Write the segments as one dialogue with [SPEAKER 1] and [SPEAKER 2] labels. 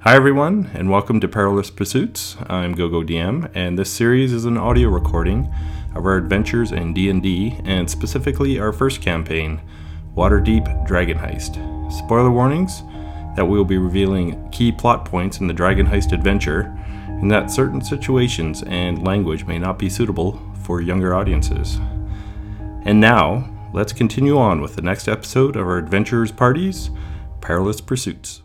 [SPEAKER 1] Hi, everyone, and welcome to Perilous Pursuits. I'm GoGo DM, and this series is an audio recording of our adventures in D&D, and specifically our first campaign, Waterdeep Dragon Heist. Spoiler warnings that we will be revealing key plot points in the Dragon Heist adventure, and that certain situations and language may not be suitable for younger audiences. And now, let's continue on with the next episode of our adventurers' parties, Perilous Pursuits.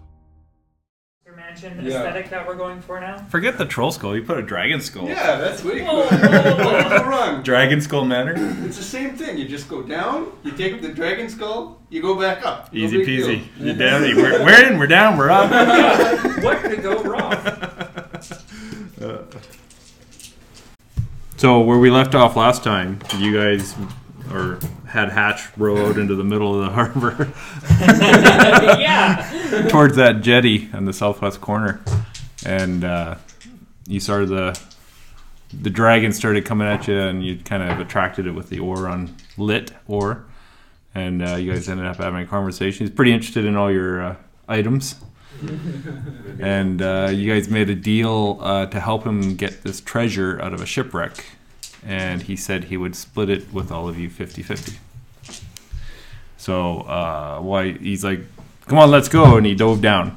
[SPEAKER 2] your mansion
[SPEAKER 3] Yeah.
[SPEAKER 2] aesthetic that we're going for now?
[SPEAKER 4] Forget the troll skull. You put a dragon skull.
[SPEAKER 3] Yeah, that's way cool.
[SPEAKER 2] Whoa, whoa, whoa.
[SPEAKER 3] What could go wrong?
[SPEAKER 4] Dragon skull manor.
[SPEAKER 3] It's the same thing. You just go down, you take the dragon skull, you go back up. No
[SPEAKER 4] Easy
[SPEAKER 3] big
[SPEAKER 4] peasy.
[SPEAKER 3] deal.
[SPEAKER 4] You're down. We're, we're in. We're down. We're up.
[SPEAKER 2] what could go wrong?
[SPEAKER 1] So where we left off last time, you guys or had Hatch rowed into the middle of the harbor
[SPEAKER 2] yeah.
[SPEAKER 1] towards that jetty on the southwest corner, and uh, you started the the dragon started coming at you, and you kind of attracted it with the oar on lit oar, and uh, you guys ended up having a conversation. He's pretty interested in all your uh, items. and uh, you guys made a deal uh, to help him get this treasure out of a shipwreck. And he said he would split it with all of you 50 50. So uh, why he's like, come on, let's go. And he dove down.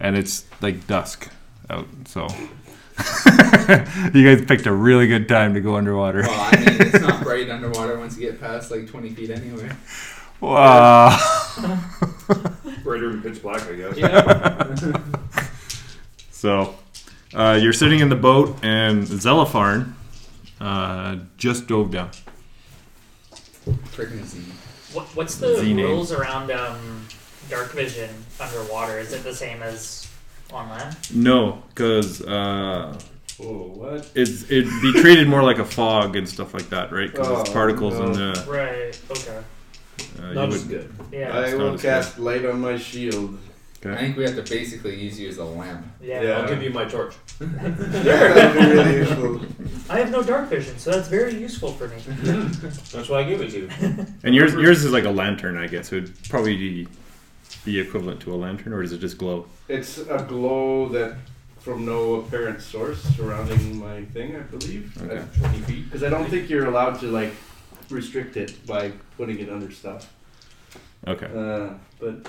[SPEAKER 1] And it's like dusk out. So you guys picked a really good time to go underwater.
[SPEAKER 5] Well, I mean, it's not bright underwater once you get past like 20 feet anyway.
[SPEAKER 1] Wow.
[SPEAKER 6] Brighter than pitch black, I guess.
[SPEAKER 1] So uh, you're sitting in the boat, and Zelopharn uh, just dove down.
[SPEAKER 5] Freaking Z.
[SPEAKER 2] What, what's the
[SPEAKER 1] Z name.
[SPEAKER 2] rules around um, dark vision underwater? Is it the same as on land?
[SPEAKER 1] No, because uh,
[SPEAKER 3] Whoa, what?
[SPEAKER 1] it's it'd be treated more like a fog and stuff like that, right? Because it's
[SPEAKER 3] Oh,
[SPEAKER 1] particles
[SPEAKER 3] no.
[SPEAKER 1] in the.
[SPEAKER 2] Right. Okay.
[SPEAKER 1] Uh,
[SPEAKER 6] Not
[SPEAKER 1] you
[SPEAKER 6] as
[SPEAKER 1] would-
[SPEAKER 6] good.
[SPEAKER 2] Yeah.
[SPEAKER 3] I
[SPEAKER 1] It's not
[SPEAKER 3] will
[SPEAKER 1] as
[SPEAKER 3] cast light on my shield.
[SPEAKER 5] I think we have to basically use you as a lamp.
[SPEAKER 2] yeah.
[SPEAKER 3] yeah.
[SPEAKER 6] I'll give you my torch.
[SPEAKER 3] That'll be really useful.
[SPEAKER 2] I have no dark vision, so that's very useful for me.
[SPEAKER 6] That's why I gave it to you.
[SPEAKER 1] And yours yours is like a lantern, I guess. It would probably be, be equivalent to a lantern, or does it just glow?
[SPEAKER 3] It's a glow that from no apparent source surrounding my thing, I believe.
[SPEAKER 1] Okay.
[SPEAKER 3] At 20 feet. Because I don't think you're allowed to, like, restrict it by putting it under stuff.
[SPEAKER 1] Okay.
[SPEAKER 3] Uh, but,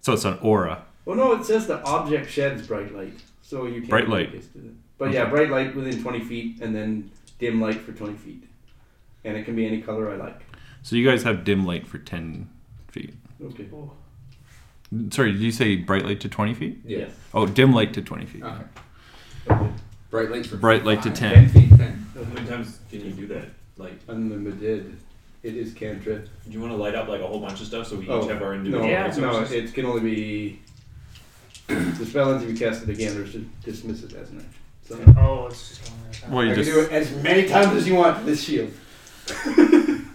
[SPEAKER 1] So it's an aura.
[SPEAKER 3] well, no, it says the object sheds bright light. So you can't.
[SPEAKER 1] Bright light.
[SPEAKER 3] focus to it. But yeah, bright light within 20 feet and then dim light for 20 feet. And it can be any color I like.
[SPEAKER 1] So you guys have dim light for 10 feet.
[SPEAKER 3] Okay.
[SPEAKER 1] Sorry, did you say bright light to 20 feet?
[SPEAKER 5] Yeah.
[SPEAKER 3] Yes.
[SPEAKER 1] Oh, dim light to 20 feet.
[SPEAKER 5] Okay.
[SPEAKER 3] Okay.
[SPEAKER 5] Bright light for
[SPEAKER 1] Bright light to
[SPEAKER 5] five,
[SPEAKER 1] 10.
[SPEAKER 5] feet, 10.
[SPEAKER 6] How many times can you do that? Like,
[SPEAKER 3] Unlimited. It is cantrip.
[SPEAKER 6] do you want to light up like a whole bunch of stuff so we
[SPEAKER 3] Oh,
[SPEAKER 6] each have our
[SPEAKER 3] No,
[SPEAKER 6] individual
[SPEAKER 2] Yeah.
[SPEAKER 3] no,
[SPEAKER 6] resources?
[SPEAKER 3] it can only be. the spell ends if you cast it again, or should dismiss it as an action. So
[SPEAKER 2] Oh, it's just going like that.
[SPEAKER 1] Well,
[SPEAKER 3] I
[SPEAKER 1] you
[SPEAKER 3] can
[SPEAKER 1] just
[SPEAKER 3] do it as many times as you want. This shield.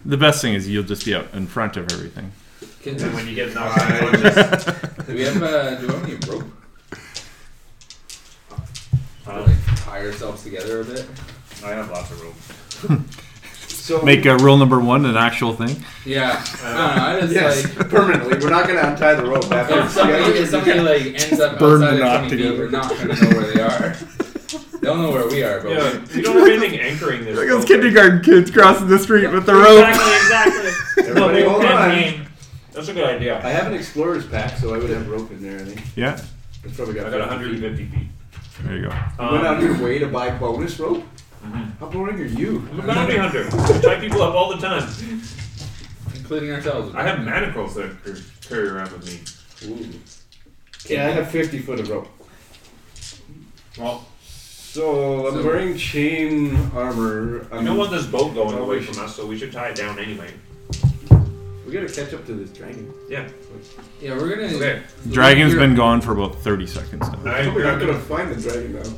[SPEAKER 1] the best thing is you'll just be out in front of everything.
[SPEAKER 5] Can,
[SPEAKER 6] And when you get knocked
[SPEAKER 5] Five.
[SPEAKER 6] unconscious,
[SPEAKER 5] do we have uh, do we have any rope? To,
[SPEAKER 6] uh,
[SPEAKER 5] like, tie ourselves together a bit.
[SPEAKER 6] I have lots of room.
[SPEAKER 3] So
[SPEAKER 1] Make uh, rule number one an actual thing.
[SPEAKER 5] Yeah. I don't know. I just
[SPEAKER 3] yes,
[SPEAKER 5] like.
[SPEAKER 3] permanently. We're not going to untie the rope after.
[SPEAKER 5] If
[SPEAKER 3] it's
[SPEAKER 5] somebody,
[SPEAKER 3] together.
[SPEAKER 5] if somebody like ends up
[SPEAKER 1] burn
[SPEAKER 5] outside
[SPEAKER 1] the knot
[SPEAKER 5] of 20 feet,
[SPEAKER 1] together.
[SPEAKER 5] we're not gonna know where they are. They'll know where we are, but
[SPEAKER 6] Yeah, we don't have anything anchoring this. boat.
[SPEAKER 1] kindergarten kids crossing the street with the
[SPEAKER 2] Exactly. Exactly.
[SPEAKER 3] Everybody
[SPEAKER 2] Well,
[SPEAKER 3] hold
[SPEAKER 2] end
[SPEAKER 3] on.
[SPEAKER 2] game.
[SPEAKER 6] That's a good idea.
[SPEAKER 3] I have an explorer's pack, so I would have rope in there. I think
[SPEAKER 1] Yeah,
[SPEAKER 3] it's probably
[SPEAKER 6] I
[SPEAKER 3] got.
[SPEAKER 6] got
[SPEAKER 3] 50 feet.
[SPEAKER 6] 150 feet.
[SPEAKER 1] there you go.
[SPEAKER 3] You Went out
[SPEAKER 6] Um,
[SPEAKER 3] of your way to buy bonus rope.
[SPEAKER 6] Mhm.
[SPEAKER 3] How boring are you?
[SPEAKER 6] I'm a bounty hunter. I tie people up all the time.
[SPEAKER 5] including ourselves.
[SPEAKER 6] I have manacles that I c- carry around with me.
[SPEAKER 5] Ooh.
[SPEAKER 3] Yeah, I have 50 foot of rope.
[SPEAKER 6] Well,
[SPEAKER 3] So I'm
[SPEAKER 5] So-
[SPEAKER 3] wearing chain armor.
[SPEAKER 6] we
[SPEAKER 3] I'm,
[SPEAKER 6] don't want this boat going
[SPEAKER 3] Oh, we
[SPEAKER 6] away
[SPEAKER 3] should-
[SPEAKER 6] from us, so we should tie it down anyway.
[SPEAKER 3] we gotta catch up to this dragon.
[SPEAKER 6] Yeah.
[SPEAKER 5] Yeah, we're gonna.
[SPEAKER 6] Okay.
[SPEAKER 1] Dragon's
[SPEAKER 5] You're-
[SPEAKER 1] been gone for about 30 seconds now.
[SPEAKER 6] I,
[SPEAKER 3] we're
[SPEAKER 6] we're,
[SPEAKER 3] not
[SPEAKER 6] gonna,
[SPEAKER 3] gonna find the dragon now.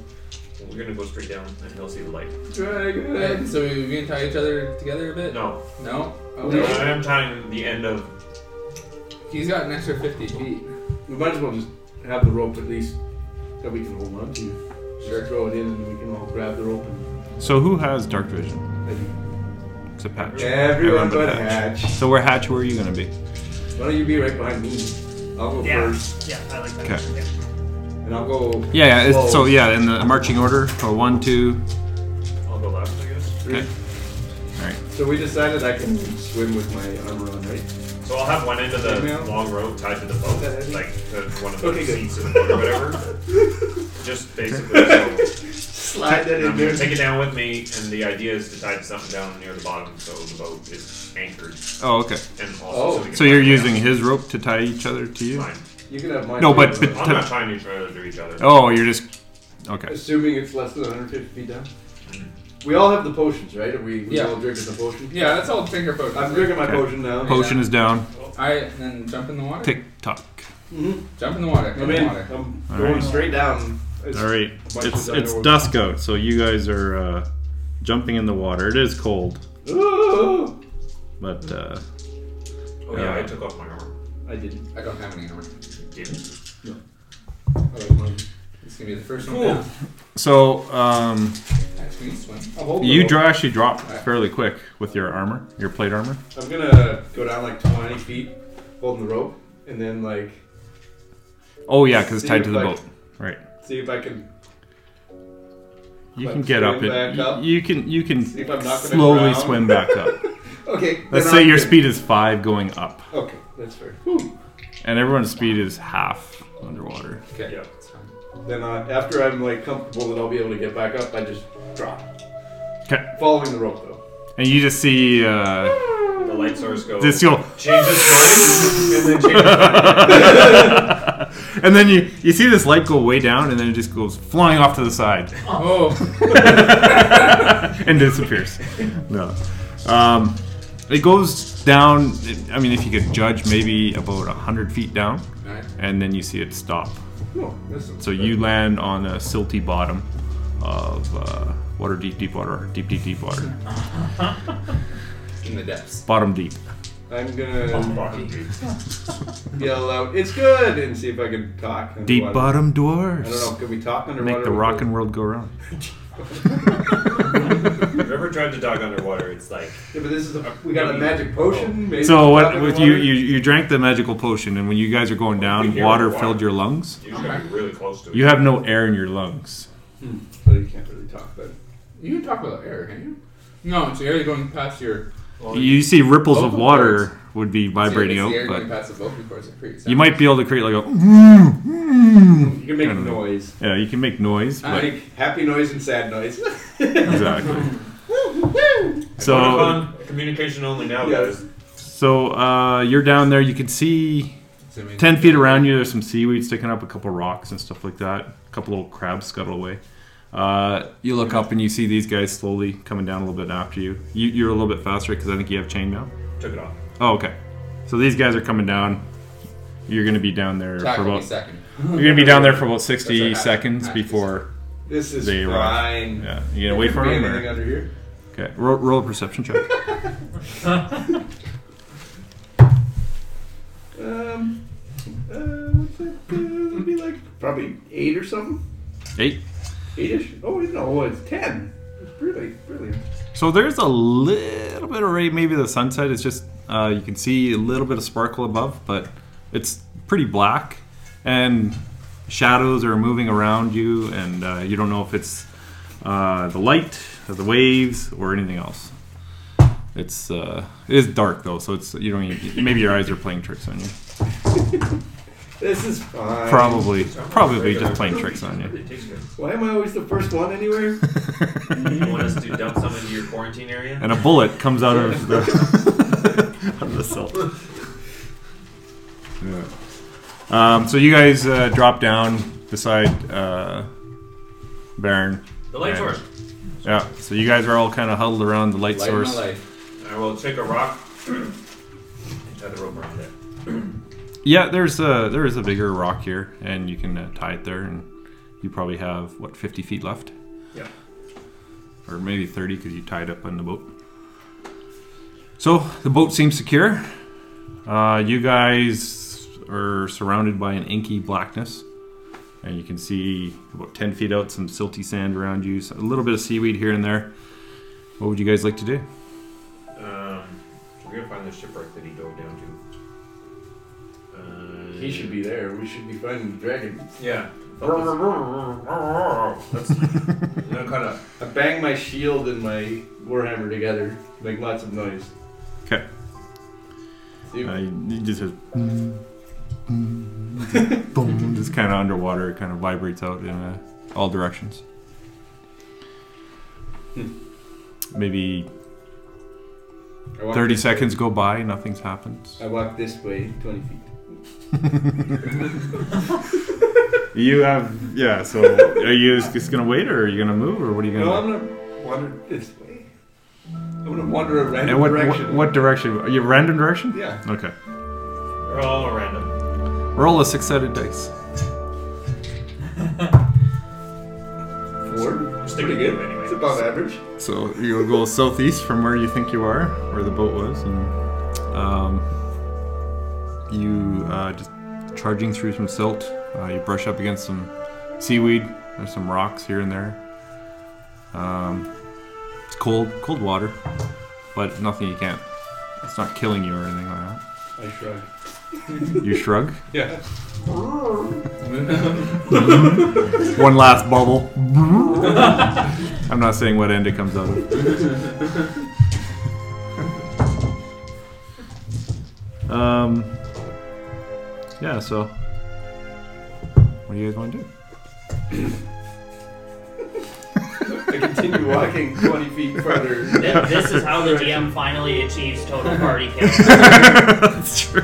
[SPEAKER 6] we're gonna go straight down, and he'll see the light.
[SPEAKER 3] Dragon.
[SPEAKER 5] Right, so we, we can tie each other together a bit.
[SPEAKER 6] No,
[SPEAKER 5] No.
[SPEAKER 3] No.
[SPEAKER 5] Okay.
[SPEAKER 6] I am tying the end of.
[SPEAKER 5] He's got an extra 50 feet.
[SPEAKER 3] We might as well just have the rope at least that we can hold on to. Just
[SPEAKER 5] Sure.
[SPEAKER 3] throw it in and we can all grab the rope and
[SPEAKER 1] So who has dark vision? Except Hatch.
[SPEAKER 3] Everyone
[SPEAKER 1] Everyone
[SPEAKER 3] but
[SPEAKER 1] but
[SPEAKER 3] Hatch.
[SPEAKER 1] So where Hatch, where are you gonna be?
[SPEAKER 3] Why don't you be right behind me? I'll go
[SPEAKER 2] Yeah.
[SPEAKER 3] first.
[SPEAKER 2] Yeah, I like that.
[SPEAKER 1] Okay.
[SPEAKER 2] Yeah.
[SPEAKER 3] And
[SPEAKER 5] I'll
[SPEAKER 3] I'll go
[SPEAKER 5] go.
[SPEAKER 7] Yeah, yeah it's, so
[SPEAKER 5] Whoa.
[SPEAKER 7] yeah, in the marching order. So one, two.
[SPEAKER 6] I'll go left, I guess.
[SPEAKER 3] three.
[SPEAKER 7] Okay. All right.
[SPEAKER 3] So we decided I can swim with my armor on, right?
[SPEAKER 6] So I'll have one end of the
[SPEAKER 3] Email.
[SPEAKER 6] long rope tied to the boat,
[SPEAKER 3] that heavy?
[SPEAKER 6] like to one of the
[SPEAKER 3] Okay, good.
[SPEAKER 6] seats of the boat or whatever. Just basically, so
[SPEAKER 3] Slide that in
[SPEAKER 6] I'm gonna
[SPEAKER 3] there.
[SPEAKER 6] take it down with me, and the idea is to tie something down near the bottom so the boat is anchored,
[SPEAKER 7] Oh, okay.
[SPEAKER 6] and also
[SPEAKER 3] Oh.
[SPEAKER 6] so, we can
[SPEAKER 7] So you're
[SPEAKER 6] find-
[SPEAKER 7] using his rope to tie each other to you?
[SPEAKER 6] Fine.
[SPEAKER 3] You can have mine.
[SPEAKER 7] No,
[SPEAKER 3] too,
[SPEAKER 7] but- but-
[SPEAKER 6] I'm not tying each other to each other.
[SPEAKER 7] Oh, you're just okay.
[SPEAKER 3] assuming it's less than 150 feet down. We all have the potions, right? Are we, we
[SPEAKER 5] Yeah.
[SPEAKER 3] all drinking the potion?
[SPEAKER 5] Yeah, that's all finger poke.
[SPEAKER 3] I'm drinking my
[SPEAKER 7] Okay.
[SPEAKER 3] potion now.
[SPEAKER 7] Potion is down.
[SPEAKER 5] Alright, and then jump in the water.
[SPEAKER 7] Tick tock.
[SPEAKER 3] hmm
[SPEAKER 5] Jump in the water.
[SPEAKER 3] I'm
[SPEAKER 5] Come in
[SPEAKER 3] in.
[SPEAKER 5] the water.
[SPEAKER 3] I'm
[SPEAKER 7] All
[SPEAKER 3] going
[SPEAKER 7] right.
[SPEAKER 3] straight down. It's-
[SPEAKER 1] All right,
[SPEAKER 3] Much
[SPEAKER 1] it's
[SPEAKER 3] as I
[SPEAKER 1] it's
[SPEAKER 3] know-
[SPEAKER 1] dusk out, so you guys are uh, jumping in the water. It is cold,
[SPEAKER 3] Ooh.
[SPEAKER 1] but uh,
[SPEAKER 6] Oh
[SPEAKER 1] Uh,
[SPEAKER 6] yeah, I took off my armor.
[SPEAKER 3] I didn't.
[SPEAKER 5] I don't have any armor.
[SPEAKER 6] Didn't.
[SPEAKER 5] It's gonna be the first
[SPEAKER 6] Cool.
[SPEAKER 5] one.
[SPEAKER 1] so um,
[SPEAKER 5] Actually, swim.
[SPEAKER 3] I'll hold the
[SPEAKER 1] you
[SPEAKER 3] rope.
[SPEAKER 1] dro- actually drop fairly quick with your armor, your plate armor.
[SPEAKER 3] I'm gonna go down like 20 feet, holding the rope, and then like
[SPEAKER 7] Oh yeah, because it's
[SPEAKER 3] See
[SPEAKER 7] tied
[SPEAKER 3] if
[SPEAKER 7] to the
[SPEAKER 3] I-
[SPEAKER 7] boat. Right.
[SPEAKER 3] see if I can.
[SPEAKER 1] You
[SPEAKER 3] Like
[SPEAKER 1] can get up.
[SPEAKER 3] swim
[SPEAKER 1] It,
[SPEAKER 3] back up?
[SPEAKER 1] you can you can
[SPEAKER 3] See if I'm not gonna
[SPEAKER 1] slowly
[SPEAKER 3] drown?
[SPEAKER 1] swim back up.
[SPEAKER 3] Okay.
[SPEAKER 1] Let's
[SPEAKER 3] then
[SPEAKER 1] say
[SPEAKER 3] I'm
[SPEAKER 1] your
[SPEAKER 3] good.
[SPEAKER 1] speed is five going up,
[SPEAKER 3] Okay, that's fair. Whew.
[SPEAKER 1] and everyone's speed is half underwater.
[SPEAKER 5] Okay.
[SPEAKER 6] Yeah.
[SPEAKER 5] It's fine.
[SPEAKER 3] Then uh, after I'm like comfortable that I'll be able to get back up, I just drop.
[SPEAKER 1] 'Kay.
[SPEAKER 3] Following the rope though.
[SPEAKER 1] And you just see uh,
[SPEAKER 6] The light source go.
[SPEAKER 1] this go.
[SPEAKER 6] change its mind, and then change.
[SPEAKER 1] and then you, you see this light go way down, and then it just goes flying off to the side
[SPEAKER 5] Oh.
[SPEAKER 1] and disappears. No, um, it goes down. I mean, if you could judge, maybe about hundred feet down,
[SPEAKER 5] Alright.
[SPEAKER 1] and then you see it stop.
[SPEAKER 3] No, Oh, that's
[SPEAKER 1] So you land on a silty bottom of uh, water deep, deep water, deep, deep, deep water,
[SPEAKER 5] In the depths.
[SPEAKER 1] bottom deep.
[SPEAKER 3] I'm gonna
[SPEAKER 6] Bottom deep.
[SPEAKER 3] yell out, "It's good!" and see if I can talk. underwater.
[SPEAKER 1] Deep bottom
[SPEAKER 3] I don't know.
[SPEAKER 1] dwarves
[SPEAKER 3] Can we talk underwater?
[SPEAKER 1] make the
[SPEAKER 3] with
[SPEAKER 1] rockin' world go round.
[SPEAKER 6] If you ever tried to dog underwater, it's like
[SPEAKER 3] Yeah, but this is a, we got a magic potion. Maybe
[SPEAKER 1] Oh. So what?
[SPEAKER 3] talk
[SPEAKER 1] what you,
[SPEAKER 3] underwater?
[SPEAKER 1] you you drank the magical potion, and when you guys are going
[SPEAKER 6] We
[SPEAKER 1] down,
[SPEAKER 6] hear
[SPEAKER 1] water
[SPEAKER 6] water.
[SPEAKER 1] filled your lungs.
[SPEAKER 6] you gotta
[SPEAKER 3] Uh-huh.
[SPEAKER 6] be really close to it.
[SPEAKER 1] You have no air in your lungs.
[SPEAKER 3] Hmm, so you can't really talk then.
[SPEAKER 5] You can talk about air, can't you? No, it's the air going past your.
[SPEAKER 6] Well,
[SPEAKER 1] You see ripples of
[SPEAKER 5] Vocal cords.
[SPEAKER 1] water would be vibrating
[SPEAKER 5] it's the
[SPEAKER 1] out,
[SPEAKER 5] air going
[SPEAKER 1] but
[SPEAKER 5] past the vocal cords. It's pretty
[SPEAKER 1] you
[SPEAKER 5] sound.
[SPEAKER 1] might be able to create like a. "Mm, mm."
[SPEAKER 3] You can make
[SPEAKER 1] I don't know.
[SPEAKER 3] noise.
[SPEAKER 1] Yeah, you can make noise,
[SPEAKER 5] I
[SPEAKER 3] I
[SPEAKER 1] but
[SPEAKER 3] make happy noise and sad noise.
[SPEAKER 1] exactly.
[SPEAKER 6] We're
[SPEAKER 1] So
[SPEAKER 6] on communication only now,
[SPEAKER 3] Yes.
[SPEAKER 6] guys.
[SPEAKER 1] so uh, you're down there. You can see
[SPEAKER 5] It's amazing.
[SPEAKER 1] ten feet around you. There's some seaweed sticking up, a couple rocks and stuff like that. A couple old crabs scuttle away. Uh, you look up and you see these guys slowly coming down a little bit after you. you you're a little bit faster because I think you have chainmail.
[SPEAKER 6] Took it off.
[SPEAKER 1] Oh, okay. So these guys are coming down. You're gonna be down there
[SPEAKER 5] Attack
[SPEAKER 1] for
[SPEAKER 5] any
[SPEAKER 1] about
[SPEAKER 5] second.
[SPEAKER 1] you're gonna be down there for about
[SPEAKER 5] That's
[SPEAKER 1] sixty
[SPEAKER 5] a half-
[SPEAKER 1] seconds
[SPEAKER 5] half
[SPEAKER 1] before.
[SPEAKER 3] this is
[SPEAKER 1] They rock.
[SPEAKER 3] fine.
[SPEAKER 1] Yeah, you gonna wait for
[SPEAKER 3] Be
[SPEAKER 1] him.
[SPEAKER 3] anything
[SPEAKER 1] or-
[SPEAKER 3] under here?
[SPEAKER 1] Okay, roll, roll a perception check.
[SPEAKER 3] Um, uh, what's that? Uh, it'd be like probably eight or something.
[SPEAKER 1] Eight.
[SPEAKER 3] Eight-ish. Oh no, it's ten. It's really brilliant.
[SPEAKER 1] So there's a little bit of ray. Maybe the sunset is just uh, you can see a little bit of sparkle above, but it's pretty black, and shadows are moving around you, and uh, you don't know if it's uh, the light, or the waves, or anything else. It's uh, it is dark though, so it's you don't even, maybe your eyes are playing tricks on you.
[SPEAKER 3] This is fine.
[SPEAKER 1] Probably, probably just playing tricks on you.
[SPEAKER 6] It tastes good.
[SPEAKER 3] Why am I always the first one anywhere?
[SPEAKER 6] You want us to dump some into your quarantine area?
[SPEAKER 1] And a bullet comes out of the out of the cell. Yeah. Um, so you guys uh, drop down beside uh, Baron.
[SPEAKER 6] The light
[SPEAKER 1] Yeah.
[SPEAKER 6] source.
[SPEAKER 1] Yeah. So you guys are all kind of huddled around the light
[SPEAKER 5] Light my
[SPEAKER 1] source.
[SPEAKER 5] life.
[SPEAKER 6] I will take a rock and tie the rope around it.
[SPEAKER 1] Yeah, there's a there is a bigger rock here, and you can uh, tie it there, and you probably have what 50 feet left.
[SPEAKER 3] Yeah.
[SPEAKER 1] Or maybe 30 because you tied up on the boat. So the boat seems secure. Uh, you guys are surrounded by an inky blackness, and you can see about 10 feet out some silty sand around you, so a little bit of seaweed here and there. What would you guys like to do?
[SPEAKER 6] Um, we're gonna find the shipwreck that he dove down to. Uh,
[SPEAKER 3] He should be there. We should be finding the dragon.
[SPEAKER 6] Yeah,
[SPEAKER 3] Focus.
[SPEAKER 6] That's no kind of
[SPEAKER 3] I bang my shield and my warhammer together, make lots of noise.
[SPEAKER 1] 'Kay.
[SPEAKER 3] You-
[SPEAKER 1] Uh, you just says, boom, just kind of underwater. It kind of vibrates out in uh, all directions. Hmm. Maybe
[SPEAKER 3] I walk
[SPEAKER 1] 30
[SPEAKER 3] this
[SPEAKER 1] seconds go by, nothing's happened.
[SPEAKER 3] way- I walk this way, twenty feet.
[SPEAKER 1] You have, yeah, so are you just going to wait or are you going to move or what are you going to
[SPEAKER 3] No, I'm gonna wander this way. I'm gonna wander a random
[SPEAKER 1] And what, what,
[SPEAKER 3] direction.
[SPEAKER 1] what direction? Are you random direction?
[SPEAKER 3] Yeah.
[SPEAKER 1] Okay.
[SPEAKER 2] They're all random.
[SPEAKER 1] Roll a six sided dice.
[SPEAKER 3] Four.
[SPEAKER 6] I'm sticking good anyway.
[SPEAKER 3] It's above average.
[SPEAKER 1] So you'll go southeast from where you think you are, where the boat was, and um, you uh, just charging through some silt. Uh, you brush up against some seaweed. There's some rocks here and there. Um, it's cold, cold water, but nothing you can't. It's not killing you or anything like
[SPEAKER 3] I shrug.
[SPEAKER 1] that. You shrug.
[SPEAKER 3] Yeah.
[SPEAKER 1] One last bubble. I'm not saying what end it comes out of. um, yeah, so. What do you guys want to do?
[SPEAKER 3] I continue walking twenty feet further.
[SPEAKER 2] Th- This is how the DM finally achieves total party kill.
[SPEAKER 1] That's true.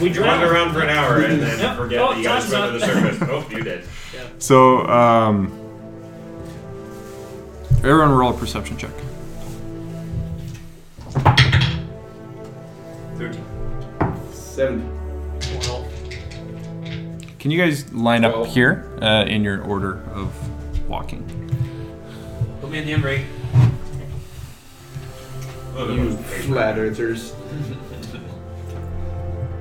[SPEAKER 2] We
[SPEAKER 6] You wander
[SPEAKER 2] drowned.
[SPEAKER 6] around for an hour and then
[SPEAKER 2] Yep.
[SPEAKER 6] forget
[SPEAKER 2] Oh,
[SPEAKER 6] that you guys
[SPEAKER 2] time's
[SPEAKER 6] went to the
[SPEAKER 2] up.
[SPEAKER 6] surface. Oh, you did.
[SPEAKER 1] So, um. Everyone roll a perception check.
[SPEAKER 2] 13.
[SPEAKER 3] Seven.
[SPEAKER 2] Well,
[SPEAKER 1] Can you guys line up
[SPEAKER 5] Twelve.
[SPEAKER 1] here uh, in your order of walking?
[SPEAKER 2] Put me in the inbreak.
[SPEAKER 6] Oh,
[SPEAKER 3] You flat earthers.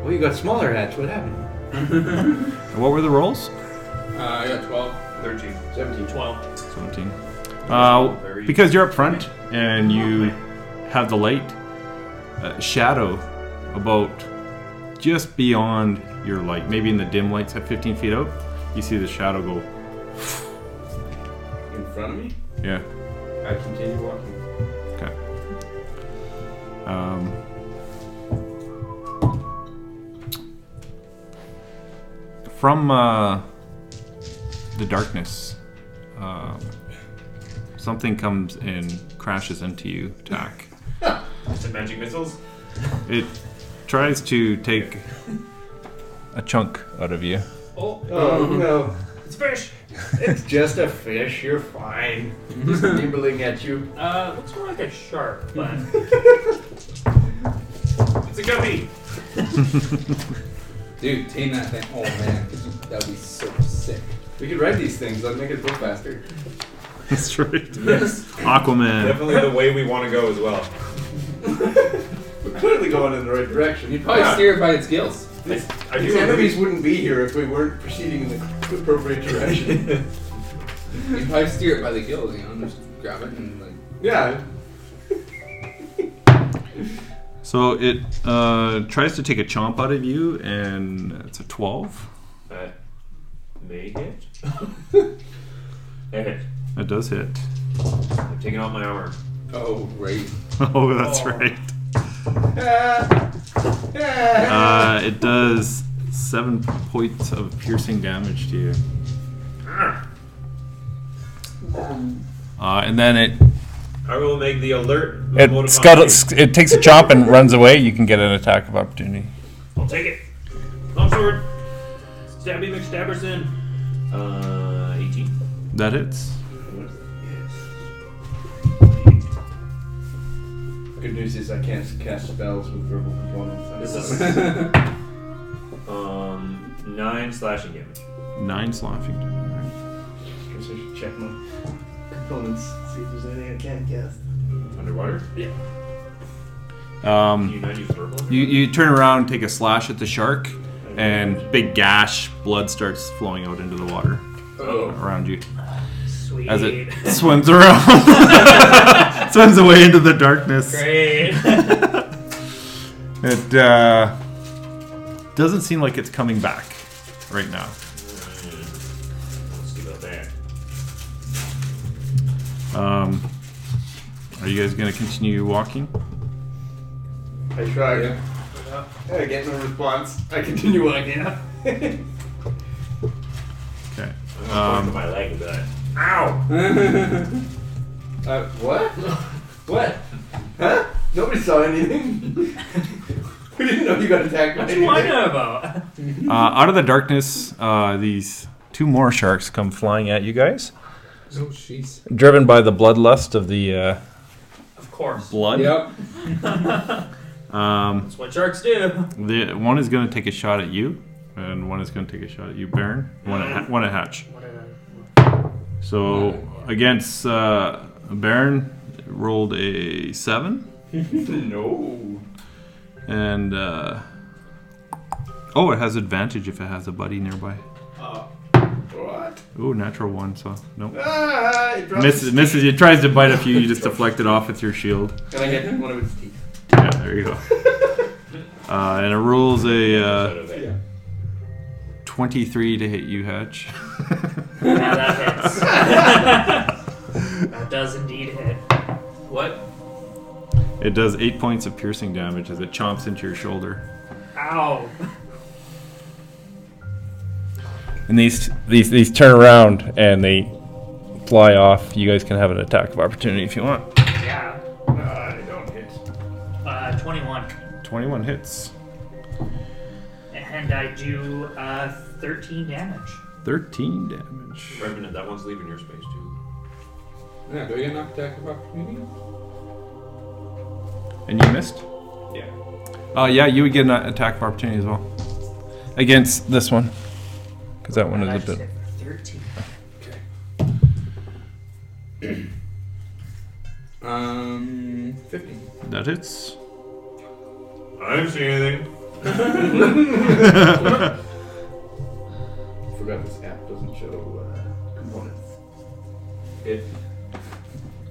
[SPEAKER 3] Well, you got smaller hats. What happened?
[SPEAKER 1] And what were the rolls?
[SPEAKER 5] Uh, I got 12.
[SPEAKER 6] 13.
[SPEAKER 3] Seventeen.
[SPEAKER 2] 12.
[SPEAKER 1] 17. Uh,
[SPEAKER 6] Very-
[SPEAKER 1] because you're up front and you have the light uh, shadow about just beyond your light, maybe in the dim lights at 15 feet out, you see the shadow go,
[SPEAKER 3] In front of me.
[SPEAKER 1] yeah,
[SPEAKER 3] I continue walking.
[SPEAKER 1] okay. Um, from uh, the darkness, um, something comes and crashes into you, Tack.
[SPEAKER 6] Some magic missiles?
[SPEAKER 1] It tries to take a chunk out of you.
[SPEAKER 2] Oh,
[SPEAKER 3] Oh no!
[SPEAKER 2] it's fish.
[SPEAKER 3] It's just a fish. You're fine. Just nibbling at you.
[SPEAKER 2] Uh, looks more like a shark, but
[SPEAKER 6] It's a guppy!
[SPEAKER 5] Dude, tame that thing. Oh man, that would be so sick.
[SPEAKER 3] We could write these things. Let's make it go faster.
[SPEAKER 1] That's right. Aquaman.
[SPEAKER 6] Definitely the way we want to go as well.
[SPEAKER 3] We're clearly going in the right direction. You
[SPEAKER 5] Probably
[SPEAKER 3] probably
[SPEAKER 5] steer it by its gills.
[SPEAKER 6] I, I
[SPEAKER 3] These
[SPEAKER 6] do agree.
[SPEAKER 3] enemies wouldn't be here if we weren't proceeding in the appropriate direction.
[SPEAKER 5] You probably steer it by the gills, you know, and just grab it and like.
[SPEAKER 3] yeah.
[SPEAKER 1] So it uh, tries to take a chomp out of you, and it's a 12.
[SPEAKER 6] Uh, may hit? That hit.
[SPEAKER 1] That does hit.
[SPEAKER 6] I'm taking off my armor.
[SPEAKER 5] Oh, right.
[SPEAKER 1] Oh, that's
[SPEAKER 2] Oh.
[SPEAKER 1] right.
[SPEAKER 3] Ah. Ah.
[SPEAKER 1] Uh, it does seven points of piercing damage to you. Uh, and then it
[SPEAKER 6] I will make the alert.
[SPEAKER 7] It
[SPEAKER 6] emoticon
[SPEAKER 7] scuttles. It takes a chomp and runs away. You can get an attack of opportunity.
[SPEAKER 6] I'll take it.
[SPEAKER 2] longsword. Stabby McStabberson.
[SPEAKER 6] Uh, 18.
[SPEAKER 1] that hits.
[SPEAKER 3] Good news is I can't cast spells with verbal components.
[SPEAKER 6] This is um nine slashing damage.
[SPEAKER 1] Nine slashing damage.
[SPEAKER 3] I guess I should check my components, see if there's anything I can't cast.
[SPEAKER 6] Underwater? Yeah.
[SPEAKER 1] Um,
[SPEAKER 6] Do you not use verbal?
[SPEAKER 1] You, you turn around, take a slash at the shark, and big gash, blood starts flowing out into the water
[SPEAKER 5] Oh.
[SPEAKER 1] around you
[SPEAKER 2] Sweet.
[SPEAKER 1] as it swims around, swims away into the darkness.
[SPEAKER 2] Great.
[SPEAKER 1] It uh,
[SPEAKER 6] Hmm.
[SPEAKER 1] doesn't seem like it's coming back right now.
[SPEAKER 6] so bad.
[SPEAKER 1] Um, are you guys going to continue walking?
[SPEAKER 3] I tried.
[SPEAKER 5] Yeah.
[SPEAKER 3] I get no response. I continue on. Yeah.
[SPEAKER 1] Okay.
[SPEAKER 6] I'm gonna
[SPEAKER 1] Um,
[SPEAKER 6] point to my leg and be like, "Ow!"
[SPEAKER 3] uh, what? what? Huh? Nobody saw anything. we didn't know you got attacked by
[SPEAKER 2] What do I
[SPEAKER 3] anything.
[SPEAKER 2] know about?
[SPEAKER 1] Uh, out of the darkness, uh, these two more sharks come flying at you guys,
[SPEAKER 5] Oh, jeez.
[SPEAKER 1] driven by the bloodlust of the uh,
[SPEAKER 2] Of course.
[SPEAKER 1] blood.
[SPEAKER 5] Yep.
[SPEAKER 1] Um,
[SPEAKER 2] That's what sharks do.
[SPEAKER 1] the one is going to take a shot at you, and one is going to take a shot at you, Baron. One at, ha- one at hatch.
[SPEAKER 2] What a-
[SPEAKER 1] So against uh, Baron, rolled a seven,
[SPEAKER 6] no.
[SPEAKER 1] and uh, oh, it has advantage if it has a buddy nearby.
[SPEAKER 3] What?
[SPEAKER 1] Ooh, natural one, so nope.
[SPEAKER 3] Ah, it dropped
[SPEAKER 1] Misses,
[SPEAKER 3] its
[SPEAKER 1] misses. It tries to bite a few. You just deflect it off with your shield.
[SPEAKER 3] teeth. And I get one of its teeth.
[SPEAKER 1] Yeah, there you go. Uh, and it rolls a uh,
[SPEAKER 6] Yeah.
[SPEAKER 1] twenty-three to hit you, Hatch.
[SPEAKER 2] Now that hits. that does indeed hit. What?
[SPEAKER 1] It does eight points of piercing damage as it chomps into your shoulder.
[SPEAKER 2] Ow.
[SPEAKER 1] And these these these turn around and they fly off. You guys can have an attack of opportunity if you want.
[SPEAKER 2] Yeah.
[SPEAKER 6] I don't hit.
[SPEAKER 2] Uh, 21.
[SPEAKER 1] Twenty-one hits.
[SPEAKER 2] And I do uh, 13 damage.
[SPEAKER 1] Thirteen damage.
[SPEAKER 6] Revenant, that one's leaving your space too.
[SPEAKER 5] Yeah, do we get an attack of opportunity?
[SPEAKER 1] And you missed.
[SPEAKER 6] Yeah.
[SPEAKER 1] Uh, yeah, you would get an attack of opportunity as well against this one because that one
[SPEAKER 2] And I
[SPEAKER 1] is a
[SPEAKER 2] just
[SPEAKER 1] bit.
[SPEAKER 2] hit 13.
[SPEAKER 5] Um, 15.
[SPEAKER 1] That hits.
[SPEAKER 6] I didn't see anything.
[SPEAKER 3] Forgot this app doesn't show uh, components.
[SPEAKER 6] It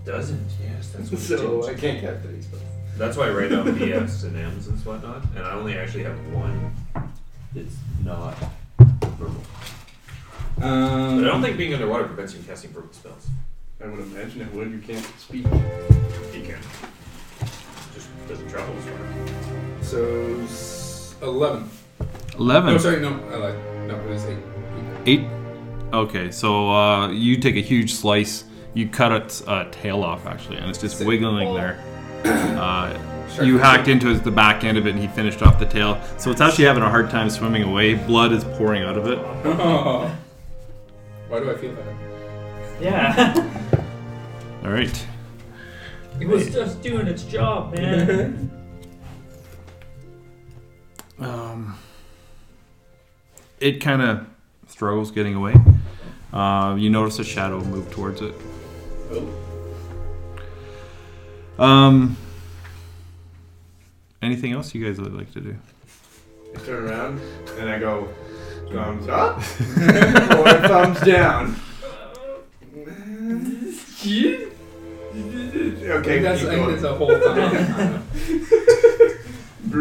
[SPEAKER 6] doesn't. Yes, that's what
[SPEAKER 3] So
[SPEAKER 6] it
[SPEAKER 3] I
[SPEAKER 6] did.
[SPEAKER 3] can't capture these. But
[SPEAKER 6] That's why I write down BS and M's and whatnot, and I only actually have one. It's not verbal.
[SPEAKER 5] Um,
[SPEAKER 6] But I don't think being underwater prevents you from casting verbal spells.
[SPEAKER 3] I would imagine it would. You can't speak.
[SPEAKER 6] You can. Just doesn't travel as far.
[SPEAKER 5] So, s- 11.
[SPEAKER 1] Eleven.
[SPEAKER 5] Oh, sorry, no, I lied. No, it was 8.
[SPEAKER 1] Eight. Okay, so uh, you take a huge slice. You cut its uh, tail off, actually, and it's just wiggling there. Uh, you hacked into his, the back end of it, and he finished off the tail. So it's actually having a hard time swimming away. Blood is pouring out of it.
[SPEAKER 5] Why do I feel that?
[SPEAKER 2] Yeah.
[SPEAKER 1] All right.
[SPEAKER 2] it was just doing its job, man.
[SPEAKER 1] Um, it kind of struggles getting away. Uh, you notice a shadow move towards it. Um. Anything else you guys would like to do?
[SPEAKER 3] I turn around and I go, thumbs up or thumbs down. okay,
[SPEAKER 5] that's,
[SPEAKER 3] keep
[SPEAKER 5] I think
[SPEAKER 3] going.
[SPEAKER 5] that's a whole time.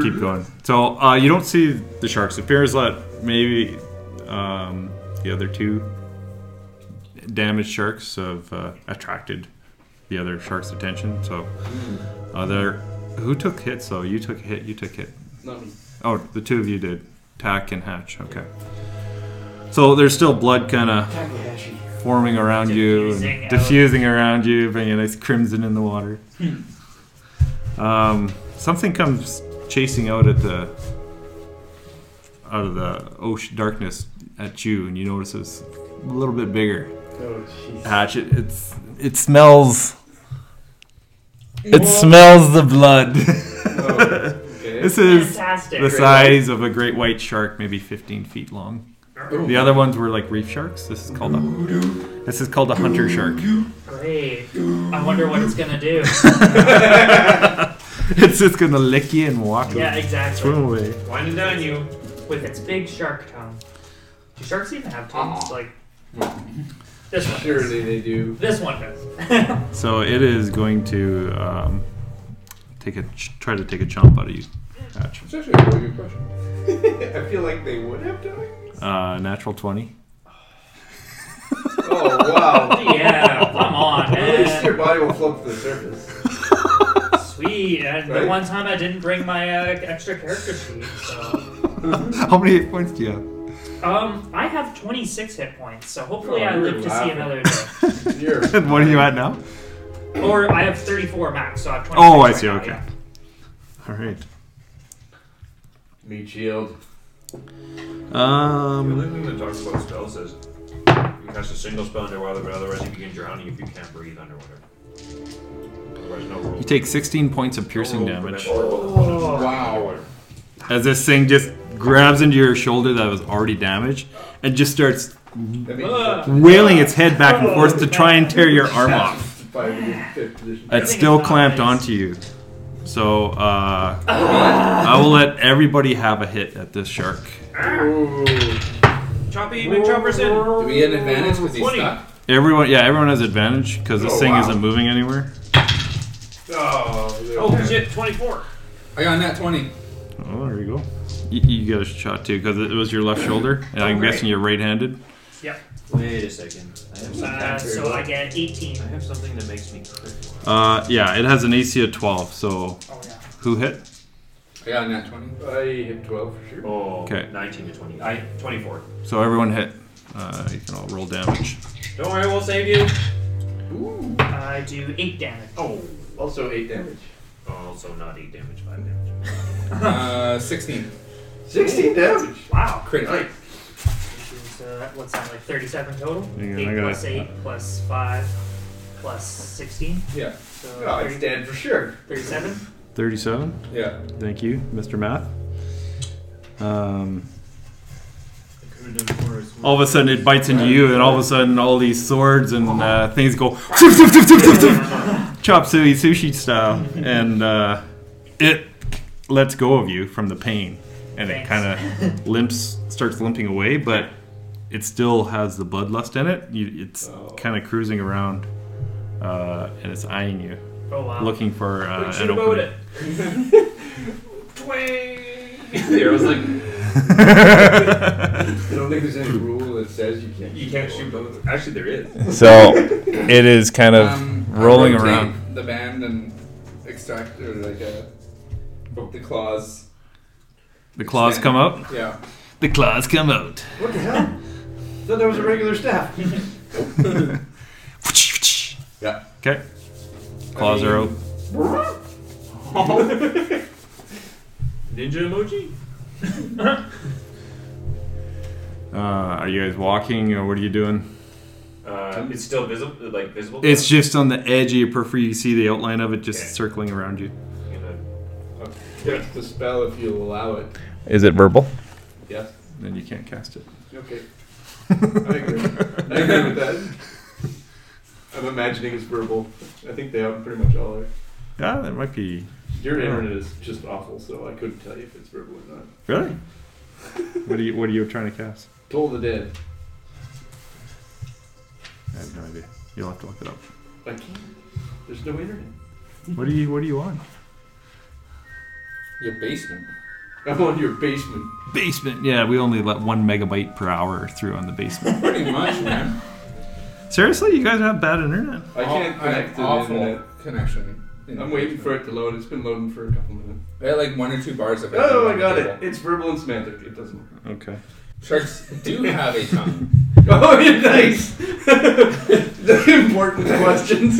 [SPEAKER 1] keep going. So uh, you don't see the sharks. It appears that maybe um, the other two damaged sharks have uh, attracted the other shark's attention. So uh, they're who took hits though? You took a hit. You took hit.
[SPEAKER 3] Not me.
[SPEAKER 1] Oh, the two of you did. Tack and Hatch. Okay. So there's still blood kind of
[SPEAKER 3] Takahashi.
[SPEAKER 1] forming around you,
[SPEAKER 2] Diffusing
[SPEAKER 1] and
[SPEAKER 2] out.
[SPEAKER 1] diffusing around you, bringing a nice crimson in the water.
[SPEAKER 2] Hmm.
[SPEAKER 1] um, something comes chasing out at the out of the ocean darkness at you, and you notice it's a little bit bigger.
[SPEAKER 3] Oh, jeez.
[SPEAKER 1] Hatch, it, it's it smells. It smells the blood.
[SPEAKER 3] Oh, Okay.
[SPEAKER 1] this is
[SPEAKER 2] Fantastic.
[SPEAKER 1] the size of a great white shark, maybe 15 feet long.
[SPEAKER 3] Oh.
[SPEAKER 1] The other ones were like reef sharks. This is called a this is called a hunter shark.
[SPEAKER 2] Great. I wonder what it's gonna do.
[SPEAKER 1] It's just gonna lick you and walk
[SPEAKER 2] yeah,
[SPEAKER 1] away.
[SPEAKER 2] exactly.
[SPEAKER 1] swim away.
[SPEAKER 6] Wind and dine you.
[SPEAKER 2] With its big shark tongue. Do sharks even have tongues? Like this one. Does.
[SPEAKER 5] Surely they do.
[SPEAKER 2] This one does.
[SPEAKER 1] So it is going to um, take a ch- try to take a chomp out of you. Hatch.
[SPEAKER 5] It's actually a really good question.
[SPEAKER 3] I feel like they would have done.
[SPEAKER 1] Uh, natural twenty.
[SPEAKER 2] yeah, come on,
[SPEAKER 3] At least your
[SPEAKER 2] man.
[SPEAKER 3] body will float to the surface.
[SPEAKER 2] Sweet. And
[SPEAKER 3] Right?
[SPEAKER 2] the one time I didn't bring my uh, extra character sheet, so
[SPEAKER 1] How many hit points do you have?
[SPEAKER 2] um, I have 26 hit points. So hopefully
[SPEAKER 3] Oh,
[SPEAKER 2] I live
[SPEAKER 3] you're
[SPEAKER 2] to see
[SPEAKER 3] laughing.
[SPEAKER 2] another day.
[SPEAKER 3] You're
[SPEAKER 1] And what are you at now?
[SPEAKER 2] or I have 34 max, so I have 26.
[SPEAKER 1] Oh, I
[SPEAKER 2] right
[SPEAKER 1] see,
[SPEAKER 2] now,
[SPEAKER 1] okay.
[SPEAKER 2] yeah.
[SPEAKER 1] All right.
[SPEAKER 3] meat shield.
[SPEAKER 6] The
[SPEAKER 1] Um,
[SPEAKER 6] only thing that talks about spells is you cast a single spell underwater, but otherwise you begin drowning if you can't breathe underwater. Otherwise, no roll.
[SPEAKER 1] you take 16 points of piercing
[SPEAKER 6] no roll
[SPEAKER 1] damage
[SPEAKER 6] prevention.
[SPEAKER 2] Oh,
[SPEAKER 3] Wow.
[SPEAKER 1] as this thing just grabs into your shoulder that was already damaged and just starts
[SPEAKER 3] That means
[SPEAKER 2] Ugh.
[SPEAKER 1] wailing its head back and forth to try and tear your arm off.
[SPEAKER 3] five to get fifth position.
[SPEAKER 1] It's
[SPEAKER 2] think
[SPEAKER 1] still
[SPEAKER 2] it's not
[SPEAKER 1] clamped
[SPEAKER 2] nice.
[SPEAKER 1] onto you. So uh, I will let everybody have a hit at this shark.
[SPEAKER 3] Ooh.
[SPEAKER 6] Choppy McChoppers in!
[SPEAKER 5] Do we get an advantage because he's
[SPEAKER 6] 20.
[SPEAKER 5] stuck?
[SPEAKER 1] Everyone, yeah, everyone has advantage because this
[SPEAKER 3] Oh,
[SPEAKER 1] thing
[SPEAKER 3] wow.
[SPEAKER 1] isn't moving anywhere.
[SPEAKER 3] Oh, yeah.
[SPEAKER 6] Oh shit, 24!
[SPEAKER 5] I got net 20.
[SPEAKER 1] Oh, there you go. You, you got a shot too because it was your left shoulder, and I'm
[SPEAKER 2] Alright.
[SPEAKER 1] guessing you're right-handed.
[SPEAKER 2] Yep.
[SPEAKER 6] Wait a second. I have, some
[SPEAKER 2] Uh, so I get 18.
[SPEAKER 6] I have something that makes me crit.
[SPEAKER 1] Uh, yeah, it has an AC of 12. So
[SPEAKER 2] Oh yeah.
[SPEAKER 1] who hit?
[SPEAKER 5] I got a net 20.
[SPEAKER 3] I hit 12 for sure.
[SPEAKER 6] Oh,
[SPEAKER 1] 'Kay.
[SPEAKER 6] 19 to 20. I 24.
[SPEAKER 1] So everyone hit. Uh, you can all roll damage.
[SPEAKER 6] Don't worry, we'll save you.
[SPEAKER 3] Ooh.
[SPEAKER 2] I do eight damage.
[SPEAKER 6] Oh,
[SPEAKER 3] Also 8 damage.
[SPEAKER 6] also not 8 damage, 5 damage.
[SPEAKER 5] Uh, 16.
[SPEAKER 3] 16 damage.
[SPEAKER 2] Wow.
[SPEAKER 5] Crit.
[SPEAKER 3] Nice.
[SPEAKER 2] Which is uh, what's that like 37 total?
[SPEAKER 1] Yeah, I uh,
[SPEAKER 2] eight
[SPEAKER 1] got
[SPEAKER 2] plus
[SPEAKER 1] it.
[SPEAKER 2] eight plus five plus 16.
[SPEAKER 5] Yeah.
[SPEAKER 2] So
[SPEAKER 3] Oh, it's
[SPEAKER 2] 30
[SPEAKER 3] dead for sure.
[SPEAKER 2] 37.
[SPEAKER 1] 37.
[SPEAKER 5] Yeah.
[SPEAKER 1] Thank you, Mr. Math. Um, all of a sudden it bites into you, and all of a sudden all these swords and uh, things go chop suey sushi style, and uh, it lets go of you from the pain, and it
[SPEAKER 2] Thanks.
[SPEAKER 1] kind of limps, starts limping away, but it still has the bloodlust in it. You, it's kind of cruising around, uh, and it's eyeing you,
[SPEAKER 2] Oh wow.
[SPEAKER 1] looking for uh,
[SPEAKER 6] Shoot
[SPEAKER 1] an
[SPEAKER 6] about
[SPEAKER 1] opening.
[SPEAKER 6] it. Twang! The arrow's like,
[SPEAKER 3] I don't think there's any rule that says you can't.
[SPEAKER 6] you can't shoot both. Actually, there is.
[SPEAKER 7] So it is kind of
[SPEAKER 1] Um,
[SPEAKER 5] I
[SPEAKER 7] rolling
[SPEAKER 5] rotate
[SPEAKER 7] around.
[SPEAKER 5] The band and extract, or like, uh, poke the claws.
[SPEAKER 1] The claws come out.
[SPEAKER 5] Yeah.
[SPEAKER 1] The claws come out.
[SPEAKER 3] What the hell? Thought that was a regular staff.
[SPEAKER 5] Yeah.
[SPEAKER 1] Okay. Claws are out.
[SPEAKER 6] Ninja emoji?
[SPEAKER 1] Uh, are you guys walking or what are you doing?
[SPEAKER 6] Uh, it's still visible, like visible.
[SPEAKER 1] It's just on the edge of your periphery. You see the outline of it just
[SPEAKER 6] Okay.
[SPEAKER 1] circling around you.
[SPEAKER 6] You know,
[SPEAKER 3] Cast the spell if you allow it.
[SPEAKER 7] Is it verbal?
[SPEAKER 3] Yes.
[SPEAKER 1] Then you can't cast it.
[SPEAKER 3] Okay. I agree. I agree with that. I'm imagining it's verbal. I think they are pretty much all are.
[SPEAKER 1] Yeah, that might be.
[SPEAKER 3] Your
[SPEAKER 1] Yeah.
[SPEAKER 3] internet is just awful, so I couldn't tell you if it's verbal or not.
[SPEAKER 1] Really? what are you What are you trying to cast?
[SPEAKER 3] Toll the dead.
[SPEAKER 1] I have no idea. You'll have to look it up.
[SPEAKER 3] I can't. There's no internet.
[SPEAKER 1] What are you What are you on?
[SPEAKER 5] Your basement.
[SPEAKER 3] I'm on your basement.
[SPEAKER 1] Basement. Yeah, we only let one megabyte per hour through on the basement.
[SPEAKER 5] Pretty much, man.
[SPEAKER 1] Seriously, you guys have bad internet.
[SPEAKER 3] Oh, I can't connect to the
[SPEAKER 5] awful
[SPEAKER 3] internet.
[SPEAKER 5] connection.
[SPEAKER 3] I'm waiting for it to load. It's been loading for a couple minutes.
[SPEAKER 5] I had like one or two bars of
[SPEAKER 3] Oh, I got it. It's verbal and semantic. It doesn't work.
[SPEAKER 1] Okay.
[SPEAKER 5] Sharks do have a tongue.
[SPEAKER 3] Oh, yeah, nice. the important questions.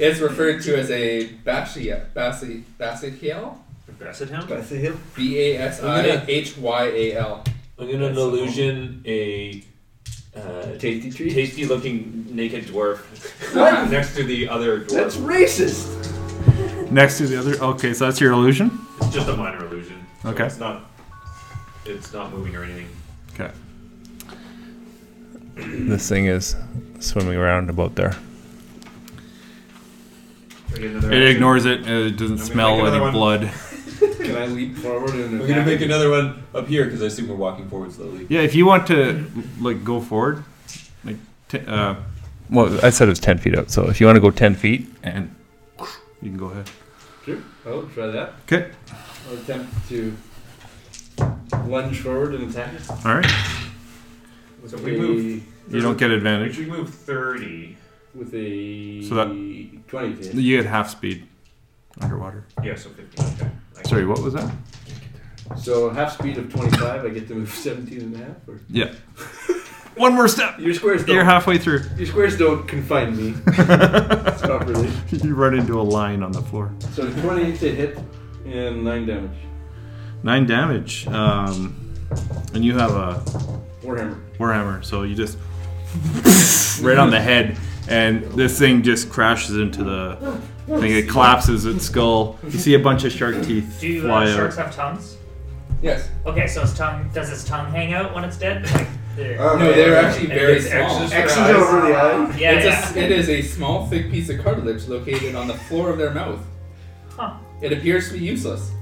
[SPEAKER 5] It's referred to as a Bashia, Bassi, Bassihiel?
[SPEAKER 6] Basset Hound?
[SPEAKER 5] B A S I H Y A L.
[SPEAKER 6] I'm gonna illusion a uh,
[SPEAKER 3] Tasty treat?
[SPEAKER 6] tasty looking naked dwarf
[SPEAKER 3] What?
[SPEAKER 6] next to the other dwarf.
[SPEAKER 3] That's racist.
[SPEAKER 1] Next to the other. Okay, so that's your illusion.
[SPEAKER 6] It's just a minor illusion. so
[SPEAKER 1] Okay.
[SPEAKER 6] It's not. It's not moving or anything.
[SPEAKER 1] Okay.
[SPEAKER 7] This thing is swimming around about there.
[SPEAKER 6] Should I get another
[SPEAKER 1] It
[SPEAKER 6] action?
[SPEAKER 1] ignores it. uh, It doesn't
[SPEAKER 6] gonna
[SPEAKER 1] smell
[SPEAKER 6] make another
[SPEAKER 1] any
[SPEAKER 6] one.
[SPEAKER 1] blood.
[SPEAKER 3] Can I leap forward and
[SPEAKER 8] We're gonna make another one up here because I assume we're walking forward slowly.
[SPEAKER 1] Yeah, if you want to like go forward, like t- uh,
[SPEAKER 7] Well, I said it was 10 feet out, so if you want to go 10 feet and.
[SPEAKER 1] you can go ahead.
[SPEAKER 3] Sure. I'll try that.
[SPEAKER 1] Okay.
[SPEAKER 3] I'll attempt to lunge forward and attack it.
[SPEAKER 1] All right.
[SPEAKER 6] So if we move,
[SPEAKER 1] You don't get advantage.
[SPEAKER 6] if we move thirty,
[SPEAKER 3] with a
[SPEAKER 1] So that-
[SPEAKER 3] 20 to hit.
[SPEAKER 1] You had half speed underwater.
[SPEAKER 6] Yeah, so 15. Okay. Like,
[SPEAKER 1] Sorry, what was that?
[SPEAKER 3] So half speed of 25, I get to move 17 and a half? Or?
[SPEAKER 1] Yeah. One more step.
[SPEAKER 3] Your squares don't,
[SPEAKER 1] You're halfway through.
[SPEAKER 3] your squares don't confine me properly.
[SPEAKER 1] you run into a line on the floor.
[SPEAKER 3] So 20 to hit and 9 damage.
[SPEAKER 1] Nine damage. Um, and you have a
[SPEAKER 3] Warhammer.
[SPEAKER 1] warhammer, so you just right on the head, and this thing just crashes into the thing. It collapses its skull. You see a bunch of shark teeth
[SPEAKER 2] Do uh,
[SPEAKER 1] fly
[SPEAKER 2] sharks
[SPEAKER 1] out.
[SPEAKER 2] have tongues?
[SPEAKER 5] Yes.
[SPEAKER 2] Okay, so its tongue does its tongue hang out when it's dead? Like, there.
[SPEAKER 5] Um, no, they're actually
[SPEAKER 2] And
[SPEAKER 5] very
[SPEAKER 6] it's
[SPEAKER 5] small.
[SPEAKER 6] X's for
[SPEAKER 3] X's
[SPEAKER 6] eyes.
[SPEAKER 3] over the eye.
[SPEAKER 2] yeah,
[SPEAKER 5] it's
[SPEAKER 2] yeah.
[SPEAKER 5] A, it is a small, thick piece of cartilage located on the floor of their mouth.
[SPEAKER 2] Huh.
[SPEAKER 5] It appears to be useless,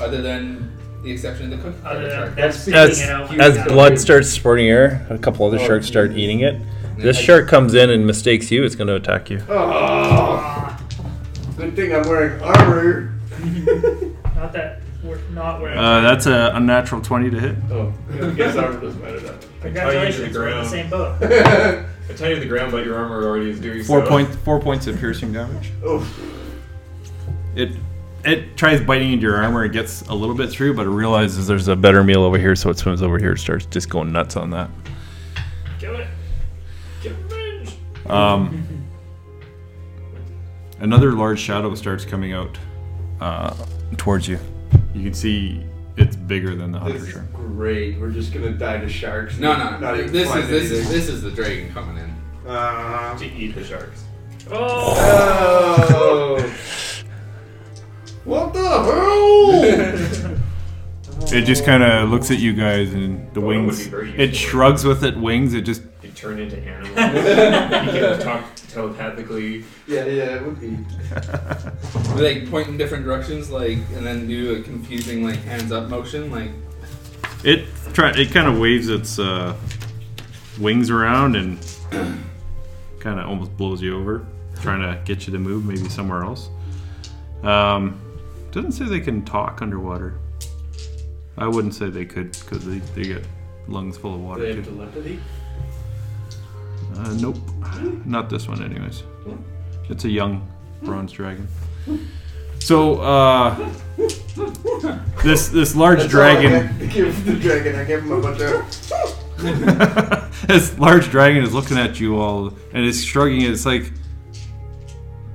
[SPEAKER 5] other than the exception of the cookie
[SPEAKER 2] Other
[SPEAKER 5] cutter
[SPEAKER 2] than
[SPEAKER 5] shark.
[SPEAKER 2] that's
[SPEAKER 9] As,
[SPEAKER 2] sticking out when
[SPEAKER 9] as
[SPEAKER 2] it's out.
[SPEAKER 9] blood starts spurting air, a couple other sharks start eating it. This shark comes in and mistakes you, it's going to attack you.
[SPEAKER 3] Oh,
[SPEAKER 2] Ah,
[SPEAKER 3] good thing I'm wearing armor.
[SPEAKER 2] not that we're not wearing.
[SPEAKER 1] Uh, that's an unnatural twenty to hit.
[SPEAKER 3] Oh, I guess armor doesn't matter that much.
[SPEAKER 2] Congratulations, we're in the
[SPEAKER 6] ground.
[SPEAKER 2] same boat.
[SPEAKER 6] I tell you the ground, but your armor already is doing
[SPEAKER 10] Four
[SPEAKER 6] so. uh,
[SPEAKER 10] points. Four points of piercing damage.
[SPEAKER 3] Oh,
[SPEAKER 1] It it tries biting into your armor. It gets a little bit through, but it realizes there's a better meal over here, so it swims over here. and Starts just going nuts on that.
[SPEAKER 2] Do it. Get revenge.
[SPEAKER 1] Um, another large shadow starts coming out uh, towards you. You can see it's bigger than the hunter
[SPEAKER 3] this is
[SPEAKER 1] shark.
[SPEAKER 3] great. We're just gonna die to sharks.
[SPEAKER 5] No, no,
[SPEAKER 3] Not
[SPEAKER 5] no.
[SPEAKER 3] even
[SPEAKER 5] This
[SPEAKER 3] find
[SPEAKER 5] is this is
[SPEAKER 3] anything.
[SPEAKER 5] this is the dragon coming in.
[SPEAKER 3] Ah.
[SPEAKER 6] To eat the sharks.
[SPEAKER 2] Oh,
[SPEAKER 3] Oh. what the hell?
[SPEAKER 1] It just kind of looks at you guys and the
[SPEAKER 6] Oh, that would
[SPEAKER 1] wings.
[SPEAKER 6] be very
[SPEAKER 1] It
[SPEAKER 6] useful.
[SPEAKER 1] shrugs with it wings. It just
[SPEAKER 6] You turn into animals. you can talk telepathically.
[SPEAKER 3] yeah, yeah, it would be.
[SPEAKER 5] We, like point in different directions, like, and then do a confusing like hands up motion, like.
[SPEAKER 1] it try it kind of waves its uh, wings around and kind of almost blows you over, trying to get you to move maybe somewhere else. Um, doesn't say they can talk underwater. I wouldn't say they could because they, they get lungs full of water too.
[SPEAKER 6] telepathy?
[SPEAKER 1] Uh, nope, not this one, anyways. It's a young bronze dragon. So uh, this this large
[SPEAKER 3] That's all Oh, I
[SPEAKER 1] dragon.
[SPEAKER 3] had to give the dragon. I gave him a bunch of.
[SPEAKER 1] this large dragon is looking at you all and it's shrugging it's like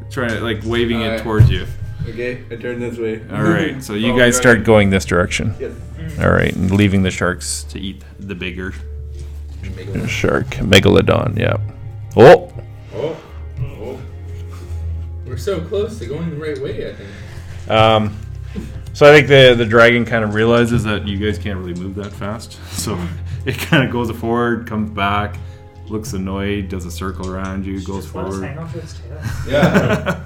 [SPEAKER 1] trying to like waving it
[SPEAKER 5] Alright.
[SPEAKER 1] towards you
[SPEAKER 3] Okay, I turn this way.
[SPEAKER 1] all right so you
[SPEAKER 5] Oh,
[SPEAKER 1] guys
[SPEAKER 5] good.
[SPEAKER 1] start going this direction
[SPEAKER 3] Yes.
[SPEAKER 1] all right and leaving the sharks to eat the bigger
[SPEAKER 5] Make a-
[SPEAKER 1] shark megalodon yeah oh
[SPEAKER 6] Oh. Oh.
[SPEAKER 5] We're so close to going the right way. I think.
[SPEAKER 1] um so i think the the dragon kind of realizes that you guys can't really move that fast so it kind of goes forward comes back looks annoyed does a circle around you goes
[SPEAKER 2] just let us hang
[SPEAKER 1] forward
[SPEAKER 2] on to its tail.
[SPEAKER 5] Yeah.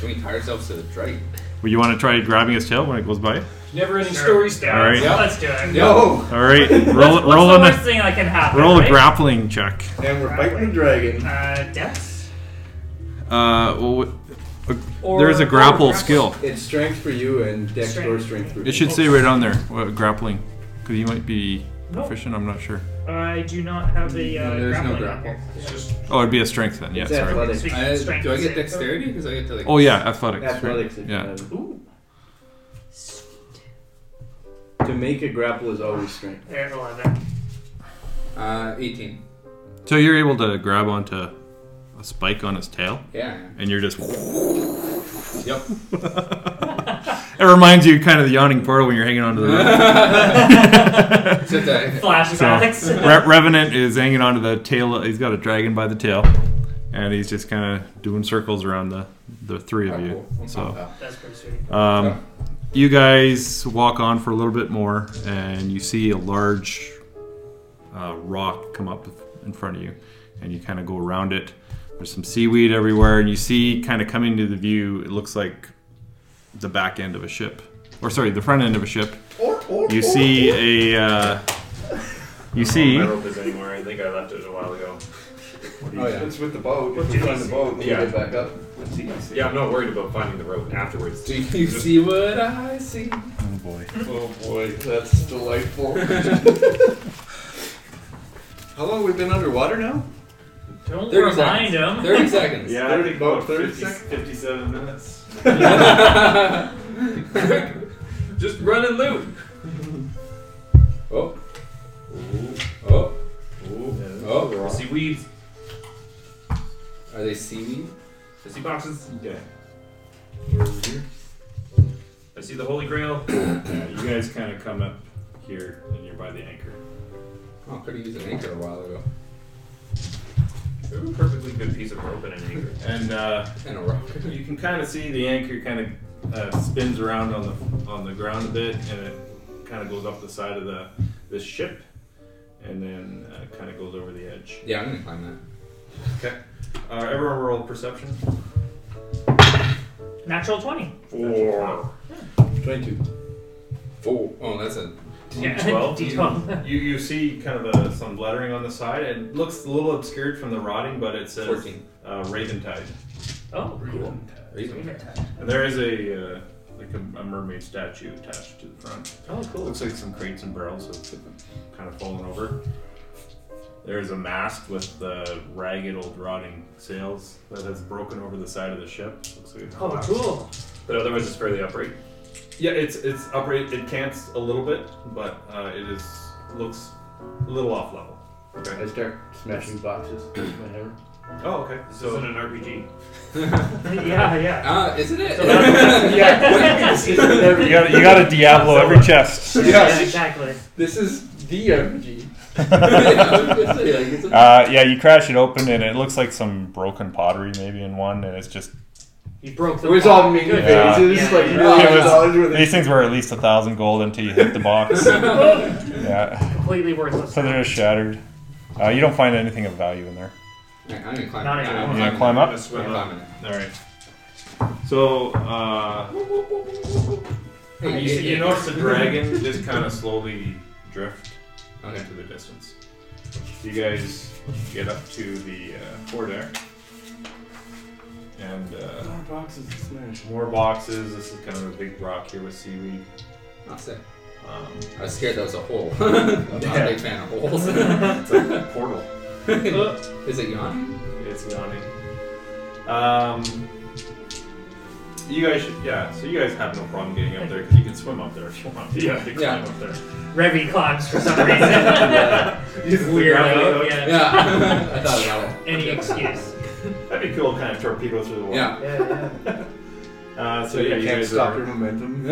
[SPEAKER 5] Can we tie ourselves to the dragon?
[SPEAKER 1] well, you want to try grabbing his tail when it goes by
[SPEAKER 6] Never ending
[SPEAKER 2] Sure.
[SPEAKER 6] story stuff.
[SPEAKER 2] Yeah,
[SPEAKER 1] All right.
[SPEAKER 2] let's- Let's do it.
[SPEAKER 3] No,
[SPEAKER 1] All right,
[SPEAKER 2] What's,
[SPEAKER 1] roll
[SPEAKER 2] what's
[SPEAKER 1] roll
[SPEAKER 2] the
[SPEAKER 1] on
[SPEAKER 2] worst
[SPEAKER 1] a
[SPEAKER 2] thing that can happen?
[SPEAKER 1] roll a
[SPEAKER 2] right?
[SPEAKER 1] grappling check.
[SPEAKER 3] and we're fighting the dragon.
[SPEAKER 2] Uh, death.
[SPEAKER 1] Uh, well, wh-
[SPEAKER 2] Or-
[SPEAKER 1] there's
[SPEAKER 2] or
[SPEAKER 1] a grapple
[SPEAKER 2] grapple.
[SPEAKER 1] skill.
[SPEAKER 3] It's strength for you and dex or strength for
[SPEAKER 1] It should say right on there uh, grappling, because you might be proficient. I'm not sure.
[SPEAKER 2] I do not have the. Uh,
[SPEAKER 5] No, there's no
[SPEAKER 2] grappling
[SPEAKER 5] grapple.
[SPEAKER 6] It's just
[SPEAKER 1] Oh, it'd be a strength then. Yeah,
[SPEAKER 3] It's
[SPEAKER 1] sorry.
[SPEAKER 3] athletics.
[SPEAKER 2] Speaking
[SPEAKER 5] I,
[SPEAKER 2] of strength
[SPEAKER 5] do I get
[SPEAKER 2] saving throw.
[SPEAKER 5] dexterity? Because I get to like.
[SPEAKER 1] Oh yeah, athletics. right?
[SPEAKER 3] Athletics. if you
[SPEAKER 1] Yeah.
[SPEAKER 3] have it.
[SPEAKER 2] Ooh.
[SPEAKER 3] To make a grapple is always strength.
[SPEAKER 2] There's 11.
[SPEAKER 5] Uh, 18.
[SPEAKER 1] So you're able to grab onto a spike on his tail,
[SPEAKER 5] Yeah.
[SPEAKER 1] and you're just.
[SPEAKER 5] Yep.
[SPEAKER 1] It reminds you kind of the yawning portal when you're hanging onto the. Revenant.
[SPEAKER 5] Except I,
[SPEAKER 2] Flashbacks.
[SPEAKER 1] Re- Revenant is hanging onto the tail. He's got a dragon by the tail, and he's just kind of doing circles around the the three of you. So.
[SPEAKER 2] That's pretty sweet.
[SPEAKER 1] Um, you guys walk on for a little bit more, and you see a large uh, rock come up in front of you, and you kind of go around it. There's some seaweed everywhere, and you see kind of coming to the view. It looks like the back end of a ship, or sorry, the front end of a ship. You see a. Uh, you see.
[SPEAKER 6] I don't know if there's anymore. I think I left it a while ago.
[SPEAKER 3] Oh, yeah. It's with the boat.
[SPEAKER 2] What
[SPEAKER 3] If we
[SPEAKER 2] did
[SPEAKER 3] find
[SPEAKER 2] he
[SPEAKER 3] the
[SPEAKER 2] see?
[SPEAKER 3] boat, we
[SPEAKER 6] Yeah.
[SPEAKER 3] get back up.
[SPEAKER 6] Yeah, I'm not worried about finding the rope afterwards.
[SPEAKER 5] do you see what I see?
[SPEAKER 1] Oh boy.
[SPEAKER 3] Oh boy, that's delightful. How long have we been underwater now?
[SPEAKER 6] Uh,
[SPEAKER 2] Don't
[SPEAKER 5] 30
[SPEAKER 2] remind
[SPEAKER 5] seconds.
[SPEAKER 2] him.
[SPEAKER 5] 30 seconds.
[SPEAKER 1] Yeah,
[SPEAKER 3] Thirty bucks,
[SPEAKER 1] about
[SPEAKER 3] thirty
[SPEAKER 1] 50
[SPEAKER 3] seconds?
[SPEAKER 1] 57 minutes.
[SPEAKER 5] Just run and loop. Oh. Oh.
[SPEAKER 6] I
[SPEAKER 5] Oh.
[SPEAKER 6] see weeds.
[SPEAKER 5] Are they seaweed?
[SPEAKER 6] I see boxes.
[SPEAKER 1] Okay.
[SPEAKER 6] I see the Holy Grail.
[SPEAKER 1] Yeah, uh, you guys kind of come up here and you're by the anchor.
[SPEAKER 5] Oh, could have used an anchor a while ago.
[SPEAKER 6] They're a perfectly good piece of rope and an anchor.
[SPEAKER 1] And uh,
[SPEAKER 5] And a rock.
[SPEAKER 1] you can kind of see the anchor kind of uh, spins around on the on the ground a bit and it kind of goes off the side of the, the ship and then uh, kind of goes over the edge.
[SPEAKER 5] Yeah, I'm gonna climb
[SPEAKER 6] Okay. Uh, everyone roll perception.
[SPEAKER 2] Natural 20.
[SPEAKER 6] Four.
[SPEAKER 3] Twenty-two.
[SPEAKER 5] that. Four. Oh, that's a.
[SPEAKER 2] Yeah,
[SPEAKER 6] D12.
[SPEAKER 2] D12.
[SPEAKER 1] You you see kind of a, some lettering on the side. It looks a little obscured from the rotting, but it says
[SPEAKER 5] 14.
[SPEAKER 1] Uh, Raven Tide.
[SPEAKER 2] Oh, cool.
[SPEAKER 5] Reason.
[SPEAKER 1] And there is a uh, like a, a mermaid statue attached to the front.
[SPEAKER 2] Oh, cool.
[SPEAKER 1] Looks like some crates and barrels have kind of fallen over. There's a mast with the ragged old rotting sails that has broken over the side of the ship. Looks like a
[SPEAKER 2] Oh,
[SPEAKER 1] collapse.
[SPEAKER 2] cool.
[SPEAKER 6] But otherwise, it's fairly upright.
[SPEAKER 1] Yeah, it's it's upright. It cants a little bit, but uh, it is looks a little off level.
[SPEAKER 3] I start smashing boxes. Whatever.
[SPEAKER 1] Oh, okay.
[SPEAKER 6] So this isn't an RPG.
[SPEAKER 2] yeah, yeah.
[SPEAKER 5] Ah, isn't it?
[SPEAKER 11] You got, you got a Diablo every chest.
[SPEAKER 2] Yeah, exactly.
[SPEAKER 3] This is the RPG.
[SPEAKER 5] yeah.
[SPEAKER 11] Uh, yeah, you crash it open and it looks like some broken pottery maybe in one, and it's just
[SPEAKER 2] You broke the
[SPEAKER 3] It was all mean
[SPEAKER 2] Good.
[SPEAKER 11] Yeah.
[SPEAKER 3] faces,
[SPEAKER 2] Yeah.
[SPEAKER 3] like
[SPEAKER 2] It
[SPEAKER 3] millions
[SPEAKER 11] was-
[SPEAKER 3] of dollars worth of
[SPEAKER 11] these things were at least a thousand gold until you hit the box. yeah,
[SPEAKER 2] Completely worthless.
[SPEAKER 11] so they're just shattered. Uh, you don't find anything of value in there.
[SPEAKER 5] I'm gonna climb.
[SPEAKER 2] Not anymore.
[SPEAKER 5] I'm
[SPEAKER 11] You
[SPEAKER 5] gonna
[SPEAKER 11] gonna climb up?
[SPEAKER 5] I'm gonna climb it.
[SPEAKER 1] All right. So uh, you,
[SPEAKER 5] Hey, hey,
[SPEAKER 1] see, you
[SPEAKER 5] hey.
[SPEAKER 1] notice the dragon just kind of slowly drift
[SPEAKER 5] Okay.
[SPEAKER 1] into the distance. You guys get up to the uh, foredeck, and uh,
[SPEAKER 3] More boxes to smash.
[SPEAKER 1] more boxes. This is kind of a big rock here with seaweed.
[SPEAKER 5] Not sick.
[SPEAKER 1] Um,
[SPEAKER 5] I was scared that was a hole. I'm not a big fan of holes.
[SPEAKER 1] it's like a portal.
[SPEAKER 5] Is it yawn?
[SPEAKER 1] It's yawning. Um, you guys should, yeah. So you guys have no problem getting up there because you can swim up there if you want. You have to
[SPEAKER 5] Yeah.
[SPEAKER 1] climb up there.
[SPEAKER 2] Revy climbs for some reason. Weirdo. Yeah.
[SPEAKER 5] Yeah. I thought about it.
[SPEAKER 2] Any excuse.
[SPEAKER 1] That'd be cool, kind of torpedo through the wall.
[SPEAKER 5] Yeah.
[SPEAKER 2] Yeah,
[SPEAKER 1] Uh, so
[SPEAKER 3] Like,
[SPEAKER 1] yeah,
[SPEAKER 3] I
[SPEAKER 1] you
[SPEAKER 3] can't
[SPEAKER 1] guys
[SPEAKER 3] stop
[SPEAKER 1] are-
[SPEAKER 3] your momentum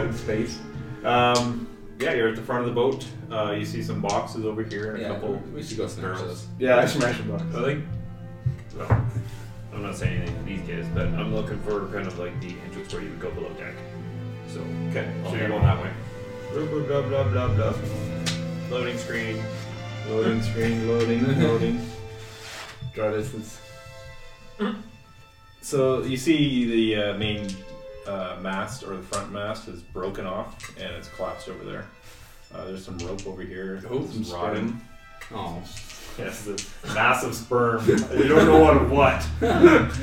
[SPEAKER 3] in space.
[SPEAKER 1] um, yeah, you're at the front of the boat. Uh, you see some boxes over here and a
[SPEAKER 5] yeah.
[SPEAKER 1] couple.
[SPEAKER 5] We should go smash those.
[SPEAKER 3] Yeah, I smash a box.
[SPEAKER 6] I think. Well, I'm not saying anything to these guys, but I'm looking for kind of like the entrance where you would go below deck. So
[SPEAKER 1] Okay, so
[SPEAKER 6] Okay.
[SPEAKER 1] you're going that way. Blah blah blah blah blah.
[SPEAKER 6] loading screen.
[SPEAKER 1] Loading screen, loading, loading.
[SPEAKER 3] Draw distance.
[SPEAKER 1] So you see the uh, main uh, mast or the front mast is broken off and it's collapsed over there. Uh, there's some rope over here.
[SPEAKER 5] Oh,
[SPEAKER 1] some
[SPEAKER 5] some
[SPEAKER 1] rotting.
[SPEAKER 5] Oh.
[SPEAKER 1] Yes, the massive sperm. you don't know what of what.
[SPEAKER 3] The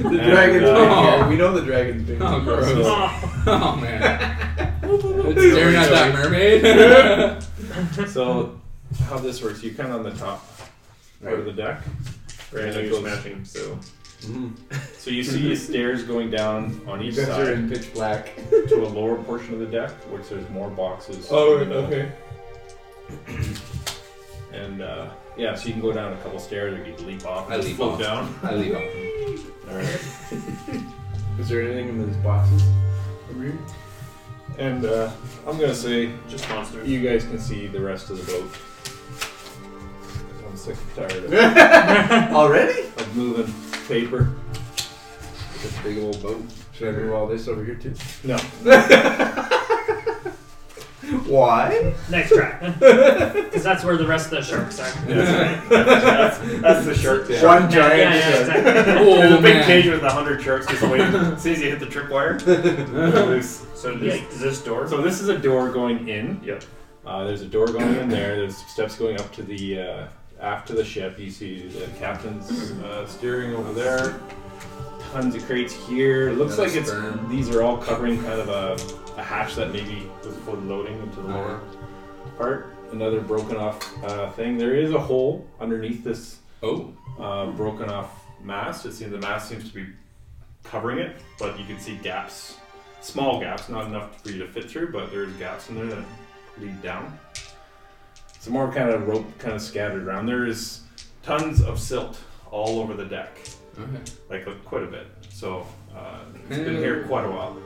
[SPEAKER 3] dragon's big.
[SPEAKER 1] uh,
[SPEAKER 3] Yeah, we know the dragon's big.
[SPEAKER 5] Oh, gross.
[SPEAKER 2] yeah.
[SPEAKER 5] Oh, man. It's staring at that mermaid.
[SPEAKER 1] So how this works? You're kind of on the top part of the deck.
[SPEAKER 6] Right,
[SPEAKER 1] it
[SPEAKER 6] I'm
[SPEAKER 1] goes-
[SPEAKER 6] smashing. So
[SPEAKER 3] Mhm.
[SPEAKER 1] So you see stairs going down on
[SPEAKER 3] You
[SPEAKER 1] each
[SPEAKER 3] guys are
[SPEAKER 1] side
[SPEAKER 3] in pitch black.
[SPEAKER 1] to a lower portion of the deck, which there's more boxes.
[SPEAKER 3] Oh.
[SPEAKER 1] in the middle. And uh, yeah, so you can go down a couple stairs or you can leap off. and
[SPEAKER 5] I
[SPEAKER 1] just
[SPEAKER 5] leap
[SPEAKER 1] float
[SPEAKER 5] off.
[SPEAKER 1] down.
[SPEAKER 5] I leave off.
[SPEAKER 1] All right.
[SPEAKER 3] Is there anything in those boxes? Over here?
[SPEAKER 1] And uh, I'm gonna say
[SPEAKER 6] just monsters.
[SPEAKER 1] you guys can see the rest of the boat. 'Cause I'm sick and tired of,
[SPEAKER 3] Already?
[SPEAKER 1] of moving paper.
[SPEAKER 3] This big old boat. Should I move all this over here too?
[SPEAKER 1] No.
[SPEAKER 3] Why?
[SPEAKER 2] Next track. Because that's where the rest of the sharks are.
[SPEAKER 1] that's, that's the shark tail.
[SPEAKER 3] One giant.
[SPEAKER 2] Yeah, yeah, yeah,
[SPEAKER 3] shark.
[SPEAKER 2] exactly.
[SPEAKER 5] Oh,
[SPEAKER 1] There's a big
[SPEAKER 5] man.
[SPEAKER 1] cage with a hundred sharks just waiting. As soon as you hit the trip wire, they're loose.
[SPEAKER 6] So this, is this door?
[SPEAKER 1] So this is a door going in.
[SPEAKER 6] yep.
[SPEAKER 1] Uh, there's a door going in there. There's steps going up to the uh, aft of the ship. You see the captain's uh, steering over there. Tons of crates here. It looks
[SPEAKER 5] Another
[SPEAKER 1] like it's
[SPEAKER 5] sperm.
[SPEAKER 1] these are all covering kind of a, a hatch that maybe was for loading into the lower part. Another broken off uh, thing. There is a hole underneath this
[SPEAKER 5] Oh,
[SPEAKER 8] uh, broken off mast. It seems the mast seems to be covering it, but you can see gaps, small gaps, not enough for you to fit through, but there's gaps in there that lead down. Some more kind of rope kind of scattered around. There is tons of silt all over the deck,
[SPEAKER 5] okay.
[SPEAKER 8] like uh, quite a bit. So uh, it's been here quite a while.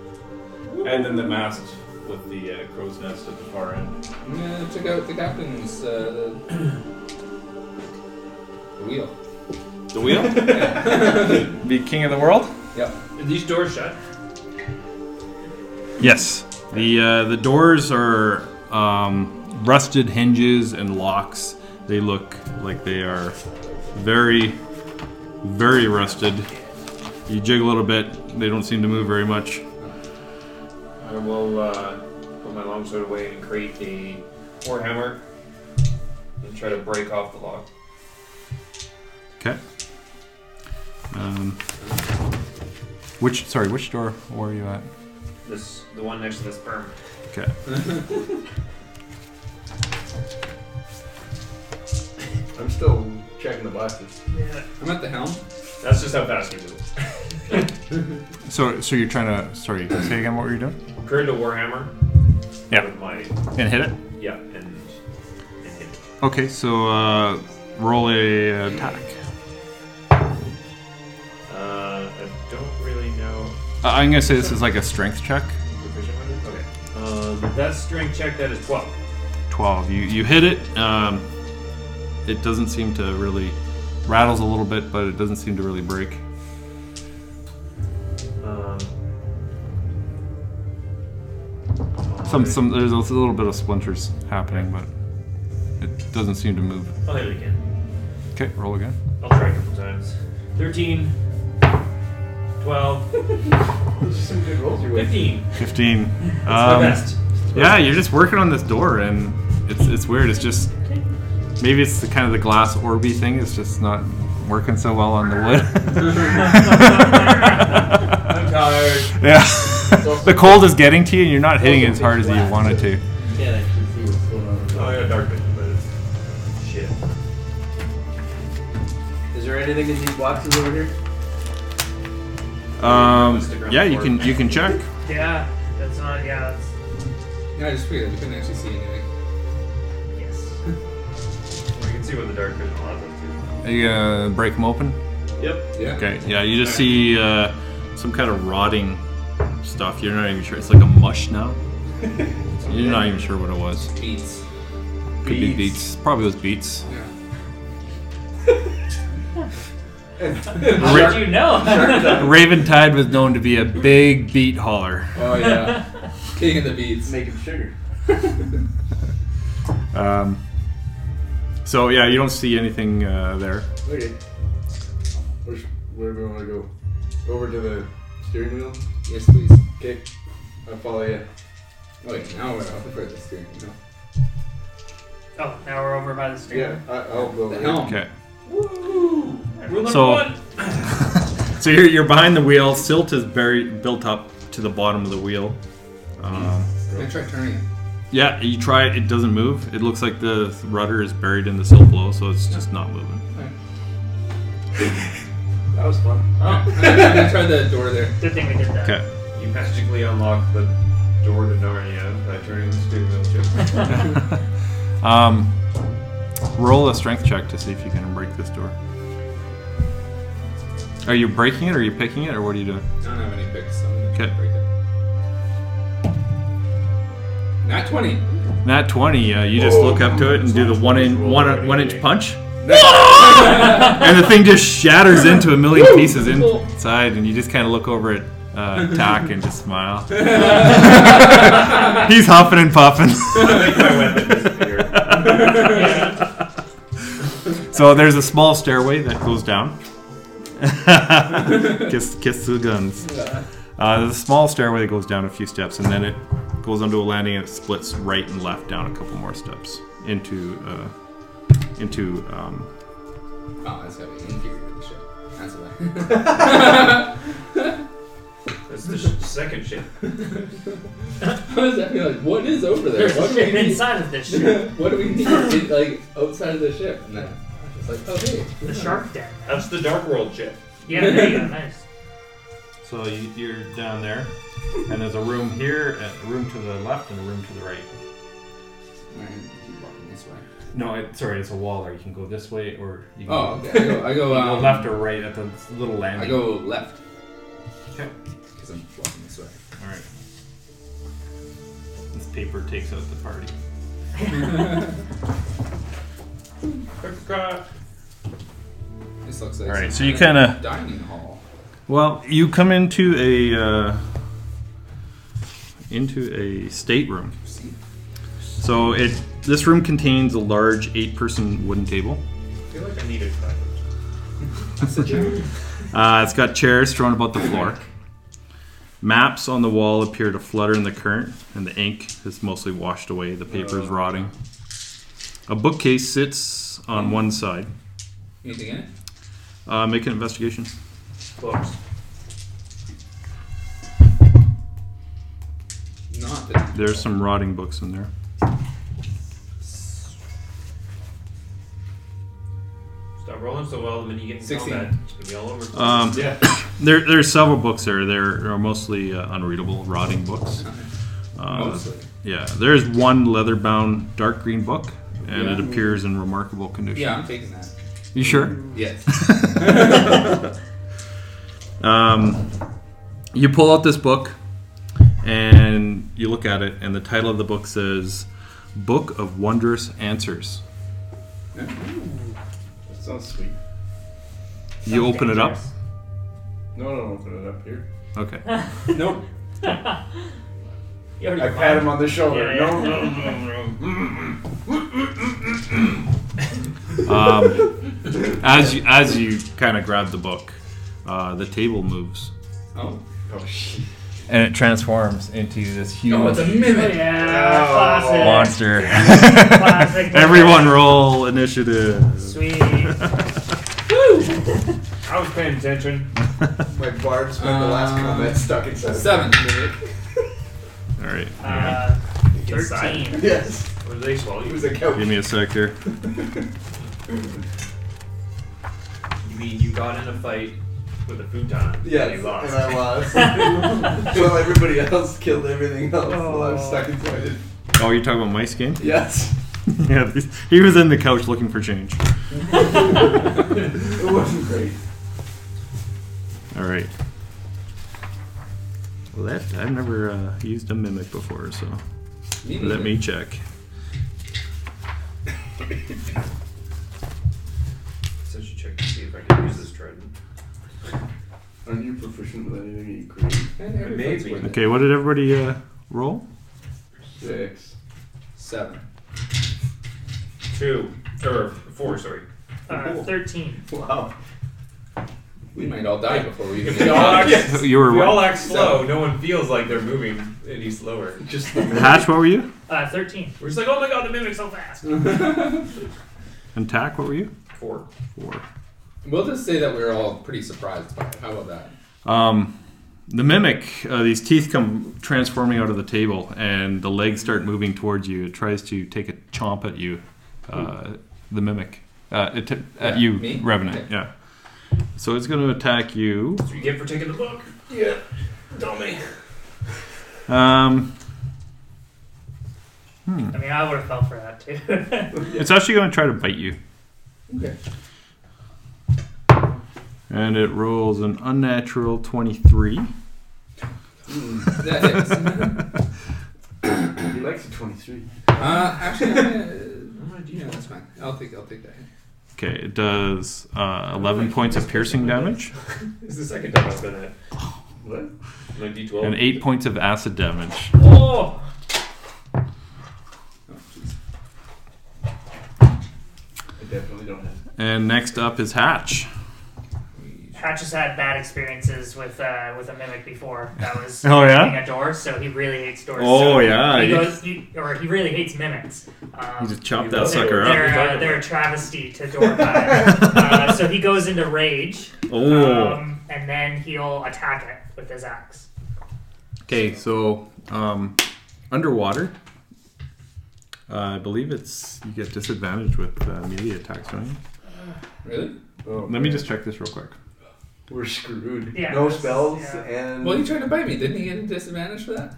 [SPEAKER 8] And then the mast with the uh, crow's nest at the far end.
[SPEAKER 5] I'm gonna check out the captain's uh, wheel.
[SPEAKER 8] The wheel?
[SPEAKER 1] Be king of the world?
[SPEAKER 5] Yep.
[SPEAKER 6] Are these doors shut?
[SPEAKER 1] Yes. The uh, the doors are um, rusted hinges and locks. They look like they are very, very rusted. You jig a little bit. They don't seem to move very much.
[SPEAKER 6] I will uh, put my longsword away and create the warhammer and try to break off the lock.
[SPEAKER 1] Okay. Um, which sorry, which door were you at?
[SPEAKER 6] This, the one next to this perm.
[SPEAKER 1] Okay.
[SPEAKER 3] I'm still checking the boxes.
[SPEAKER 5] I'm at the helm.
[SPEAKER 6] That's just how fast you move.
[SPEAKER 1] So so you're trying to sorry say again what were you doing?
[SPEAKER 6] Create a warhammer.
[SPEAKER 1] Yeah.
[SPEAKER 6] With my
[SPEAKER 1] And hit it.
[SPEAKER 6] yeah and and hit. it.
[SPEAKER 1] Okay, so uh, roll a attack.
[SPEAKER 6] Uh, I don't really know
[SPEAKER 1] Uh, I'm gonna say this is like a strength check.
[SPEAKER 6] proficient with it. Okay. Um, that strength check that is twelve.
[SPEAKER 1] 12. You you hit it. Um, it doesn't seem to really rattles a little bit, but it doesn't seem to really break.
[SPEAKER 6] Um,
[SPEAKER 1] Some some there's a little bit of splinters happening, but it doesn't seem to move.
[SPEAKER 6] I'll hit it again.
[SPEAKER 1] Okay, roll again.
[SPEAKER 6] I'll try a couple times. 13, 12,
[SPEAKER 3] Those are some good rolls you with.
[SPEAKER 6] 15.
[SPEAKER 1] 15.
[SPEAKER 6] That's
[SPEAKER 1] Um,
[SPEAKER 6] my best.
[SPEAKER 1] Yeah, you're just working on this door, and it's it's weird. It's just maybe it's the kind of the glass orby thing. It's just not working so well on the wood.
[SPEAKER 6] I'm tired.
[SPEAKER 1] yeah, the cold is getting to you, and you're not hitting it as hard as you wanted to.
[SPEAKER 3] Can't actually see what's going on.
[SPEAKER 6] Oh, I got dark vision, but it's shit.
[SPEAKER 3] Is there anything in these boxes over here?
[SPEAKER 1] Um,
[SPEAKER 6] Stick around
[SPEAKER 1] yeah, you
[SPEAKER 6] for
[SPEAKER 1] can
[SPEAKER 6] it.
[SPEAKER 1] you can check.
[SPEAKER 2] Yeah, that's not. Yeah, that's
[SPEAKER 5] Yeah, I just figured we couldn't actually see anything.
[SPEAKER 2] yes.
[SPEAKER 6] We can see what the dark vision allows us
[SPEAKER 1] Are you gonna break them open?
[SPEAKER 6] to. Yep.
[SPEAKER 5] Yeah.
[SPEAKER 1] Okay. Yeah, you just see uh, some kind of rotting stuff. You're not even sure. It's like a mush now. You're not even sure what it was.
[SPEAKER 5] Beats.
[SPEAKER 1] Could be beets. Probably was beets.
[SPEAKER 5] Yeah.
[SPEAKER 2] How
[SPEAKER 1] Ra-
[SPEAKER 2] did you know?
[SPEAKER 1] Raven Tide was known to be a big beet hauler.
[SPEAKER 5] Oh yeah. King of the beats.
[SPEAKER 3] Making sugar.
[SPEAKER 1] Um, so yeah, you don't see anything uh, there.
[SPEAKER 3] Okay. Which, where do we want to go? Over to the steering wheel?
[SPEAKER 5] Yes, please.
[SPEAKER 3] Okay. I'll follow you.
[SPEAKER 5] Wait, now we're off the steering. No.
[SPEAKER 2] oh, now we're over by the stream.
[SPEAKER 3] Yeah, I, I'll go over
[SPEAKER 5] The
[SPEAKER 3] here.
[SPEAKER 5] helm.
[SPEAKER 1] Okay.
[SPEAKER 6] Rule number
[SPEAKER 1] So-
[SPEAKER 6] one.
[SPEAKER 1] So you're, you're behind the wheel. Silt is buried, built up to the bottom of the wheel. Um,
[SPEAKER 5] Can I try turning it?
[SPEAKER 1] yeah, you try it. It doesn't move. It looks like the rudder is buried in the silt below, so it's just not moving.
[SPEAKER 5] Alright.
[SPEAKER 3] That was fun.
[SPEAKER 5] I'm gonna try the door there.
[SPEAKER 2] Good thing we did that.
[SPEAKER 1] Okay.
[SPEAKER 6] You magically unlock the door to Narnia by turning the steering wheel chip.
[SPEAKER 1] Um, roll a strength check to see if you can break this door. Are you breaking it, or are you picking it, or what are you doing?
[SPEAKER 5] I don't have any picks, so I'm gonna
[SPEAKER 1] Okay.
[SPEAKER 5] break it. Not 20.
[SPEAKER 1] Nat twenty. Uh, you just look up to it and do the one in one uh, one inch punch, and the thing just shatters into a million pieces inside, and you just kind of look over at uh, Tack and just smile. He's huffing and puffing.
[SPEAKER 6] Make my weapon disappear.
[SPEAKER 1] so there's a small stairway that goes down. kiss, kiss the guns. Uh, there's a small stairway that goes down a few steps, and then it goes onto a landing and it splits right and left down a couple more steps into uh, into um,
[SPEAKER 5] Oh, that's gotta be inferior to the ship. That's what
[SPEAKER 6] That's the sh- second ship.
[SPEAKER 5] I. How does that feel like? What is over there?
[SPEAKER 2] There's
[SPEAKER 5] What
[SPEAKER 2] a
[SPEAKER 5] do we
[SPEAKER 2] ship
[SPEAKER 5] need?
[SPEAKER 2] inside of this ship.
[SPEAKER 5] what do we need? in- like outside of the ship? No. Like, oh, hey.
[SPEAKER 2] The shark den.
[SPEAKER 8] That's the Dark World ship.
[SPEAKER 2] Yeah, there you go. Nice.
[SPEAKER 8] So you, you're down there, and there's a room here, and a room to the left, and a room to the right.
[SPEAKER 5] Alright, keep walking this way.
[SPEAKER 8] No, it, sorry, it's a wall. Or you can go this way, or you can
[SPEAKER 5] Oh, okay. I go, I go,
[SPEAKER 8] go,
[SPEAKER 5] um,
[SPEAKER 8] left or right at the little landing.
[SPEAKER 5] I go left.
[SPEAKER 8] Okay.
[SPEAKER 5] Because I'm walking this way.
[SPEAKER 8] All right. This paper takes out the party.
[SPEAKER 5] This looks like.
[SPEAKER 12] All right, so
[SPEAKER 5] some
[SPEAKER 12] you
[SPEAKER 5] kind
[SPEAKER 12] kinda-
[SPEAKER 5] dining hall.
[SPEAKER 1] Well, you come into a uh, into a stateroom.
[SPEAKER 5] See?
[SPEAKER 1] So it this room contains a large eight-person wooden table.
[SPEAKER 8] I feel like I need a cracker.
[SPEAKER 1] Uh, it's got chairs thrown about the floor. Maps on the wall appear to flutter in the current, and the ink is mostly washed away. The paper is rotting. A bookcase sits on one side.
[SPEAKER 5] Anything in it?
[SPEAKER 1] Uh, make an investigation.
[SPEAKER 8] Books.
[SPEAKER 5] Not that.
[SPEAKER 1] There's some rotting books in there.
[SPEAKER 8] Stop rolling so well the minute you get in
[SPEAKER 5] 16.
[SPEAKER 8] combat. It's gonna be all over.
[SPEAKER 1] Um,
[SPEAKER 8] yeah.
[SPEAKER 1] There, there are several books there. They're are mostly uh, unreadable, rotting books. Uh,
[SPEAKER 5] Mostly.
[SPEAKER 1] yeah, there's one leather-bound dark green book, and it
[SPEAKER 5] Yeah.
[SPEAKER 1] appears in remarkable condition.
[SPEAKER 5] Yeah, I'm taking that.
[SPEAKER 1] You sure?
[SPEAKER 5] Yes.
[SPEAKER 1] Um, you pull out this book and you look at it, and the title of the book says Book of Wondrous Answers.
[SPEAKER 3] That sounds sweet.
[SPEAKER 1] You
[SPEAKER 2] Sounds
[SPEAKER 1] open it up.
[SPEAKER 2] dangerous.
[SPEAKER 3] No, no, no, put it up here.
[SPEAKER 1] Okay.
[SPEAKER 5] nope.
[SPEAKER 2] You already
[SPEAKER 3] I pat him
[SPEAKER 2] won.
[SPEAKER 3] on the shoulder.
[SPEAKER 2] Yeah, yeah.
[SPEAKER 3] No, no, no, no.
[SPEAKER 1] Um, as you, as you kind of grab the book, uh, the table moves
[SPEAKER 5] Oh.
[SPEAKER 3] Oh, shit.
[SPEAKER 12] and it transforms into this
[SPEAKER 2] Oh,
[SPEAKER 5] No, Oh, it's
[SPEAKER 12] huge
[SPEAKER 5] a mimic.
[SPEAKER 2] Yeah,
[SPEAKER 3] Oh.
[SPEAKER 2] classic.
[SPEAKER 12] monster.
[SPEAKER 2] Classic.
[SPEAKER 1] Everyone roll initiative.
[SPEAKER 2] Sweet.
[SPEAKER 6] I was paying attention.
[SPEAKER 3] My bard spent the last
[SPEAKER 5] Um,
[SPEAKER 3] comment stuck inside.
[SPEAKER 5] Seven.
[SPEAKER 1] All right.
[SPEAKER 2] Uh,
[SPEAKER 6] Inside.
[SPEAKER 2] Thirteen.
[SPEAKER 3] Yes.
[SPEAKER 6] Or did they swallow
[SPEAKER 3] It
[SPEAKER 6] you?
[SPEAKER 3] was a couch.
[SPEAKER 1] Give me a sec here.
[SPEAKER 6] You mean you got in a fight with a futon?
[SPEAKER 3] Yes,
[SPEAKER 6] And you
[SPEAKER 3] and
[SPEAKER 6] lost.
[SPEAKER 3] I lost. well, everybody else killed everything else, so I'm
[SPEAKER 2] Oh.
[SPEAKER 3] stuck inside it.
[SPEAKER 1] Oh, you're talking about Mike's game?
[SPEAKER 3] Yes.
[SPEAKER 1] yeah, he was in the couch looking for change.
[SPEAKER 3] It wasn't great.
[SPEAKER 1] All right. Well, that I've never uh, used a mimic before, so let me check.
[SPEAKER 6] So she checked to see if I could use this trident.
[SPEAKER 3] Aren't you proficient with anything you create?
[SPEAKER 6] Maybe.
[SPEAKER 5] Maybe.
[SPEAKER 1] Okay, what did everybody uh, roll?
[SPEAKER 3] Six.
[SPEAKER 5] Seven.
[SPEAKER 6] Two. Or four, sorry.
[SPEAKER 2] Uh, Thirteen.
[SPEAKER 3] Wow.
[SPEAKER 5] We might all die before we
[SPEAKER 6] If
[SPEAKER 5] even
[SPEAKER 6] we all act,
[SPEAKER 1] You were
[SPEAKER 6] if we
[SPEAKER 1] what?
[SPEAKER 6] all act slow, no one feels like they're moving any slower.
[SPEAKER 3] Just the
[SPEAKER 1] Hatch, what were you?
[SPEAKER 2] Uh, Thirteen.
[SPEAKER 6] We're just like, oh my god, the mimic's so fast.
[SPEAKER 1] And Tack, what were you?
[SPEAKER 6] Four.
[SPEAKER 1] Four.
[SPEAKER 5] We'll just say that we're all pretty surprised by it. How about that?
[SPEAKER 1] Um, the mimic, uh, these teeth come transforming out of the table, and the legs start moving towards you. It tries to take a chomp at you, uh, the mimic. Uh, it t-
[SPEAKER 5] Yeah,
[SPEAKER 1] at you,
[SPEAKER 5] me?
[SPEAKER 1] Revenant,
[SPEAKER 5] Okay.
[SPEAKER 1] yeah. So it's going to attack you.
[SPEAKER 6] That's what you get for taking the book.
[SPEAKER 3] Yeah.
[SPEAKER 6] Tell me.
[SPEAKER 1] Um,
[SPEAKER 2] I mean, I would have fell for that too.
[SPEAKER 1] It's actually going to try to bite you.
[SPEAKER 5] Okay.
[SPEAKER 1] And it rolls an unnatural 23.
[SPEAKER 5] That is. uh,
[SPEAKER 3] He likes a 23.
[SPEAKER 5] Uh, actually, I'm gonna, I'm gonna do yeah, that's fine. I'll take, I'll take that.
[SPEAKER 1] Okay, it does uh, 11 points of piercing damage
[SPEAKER 6] It's the second time I've done that.
[SPEAKER 3] What?
[SPEAKER 6] My D12.
[SPEAKER 1] and 8 points of acid damage.
[SPEAKER 6] Oh!
[SPEAKER 3] I definitely don't have.
[SPEAKER 1] And next up is Hatch.
[SPEAKER 2] Hatch has had bad experiences with uh, with a mimic before. That was
[SPEAKER 1] Oh, yeah?
[SPEAKER 2] opening a door, so he really hates doors.
[SPEAKER 1] Oh,
[SPEAKER 2] so
[SPEAKER 1] yeah,
[SPEAKER 2] he
[SPEAKER 1] you-
[SPEAKER 2] goes, you, or he really hates mimics. Um,
[SPEAKER 1] You just chopped
[SPEAKER 6] Oh,
[SPEAKER 1] that
[SPEAKER 2] they're,
[SPEAKER 1] sucker up.
[SPEAKER 2] they're, uh, they're a travesty to door guy. uh, so he goes into rage,
[SPEAKER 1] Oh.
[SPEAKER 2] um, and then he'll attack it with his axe.
[SPEAKER 1] Okay, so um, underwater. Uh, I believe it's you get disadvantage with uh, melee attacks, don't you?
[SPEAKER 2] Uh,
[SPEAKER 5] Really?
[SPEAKER 3] Oh,
[SPEAKER 1] Let me just check this real quick.
[SPEAKER 3] We're screwed.
[SPEAKER 2] Yeah,
[SPEAKER 3] no
[SPEAKER 2] this-
[SPEAKER 3] spells
[SPEAKER 2] yeah.
[SPEAKER 3] and.
[SPEAKER 5] Well, he tried to bite me. Didn't he get a disadvantage for that?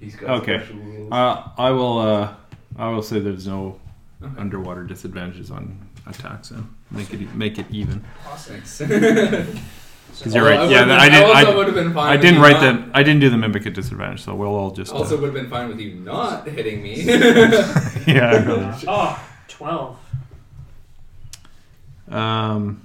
[SPEAKER 3] He's got
[SPEAKER 1] Okay.
[SPEAKER 3] special rules.
[SPEAKER 1] Uh, I will. Uh, I will say there's no
[SPEAKER 5] Okay.
[SPEAKER 1] underwater disadvantages on attacks. So make it e, make it even.
[SPEAKER 2] Awesome.
[SPEAKER 5] Thanks. Because
[SPEAKER 1] Because you're right. Yeah, I
[SPEAKER 5] I also
[SPEAKER 1] didn't.
[SPEAKER 5] would have been fine.
[SPEAKER 1] I, I
[SPEAKER 5] with
[SPEAKER 1] didn't
[SPEAKER 5] you
[SPEAKER 1] write
[SPEAKER 5] not-
[SPEAKER 1] them. I didn't do the mimic at disadvantage. So we'll all just. uh,
[SPEAKER 5] Also, would have been fine with you not hitting me. That's
[SPEAKER 1] yeah. I really
[SPEAKER 2] Uh, oh, 12.
[SPEAKER 1] should. Um.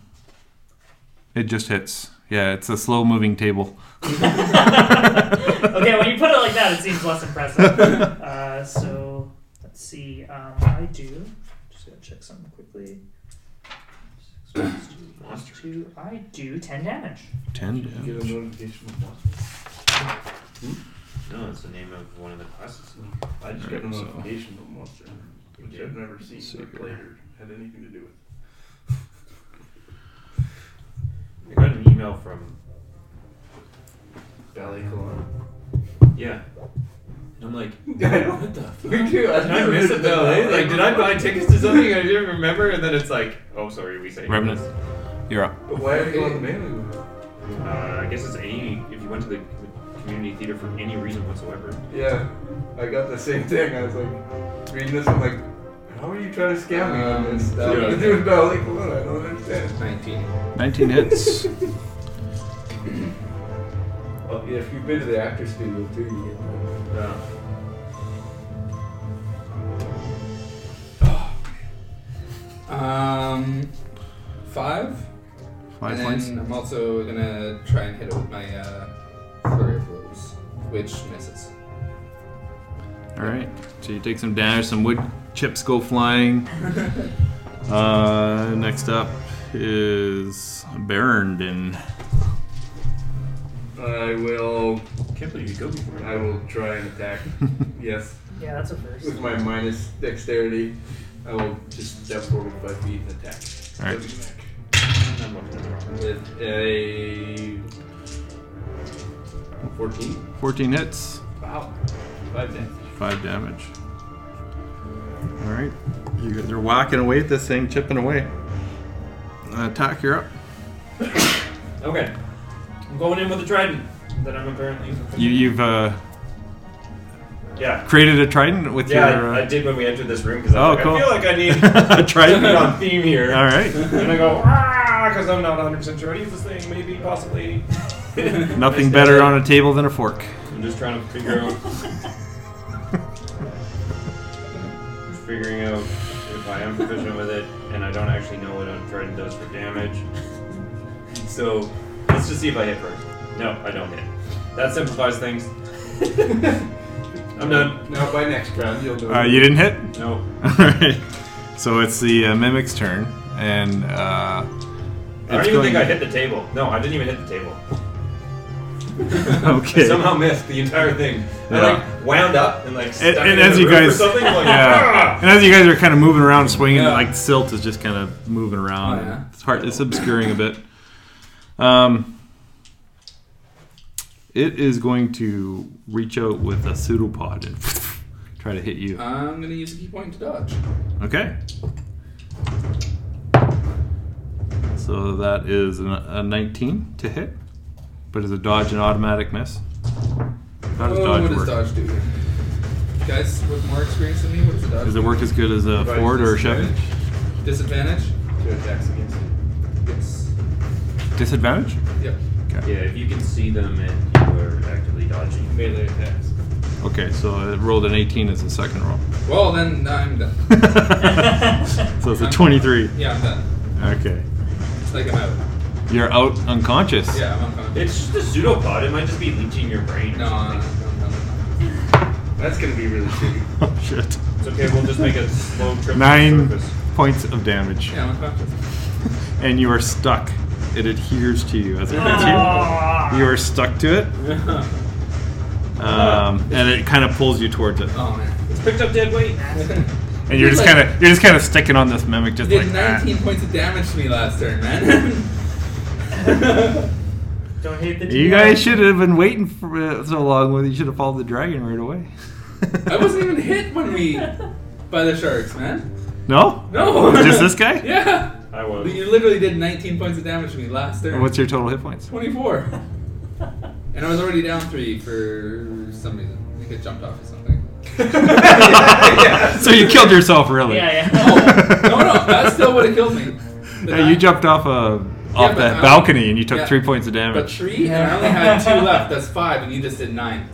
[SPEAKER 1] It just hits. Yeah, it's a slow moving table.
[SPEAKER 2] Okay, when you put it like that, it seems less impressive. Uh, so, let's see. Um, I do. Just gonna check something quickly. Six plus two plus two. I do 10 damage.
[SPEAKER 1] Ten.
[SPEAKER 3] You
[SPEAKER 1] damage.
[SPEAKER 3] get a notification of what?
[SPEAKER 6] No, it's the name of one of the classes.
[SPEAKER 3] I just
[SPEAKER 1] Alright,
[SPEAKER 3] got a
[SPEAKER 1] so-
[SPEAKER 3] notification of Monster, which I've never seen
[SPEAKER 1] see
[SPEAKER 3] or
[SPEAKER 1] here.
[SPEAKER 3] played or had anything to do with.
[SPEAKER 6] I got an email from
[SPEAKER 3] Ballet Cologne.
[SPEAKER 6] yeah, and I'm like,
[SPEAKER 3] what the fuck? Me too. I've
[SPEAKER 6] did I
[SPEAKER 3] never
[SPEAKER 6] miss
[SPEAKER 3] been
[SPEAKER 6] it
[SPEAKER 3] to
[SPEAKER 6] though?
[SPEAKER 3] ballet.
[SPEAKER 6] eh? Like, did I buy tickets to something I didn't remember? And then it's like, oh, sorry, we say
[SPEAKER 1] Remnants. You're up.
[SPEAKER 3] But why are you going to mailing list?
[SPEAKER 6] Uh, I guess it's any if you went to the com- community theater for any reason whatsoever.
[SPEAKER 3] Yeah, I got the same thing. I was like, reading this, I'm like, how are you trying to scam me on
[SPEAKER 5] Um,
[SPEAKER 3] this?
[SPEAKER 5] that
[SPEAKER 3] Dude,
[SPEAKER 5] was-
[SPEAKER 3] this is ballet Cologne. I don't understand.
[SPEAKER 5] 19.
[SPEAKER 1] 19 hits.
[SPEAKER 3] Well, yeah, if you've been to the actor studio too, you get that.
[SPEAKER 6] Uh,
[SPEAKER 5] Um, five.
[SPEAKER 1] Five
[SPEAKER 5] and
[SPEAKER 1] points.
[SPEAKER 5] then I'm also gonna try and hit it with my uh, flurry of blows, which misses.
[SPEAKER 1] All right. So you take some damage. Some wood chips go flying. Uh, next up is Berendin.
[SPEAKER 3] I will.
[SPEAKER 6] can't believe you go before.
[SPEAKER 3] I will try and attack. yes,
[SPEAKER 2] Yeah, that's a first.
[SPEAKER 3] with my minus dexterity, I will just step forward five feet and attack.
[SPEAKER 1] All right.
[SPEAKER 6] I'm looking at the wrong.
[SPEAKER 3] With a 14.
[SPEAKER 1] 14 hits.
[SPEAKER 3] Wow. Five damage.
[SPEAKER 1] Five damage. All right. You guys are whacking away at this thing, chipping away. Attack, you're up.
[SPEAKER 6] Okay, I'm going in with the trident that I'm apparently.
[SPEAKER 1] You, you've uh,
[SPEAKER 6] yeah.
[SPEAKER 1] created a trident with
[SPEAKER 6] Yeah,
[SPEAKER 1] your.
[SPEAKER 6] I, I
[SPEAKER 1] Uh,
[SPEAKER 6] did when we entered this room because
[SPEAKER 1] Oh,
[SPEAKER 6] I, was like,
[SPEAKER 1] cool.
[SPEAKER 6] I feel like I need
[SPEAKER 1] a
[SPEAKER 6] to be
[SPEAKER 1] trident.
[SPEAKER 6] on theme here.
[SPEAKER 1] All right.
[SPEAKER 6] And I go, ah, because I'm not 100% sure how to use this thing, maybe, possibly.
[SPEAKER 1] Nothing better on a table than a fork.
[SPEAKER 6] I'm just trying to figure out. figuring out if I am proficient with it, and I don't actually know what a trident does for damage. So, let's just see if I hit first. No, I don't hit. That simplifies things. I'm done.
[SPEAKER 3] Now by next round, you'll know.
[SPEAKER 1] Uh, you didn't hit?
[SPEAKER 6] No.
[SPEAKER 1] All right. So it's the uh, mimic's turn, and uh,
[SPEAKER 6] I don't
[SPEAKER 1] it's
[SPEAKER 6] even
[SPEAKER 1] going-
[SPEAKER 6] think I hit the table. No, I didn't even hit the table.
[SPEAKER 1] Okay.
[SPEAKER 6] I somehow missed the entire thing. I
[SPEAKER 1] Yeah.
[SPEAKER 6] like wound up and like stuck
[SPEAKER 1] And-
[SPEAKER 6] it
[SPEAKER 1] and
[SPEAKER 6] in
[SPEAKER 1] as
[SPEAKER 6] the
[SPEAKER 1] you
[SPEAKER 6] roof
[SPEAKER 1] guys-
[SPEAKER 6] or something like
[SPEAKER 1] Yeah.
[SPEAKER 6] "Ah!"
[SPEAKER 1] And as you guys are kind of moving around, swinging,
[SPEAKER 5] Yeah.
[SPEAKER 1] like silt is just kind of moving around.
[SPEAKER 5] Oh, yeah.
[SPEAKER 1] It's hard. It's obscuring a bit. Um, it is going to reach out with a pseudopod and try to hit you.
[SPEAKER 5] I'm gonna use a key point to dodge.
[SPEAKER 1] Okay. So that is an, a 19 to hit, but is a dodge an automatic miss? How does
[SPEAKER 5] oh,
[SPEAKER 1] dodge
[SPEAKER 5] what
[SPEAKER 1] work?
[SPEAKER 5] does dodge do? Guys with more experience than me, what does dodge?
[SPEAKER 1] Does it
[SPEAKER 5] do?
[SPEAKER 1] work as good as a
[SPEAKER 3] Provides
[SPEAKER 1] forward or a shove?
[SPEAKER 5] Disadvantage.
[SPEAKER 3] disadvantage to attacks against it.
[SPEAKER 5] Yes.
[SPEAKER 1] Disadvantage?
[SPEAKER 5] Yep.
[SPEAKER 6] Yeah, if you can see them and you are actively dodging.
[SPEAKER 3] Melee attacks.
[SPEAKER 1] Okay, so it rolled an 18 as the second roll.
[SPEAKER 5] Well, then I'm done.
[SPEAKER 1] so it's a 23.
[SPEAKER 5] Yeah, I'm done.
[SPEAKER 1] Okay.
[SPEAKER 5] It's like I'm out.
[SPEAKER 1] You're out unconscious.
[SPEAKER 5] Yeah, I'm unconscious.
[SPEAKER 6] It's just a pseudopod. It might just be leeching your brain. or
[SPEAKER 5] No, no, no,
[SPEAKER 6] something.
[SPEAKER 5] no, no,
[SPEAKER 3] That's gonna be really shitty.
[SPEAKER 1] Oh, shit.
[SPEAKER 6] It's okay, we'll just make a slow trip to the
[SPEAKER 1] Nine
[SPEAKER 6] surface.
[SPEAKER 1] points of damage.
[SPEAKER 5] no. Yeah, I'm unconscious.
[SPEAKER 1] And you are stuck. It adheres to you as it hits
[SPEAKER 2] Ah.
[SPEAKER 1] you. You are stuck to it. Um, and it kind of pulls you towards it.
[SPEAKER 5] Oh man.
[SPEAKER 6] It's picked up dead weight.
[SPEAKER 1] And you're just kind of you're just kind of sticking on this mimic,
[SPEAKER 5] You
[SPEAKER 1] just like
[SPEAKER 5] did
[SPEAKER 1] that.
[SPEAKER 5] 19 points of damage to me last turn, man.
[SPEAKER 2] Don't hate the
[SPEAKER 1] You
[SPEAKER 2] DM.
[SPEAKER 1] guys should have been waiting for uh, so long. When you should have followed the dragon right away.
[SPEAKER 5] I wasn't even hit when we. by the sharks, man.
[SPEAKER 1] No?
[SPEAKER 5] No.
[SPEAKER 1] Just this guy?
[SPEAKER 5] Yeah.
[SPEAKER 8] I was.
[SPEAKER 5] You literally did 19 points of damage to me last turn.
[SPEAKER 1] What's your total hit points?
[SPEAKER 5] 24. and I was already down three for some reason. I think I jumped off or something.
[SPEAKER 1] so you killed yourself, really?
[SPEAKER 2] Yeah,
[SPEAKER 5] No,
[SPEAKER 2] yeah.
[SPEAKER 5] no, no, that still would have killed me. But
[SPEAKER 1] Yeah, you
[SPEAKER 5] that-
[SPEAKER 1] jumped off a off
[SPEAKER 5] but
[SPEAKER 1] that
[SPEAKER 5] I-
[SPEAKER 1] balcony and you took
[SPEAKER 5] yeah.
[SPEAKER 1] three points of
[SPEAKER 5] But
[SPEAKER 1] damage.
[SPEAKER 5] three, and I only had two left. That's five, and you just did nine.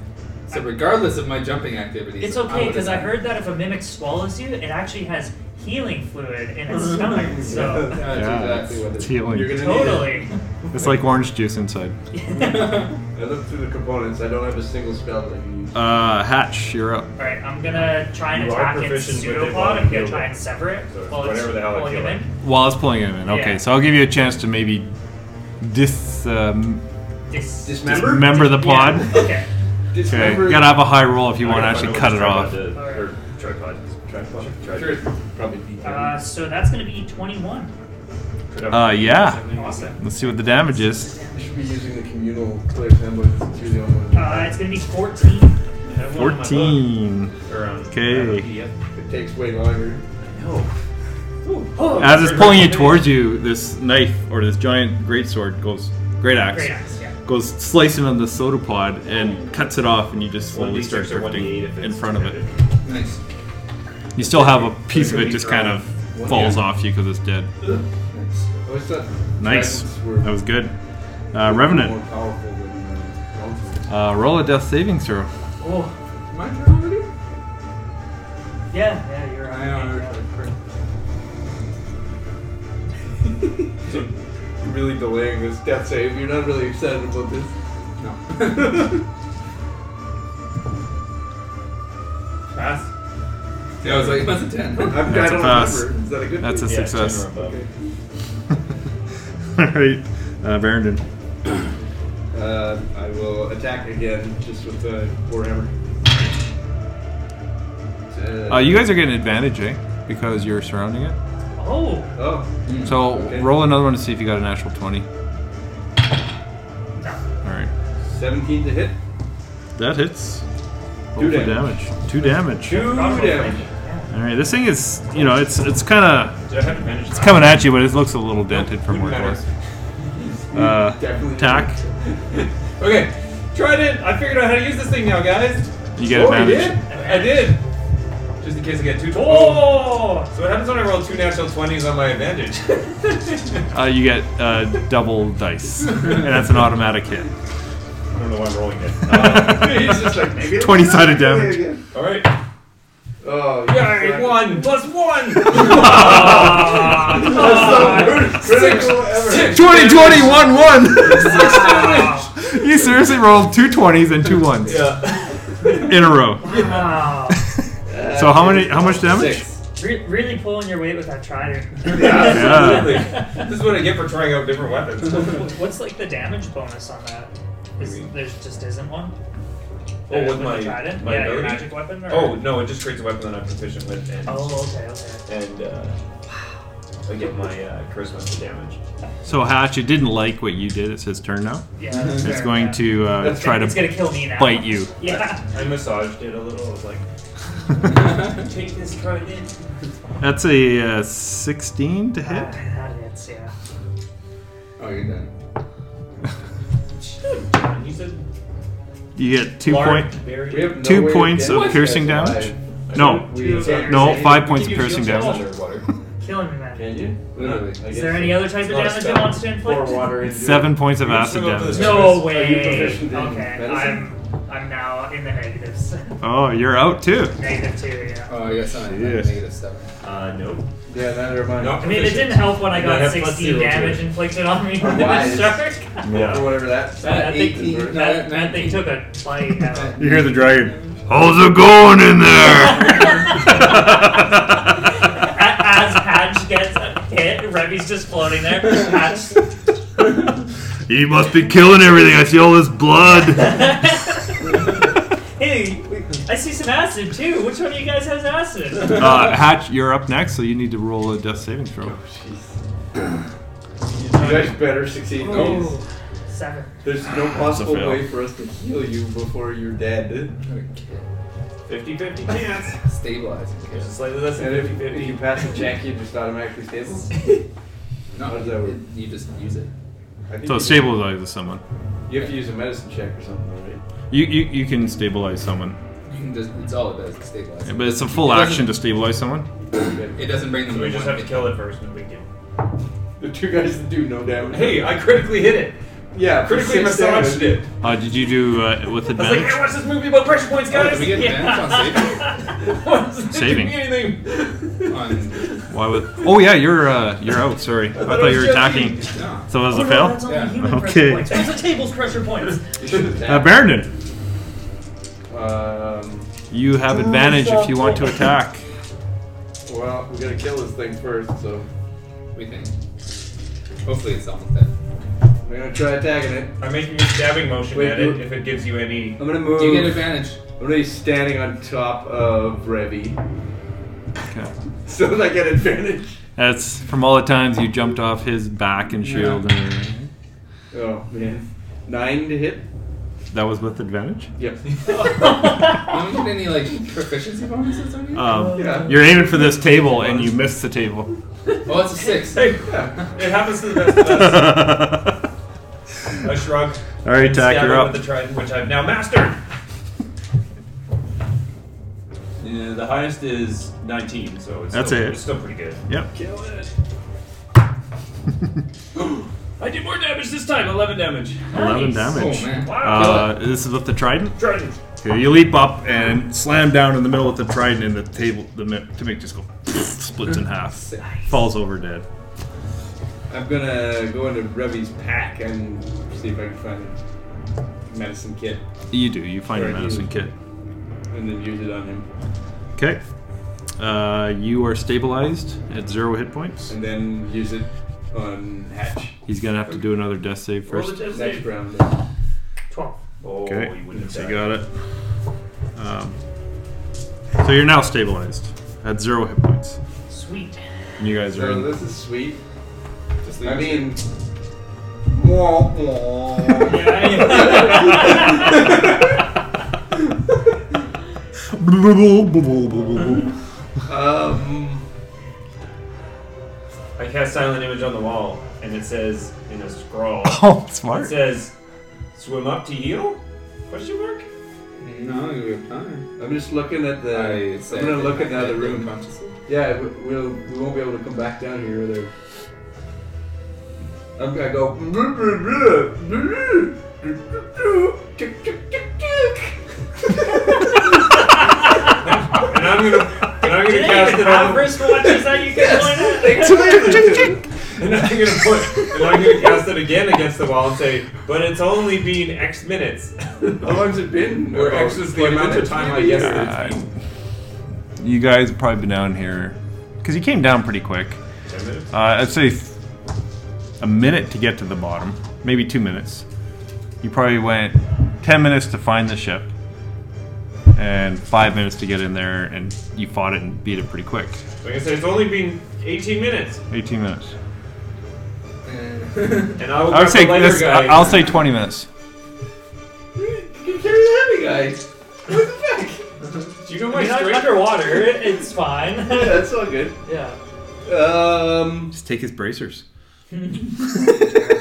[SPEAKER 5] So regardless of my jumping activities,
[SPEAKER 2] It's
[SPEAKER 5] I
[SPEAKER 2] okay
[SPEAKER 5] would've
[SPEAKER 2] because I
[SPEAKER 5] died.
[SPEAKER 2] heard that if a mimic swallows you, it actually has healing fluid in its stomach. So
[SPEAKER 5] That's
[SPEAKER 1] Yeah,
[SPEAKER 5] exactly what it
[SPEAKER 1] It's
[SPEAKER 5] is.
[SPEAKER 3] You're
[SPEAKER 1] healing.
[SPEAKER 3] gonna need
[SPEAKER 2] totally.
[SPEAKER 1] It's like orange juice inside.
[SPEAKER 3] it. I looked through the components. I don't have a single spell that I can use.
[SPEAKER 1] Uh, Hatch, you're up.
[SPEAKER 2] All right, I'm gonna try and
[SPEAKER 8] You are
[SPEAKER 2] attack its
[SPEAKER 8] proficient with it while
[SPEAKER 2] pseudopod. I'm
[SPEAKER 8] you
[SPEAKER 2] gonna
[SPEAKER 8] heal
[SPEAKER 2] try
[SPEAKER 8] it.
[SPEAKER 2] and sever it
[SPEAKER 8] So
[SPEAKER 2] while it's
[SPEAKER 8] whatever the hell I
[SPEAKER 2] pulling
[SPEAKER 8] feel
[SPEAKER 2] him
[SPEAKER 8] like.
[SPEAKER 2] in.
[SPEAKER 1] While it's pulling him in. Okay,
[SPEAKER 2] Yeah.
[SPEAKER 1] so I'll give you a chance to maybe dis, um,
[SPEAKER 2] This.
[SPEAKER 3] Dismember?
[SPEAKER 1] dismember the pod.
[SPEAKER 2] Yeah, okay.
[SPEAKER 1] Okay,
[SPEAKER 3] Dismember.
[SPEAKER 1] you gotta have a high roll if you want to
[SPEAKER 8] I
[SPEAKER 1] actually
[SPEAKER 8] gotta
[SPEAKER 1] cut it
[SPEAKER 8] find out
[SPEAKER 1] off.
[SPEAKER 8] what the
[SPEAKER 2] off.
[SPEAKER 8] tripod is. Or tripod. Tripod.
[SPEAKER 3] Sure,
[SPEAKER 8] Tripod.
[SPEAKER 3] it's probably be
[SPEAKER 2] Uh, so that's gonna be 21.
[SPEAKER 1] Uh, yeah.
[SPEAKER 2] Awesome.
[SPEAKER 1] Let's see what the damage is.
[SPEAKER 3] You should be using the communal player's handbook since you're the only one.
[SPEAKER 2] Uh, it's gonna be 14.
[SPEAKER 8] I have one in my book.
[SPEAKER 1] 14.
[SPEAKER 8] Or, um, I
[SPEAKER 1] Okay.
[SPEAKER 8] have a PDF.
[SPEAKER 3] It takes way longer.
[SPEAKER 1] As it's pulling you towards you, this knife or this giant greatsword goes, great axe,
[SPEAKER 2] Great axe, yeah.
[SPEAKER 1] goes slicing on the soda pod and cuts it off, and you just slowly start
[SPEAKER 8] 1d6 or 1d8 if
[SPEAKER 1] drifting
[SPEAKER 8] it's
[SPEAKER 1] in front of it.
[SPEAKER 8] connected.
[SPEAKER 5] Nice.
[SPEAKER 1] You still have a piece of it just kind of
[SPEAKER 3] One,
[SPEAKER 1] falls off you because it's dead.
[SPEAKER 3] I always thought
[SPEAKER 1] Nice.
[SPEAKER 3] dragons were
[SPEAKER 1] That was good. Uh, Revenant,
[SPEAKER 3] More powerful than uh, dolphins.
[SPEAKER 1] uh, roll a death saving throw.
[SPEAKER 2] Oh,
[SPEAKER 5] My turn already?
[SPEAKER 2] yeah, yeah, you're
[SPEAKER 5] I know.
[SPEAKER 2] right.
[SPEAKER 3] You're really delaying this death save. You're not really excited about this.
[SPEAKER 5] No.
[SPEAKER 8] Pass.
[SPEAKER 5] See, I was like, that's a ten.
[SPEAKER 3] I'm,
[SPEAKER 1] That's a
[SPEAKER 3] I don't
[SPEAKER 1] pass.
[SPEAKER 3] remember. Is that a good
[SPEAKER 1] That's a
[SPEAKER 3] thing?
[SPEAKER 8] Yeah,
[SPEAKER 1] success.
[SPEAKER 8] ten or above.
[SPEAKER 1] All
[SPEAKER 3] Okay.
[SPEAKER 1] right, uh, Verandon.
[SPEAKER 3] Uh, I will attack again just with the warhammer. Uh,
[SPEAKER 1] Uh, you guys are getting advantage, eh? Because you're surrounding it.
[SPEAKER 2] Oh,
[SPEAKER 3] Oh,
[SPEAKER 1] So
[SPEAKER 3] Okay.
[SPEAKER 1] roll another one to see if you got a natural 20. All
[SPEAKER 2] no.
[SPEAKER 1] right.
[SPEAKER 3] 17 to hit.
[SPEAKER 1] That hits. Two
[SPEAKER 3] Two damage.
[SPEAKER 1] damage. Two damage.
[SPEAKER 3] Two damage.
[SPEAKER 1] All right, this thing is, you know, it's it's kind of
[SPEAKER 8] Did I have advantage?
[SPEAKER 1] it's coming at you, but it looks a little dented from where it
[SPEAKER 3] Wouldn't
[SPEAKER 1] was. Uh,
[SPEAKER 3] Definitely.
[SPEAKER 1] attack.
[SPEAKER 5] okay.
[SPEAKER 6] Tried it! I figured out how to use this thing now, guys!
[SPEAKER 1] You get
[SPEAKER 3] Oh, you
[SPEAKER 1] advantage.
[SPEAKER 3] did?
[SPEAKER 6] I did! Just in case I get two. Oh! So what happens when I roll two natural 20s on my advantage?
[SPEAKER 1] Uh, you get uh, double dice, and that's an automatic hit.
[SPEAKER 8] I don't know why I'm rolling it.
[SPEAKER 3] He's just like, maybe it's
[SPEAKER 1] 20
[SPEAKER 3] not
[SPEAKER 1] sided
[SPEAKER 3] really
[SPEAKER 1] damage.
[SPEAKER 3] again.
[SPEAKER 6] Alright.
[SPEAKER 3] Oh,
[SPEAKER 6] Yay, one plus one!
[SPEAKER 3] That's so critical ever.
[SPEAKER 6] Six.
[SPEAKER 1] 20, 20, 1, 1! you seriously rolled two 20s and two 1s
[SPEAKER 6] Yeah.
[SPEAKER 1] in a row.
[SPEAKER 2] Wow.
[SPEAKER 1] So how many? How much damage?
[SPEAKER 5] Six.
[SPEAKER 2] Re- really pulling your weight with that trident.
[SPEAKER 6] Absolutely. This is what I get for trying out different weapons.
[SPEAKER 2] Wh- What's like the damage bonus on that? Is,
[SPEAKER 6] Maybe.
[SPEAKER 2] there's just isn't one.
[SPEAKER 6] Oh, with
[SPEAKER 2] the
[SPEAKER 6] my-
[SPEAKER 2] trident?
[SPEAKER 6] my
[SPEAKER 2] yeah, your
[SPEAKER 6] ability?
[SPEAKER 2] magic weapon. Or?
[SPEAKER 6] Oh, no, it just creates a weapon that I'm proficient with. And,
[SPEAKER 2] Oh, okay, okay.
[SPEAKER 6] And, uh, I get my uh, charisma for damage.
[SPEAKER 1] So Hatch, it didn't like what you did. It's his turn now.
[SPEAKER 2] Yeah, that's
[SPEAKER 1] It's
[SPEAKER 2] fair,
[SPEAKER 1] going
[SPEAKER 2] yeah.
[SPEAKER 1] to uh,
[SPEAKER 3] That's-
[SPEAKER 1] try
[SPEAKER 2] It's gonna
[SPEAKER 1] to
[SPEAKER 2] kill me now.
[SPEAKER 1] bite you.
[SPEAKER 2] Yeah. Ah,
[SPEAKER 8] I massaged it a little. I was like,
[SPEAKER 6] Take this trident.
[SPEAKER 1] That's a uh, 16 to
[SPEAKER 2] That,
[SPEAKER 1] hit.
[SPEAKER 2] that hits. Yeah.
[SPEAKER 5] Oh, you're done.
[SPEAKER 6] And you said
[SPEAKER 1] You get two
[SPEAKER 6] Lark
[SPEAKER 1] point.
[SPEAKER 6] Berry.
[SPEAKER 3] We have no
[SPEAKER 1] Two
[SPEAKER 3] way
[SPEAKER 1] points of
[SPEAKER 3] damage
[SPEAKER 1] piercing
[SPEAKER 3] that's
[SPEAKER 1] damage?
[SPEAKER 3] alive.
[SPEAKER 1] No.
[SPEAKER 3] We can't
[SPEAKER 1] No,
[SPEAKER 3] save
[SPEAKER 1] five
[SPEAKER 3] it.
[SPEAKER 1] points of
[SPEAKER 6] You can
[SPEAKER 1] piercing
[SPEAKER 6] use your
[SPEAKER 1] damage.
[SPEAKER 6] shield water.
[SPEAKER 2] Killing me, man.
[SPEAKER 3] Can you?
[SPEAKER 5] Literally.
[SPEAKER 2] Is there any other type of
[SPEAKER 6] not a
[SPEAKER 2] damage it
[SPEAKER 6] spell.
[SPEAKER 2] wants to
[SPEAKER 3] Pour
[SPEAKER 2] inflict?
[SPEAKER 3] water into
[SPEAKER 1] Seven
[SPEAKER 3] it.
[SPEAKER 1] points of
[SPEAKER 6] You can
[SPEAKER 1] acid
[SPEAKER 6] still go for
[SPEAKER 1] damage.
[SPEAKER 6] the-
[SPEAKER 2] No
[SPEAKER 3] Are you
[SPEAKER 2] way.
[SPEAKER 3] proficient in
[SPEAKER 2] Okay,
[SPEAKER 3] medicine?
[SPEAKER 2] I'm I'm now in the negatives.
[SPEAKER 1] Oh, you're out too.
[SPEAKER 2] Negative two. Yeah.
[SPEAKER 5] Oh, I guess I'm at
[SPEAKER 1] Yes.
[SPEAKER 5] negative seven.
[SPEAKER 8] uh, no.
[SPEAKER 3] Yeah, neither mind.
[SPEAKER 6] No.
[SPEAKER 2] I mean, it didn't help when I
[SPEAKER 6] Might
[SPEAKER 2] got
[SPEAKER 6] have plus
[SPEAKER 2] 16
[SPEAKER 6] zero to it.
[SPEAKER 2] damage inflicted on me from the
[SPEAKER 3] Wise.
[SPEAKER 2] shark.
[SPEAKER 3] Or
[SPEAKER 8] Yeah.
[SPEAKER 3] whatever that.
[SPEAKER 2] That thing,
[SPEAKER 5] Eighteen.
[SPEAKER 2] that, that thing took a bite out. of me.
[SPEAKER 1] You hear the dragon. How's it going in
[SPEAKER 2] A- As Patch gets hit, Remy's just floating there. Patch.
[SPEAKER 1] you must be killing everything. I see all this blood. Uh,
[SPEAKER 2] hey, I see some acid too. Which one of you guys has acid?
[SPEAKER 1] Uh, Hatch, you're up next, so you need to roll a death saving throw.
[SPEAKER 3] You guys better succeed.
[SPEAKER 5] Oh.
[SPEAKER 2] Ooh, seven.
[SPEAKER 3] There's no possible
[SPEAKER 1] fail.
[SPEAKER 3] way for us to heal you before you're dead.
[SPEAKER 5] I'm gonna kill.
[SPEAKER 8] 50 50 chance.
[SPEAKER 5] Stabilizing.
[SPEAKER 6] It's just slightly less than
[SPEAKER 3] And
[SPEAKER 6] 50
[SPEAKER 3] if, if
[SPEAKER 6] 50.
[SPEAKER 3] you pass a check, you just automatically stables?
[SPEAKER 5] No,
[SPEAKER 3] How does that work?
[SPEAKER 5] you just use it.
[SPEAKER 3] I think
[SPEAKER 1] So
[SPEAKER 3] you-
[SPEAKER 1] stabilizes someone.
[SPEAKER 3] You have to use a medicine check or something, though, right?
[SPEAKER 1] You, you you can stabilize someone,
[SPEAKER 5] You can just. It's all it does. It stabilizes.
[SPEAKER 1] but it's a full
[SPEAKER 5] It doesn't-
[SPEAKER 1] action to stabilize someone.
[SPEAKER 5] It doesn't bring them.
[SPEAKER 6] So we
[SPEAKER 5] to
[SPEAKER 6] just
[SPEAKER 5] one
[SPEAKER 6] have to
[SPEAKER 5] hit.
[SPEAKER 6] kill it first, no big deal.
[SPEAKER 3] The two guys that do no damage.
[SPEAKER 6] Hey, I critically hit it.
[SPEAKER 3] yeah, for
[SPEAKER 6] Critically
[SPEAKER 3] six
[SPEAKER 6] massaged
[SPEAKER 3] damage.
[SPEAKER 6] it.
[SPEAKER 1] Uh, did you do uh, with
[SPEAKER 6] I was like, hey,
[SPEAKER 1] advantage?
[SPEAKER 6] what's this movie about pressure points,
[SPEAKER 5] Oh,
[SPEAKER 6] guys?
[SPEAKER 5] do we get advantage
[SPEAKER 6] Doesn't
[SPEAKER 1] Saving.
[SPEAKER 6] do me anything.
[SPEAKER 5] on saving?
[SPEAKER 1] Why would? Oh yeah, you're uh, you're out. Sorry, I
[SPEAKER 6] thought
[SPEAKER 1] thought
[SPEAKER 6] it
[SPEAKER 1] you were
[SPEAKER 6] was
[SPEAKER 1] attacking.
[SPEAKER 5] On. No.
[SPEAKER 1] So that was
[SPEAKER 2] Oh,
[SPEAKER 1] a
[SPEAKER 2] no,
[SPEAKER 1] fail.
[SPEAKER 2] That's only
[SPEAKER 5] Yeah.
[SPEAKER 2] human pressure
[SPEAKER 1] Okay.
[SPEAKER 2] points. Those are tables pressure points.
[SPEAKER 3] You should
[SPEAKER 1] Uh,
[SPEAKER 3] attack.
[SPEAKER 1] Brandon,
[SPEAKER 3] Um,
[SPEAKER 1] you have advantage if you want to attack.
[SPEAKER 3] well, we gotta kill this thing first, so
[SPEAKER 5] We think. Hopefully it's almost dead.
[SPEAKER 3] we're gonna try attacking it.
[SPEAKER 6] I'm making a stabbing motion
[SPEAKER 3] Wait,
[SPEAKER 6] at
[SPEAKER 3] do-
[SPEAKER 6] it if it gives you any.
[SPEAKER 3] I'm gonna move.
[SPEAKER 5] Do you get advantage?
[SPEAKER 3] I'm gonna be standing on top of Revy,
[SPEAKER 1] Okay.
[SPEAKER 3] so that I get advantage.
[SPEAKER 1] That's from all the times you jumped off his back and shield. and everything.
[SPEAKER 3] Oh man, nine to hit.
[SPEAKER 1] that was with advantage.
[SPEAKER 3] Yep.
[SPEAKER 5] You don't get any like proficiency bonuses on you?
[SPEAKER 1] Um,
[SPEAKER 3] Yeah.
[SPEAKER 1] you're aiming for this table and you miss the table.
[SPEAKER 5] oh, it's a six.
[SPEAKER 6] Hey,
[SPEAKER 3] Yeah.
[SPEAKER 6] it happens to the best of us.
[SPEAKER 1] all
[SPEAKER 6] I shrug.
[SPEAKER 1] right,
[SPEAKER 6] stab
[SPEAKER 1] Tack,
[SPEAKER 6] it
[SPEAKER 1] you're up.
[SPEAKER 6] With the trident, which I've now mastered. Yeah, the highest is 19, so it's
[SPEAKER 1] That's
[SPEAKER 6] still,
[SPEAKER 1] it.
[SPEAKER 6] It's still pretty good.
[SPEAKER 1] Yep.
[SPEAKER 6] Kill it. I did more damage this time. 11 damage.
[SPEAKER 1] 11
[SPEAKER 5] Oh
[SPEAKER 1] damage.
[SPEAKER 5] man.
[SPEAKER 1] Uh, this is with the trident.
[SPEAKER 6] Trident.
[SPEAKER 1] Okay, you leap up and slam down in the middle with the trident, and the table, the mi- to make just go splits in half,
[SPEAKER 5] Sick.
[SPEAKER 1] falls over dead.
[SPEAKER 3] I'm gonna go into Revy's pack and see if I can find a medicine kit
[SPEAKER 1] You do. You find a
[SPEAKER 3] Alright,
[SPEAKER 1] medicine
[SPEAKER 3] you-
[SPEAKER 1] kit.
[SPEAKER 3] and then use it on him.
[SPEAKER 1] Okay. Uh, you are stabilized at zero hit points.
[SPEAKER 3] and then use it on Hatch
[SPEAKER 1] He's gonna have to do another death save
[SPEAKER 6] Roll the
[SPEAKER 1] first.
[SPEAKER 6] death
[SPEAKER 3] next
[SPEAKER 6] save.
[SPEAKER 3] round.
[SPEAKER 2] Twelve.
[SPEAKER 6] Oh,
[SPEAKER 1] Okay.
[SPEAKER 6] you wouldn't have
[SPEAKER 1] So you
[SPEAKER 6] died.
[SPEAKER 1] got it. Um, so you're now stabilized at zero hit points.
[SPEAKER 2] Sweet.
[SPEAKER 1] And you guys are
[SPEAKER 3] So
[SPEAKER 1] in.
[SPEAKER 3] this is sweet.
[SPEAKER 5] Just leave
[SPEAKER 3] I
[SPEAKER 5] it.
[SPEAKER 3] mean, wah, wah. um,
[SPEAKER 6] I cast silent image on the wall, and it says in a scrawl.
[SPEAKER 1] Oh,
[SPEAKER 6] it
[SPEAKER 1] smart.
[SPEAKER 6] says, "Swim up to heal?" Question mark.
[SPEAKER 5] no, you have time.
[SPEAKER 3] I'm just looking at the.
[SPEAKER 5] I said
[SPEAKER 3] I'm gonna look at
[SPEAKER 5] that
[SPEAKER 3] the other room.
[SPEAKER 5] consciously.
[SPEAKER 3] Yeah, we- we'll we won't be able to come back down here either. I'm gonna go. tick, tick, tick, tick.
[SPEAKER 6] And I'm gonna, and I'm gonna
[SPEAKER 2] Did they
[SPEAKER 6] cast
[SPEAKER 2] even
[SPEAKER 6] it
[SPEAKER 2] have
[SPEAKER 6] on,
[SPEAKER 2] wristwatches that you can point at?
[SPEAKER 6] and I'm gonna put, and I'm gonna cast it again against the wall and say, "But it's only been X minutes."
[SPEAKER 3] How long's it been?
[SPEAKER 6] Or
[SPEAKER 3] About
[SPEAKER 6] X is the
[SPEAKER 3] 20
[SPEAKER 6] amount of
[SPEAKER 3] minutes,
[SPEAKER 6] time I
[SPEAKER 3] maybe?
[SPEAKER 6] guess that
[SPEAKER 1] Uh, you guys have probably been down here because you came down pretty quick.
[SPEAKER 6] it's been. Ten minutes.
[SPEAKER 1] Uh, I'd say th- a minute to get to the bottom, maybe two minutes. You probably went ten minutes to find the ship, and five minutes to get in there, and you fought it and beat it pretty quick.
[SPEAKER 6] Like I said, it's only been 18 minutes,
[SPEAKER 1] Eighteen minutes.
[SPEAKER 5] And-
[SPEAKER 6] and I will
[SPEAKER 1] I would say
[SPEAKER 6] grab the lighter
[SPEAKER 1] this,
[SPEAKER 6] guy.
[SPEAKER 1] I'll say twenty minutes.
[SPEAKER 3] You carry the heavy guys. What the fuck?
[SPEAKER 6] Do you know
[SPEAKER 2] I
[SPEAKER 6] my
[SPEAKER 2] mean, I'm
[SPEAKER 6] strength?
[SPEAKER 2] underwater. it- It's fine.
[SPEAKER 3] Yeah, that's all good.
[SPEAKER 2] yeah.
[SPEAKER 3] Um,
[SPEAKER 1] Just take his bracers.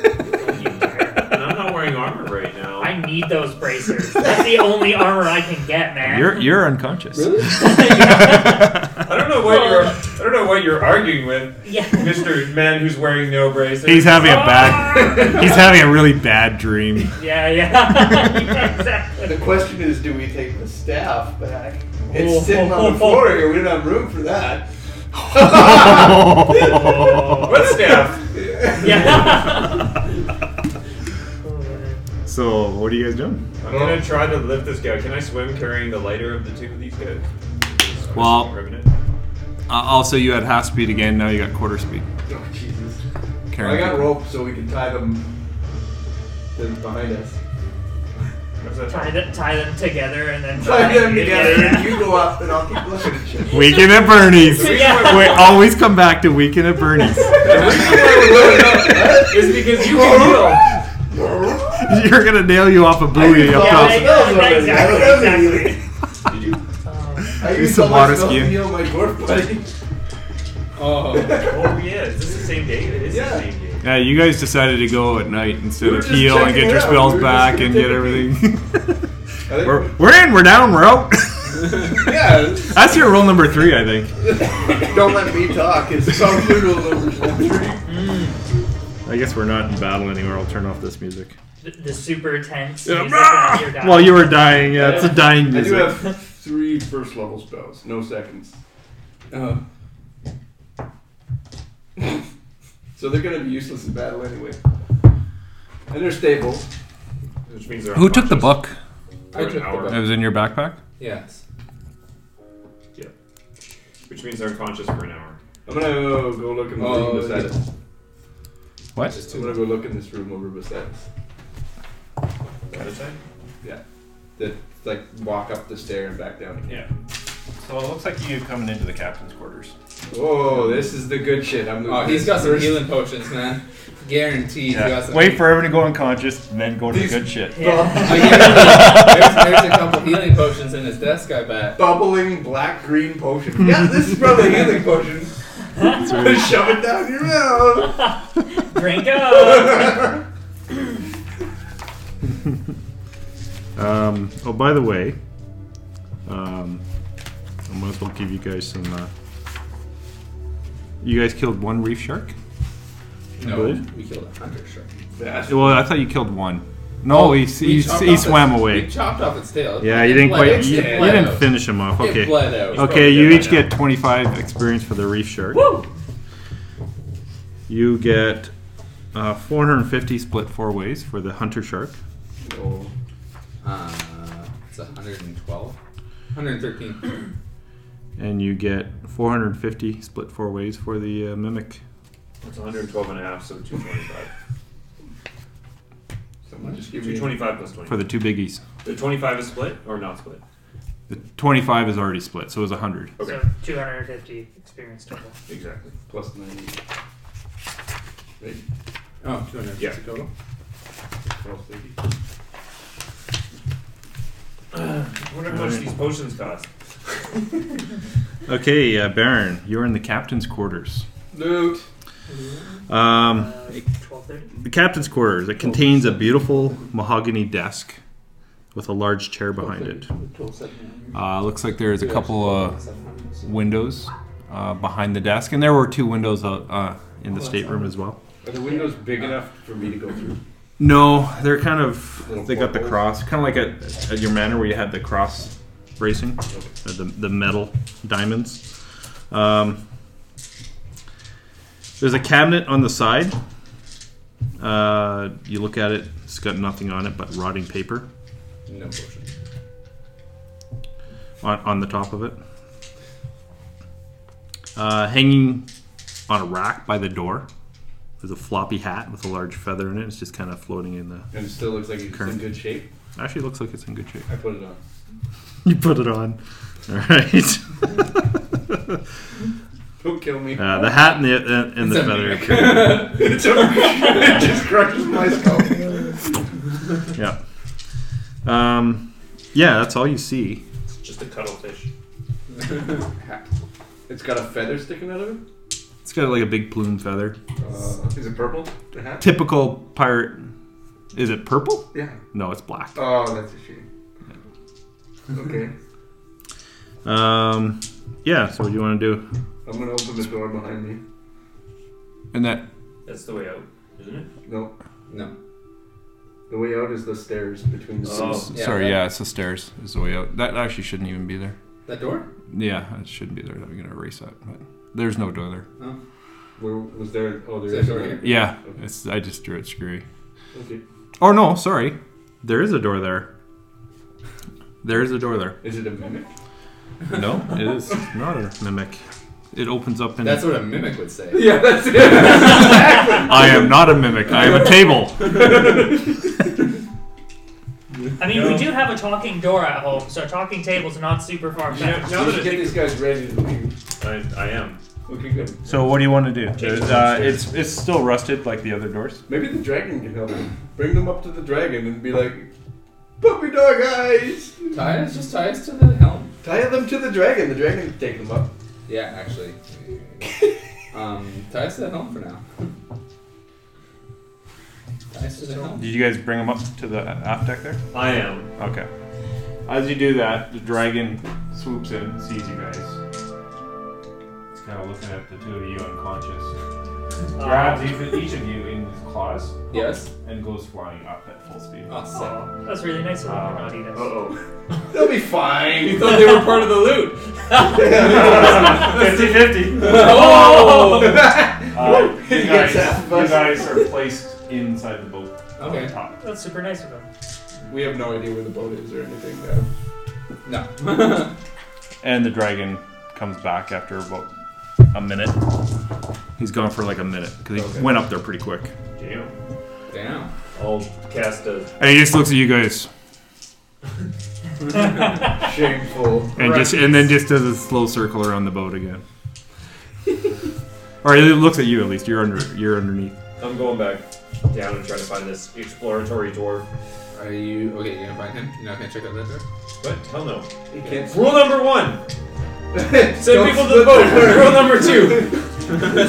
[SPEAKER 6] And I'm not wearing armor right now.
[SPEAKER 2] I need those bracers. That's the only armor I can get, man.
[SPEAKER 1] You're you're unconscious.
[SPEAKER 6] I don't know what you're. I don't know what you're arguing with,
[SPEAKER 2] yeah.
[SPEAKER 6] Mister Man who's wearing no braces.
[SPEAKER 1] He's having a bad. He's having a really bad dream.
[SPEAKER 2] Yeah, yeah. exactly.
[SPEAKER 3] the question is, do we take the staff back? It's
[SPEAKER 2] Oh,
[SPEAKER 3] sitting
[SPEAKER 2] oh,
[SPEAKER 3] on
[SPEAKER 2] oh,
[SPEAKER 3] the floor here. We don't have room for that.
[SPEAKER 6] What staff?
[SPEAKER 2] Yeah.
[SPEAKER 1] so what are you guys doing?
[SPEAKER 6] I'm gonna try to lift this guy. Can I swim carrying the lighter of the two of these guys?
[SPEAKER 1] Well-
[SPEAKER 6] Ribbon it.
[SPEAKER 1] Uh, also, you had half speed again. Now you got quarter speed.
[SPEAKER 3] Oh Jesus!
[SPEAKER 1] Karen,
[SPEAKER 3] I got rope so we can tie them, them behind us.
[SPEAKER 6] What's that?
[SPEAKER 2] tie, them, tie them together and then
[SPEAKER 3] Tie them together,
[SPEAKER 2] Yeah,
[SPEAKER 3] and you go up, and I'll keep looking at you.
[SPEAKER 1] Weekend at Bernie's.
[SPEAKER 2] Yeah.
[SPEAKER 1] We always come back to Weekend at Bernie's.
[SPEAKER 6] It's because you can heal.
[SPEAKER 1] You're gonna nail you off a buoy up
[SPEAKER 2] yeah,
[SPEAKER 1] top.
[SPEAKER 2] yeah, yeah, exactly. exactly.
[SPEAKER 6] Did you?
[SPEAKER 2] Um,
[SPEAKER 3] I
[SPEAKER 1] Do
[SPEAKER 3] used
[SPEAKER 1] some
[SPEAKER 3] so
[SPEAKER 1] water
[SPEAKER 3] much milk
[SPEAKER 1] skiing.
[SPEAKER 3] to heal my dwarf body.
[SPEAKER 5] Oh,
[SPEAKER 6] Oh yeah, is this the same day? It is
[SPEAKER 3] Yeah.
[SPEAKER 6] the same day.
[SPEAKER 1] Yeah, you guys decided to go at night instead
[SPEAKER 3] We were
[SPEAKER 1] of
[SPEAKER 3] just
[SPEAKER 1] heal and
[SPEAKER 3] checking
[SPEAKER 1] get
[SPEAKER 3] it
[SPEAKER 1] your
[SPEAKER 3] out.
[SPEAKER 1] spells
[SPEAKER 3] We were just
[SPEAKER 1] back
[SPEAKER 3] gonna
[SPEAKER 1] and
[SPEAKER 3] take
[SPEAKER 1] get
[SPEAKER 3] a
[SPEAKER 1] everything.
[SPEAKER 3] I think
[SPEAKER 1] we're, we're in, we're down, we're out.
[SPEAKER 5] yeah.
[SPEAKER 1] That's your rule number three, I think.
[SPEAKER 3] Don't let me talk. It's probably rule number three.
[SPEAKER 1] I guess we're not in battle anymore. I'll turn off this music.
[SPEAKER 2] The, the super tense.
[SPEAKER 1] Yeah. Ah!
[SPEAKER 2] music when you're down.
[SPEAKER 1] Well, you were dying. Yeah, it's a dying
[SPEAKER 3] I do
[SPEAKER 1] music.
[SPEAKER 3] have three first level spells. No seconds.
[SPEAKER 5] Oh.
[SPEAKER 3] So they're gonna be useless in battle anyway. And they're stable.
[SPEAKER 8] Which means they're
[SPEAKER 7] Who took the
[SPEAKER 8] unconscious
[SPEAKER 7] book?
[SPEAKER 5] I took the
[SPEAKER 8] hour.
[SPEAKER 5] book.
[SPEAKER 7] It was in your backpack.
[SPEAKER 5] Yes.
[SPEAKER 8] Which means they're unconscious for an hour.
[SPEAKER 3] I'm gonna go look in the
[SPEAKER 5] Oh,
[SPEAKER 3] room beside
[SPEAKER 5] yeah.
[SPEAKER 3] us.
[SPEAKER 7] What?
[SPEAKER 3] I'm gonna go look in this room over beside us.
[SPEAKER 8] At a time?
[SPEAKER 3] That like walk up the stair and back down.
[SPEAKER 8] Yeah. So it looks like you're coming into the captain's quarters.
[SPEAKER 3] Oh, this is the good shit. I'm.
[SPEAKER 5] Oh, he's got some healing potions, man. Guaranteed. He got some Oh,
[SPEAKER 1] Wait for everyone to go unconscious, and then go to the
[SPEAKER 3] These-
[SPEAKER 1] good shit.
[SPEAKER 2] Yeah.
[SPEAKER 5] I guarantee- there's, there's a couple healing potions in his desk, I bet.
[SPEAKER 3] bubbling black green potion. yeah, this is probably a healing potion. Shove it down your mouth.
[SPEAKER 2] Drink up.
[SPEAKER 1] Um, oh, by the way, um, I might as well give you guys some. Uh, you guys killed one reef shark.
[SPEAKER 5] No,
[SPEAKER 1] Good.
[SPEAKER 5] we killed a hunter shark.
[SPEAKER 3] That's
[SPEAKER 1] Well, I thought you killed one. No, Oh, he,
[SPEAKER 5] Oh, We
[SPEAKER 1] he,
[SPEAKER 5] chopped
[SPEAKER 1] he
[SPEAKER 5] off
[SPEAKER 1] swam
[SPEAKER 5] its-
[SPEAKER 1] away.
[SPEAKER 5] We chopped off its tail.
[SPEAKER 1] Yeah,
[SPEAKER 5] It
[SPEAKER 1] you didn't
[SPEAKER 5] bled-
[SPEAKER 1] quite.
[SPEAKER 5] it
[SPEAKER 1] You,
[SPEAKER 5] bled
[SPEAKER 1] you didn't
[SPEAKER 5] out.
[SPEAKER 1] finish him off.
[SPEAKER 5] It bled
[SPEAKER 1] Okay.
[SPEAKER 5] out.
[SPEAKER 1] Okay, you each get 25 experience for the reef shark. You get uh, 450 split four ways for the hunter shark.
[SPEAKER 3] oh.
[SPEAKER 5] Uh, it's 112. 113.
[SPEAKER 1] And you get 450 split four ways for the uh, mimic.
[SPEAKER 8] It's 112 and a half, so 225.
[SPEAKER 3] Someone just give me.
[SPEAKER 8] 225 plus 20.
[SPEAKER 1] For the two biggies.
[SPEAKER 8] The 25 is split or not split?
[SPEAKER 1] The 25 is already split, so it was 100.
[SPEAKER 8] Okay.
[SPEAKER 2] So 250 experience total.
[SPEAKER 8] Exactly.
[SPEAKER 3] plus ninety. Right,
[SPEAKER 5] Oh, 250
[SPEAKER 8] Yeah.
[SPEAKER 5] total.
[SPEAKER 3] twelve thirty.
[SPEAKER 8] I wonder how much these potions cost.
[SPEAKER 1] Okay, uh, Baron, you're in the captain's quarters.
[SPEAKER 3] Loot.
[SPEAKER 1] Um,
[SPEAKER 2] Uh, 1230.
[SPEAKER 1] the captain's quarters. It contains a beautiful mahogany desk with a large chair behind it. Uh, looks like there's a couple of windows uh, behind the desk, and there were two windows uh, uh, in the stateroom as well.
[SPEAKER 3] Are the windows big enough for me to go through?
[SPEAKER 1] No, they're kind of they got the cross, kind of like at, at your manor where you had the cross racing, uh, the the metal diamonds. Um, there's a cabinet on the side. Uh, you look at it; it's got nothing on it but rotting paper
[SPEAKER 5] No potion.
[SPEAKER 1] on, on the top of it. Uh, hanging on a rack by the door, there's a floppy hat with a large feather in it. It's just kind of floating in the.
[SPEAKER 3] And it still looks like it's in
[SPEAKER 1] Current.
[SPEAKER 3] good shape.
[SPEAKER 1] Actually, looks like it's in good shape.
[SPEAKER 3] I put it on.
[SPEAKER 1] You put it on. All right.
[SPEAKER 3] Don't kill me.
[SPEAKER 1] Uh, the hat and the uh, and the
[SPEAKER 5] It's a
[SPEAKER 1] feather.
[SPEAKER 3] It's a- it just crushes my skull.
[SPEAKER 1] yeah. Um, yeah, that's all you see.
[SPEAKER 6] It's just a cuttlefish.
[SPEAKER 3] It's got a feather sticking out of it.
[SPEAKER 1] It's got like a big plume feather.
[SPEAKER 3] Uh, is it purple? The hat?
[SPEAKER 1] Typical pirate. Is it purple?
[SPEAKER 3] Yeah.
[SPEAKER 1] No, it's black.
[SPEAKER 3] Oh, that's a shame. Okay.
[SPEAKER 1] Um, yeah. So what do you want to do?
[SPEAKER 3] I'm gonna open the door behind me.
[SPEAKER 1] And that
[SPEAKER 6] That's the way out, isn't it?
[SPEAKER 3] No,
[SPEAKER 5] No.
[SPEAKER 3] the way out is the stairs between the.
[SPEAKER 6] Oh.
[SPEAKER 5] Yeah,
[SPEAKER 7] Sorry,
[SPEAKER 5] that-
[SPEAKER 7] yeah, it's the stairs. Is the way out. That actually shouldn't even be there.
[SPEAKER 5] That door?
[SPEAKER 7] Yeah, it shouldn't be there. I'm gonna erase that. But there's no door there.
[SPEAKER 3] Where was there? Oh, there
[SPEAKER 5] Is
[SPEAKER 3] is.
[SPEAKER 5] that door
[SPEAKER 3] one.
[SPEAKER 5] here?
[SPEAKER 7] Yeah, it's, I just drew it screwy.
[SPEAKER 3] Okay.
[SPEAKER 1] Oh no, sorry. There is a door there. There is a door there.
[SPEAKER 3] Is it a mimic?
[SPEAKER 1] No, it is not a mimic. It opens up and
[SPEAKER 5] That's what a mimic would say.
[SPEAKER 3] Yeah, that's it.
[SPEAKER 1] I am not a mimic. I am a table.
[SPEAKER 2] I mean, we do have a talking door at home, so talking table's not super far fetched.
[SPEAKER 8] Now
[SPEAKER 3] we
[SPEAKER 8] that I
[SPEAKER 3] should get
[SPEAKER 8] think-
[SPEAKER 3] these guys ready to leave.
[SPEAKER 8] I, I am.
[SPEAKER 3] Okay, good.
[SPEAKER 1] So what do you want to do? There's, uh, it's it's still rusted like the other doors.
[SPEAKER 3] Maybe the dragon can help them. Bring them up to the dragon and be like, "Puppy dog eyes."
[SPEAKER 5] Tie us, just tie us to the helm.
[SPEAKER 3] Tie them to the dragon. The dragon can take them up.
[SPEAKER 5] Yeah, actually. um, ties to the helm for now. Ties to the helm.
[SPEAKER 13] Did you guys bring them up to the aft deck there?
[SPEAKER 1] I am.
[SPEAKER 13] Okay.
[SPEAKER 1] As you do that, the dragon swoops in, sees you guys. It's kind of looking at the two of you unconscious.
[SPEAKER 3] Uh,
[SPEAKER 1] Grabs each, each of you in his claws
[SPEAKER 5] Yes. Oh,
[SPEAKER 1] and goes flying up at full speed.
[SPEAKER 5] Awesome.
[SPEAKER 2] Aw, that's really nice of them to not eat us.
[SPEAKER 1] oh.
[SPEAKER 3] They'll be fine.
[SPEAKER 5] You thought they were part of the loot.
[SPEAKER 1] 50 50.
[SPEAKER 5] Oh.
[SPEAKER 1] Uh, you, guys,
[SPEAKER 3] half
[SPEAKER 1] you
[SPEAKER 3] of us.
[SPEAKER 1] guys are placed inside the boat.
[SPEAKER 5] Okay.
[SPEAKER 1] Top.
[SPEAKER 2] That's super nice of them.
[SPEAKER 3] We have no idea where the boat is or anything, though.
[SPEAKER 5] No.
[SPEAKER 13] And the dragon comes back after about a minute. He's gone for like a minute because he
[SPEAKER 5] Okay.
[SPEAKER 13] went up there pretty quick.
[SPEAKER 1] Damn.
[SPEAKER 5] Damn.
[SPEAKER 6] I'll cast a.
[SPEAKER 13] And he just looks at you guys
[SPEAKER 3] Shameful.
[SPEAKER 13] and just and then just does a slow circle around the boat again. or it looks at you at least. You're under. You're underneath.
[SPEAKER 6] I'm going back down and trying to find this exploratory dwarf.
[SPEAKER 5] Are you okay? You're gonna find him. You're not gonna check out that door.
[SPEAKER 6] What? Hell no.
[SPEAKER 3] You can't
[SPEAKER 6] Rule number one:
[SPEAKER 3] send
[SPEAKER 6] send people to the boat. Rule number two: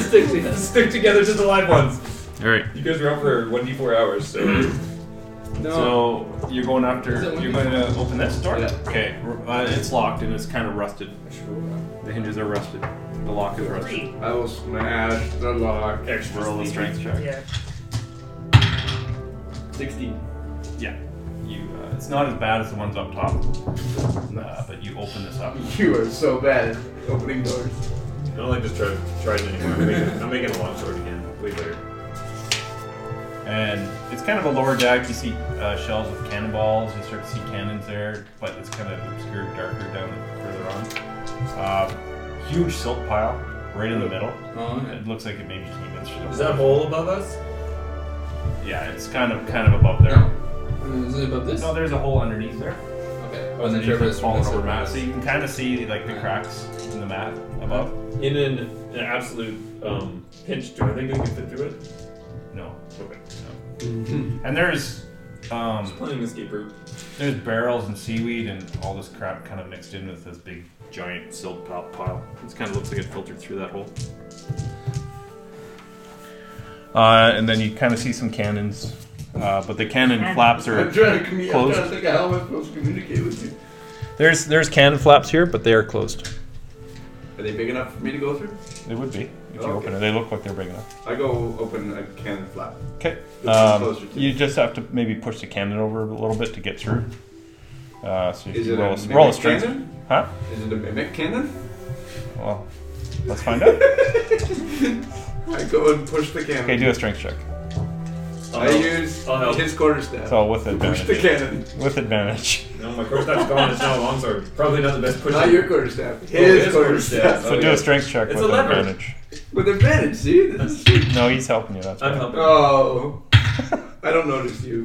[SPEAKER 6] stick, stick together to the live ones.
[SPEAKER 13] All right.
[SPEAKER 6] You guys were out for 1d4 hours, so
[SPEAKER 1] So you're going after.
[SPEAKER 5] Is it
[SPEAKER 1] You're
[SPEAKER 5] one-
[SPEAKER 1] going to open this door.
[SPEAKER 5] Yeah.
[SPEAKER 1] Okay. Uh, it's locked and it's kind of rusted. The hinges are rusted. The lock is rusted.
[SPEAKER 2] Three.
[SPEAKER 3] I will smash the lock.
[SPEAKER 6] extra
[SPEAKER 1] Roll a
[SPEAKER 6] sleepy.
[SPEAKER 1] strength check.
[SPEAKER 2] Yeah.
[SPEAKER 6] 16.
[SPEAKER 1] Yeah. You. Uh, it's not as bad as the ones up top. Uh, but you open this up.
[SPEAKER 3] You are so bad at opening doors.
[SPEAKER 6] I don't like this try, trying anymore. I'm making, I'm making a longsword again. Way better.
[SPEAKER 1] And it's kind of a lower deck. You see uh, shells with cannonballs. You start to see cannons there, but it's kind of obscured, darker down further on. Uh, huge silt pile right in the middle.
[SPEAKER 5] Oh, okay.
[SPEAKER 1] It looks like it maybe came in through the
[SPEAKER 6] Is that hole above us?
[SPEAKER 1] Yeah, it's kind of kind of above there. No,
[SPEAKER 5] No. Is it above this?
[SPEAKER 1] there's a hole underneath there.
[SPEAKER 5] Okay. I
[SPEAKER 1] And
[SPEAKER 5] wasn't
[SPEAKER 1] then you
[SPEAKER 5] sure if it was
[SPEAKER 1] just
[SPEAKER 5] from
[SPEAKER 1] fallen
[SPEAKER 5] this
[SPEAKER 1] over
[SPEAKER 5] or
[SPEAKER 1] map.
[SPEAKER 5] this.
[SPEAKER 1] So you can kind of see like the cracks in the map above.
[SPEAKER 6] In an, an absolute um, pinch, do I think we can fit through it?
[SPEAKER 1] No.
[SPEAKER 6] Okay.
[SPEAKER 1] And there's
[SPEAKER 6] Just
[SPEAKER 1] um,
[SPEAKER 6] playing escape route.
[SPEAKER 1] there's barrels and seaweed and all this crap kind of mixed in with this big giant silt pile. pile. It kind of looks like it filtered through that hole. Uh, and then you kind of see some cannons, uh, but the cannon flaps
[SPEAKER 3] I'm
[SPEAKER 1] are
[SPEAKER 3] trying to, commu- I'm
[SPEAKER 1] Close.
[SPEAKER 3] trying to think of how I'm supposed to communicate with you.
[SPEAKER 14] There's there's cannon flaps here, but they are closed.
[SPEAKER 3] Are they big enough for me to go through?
[SPEAKER 1] they would be if you
[SPEAKER 3] Okay.
[SPEAKER 1] open it. They look like they're big enough.
[SPEAKER 3] I go open a cannon flap.
[SPEAKER 1] Okay.
[SPEAKER 3] Which one's
[SPEAKER 1] Um,
[SPEAKER 3] closer to
[SPEAKER 1] you just have to maybe push the cannon over a little bit to get through. Uh, so
[SPEAKER 3] Is
[SPEAKER 1] you
[SPEAKER 3] it
[SPEAKER 1] can roll,
[SPEAKER 3] a
[SPEAKER 1] a, roll a
[SPEAKER 3] mimic
[SPEAKER 1] strength.
[SPEAKER 3] cannon?
[SPEAKER 1] Huh?
[SPEAKER 3] Is it a mimic cannon?
[SPEAKER 1] Well, let's find out.
[SPEAKER 3] I go and push the cannon.
[SPEAKER 1] Okay, do a strength check.
[SPEAKER 6] I'll
[SPEAKER 3] I
[SPEAKER 6] help.
[SPEAKER 3] use
[SPEAKER 6] I'll help.
[SPEAKER 3] his quarterstaff.
[SPEAKER 1] So with
[SPEAKER 3] push the
[SPEAKER 1] advantage.
[SPEAKER 3] cannon.
[SPEAKER 1] With advantage.
[SPEAKER 6] No, my quarterstaff's gone. It's now a longsword. Probably not the best push. Oh,
[SPEAKER 3] Not your quarterstaff. His,
[SPEAKER 6] his
[SPEAKER 3] quarterstaff.
[SPEAKER 6] quarterstaff.
[SPEAKER 1] So
[SPEAKER 6] Oh,
[SPEAKER 1] do
[SPEAKER 6] yeah.
[SPEAKER 1] a strength check
[SPEAKER 6] It's
[SPEAKER 1] with
[SPEAKER 6] a lever.
[SPEAKER 1] advantage.
[SPEAKER 3] With advantage, see? This is huge.
[SPEAKER 1] No, he's helping you. That's
[SPEAKER 6] I'm
[SPEAKER 1] right.
[SPEAKER 6] helping.
[SPEAKER 3] Oh. I don't notice you.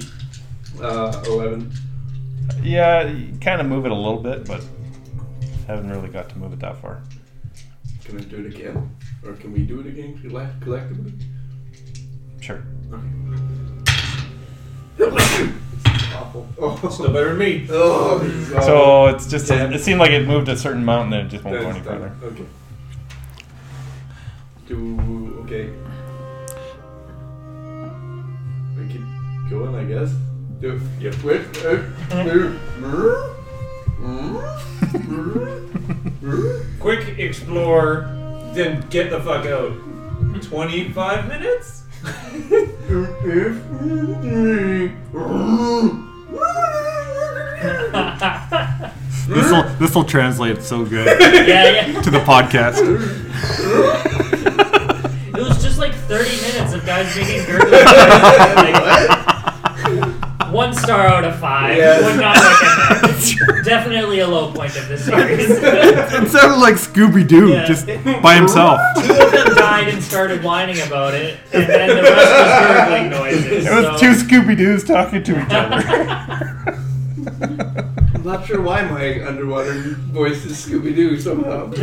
[SPEAKER 3] Uh, 11.
[SPEAKER 1] Yeah, you kind of move it a little bit, but haven't really got to move it that far.
[SPEAKER 3] Can I do it again? Or can we do it again collect- collectively?
[SPEAKER 1] Sure.
[SPEAKER 3] Awful. Oh,
[SPEAKER 6] Still better than me.
[SPEAKER 3] oh this is awful.
[SPEAKER 1] So it's just
[SPEAKER 3] Yeah.
[SPEAKER 1] it seemed like it moved a certain mountain and it just won't go
[SPEAKER 3] That's
[SPEAKER 1] any
[SPEAKER 3] done.
[SPEAKER 1] further.
[SPEAKER 3] Okay. Do okay. We keep going, I guess. Do
[SPEAKER 6] Yep.
[SPEAKER 3] wait. uh, uh, brr, brr, brr.
[SPEAKER 6] Quick explore, then get the fuck out. 25 minutes?
[SPEAKER 15] This will this will translate so good
[SPEAKER 2] Yeah, yeah.
[SPEAKER 15] to the podcast.
[SPEAKER 2] It was just like 30 minutes of guys making gurgling. like, one star out of five.
[SPEAKER 3] Yes.
[SPEAKER 2] Would not recommend. Definitely a low point of this series.
[SPEAKER 15] It sounded like Scooby Doo
[SPEAKER 2] Yeah.
[SPEAKER 15] just by himself.
[SPEAKER 2] Two of them died and started whining about it, and then the rest was gurgling noises.
[SPEAKER 1] It was
[SPEAKER 2] so-
[SPEAKER 1] two Scooby Doo's talking to each other.
[SPEAKER 3] I'm not sure why my underwater voice is Scooby Doo somehow.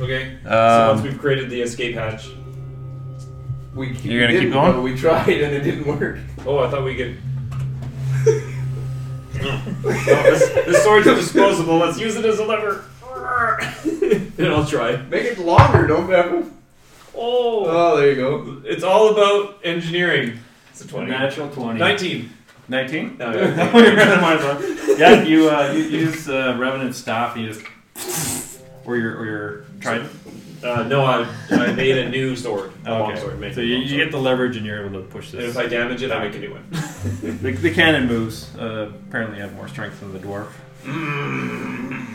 [SPEAKER 6] Okay. so once
[SPEAKER 1] Um,
[SPEAKER 6] we've created the escape hatch.
[SPEAKER 3] We keep,
[SPEAKER 1] You're gonna keep
[SPEAKER 3] didn't,
[SPEAKER 1] going?
[SPEAKER 3] though. We tried and it didn't work.
[SPEAKER 6] Oh, I thought we could. this, this sword's disposable. Let's use it as a lever. then I'll try.
[SPEAKER 3] Make it longer, don't have
[SPEAKER 6] Oh,
[SPEAKER 3] Oh, there you go.
[SPEAKER 6] it's all about engineering. It's a twenty.
[SPEAKER 7] Natural 20.
[SPEAKER 6] 19.
[SPEAKER 7] 19?
[SPEAKER 6] No, yeah.
[SPEAKER 7] yeah, you, uh, you use uh, Revenant Staff and you just. Or your, or your Trident.
[SPEAKER 6] Uh, no, I, I made a new sword. A long sword. Made
[SPEAKER 7] Okay.
[SPEAKER 6] a
[SPEAKER 7] So you,
[SPEAKER 6] long
[SPEAKER 7] you
[SPEAKER 6] sword.
[SPEAKER 7] get the leverage and you're able to push
[SPEAKER 6] And
[SPEAKER 7] this.
[SPEAKER 6] if I damage it, I make a new one.
[SPEAKER 7] The, the cannon moves uh, apparently have more strength than the dwarf. Mm.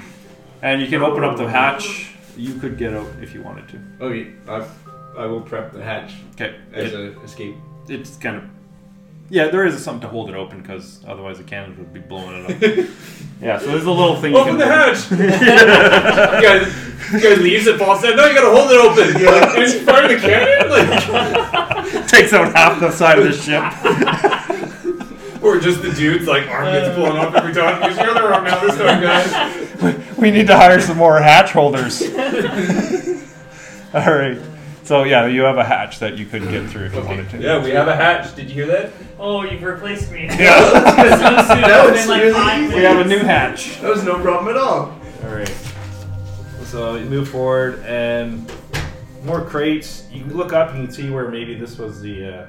[SPEAKER 7] And you can open up the hatch. You could get out if you wanted to.
[SPEAKER 3] Okay, I, I will prep the hatch
[SPEAKER 7] Okay.
[SPEAKER 3] as a escape.
[SPEAKER 7] it's kind of yeah there is something to hold it open because otherwise the cannons would be blowing it up yeah so there's a little thing
[SPEAKER 6] Open
[SPEAKER 7] you
[SPEAKER 6] the
[SPEAKER 7] can
[SPEAKER 6] hatch! guy, guy leaves it falls down. No, you gotta hold it open. You're like, it's part of the cannon? Like,
[SPEAKER 7] takes out half the side of the ship
[SPEAKER 6] or just the dude's like arm gets blown up every time. Use your other arm now this time, guys.
[SPEAKER 7] we need to hire some more hatch holders all right so yeah you have a hatch that you could get through if you wanted to
[SPEAKER 6] Yeah, we have a hatch. Did you hear that?
[SPEAKER 2] Oh, you've replaced me.
[SPEAKER 7] yeah
[SPEAKER 2] so soon.
[SPEAKER 3] That was
[SPEAKER 2] It's been like
[SPEAKER 3] really
[SPEAKER 2] five
[SPEAKER 3] easy.
[SPEAKER 7] we have a new hatch
[SPEAKER 3] That was no problem at all.
[SPEAKER 7] all right so you move forward and more crates you can look up and see where maybe this was the uh,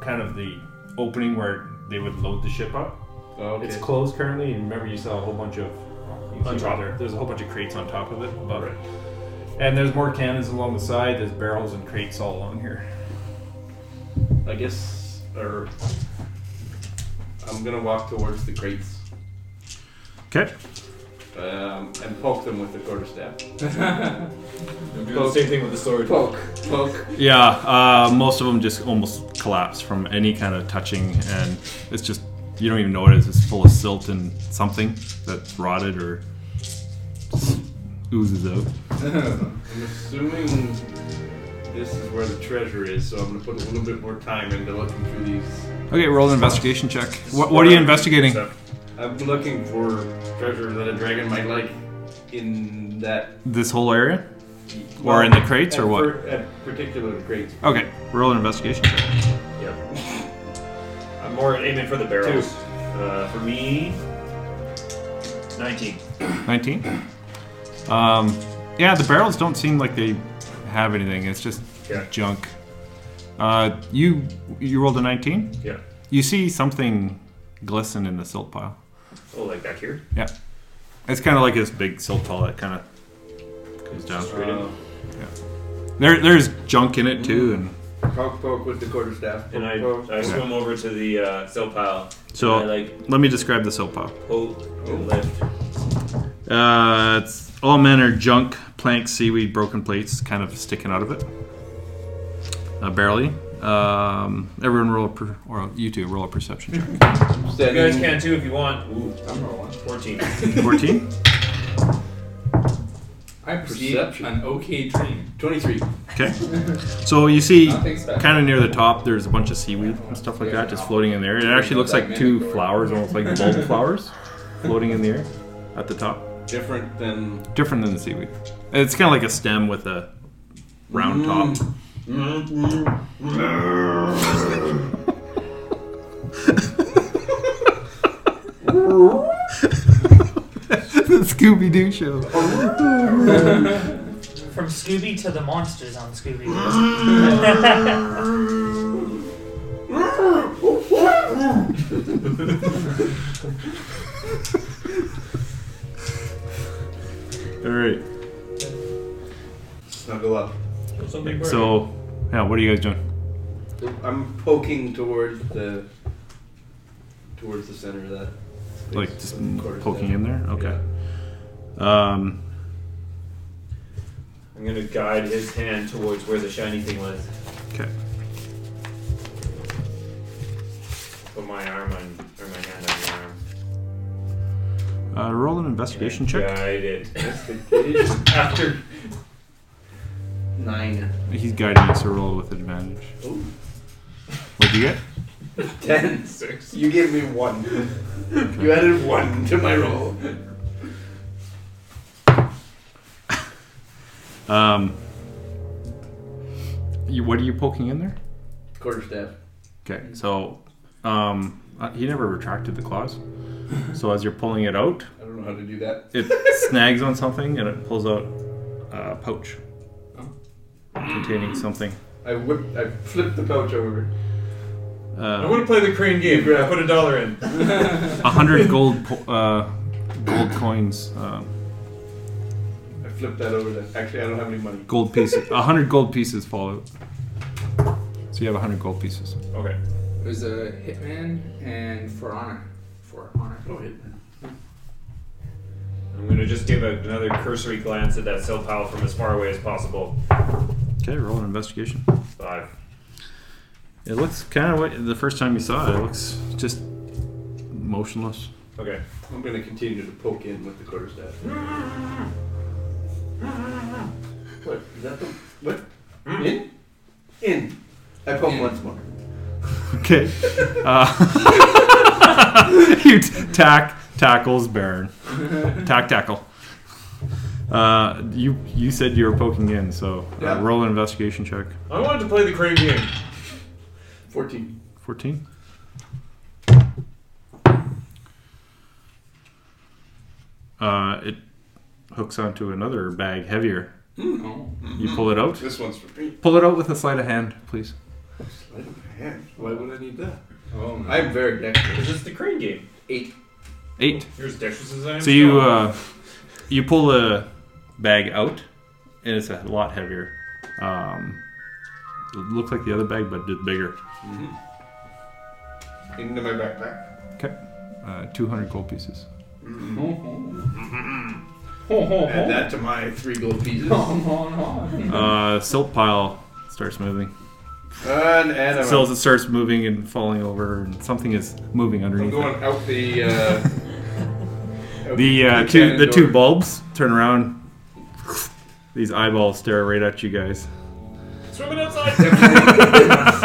[SPEAKER 7] kind of the opening where they would load the ship up
[SPEAKER 3] Oh, okay.
[SPEAKER 7] It's closed currently, and remember you saw a whole bunch of you
[SPEAKER 6] On
[SPEAKER 7] see
[SPEAKER 6] top.
[SPEAKER 7] there- There's a whole bunch of crates on top of it, above it. and there's more cannons along the side. There's barrels and crates all along here.
[SPEAKER 3] I guess, or I'm gonna walk towards the crates
[SPEAKER 7] Okay.
[SPEAKER 3] um, and poke them with the quarterstaff.
[SPEAKER 5] I'm doing the same thing with the sword.
[SPEAKER 3] Poke, poke.
[SPEAKER 1] Yeah, uh, most of them just almost collapse from any kind of touching, and it's just you don't even know what it is. It's full of silt and something that's rotted or oozes out.
[SPEAKER 3] I'm assuming this is where the treasure is, so I'm gonna put a little bit more time into looking through these.
[SPEAKER 1] Okay, roll an investigation check. What, what are you investigating?
[SPEAKER 3] I'm looking for treasure that a dragon might like in that.
[SPEAKER 1] This whole area, or in the crates, or
[SPEAKER 3] at
[SPEAKER 1] what?
[SPEAKER 3] per- at particular crates.
[SPEAKER 1] Okay, roll an investigation check.
[SPEAKER 6] Yep. I'm more aiming for the barrels. Uh, for me, 19.
[SPEAKER 1] 19. Um, yeah, the barrels don't seem like they have anything. It's just
[SPEAKER 6] Yeah.
[SPEAKER 1] junk. Uh, you you rolled a 19.
[SPEAKER 6] Yeah.
[SPEAKER 1] You see something glisten in the silt pile.
[SPEAKER 6] Oh, like back here?
[SPEAKER 1] Yeah. It's kind of like this big silt pile that kind of comes down.
[SPEAKER 6] Straight in.
[SPEAKER 1] There, there's junk in it too, and
[SPEAKER 3] Poke, poke with the quarterstaff. Poke,
[SPEAKER 6] And I,
[SPEAKER 3] poke.
[SPEAKER 6] I swim over to the uh, cell pile.
[SPEAKER 1] So-
[SPEAKER 6] and I like
[SPEAKER 1] let me describe the silt pile.
[SPEAKER 6] poke and lift.
[SPEAKER 1] Uh, it's all manner of junk, planks, seaweed, broken plates, kind of sticking out of it. Uh, barely. Um, everyone roll a per, or you two roll a perception check.
[SPEAKER 6] You guys
[SPEAKER 3] Standing-
[SPEAKER 6] can too if you want. Ooh,
[SPEAKER 3] I'm rolling.
[SPEAKER 6] 14.
[SPEAKER 1] 14?
[SPEAKER 5] I perceive
[SPEAKER 3] Perception.
[SPEAKER 5] an okay dream.
[SPEAKER 3] 23.
[SPEAKER 1] Okay. So you see,
[SPEAKER 5] Nothing special.
[SPEAKER 1] kind of near the top, there's a bunch of seaweed and stuff like that just floating in there. It actually looks like two flowers, almost like bulb flowers, floating in the air at the top.
[SPEAKER 3] Different than
[SPEAKER 1] Different than the seaweed. It's kind of like a stem with a round top. the Scooby Doo show.
[SPEAKER 2] From Scooby to the monsters on Scooby.
[SPEAKER 1] All right.
[SPEAKER 3] snuggle up.
[SPEAKER 1] So, yeah, what are you guys doing?
[SPEAKER 3] I'm poking towards the towards the center of that. space.
[SPEAKER 1] Like just
[SPEAKER 3] Quarter
[SPEAKER 1] poking
[SPEAKER 3] center.
[SPEAKER 1] in there? Okay. Um,
[SPEAKER 6] I'm gonna guide his hand towards where the shiny thing was.
[SPEAKER 1] okay.
[SPEAKER 6] Put my arm on, or my hand on your arm.
[SPEAKER 1] Uh, roll an investigation check.
[SPEAKER 6] Guide it.
[SPEAKER 3] Investigation.
[SPEAKER 6] After.
[SPEAKER 3] Nine.
[SPEAKER 1] He's guiding us to roll with advantage.
[SPEAKER 3] Ooh.
[SPEAKER 1] What'd you get?
[SPEAKER 3] Ten.
[SPEAKER 6] Six.
[SPEAKER 3] You gave me one. You added one to my roll.
[SPEAKER 1] Um, you, what are you poking in there?
[SPEAKER 3] Quarterstaff.
[SPEAKER 1] Okay, so um, uh, he never retracted the claws. So as you're pulling it out,
[SPEAKER 3] I don't know how to do that.
[SPEAKER 1] it snags on something and it pulls out a pouch containing something.
[SPEAKER 3] I whipped, I flipped the pouch over.
[SPEAKER 1] Uh,
[SPEAKER 3] I want to play the crane game. Grab. Put a dollar in.
[SPEAKER 1] A hundred gold po- uh, gold coins, uh,
[SPEAKER 3] I flipped that over. To, actually, I don't have any money.
[SPEAKER 1] gold pieces. A hundred gold pieces fall out. So you have a hundred gold pieces.
[SPEAKER 16] Okay.
[SPEAKER 3] There's a hitman and for honor. For honor.
[SPEAKER 5] Oh, hitman.
[SPEAKER 6] I'm gonna just give a, another cursory glance at that cell pile from as far away as possible.
[SPEAKER 1] Okay, roll an investigation.
[SPEAKER 6] Five.
[SPEAKER 1] It looks kind of what the first time you saw it. It looks just motionless.
[SPEAKER 6] Okay.
[SPEAKER 3] I'm gonna continue to poke in with the quarterstaff.
[SPEAKER 5] What? Is that the. What?
[SPEAKER 3] Hmm?
[SPEAKER 5] In? In. I poke once more.
[SPEAKER 1] Okay. Uh, you t- tack tackles Baron. Tack tackle. Uh, you you said you were poking in, so uh,
[SPEAKER 3] Yeah.
[SPEAKER 1] roll an investigation check.
[SPEAKER 16] I wanted to play the crane game.
[SPEAKER 3] 14.
[SPEAKER 1] Fourteen. Uh, it hooks onto another bag heavier.
[SPEAKER 3] No.
[SPEAKER 1] You pull it out.
[SPEAKER 3] This one's for me.
[SPEAKER 1] Pull it out with a sleight of hand, please.
[SPEAKER 3] Sleight of hand. Why would I need that? Oh, no.
[SPEAKER 5] I'm very dexterous.
[SPEAKER 6] Is this the crane game?
[SPEAKER 1] Eight.
[SPEAKER 6] Here's dexterous as I am.
[SPEAKER 1] So you
[SPEAKER 6] strong.
[SPEAKER 1] uh, you pull the bag out, and it's a lot heavier. Um, it looked like the other bag, but just bigger.
[SPEAKER 3] Into my backpack.
[SPEAKER 1] Okay, uh, two hundred gold pieces.
[SPEAKER 3] Uh-huh.
[SPEAKER 5] Add that to my three gold pieces.
[SPEAKER 1] Uh, silt pile starts moving.
[SPEAKER 5] And, and I'm
[SPEAKER 1] Silt it starts moving and falling over, and something is moving
[SPEAKER 3] I'm
[SPEAKER 1] underneath.
[SPEAKER 3] going out the. Uh, out
[SPEAKER 1] The uh, two
[SPEAKER 3] cannon
[SPEAKER 1] the two
[SPEAKER 3] door.
[SPEAKER 1] bulbs turn around. These eyeballs stare right at you guys.
[SPEAKER 6] swimming outside.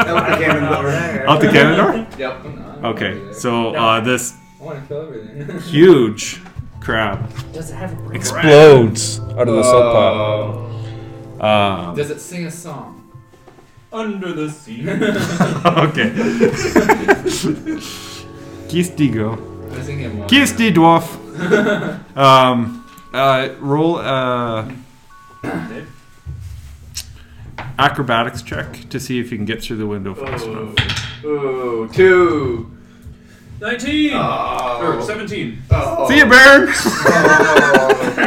[SPEAKER 5] out the cannon
[SPEAKER 2] Not
[SPEAKER 5] door.
[SPEAKER 2] there.
[SPEAKER 1] Out the cannon
[SPEAKER 5] Yep.
[SPEAKER 1] door. Oh. Okay, so uh, this
[SPEAKER 3] I want to kill everything.
[SPEAKER 1] huge crab
[SPEAKER 2] Does it have a brain?
[SPEAKER 17] Explodes out of the soap
[SPEAKER 3] Uh,
[SPEAKER 17] pile.
[SPEAKER 1] um,
[SPEAKER 3] Does it sing a song?
[SPEAKER 16] Under the sea.
[SPEAKER 1] uh, Okay. Kiss the go.
[SPEAKER 3] I sing it one.
[SPEAKER 1] Kiss the dwarf. um, uh, roll uh, acrobatics check to see if you can get through the window fast
[SPEAKER 5] Oh,
[SPEAKER 1] enough.
[SPEAKER 5] oh, two.
[SPEAKER 16] 19! Or
[SPEAKER 5] Oh.
[SPEAKER 16] 17.
[SPEAKER 5] Oh.
[SPEAKER 1] See you, Baron.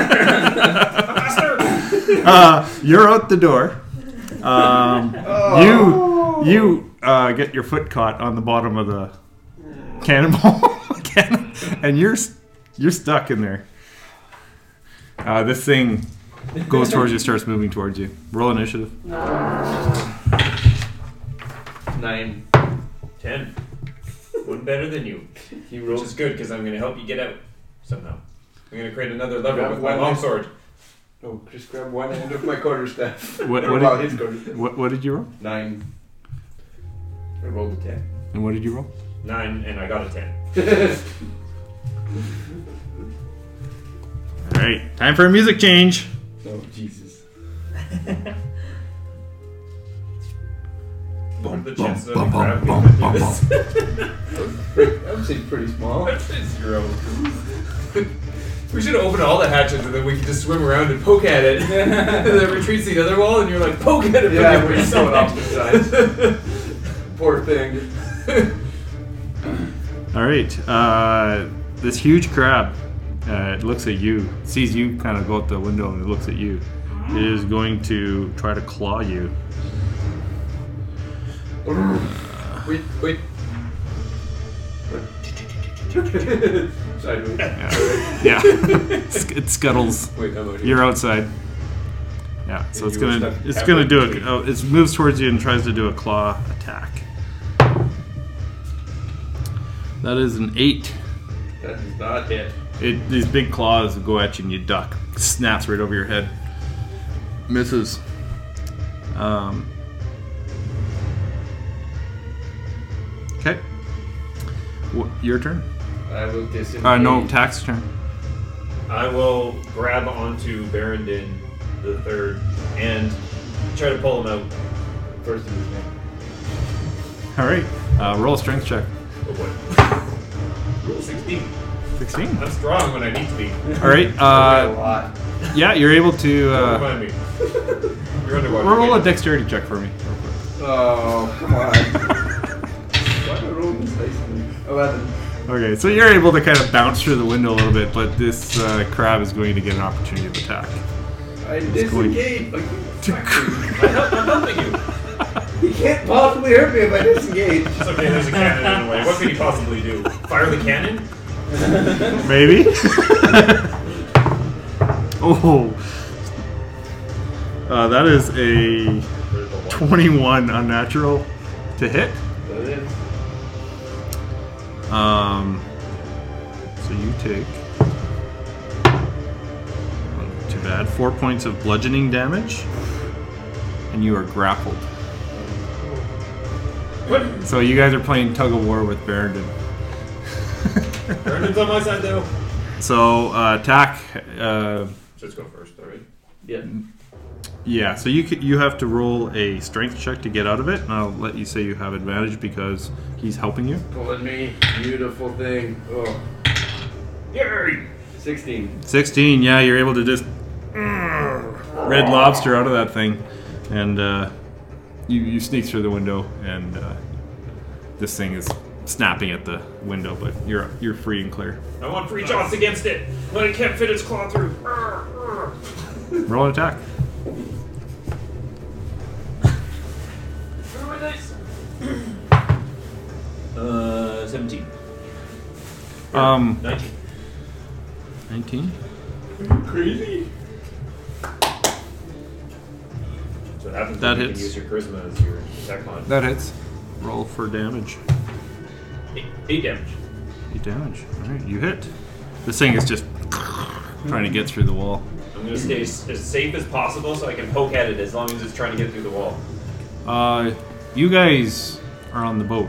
[SPEAKER 1] Oh. uh, you're out the door. Um,
[SPEAKER 6] Oh.
[SPEAKER 1] You you uh, get your foot caught on the bottom of the cannonball, cannon, and you're s- you're stuck in there. Uh, this thing goes towards you, starts moving towards you. Roll initiative.
[SPEAKER 5] Nine.
[SPEAKER 6] Ten. One better than you.
[SPEAKER 5] He
[SPEAKER 6] Which
[SPEAKER 5] rolled
[SPEAKER 6] is good because I'm gonna help you get out somehow. I'm gonna create another lever
[SPEAKER 3] Grab
[SPEAKER 6] with my
[SPEAKER 3] one.
[SPEAKER 6] longsword.
[SPEAKER 3] Oh, just grab one end of my quarterstaff.
[SPEAKER 1] What
[SPEAKER 3] Or,
[SPEAKER 1] what
[SPEAKER 3] well,
[SPEAKER 1] did,
[SPEAKER 3] his quarterstaff.
[SPEAKER 1] what, what did you roll?
[SPEAKER 3] Nine. I rolled a ten.
[SPEAKER 1] And what did you roll?
[SPEAKER 6] Nine, and I got a ten.
[SPEAKER 1] All right, time for a music change.
[SPEAKER 3] Oh, Jesus.
[SPEAKER 6] What are the chances of me grabbing it?
[SPEAKER 3] I'm saying pretty small.
[SPEAKER 6] Zero. we should open all the hatches and then we can just swim around and poke at it. and then retreats to the other wall and you're like, poke at it.
[SPEAKER 3] Yeah,
[SPEAKER 6] from the
[SPEAKER 3] we're
[SPEAKER 6] other
[SPEAKER 3] so
[SPEAKER 6] side.
[SPEAKER 3] Poor thing.
[SPEAKER 1] All right, uh, this huge crab. Uh, it looks at you, sees you kind of go out the window, and it looks at you. It is going to try to claw you.
[SPEAKER 3] Wait, wait. Sideways.
[SPEAKER 1] Yeah. yeah. Sc- it scuttles.
[SPEAKER 3] Wait, I'm out here.
[SPEAKER 1] You're outside. Yeah. So it's
[SPEAKER 3] you were
[SPEAKER 1] gonna
[SPEAKER 3] stuck
[SPEAKER 1] it's
[SPEAKER 3] halfway
[SPEAKER 1] gonna do
[SPEAKER 3] between.
[SPEAKER 1] a oh, it moves towards you and tries to do a claw attack. That is an eight.
[SPEAKER 3] That is not hit.
[SPEAKER 1] It these big claws go at you and you duck. Snaps right over your head. Misses. Um. Okay. Wh- your turn.
[SPEAKER 3] I will disengage.
[SPEAKER 1] Uh, no, tax turn.
[SPEAKER 6] I will grab onto Barondin the third and try to pull him out.
[SPEAKER 3] First of his name.
[SPEAKER 1] All right. Uh, roll a strength check.
[SPEAKER 6] Oh boy.
[SPEAKER 8] 16.
[SPEAKER 1] 16.
[SPEAKER 8] I'm strong when I need to be.
[SPEAKER 1] All right.
[SPEAKER 3] a
[SPEAKER 1] Uh,
[SPEAKER 3] lot.
[SPEAKER 1] yeah, you're able to
[SPEAKER 8] Don't
[SPEAKER 1] uh,
[SPEAKER 8] remind me. You're underwater.
[SPEAKER 1] roll a dexterity check for me.
[SPEAKER 3] Oh, come on. Why am I rolling this dice? Eleven.
[SPEAKER 1] Okay, so you're able to kind of bounce through the window a little bit, but this uh, crab is going to get an opportunity of attack.
[SPEAKER 3] I disengage. Like,
[SPEAKER 8] I'm helping you.
[SPEAKER 3] he can't possibly hurt me if I disengage.
[SPEAKER 8] It's okay, there's a cannon in the way. What could he possibly do? Fire the cannon?
[SPEAKER 1] Maybe. oh, uh, that is a 21 unnatural to hit.
[SPEAKER 3] That is-
[SPEAKER 1] Um, so you take. oh, Too bad. Four points of bludgeoning damage, and you are grappled.
[SPEAKER 8] What?
[SPEAKER 1] So you guys are playing tug of war with Barrington.
[SPEAKER 8] Brandon's on my side though.
[SPEAKER 1] So uh, attack. Uh,
[SPEAKER 8] Just go first, alright?
[SPEAKER 1] yeah. So you c- you have to roll a strength check to get out of it, and I'll let you say you have advantage because he's helping you.
[SPEAKER 3] Pulling me. Beautiful thing. Oh.
[SPEAKER 8] Yay!
[SPEAKER 3] 16.
[SPEAKER 1] 16 yeah you're able to just mm, red lobster out of that thing and uh, you, you sneak through the window and uh, this thing is snapping at the window but you're you're free and clear
[SPEAKER 8] I want free shots against it, but it can't fit its claw through. Arr, arr.
[SPEAKER 1] roll an attack
[SPEAKER 6] Uh, 17.
[SPEAKER 1] um
[SPEAKER 6] 19.
[SPEAKER 1] 19
[SPEAKER 8] Crazy.
[SPEAKER 6] That's what happens
[SPEAKER 1] That
[SPEAKER 6] when
[SPEAKER 1] hits.
[SPEAKER 6] you can use your charisma as your attack mod.
[SPEAKER 1] that hits roll for damage
[SPEAKER 6] Eight, eight damage.
[SPEAKER 1] 8 damage all right you hit this thing is just trying to get through the wall
[SPEAKER 6] I'm gonna stay as, as safe as possible so I can poke at it as long as it's trying to get through the wall.
[SPEAKER 1] uh, you guys are on the boat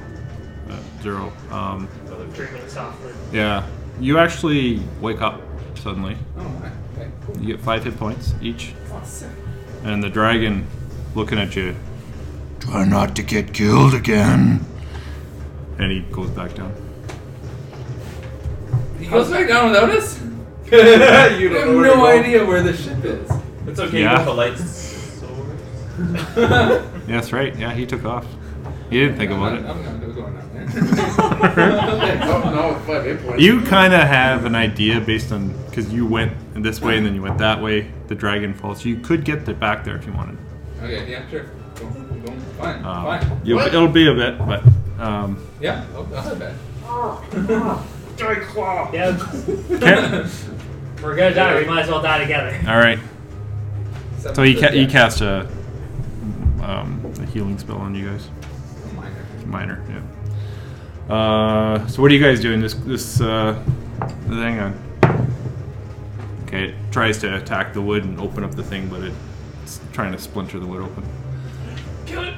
[SPEAKER 1] uh, zero um,
[SPEAKER 2] Dreaming softly.
[SPEAKER 1] Yeah. You actually wake up suddenly.
[SPEAKER 5] Oh my. Okay, cool.
[SPEAKER 1] You get five hit points each.
[SPEAKER 5] Awesome.
[SPEAKER 1] And the dragon looking at you.
[SPEAKER 18] Try not to get killed again.
[SPEAKER 1] And he goes back down.
[SPEAKER 5] He goes back down without us?
[SPEAKER 3] you
[SPEAKER 5] We have
[SPEAKER 3] don't know where to
[SPEAKER 5] no
[SPEAKER 3] go.
[SPEAKER 5] idea where the ship is.
[SPEAKER 6] It's okay,
[SPEAKER 1] Yeah.
[SPEAKER 6] you got the lights. sword.
[SPEAKER 1] Yeah, that's right. Yeah, he took off. He didn't think about
[SPEAKER 5] I'm
[SPEAKER 1] it.
[SPEAKER 5] not, I'm not going down there.
[SPEAKER 3] Oh, no, five hit points.
[SPEAKER 1] You kind of have an idea based on because you went this way and then you went that way. The dragon falls. You could get the back there if you wanted.
[SPEAKER 5] okay, yeah, sure. Go, go. Fine,
[SPEAKER 1] Um,
[SPEAKER 5] fine.
[SPEAKER 1] you,
[SPEAKER 5] What?
[SPEAKER 1] it'll be a bit, but um,
[SPEAKER 5] Yeah, oh, that's not bad.
[SPEAKER 8] Die claw!
[SPEAKER 2] Yeah,
[SPEAKER 1] can-
[SPEAKER 2] we're gonna die. We might as well die together.
[SPEAKER 1] all right.
[SPEAKER 5] Seven
[SPEAKER 1] So he ca-
[SPEAKER 5] foot,
[SPEAKER 1] he
[SPEAKER 5] yeah.
[SPEAKER 1] cast a um, a healing spell on you guys.
[SPEAKER 5] Minor.
[SPEAKER 1] minor. Yeah. Uh, so what are you guys doing? This this uh, hang on. Okay, it tries to attack the wood and open up the thing, but it's trying to splinter the wood open.
[SPEAKER 8] Kill it!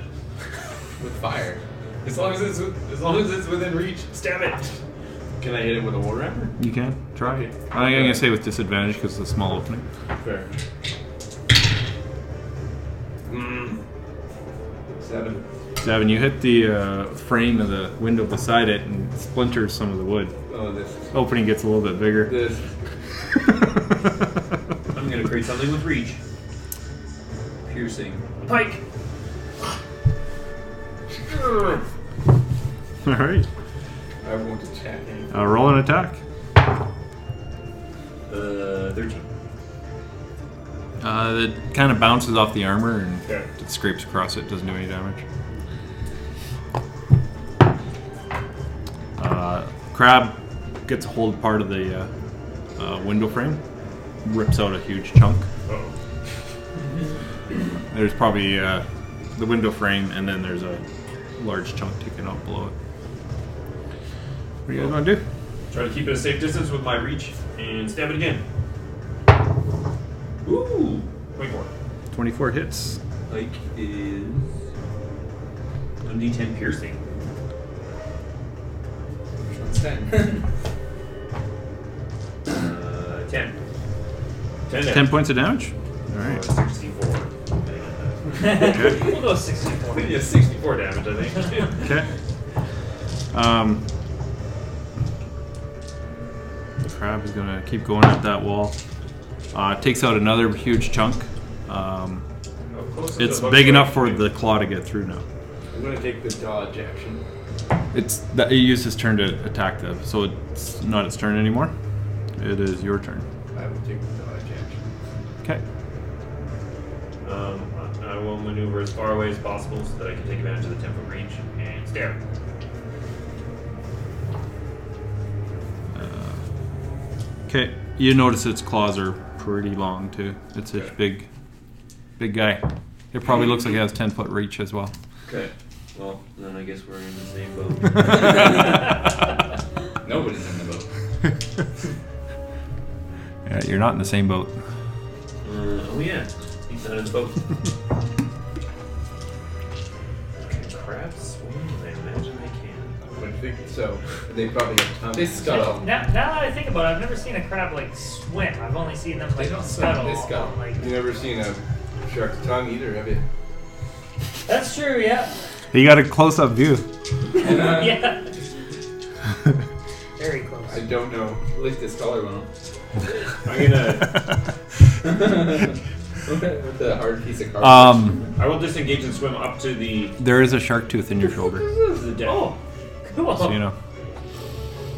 [SPEAKER 5] With fire.
[SPEAKER 8] As long as it's with- as long as it's within reach, stab it. Can I hit it with a war hammer?
[SPEAKER 1] You can try. I think I'm gonna say with disadvantage because it's a small opening.
[SPEAKER 8] Fair. Mm.
[SPEAKER 3] Seven.
[SPEAKER 1] Davin, you hit the uh, frame of the window beside it and splinters some of the wood.
[SPEAKER 3] Oh, this.
[SPEAKER 1] Opening gets a little bit bigger.
[SPEAKER 3] This.
[SPEAKER 6] I'm gonna create something with reach. Piercing.
[SPEAKER 2] Pike.
[SPEAKER 1] All right,
[SPEAKER 5] I want to check.
[SPEAKER 1] uh, roll an attack.
[SPEAKER 6] Uh, 13.
[SPEAKER 1] Uh, it kind of bounces off the armor and
[SPEAKER 8] Okay.
[SPEAKER 1] it scrapes across it. Doesn't do any damage. Uh, crab gets a hold part of the uh, uh, window frame, rips out a huge chunk.
[SPEAKER 8] Oh.
[SPEAKER 1] There's probably uh, the window frame, and then there's a large chunk taken out below it. What do you guys want to do?
[SPEAKER 8] Try to keep it a safe distance with my reach and stab it again. Ooh! 24.
[SPEAKER 1] 24 hits.
[SPEAKER 6] Like is 1d10 piercing.
[SPEAKER 5] Which one's 10?
[SPEAKER 6] Uh, 10.
[SPEAKER 8] 10
[SPEAKER 1] 10 points of damage. All
[SPEAKER 6] Uh,
[SPEAKER 1] right.
[SPEAKER 6] 64.
[SPEAKER 2] We'll go 64.
[SPEAKER 8] Yeah, 64 damage, I think.
[SPEAKER 1] Okay. Um, crab is gonna keep going at that wall. Uh, takes out another huge chunk. Um,
[SPEAKER 6] How Oh, close is
[SPEAKER 1] it's
[SPEAKER 6] it? Looks
[SPEAKER 1] big enough
[SPEAKER 6] like-
[SPEAKER 1] for the claw to get through now.
[SPEAKER 3] I'm gonna take the dodge action.
[SPEAKER 1] It's that it used his turn to attack the, so it's not its turn anymore. It is your turn.
[SPEAKER 3] I will take the dodge
[SPEAKER 1] Okay.
[SPEAKER 3] action.
[SPEAKER 6] Um, I- I will maneuver as far away as possible so that I can take advantage of the 10 foot reach and stare.
[SPEAKER 1] Okay. You notice its claws are pretty long too. It's a
[SPEAKER 6] Okay.
[SPEAKER 1] big, big guy. It probably looks like it has ten foot reach as well.
[SPEAKER 19] Okay. Well, then I guess we're in the same boat.
[SPEAKER 6] Uh,
[SPEAKER 5] Nobody's in the boat.
[SPEAKER 1] Yeah, you're not in the same boat.
[SPEAKER 19] Uh, oh yeah, he's not in the boat. Can crabs swim? I imagine they can.
[SPEAKER 3] I would think so. They probably have tons.
[SPEAKER 5] They scuttle.
[SPEAKER 2] Now, now that I think about it, I've never seen a crab like swim. I've only seen them like
[SPEAKER 5] They don't swim,
[SPEAKER 2] scuttle.
[SPEAKER 5] they scuttle.
[SPEAKER 2] Like
[SPEAKER 3] You never seen a shark's tongue either, have you?
[SPEAKER 2] that's true. Yeah.
[SPEAKER 1] You got a close up view.
[SPEAKER 5] And uh,
[SPEAKER 2] Yeah. Very close.
[SPEAKER 3] I don't know.
[SPEAKER 5] at least his collar went
[SPEAKER 6] I'm gonna.
[SPEAKER 5] With the hard piece of cardboard.
[SPEAKER 1] Um,
[SPEAKER 6] I will disengage and swim up to the.
[SPEAKER 1] there is a shark tooth in your shoulder,
[SPEAKER 6] The deck.
[SPEAKER 2] Oh, cool.
[SPEAKER 1] so you know.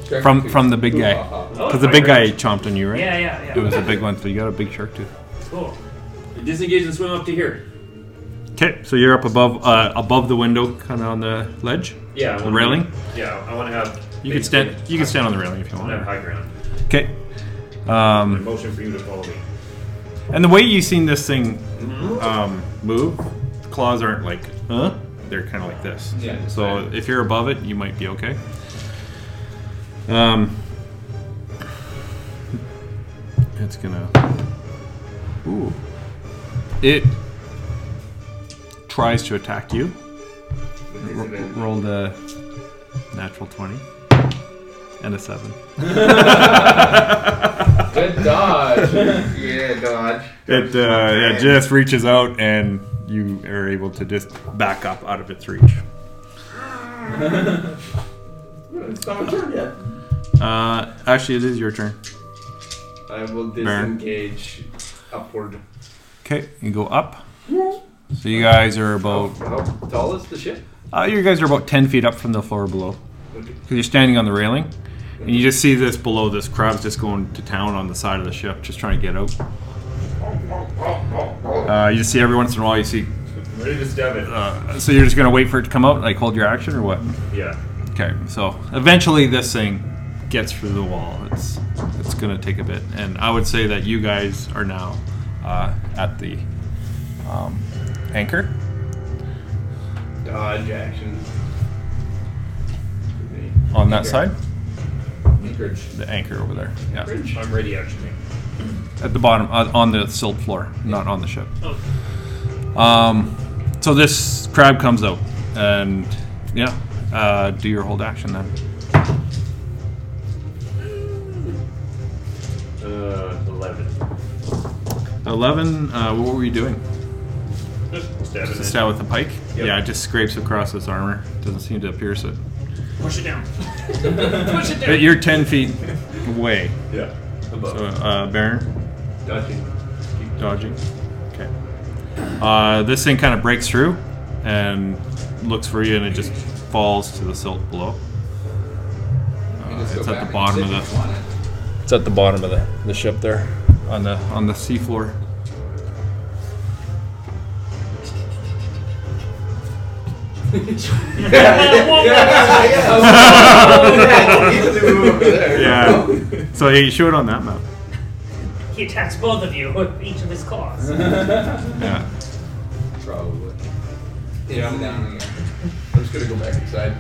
[SPEAKER 5] Shark
[SPEAKER 1] from-
[SPEAKER 5] tooth.
[SPEAKER 1] from the big guy.
[SPEAKER 2] Oh,
[SPEAKER 1] Because the big guy chomped on you, right?
[SPEAKER 2] Yeah, yeah, yeah.
[SPEAKER 1] It was a big one, so you got a big shark tooth.
[SPEAKER 2] cool.
[SPEAKER 19] Disengage and swim up to here.
[SPEAKER 1] Okay, so you're up above, uh, above the window, kind of on the ledge,
[SPEAKER 6] Yeah. I
[SPEAKER 1] the
[SPEAKER 6] wanna-
[SPEAKER 1] railing.
[SPEAKER 6] Yeah, I want to have.
[SPEAKER 1] You can stand. You can stand on the railing if you
[SPEAKER 6] I want to have
[SPEAKER 1] want.
[SPEAKER 6] high ground.
[SPEAKER 1] Okay.
[SPEAKER 6] I
[SPEAKER 1] Um,
[SPEAKER 6] motion for you to follow me.
[SPEAKER 1] and the way you've seen this thing
[SPEAKER 5] Mm-hmm.
[SPEAKER 1] um, move, the claws aren't like, huh? They're kind of like this.
[SPEAKER 5] Yeah, just
[SPEAKER 1] So
[SPEAKER 5] fine.
[SPEAKER 1] if you're above it, you might be okay. Um, it's gonna. Ooh. It tries to attack you.
[SPEAKER 3] With
[SPEAKER 1] R-
[SPEAKER 3] disadvantage.
[SPEAKER 1] rolled a natural twenty and a seven.
[SPEAKER 5] Good dodge.
[SPEAKER 3] Yeah, dodge.
[SPEAKER 1] It uh, yeah, just reaches out and you are able to just back up out of its reach.
[SPEAKER 3] It's not my turn yet.
[SPEAKER 1] Uh, actually, it is your turn.
[SPEAKER 3] I will
[SPEAKER 1] Baron.
[SPEAKER 3] disengage upward.
[SPEAKER 1] Okay, you go up. So you guys are
[SPEAKER 3] How,
[SPEAKER 1] about
[SPEAKER 3] how tall is the ship?
[SPEAKER 1] uh, you guys are about ten feet up from the floor below
[SPEAKER 3] Okay.
[SPEAKER 1] because you're standing on the railing, and you just see this below. This crab's just going to town on the side of the ship, just trying to get out. Uh, you see every once in a while you see.
[SPEAKER 6] I'm ready to stab it.
[SPEAKER 1] Uh, so you're just gonna wait for it to come out, like hold your action or what?
[SPEAKER 6] Yeah.
[SPEAKER 1] Okay, so eventually this thing gets through the wall. It's it's gonna take a bit, and I would say that you guys are now uh, at the um, anchor.
[SPEAKER 3] Dodge action.
[SPEAKER 1] on that side,
[SPEAKER 5] Anchorage.
[SPEAKER 1] the anchor over there. Yeah,
[SPEAKER 6] I'm ready actioning.
[SPEAKER 1] at the bottom uh, on the silt floor, not on the ship.
[SPEAKER 2] Okay.
[SPEAKER 1] Um, so this crab comes out, and yeah, uh, do your hold action then.
[SPEAKER 6] Uh, 11.
[SPEAKER 1] Eleven. Uh, what were you doing?
[SPEAKER 6] Just stab
[SPEAKER 1] Just a
[SPEAKER 6] it.
[SPEAKER 1] stab with the pike.
[SPEAKER 6] Uh, Yep.
[SPEAKER 1] Yeah, it just scrapes across its armor. Doesn't seem to pierce it.
[SPEAKER 2] Push it down. Push it
[SPEAKER 1] But
[SPEAKER 2] down.
[SPEAKER 1] you're ten feet away.
[SPEAKER 6] Yeah.
[SPEAKER 1] So,
[SPEAKER 6] Above.
[SPEAKER 1] uh, Baron,
[SPEAKER 3] Dodging.
[SPEAKER 1] dodging. Okay. Uh, this thing kind of breaks through and looks for you, and it just falls to the silt below.
[SPEAKER 5] You just
[SPEAKER 1] Uh,
[SPEAKER 5] go
[SPEAKER 1] it's at
[SPEAKER 5] back
[SPEAKER 1] the
[SPEAKER 5] and
[SPEAKER 1] bottom of
[SPEAKER 5] sit
[SPEAKER 1] the
[SPEAKER 5] if you want it.
[SPEAKER 20] It's at the bottom of the, the ship there.
[SPEAKER 1] on the on the seafloor.
[SPEAKER 2] Whoa, whoa, whoa.
[SPEAKER 1] Yeah. so yeah, you show it on that map.
[SPEAKER 2] He attacks both of you with each of his claws.
[SPEAKER 1] Yeah.
[SPEAKER 5] Probably. Yeah, I'm down again.
[SPEAKER 3] I'm just gonna go back inside.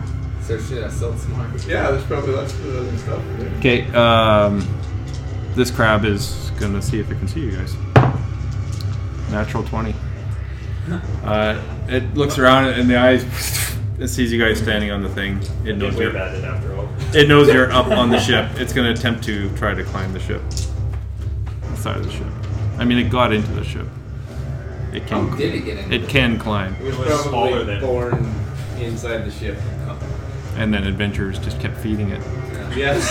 [SPEAKER 5] So shit, I sold smart.
[SPEAKER 3] Yeah, there's probably lots of other stuff. in there.
[SPEAKER 1] Okay. Um, this crab is gonna see if it can see you guys. Natural twenty. Uh, it looks around and the eyes. It sees you guys standing on the thing. It knows
[SPEAKER 6] We're
[SPEAKER 1] you're,
[SPEAKER 6] bad at after all.
[SPEAKER 1] it knows you're up on the ship. It's gonna attempt to try to climb the ship. The side of the ship. I mean, it got into the ship. It can.
[SPEAKER 5] Oh, Did it get in?
[SPEAKER 1] It can climb.
[SPEAKER 3] It was
[SPEAKER 6] was
[SPEAKER 3] probably
[SPEAKER 6] smaller than-
[SPEAKER 3] born inside the ship.
[SPEAKER 1] and then adventurers just kept feeding it.
[SPEAKER 5] Yes.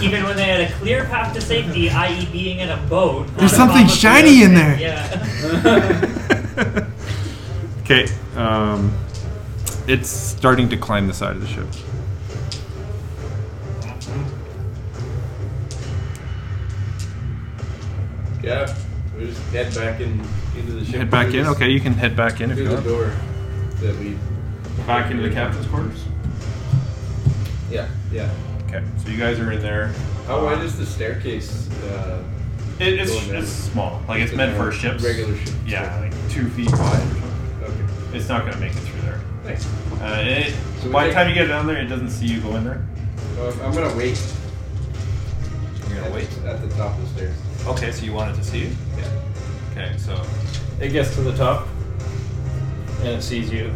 [SPEAKER 2] Even when they had a clear path to safety, i.e., being in a boat. on
[SPEAKER 21] There's
[SPEAKER 2] a
[SPEAKER 21] something
[SPEAKER 2] promised
[SPEAKER 21] shiny in
[SPEAKER 2] land.
[SPEAKER 21] there.
[SPEAKER 2] Yeah.
[SPEAKER 1] Okay, um, it's starting to climb the side of the ship.
[SPEAKER 3] Yeah, we just head back in into the ship.
[SPEAKER 1] Head back in. Okay, you can head back in if
[SPEAKER 3] Through
[SPEAKER 1] you
[SPEAKER 3] the
[SPEAKER 1] want.
[SPEAKER 3] door that we.
[SPEAKER 1] Back into the captain's quarters.
[SPEAKER 5] yeah.
[SPEAKER 3] Yeah.
[SPEAKER 1] Okay, so you guys are in there.
[SPEAKER 3] How wide is the staircase? Uh,
[SPEAKER 1] It, it's,
[SPEAKER 3] Going in.
[SPEAKER 1] it's small. Like it's
[SPEAKER 3] in
[SPEAKER 1] meant for
[SPEAKER 3] our
[SPEAKER 1] ships.
[SPEAKER 3] Regular ship.
[SPEAKER 1] Yeah, like two feet wide. or something.
[SPEAKER 3] Okay.
[SPEAKER 1] It's not gonna make it through there.
[SPEAKER 3] Nice.
[SPEAKER 1] Uh, it,
[SPEAKER 3] So we
[SPEAKER 1] by the
[SPEAKER 3] take-
[SPEAKER 1] time you get down there, it doesn't see you go in there.
[SPEAKER 3] Well, I'm- I'm gonna wait.
[SPEAKER 1] You're gonna
[SPEAKER 3] at-
[SPEAKER 1] wait.
[SPEAKER 3] at the top of the stairs.
[SPEAKER 1] Okay, so you wanted to see you.
[SPEAKER 3] Yeah.
[SPEAKER 1] Okay, so
[SPEAKER 22] It gets to the top, and it sees you.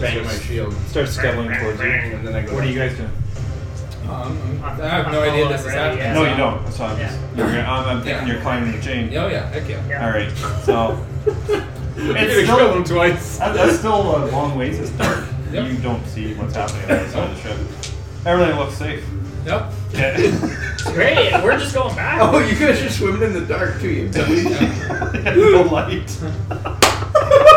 [SPEAKER 3] That's
[SPEAKER 22] Bangs.
[SPEAKER 3] my shield.
[SPEAKER 22] Starts scuttling towards you.
[SPEAKER 3] And then I go.
[SPEAKER 22] What are you guys doing?
[SPEAKER 5] Um,
[SPEAKER 2] I'm-
[SPEAKER 5] I have no
[SPEAKER 2] I'm
[SPEAKER 5] idea
[SPEAKER 2] all
[SPEAKER 5] this is
[SPEAKER 2] already,
[SPEAKER 5] happening.
[SPEAKER 2] yeah.
[SPEAKER 1] no, you don't. So I'm,
[SPEAKER 2] Yeah.
[SPEAKER 1] just, you're, I'm, I'm thinking
[SPEAKER 5] Yeah.
[SPEAKER 1] you're climbing the chain.
[SPEAKER 5] Oh yeah. Heck yeah.
[SPEAKER 1] All right, so
[SPEAKER 3] It's
[SPEAKER 1] still-
[SPEAKER 3] still twice.
[SPEAKER 1] that, that's still a long ways. It's dark.
[SPEAKER 5] Yep.
[SPEAKER 1] You don't see what's happening on the other side of the ship. Everything looks safe.
[SPEAKER 5] Yep.
[SPEAKER 1] Yeah.
[SPEAKER 2] Great. We're just going back.
[SPEAKER 3] Oh, you guys are swimming in the dark too. You.
[SPEAKER 1] the light.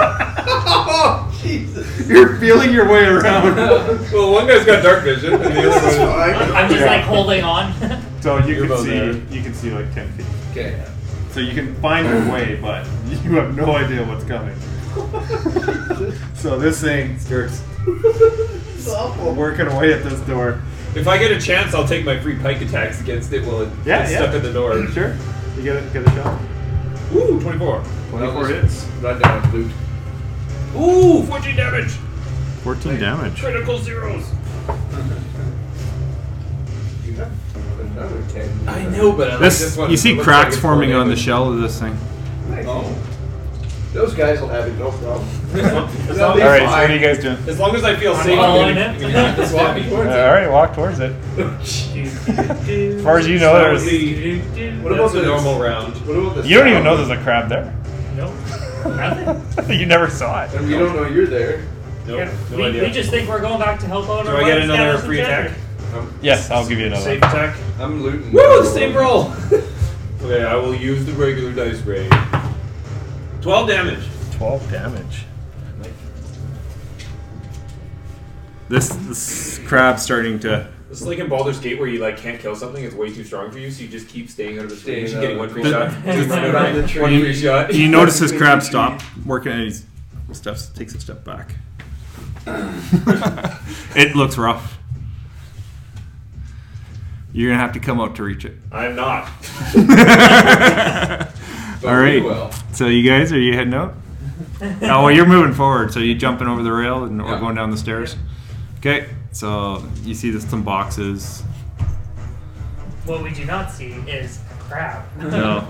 [SPEAKER 3] oh, Jesus.
[SPEAKER 1] You're feeling your way around.
[SPEAKER 5] well, one guy's got dark vision, and the
[SPEAKER 3] This is
[SPEAKER 5] other one.
[SPEAKER 3] fine.
[SPEAKER 2] I'm just like holding on.
[SPEAKER 1] So you
[SPEAKER 5] about
[SPEAKER 1] can see
[SPEAKER 5] there.
[SPEAKER 1] you can see like ten feet.
[SPEAKER 5] Okay.
[SPEAKER 1] So you can find your way, but you have no idea what's coming. so this thing starts
[SPEAKER 3] It's awful.
[SPEAKER 1] working away at this door.
[SPEAKER 5] If I get a chance, I'll take my free pike attacks against it while it
[SPEAKER 1] Yeah,
[SPEAKER 5] gets
[SPEAKER 1] yeah.
[SPEAKER 5] stuck at the door.
[SPEAKER 1] Sure. You get it. Get a shot.
[SPEAKER 5] Ooh, 24.
[SPEAKER 1] Twenty-four hits.
[SPEAKER 3] Not down with loot.
[SPEAKER 5] Ooh, 14 damage.
[SPEAKER 1] Fourteen damage.
[SPEAKER 5] Critical zeros.
[SPEAKER 3] You have another ten.
[SPEAKER 5] I know, but I like this,
[SPEAKER 1] This
[SPEAKER 5] one.
[SPEAKER 1] you
[SPEAKER 5] It
[SPEAKER 1] see
[SPEAKER 5] looks like
[SPEAKER 1] cracks
[SPEAKER 5] it's
[SPEAKER 1] forming on the
[SPEAKER 5] tornado.
[SPEAKER 1] shell of this thing.
[SPEAKER 3] Nice.
[SPEAKER 5] Oh.
[SPEAKER 3] Those guys will have it, no problem.
[SPEAKER 5] as,
[SPEAKER 3] They'll
[SPEAKER 5] long
[SPEAKER 3] be
[SPEAKER 5] as,
[SPEAKER 1] All right. So what
[SPEAKER 3] fine.
[SPEAKER 1] are you guys doing?
[SPEAKER 5] as long as I feel safe,
[SPEAKER 2] following
[SPEAKER 5] I'm gonna-
[SPEAKER 2] it.
[SPEAKER 5] I'm gonna have to swap me.
[SPEAKER 1] Uh, all right, walk towards it.
[SPEAKER 2] as
[SPEAKER 1] far as you know, there's-
[SPEAKER 3] What
[SPEAKER 5] That's
[SPEAKER 3] about the
[SPEAKER 5] a normal round.
[SPEAKER 3] What about the
[SPEAKER 1] You don't even
[SPEAKER 3] sound?
[SPEAKER 1] know there's a crab there.
[SPEAKER 2] Nope. Nothing.
[SPEAKER 1] you never saw it.
[SPEAKER 3] And we don't know you're there.
[SPEAKER 5] Nope, no
[SPEAKER 2] we,
[SPEAKER 5] idea.
[SPEAKER 2] we just think we're going back to help out
[SPEAKER 5] Do
[SPEAKER 2] our
[SPEAKER 5] I get
[SPEAKER 2] wife
[SPEAKER 5] another
[SPEAKER 2] establish
[SPEAKER 5] free
[SPEAKER 2] and
[SPEAKER 5] attack?
[SPEAKER 2] family.
[SPEAKER 1] Yes, I'll give you another.
[SPEAKER 5] Safe attack.
[SPEAKER 3] I'm looting.
[SPEAKER 5] Woo, the same roll. okay, I will use the regular dice ray.
[SPEAKER 6] 12 damage.
[SPEAKER 1] 12 damage. This, this crab's starting to.
[SPEAKER 5] This is like in Baldur's Gate where you like can't kill something; it's way too strong for you, so you just keep staying under the
[SPEAKER 3] Staying
[SPEAKER 5] tree and
[SPEAKER 3] out
[SPEAKER 5] getting
[SPEAKER 3] of
[SPEAKER 5] one
[SPEAKER 3] the
[SPEAKER 5] free
[SPEAKER 3] tree.
[SPEAKER 5] shot.
[SPEAKER 3] Just
[SPEAKER 5] One
[SPEAKER 3] around the tree.
[SPEAKER 5] free shot.
[SPEAKER 1] You notice this crab stop working and he's steps, takes a step back. it looks rough. You're going to have to come out to reach it.
[SPEAKER 6] I'm not.
[SPEAKER 1] All right.
[SPEAKER 3] Well,
[SPEAKER 1] So, you guys, are you heading out? oh, well, you're moving forward. So, you jumping over the rail and, or
[SPEAKER 5] Yeah.
[SPEAKER 1] going down the stairs? Okay. So, you see there's some boxes.
[SPEAKER 2] What we do not see is a crab.
[SPEAKER 1] No.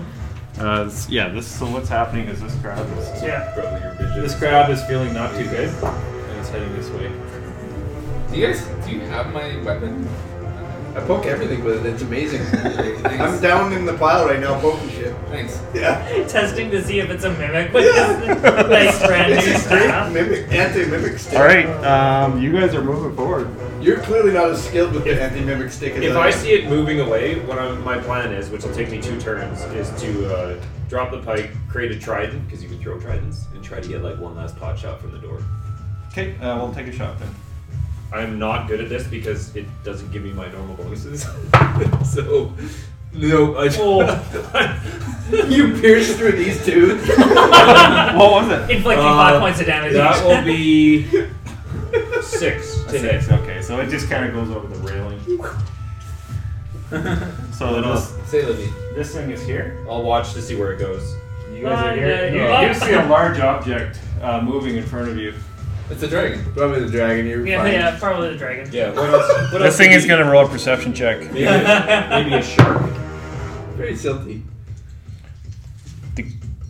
[SPEAKER 1] Uh, s- yeah, this. So what's happening is this crab is.
[SPEAKER 2] yeah.
[SPEAKER 5] Probably your vision.
[SPEAKER 6] This crab is feeling not too good. And it's heading this way.
[SPEAKER 5] Do you guys? Do you have my weapon?
[SPEAKER 3] I poke everything with it. It's amazing.
[SPEAKER 5] Thanks.
[SPEAKER 3] I'm down in the pile right now poking shit.
[SPEAKER 5] Thanks.
[SPEAKER 3] Yeah.
[SPEAKER 2] Testing to see if it's a mimic with this nice brand
[SPEAKER 3] It's
[SPEAKER 2] new
[SPEAKER 3] a straight
[SPEAKER 2] staff.
[SPEAKER 3] mimic, anti-mimic stick.
[SPEAKER 1] All right. Um, you guys are moving forward.
[SPEAKER 3] You're clearly not as skilled with the anti-mimic stick as
[SPEAKER 6] If
[SPEAKER 3] I
[SPEAKER 6] I
[SPEAKER 3] am.
[SPEAKER 6] see it moving away, what I'm, my plan is, which will take me two turns, is to uh, drop the pike, create a trident, because you can throw tridents, and try to get like one last pot shot from the door.
[SPEAKER 1] Okay. Uh, we'll take a shot then.
[SPEAKER 6] I'm not good at this because it doesn't give me my normal bonuses.
[SPEAKER 5] So, no. I,
[SPEAKER 3] you pierce through these two.
[SPEAKER 1] what was it?
[SPEAKER 2] Inflicting
[SPEAKER 6] Uh,
[SPEAKER 2] five points of damage.
[SPEAKER 6] that will be six to hit.
[SPEAKER 1] Okay. So it just kind of goes over the railing. so this
[SPEAKER 5] say, Libby.
[SPEAKER 1] this thing is here.
[SPEAKER 6] I'll watch to see where it goes.
[SPEAKER 1] You guys are here.
[SPEAKER 6] Oh,
[SPEAKER 1] You,
[SPEAKER 2] Uh,
[SPEAKER 1] you see a large object uh, moving in front of you.
[SPEAKER 5] It's a dragon.
[SPEAKER 3] Probably the dragon. You're
[SPEAKER 2] yeah,
[SPEAKER 3] fine.
[SPEAKER 2] yeah, probably the dragon.
[SPEAKER 5] Yeah. What else? What else
[SPEAKER 1] This thing
[SPEAKER 5] do
[SPEAKER 1] is
[SPEAKER 5] we-
[SPEAKER 1] gonna roll a perception check.
[SPEAKER 5] Maybe a- maybe a shark.
[SPEAKER 3] Very silty.
[SPEAKER 1] The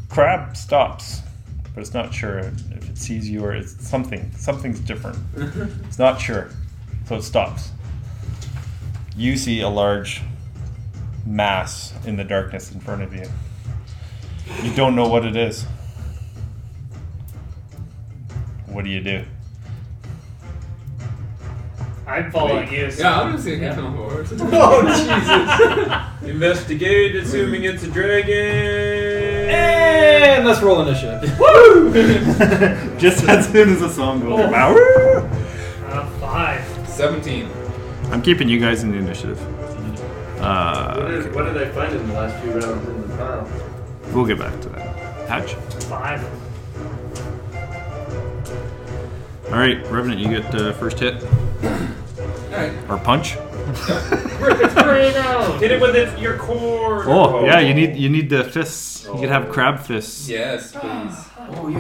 [SPEAKER 1] crab stops, but it's not sure if it sees you or it's something. Something's different. it's not sure, so it stops. You see a large mass in the darkness in front of you. You don't know what it is. What do you do?
[SPEAKER 2] I'm following you. So.
[SPEAKER 5] Yeah, I'm gonna see if I can come forward.
[SPEAKER 3] Oh, Jesus.
[SPEAKER 6] Investigate, assuming it's a dragon.
[SPEAKER 23] And let's roll initiative.
[SPEAKER 1] Just as soon as the song goes. "Wow."
[SPEAKER 2] Uh, five.
[SPEAKER 5] 17.
[SPEAKER 1] I'm keeping you guys in the initiative.
[SPEAKER 3] What
[SPEAKER 1] Uh,
[SPEAKER 3] did, what did I find in the last few rounds in the pile?
[SPEAKER 1] we'll get back to that. Hatch.
[SPEAKER 2] Five.
[SPEAKER 1] All right, Revenant, you get uh, first hit
[SPEAKER 5] Alright.
[SPEAKER 1] or punch.
[SPEAKER 6] Hit it with it, your core.
[SPEAKER 1] Oh, yeah, you need you need the fists. You could have crab fists.
[SPEAKER 5] Yes, please.
[SPEAKER 2] Oh,
[SPEAKER 6] You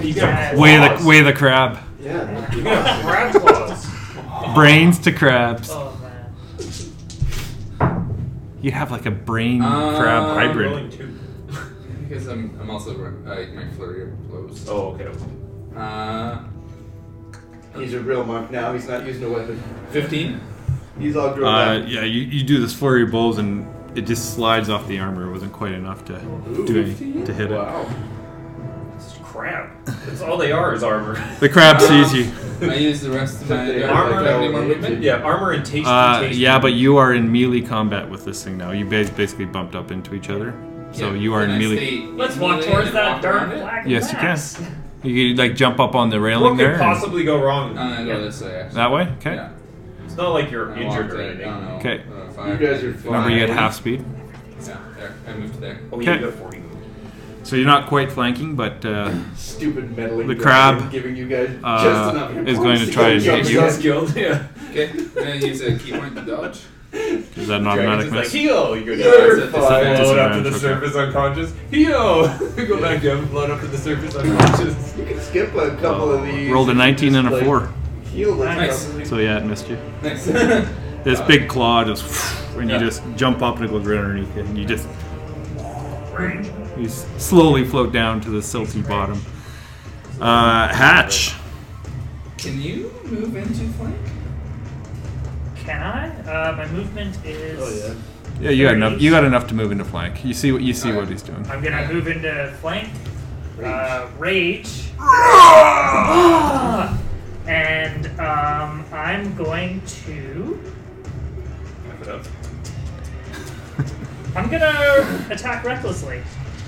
[SPEAKER 2] Yes.
[SPEAKER 6] got
[SPEAKER 1] Way the way the crab.
[SPEAKER 3] Yeah.
[SPEAKER 6] you got crab claws.
[SPEAKER 1] Brains to crabs.
[SPEAKER 2] Oh man.
[SPEAKER 1] You have like a brain
[SPEAKER 5] Uh,
[SPEAKER 1] crab hybrid.
[SPEAKER 6] Rolling two.
[SPEAKER 5] Because I'm, I'm also run- I my flurry of blows.
[SPEAKER 6] Oh, okay.
[SPEAKER 5] Uh,
[SPEAKER 3] He's a real monk now. He's not using a weapon.
[SPEAKER 5] 15.
[SPEAKER 3] He's all grown
[SPEAKER 1] Uh,
[SPEAKER 3] up.
[SPEAKER 1] yeah, you, you do this flurry of blows and it just slides off the armor. It wasn't quite enough to do any, to hit it.
[SPEAKER 3] Wow.
[SPEAKER 6] It's crap. That's all they are is armor.
[SPEAKER 1] The crab sees you.
[SPEAKER 5] I use the rest of my.
[SPEAKER 3] Something
[SPEAKER 5] uh, Do I
[SPEAKER 3] armor
[SPEAKER 5] have do I have any
[SPEAKER 3] that
[SPEAKER 5] more
[SPEAKER 3] would
[SPEAKER 5] movement?
[SPEAKER 6] Yeah, armor and tasty.
[SPEAKER 1] Uh,
[SPEAKER 6] tasty.
[SPEAKER 1] yeah, but you are in melee combat with this thing now. You guys basically bumped up into each other, so
[SPEAKER 5] Yeah,
[SPEAKER 1] you are
[SPEAKER 5] can I
[SPEAKER 1] in melee.
[SPEAKER 5] stay
[SPEAKER 2] Let's
[SPEAKER 5] in
[SPEAKER 2] walk
[SPEAKER 5] melee
[SPEAKER 2] towards
[SPEAKER 5] and
[SPEAKER 2] that
[SPEAKER 5] walk around
[SPEAKER 2] darn
[SPEAKER 5] it?
[SPEAKER 2] black
[SPEAKER 1] Yes, you
[SPEAKER 2] mass. you
[SPEAKER 1] You could, like jump up on the
[SPEAKER 6] What
[SPEAKER 1] railing
[SPEAKER 6] could
[SPEAKER 1] there. and-
[SPEAKER 6] possibly go wrong?
[SPEAKER 5] No, no, go this way, actually.
[SPEAKER 1] that way, okay.
[SPEAKER 5] Yeah.
[SPEAKER 6] It's not like you're
[SPEAKER 5] I
[SPEAKER 6] injured
[SPEAKER 5] walked
[SPEAKER 6] or
[SPEAKER 5] it, I
[SPEAKER 6] anything.
[SPEAKER 5] don't know,
[SPEAKER 1] Okay.
[SPEAKER 5] uh,
[SPEAKER 3] You
[SPEAKER 5] five.
[SPEAKER 3] guys are
[SPEAKER 1] Remember, you had
[SPEAKER 3] fine.
[SPEAKER 1] half speed,
[SPEAKER 5] Yeah, there. I moved there.
[SPEAKER 6] Oh, yeah,
[SPEAKER 1] Okay.
[SPEAKER 6] you got 40.
[SPEAKER 1] so you're not quite flanking, but uh,
[SPEAKER 3] Stupid meddling.
[SPEAKER 1] The
[SPEAKER 3] guy
[SPEAKER 1] crab,
[SPEAKER 3] giving you guys
[SPEAKER 1] uh,
[SPEAKER 3] just enough
[SPEAKER 1] is going to
[SPEAKER 3] points
[SPEAKER 1] try and
[SPEAKER 3] get jump
[SPEAKER 1] hit
[SPEAKER 6] You
[SPEAKER 1] you.
[SPEAKER 6] got
[SPEAKER 3] against
[SPEAKER 6] skilled, yeah.
[SPEAKER 5] Okay, I'm gonna use a key point to dodge.
[SPEAKER 1] is that an
[SPEAKER 6] Dragon's
[SPEAKER 1] automatic
[SPEAKER 6] just
[SPEAKER 1] miss?
[SPEAKER 6] like, heal! You go
[SPEAKER 3] You're
[SPEAKER 6] down.
[SPEAKER 3] fine.
[SPEAKER 6] Float up to the
[SPEAKER 1] Disadvantage, okay.
[SPEAKER 6] surface unconscious. Heal! go back down, float up to the surface unconscious.
[SPEAKER 3] You can skip a couple of these.
[SPEAKER 1] Rolled a 19 and a
[SPEAKER 3] Like,
[SPEAKER 1] four,
[SPEAKER 3] Heal this
[SPEAKER 5] Nice.
[SPEAKER 3] couple.
[SPEAKER 1] so yeah, it missed you.
[SPEAKER 5] Nice. That's
[SPEAKER 1] This big claw just, and you
[SPEAKER 5] Yeah.
[SPEAKER 1] just jump up and it goes right underneath it, and you just
[SPEAKER 2] Range.
[SPEAKER 1] you s- slowly float down to the silty bottom. Uh, hatch.
[SPEAKER 5] Can you move into flank?
[SPEAKER 2] Can I? Uh, my movement is.
[SPEAKER 3] Oh, yeah.
[SPEAKER 1] Yeah, you got enough. You got enough to move into flank. You see what you see
[SPEAKER 5] Alright.
[SPEAKER 1] what he's doing.
[SPEAKER 2] I'm gonna move into flank. Uh, rage. and um, I'm going to.
[SPEAKER 6] F it up.
[SPEAKER 2] I'm gonna attack recklessly.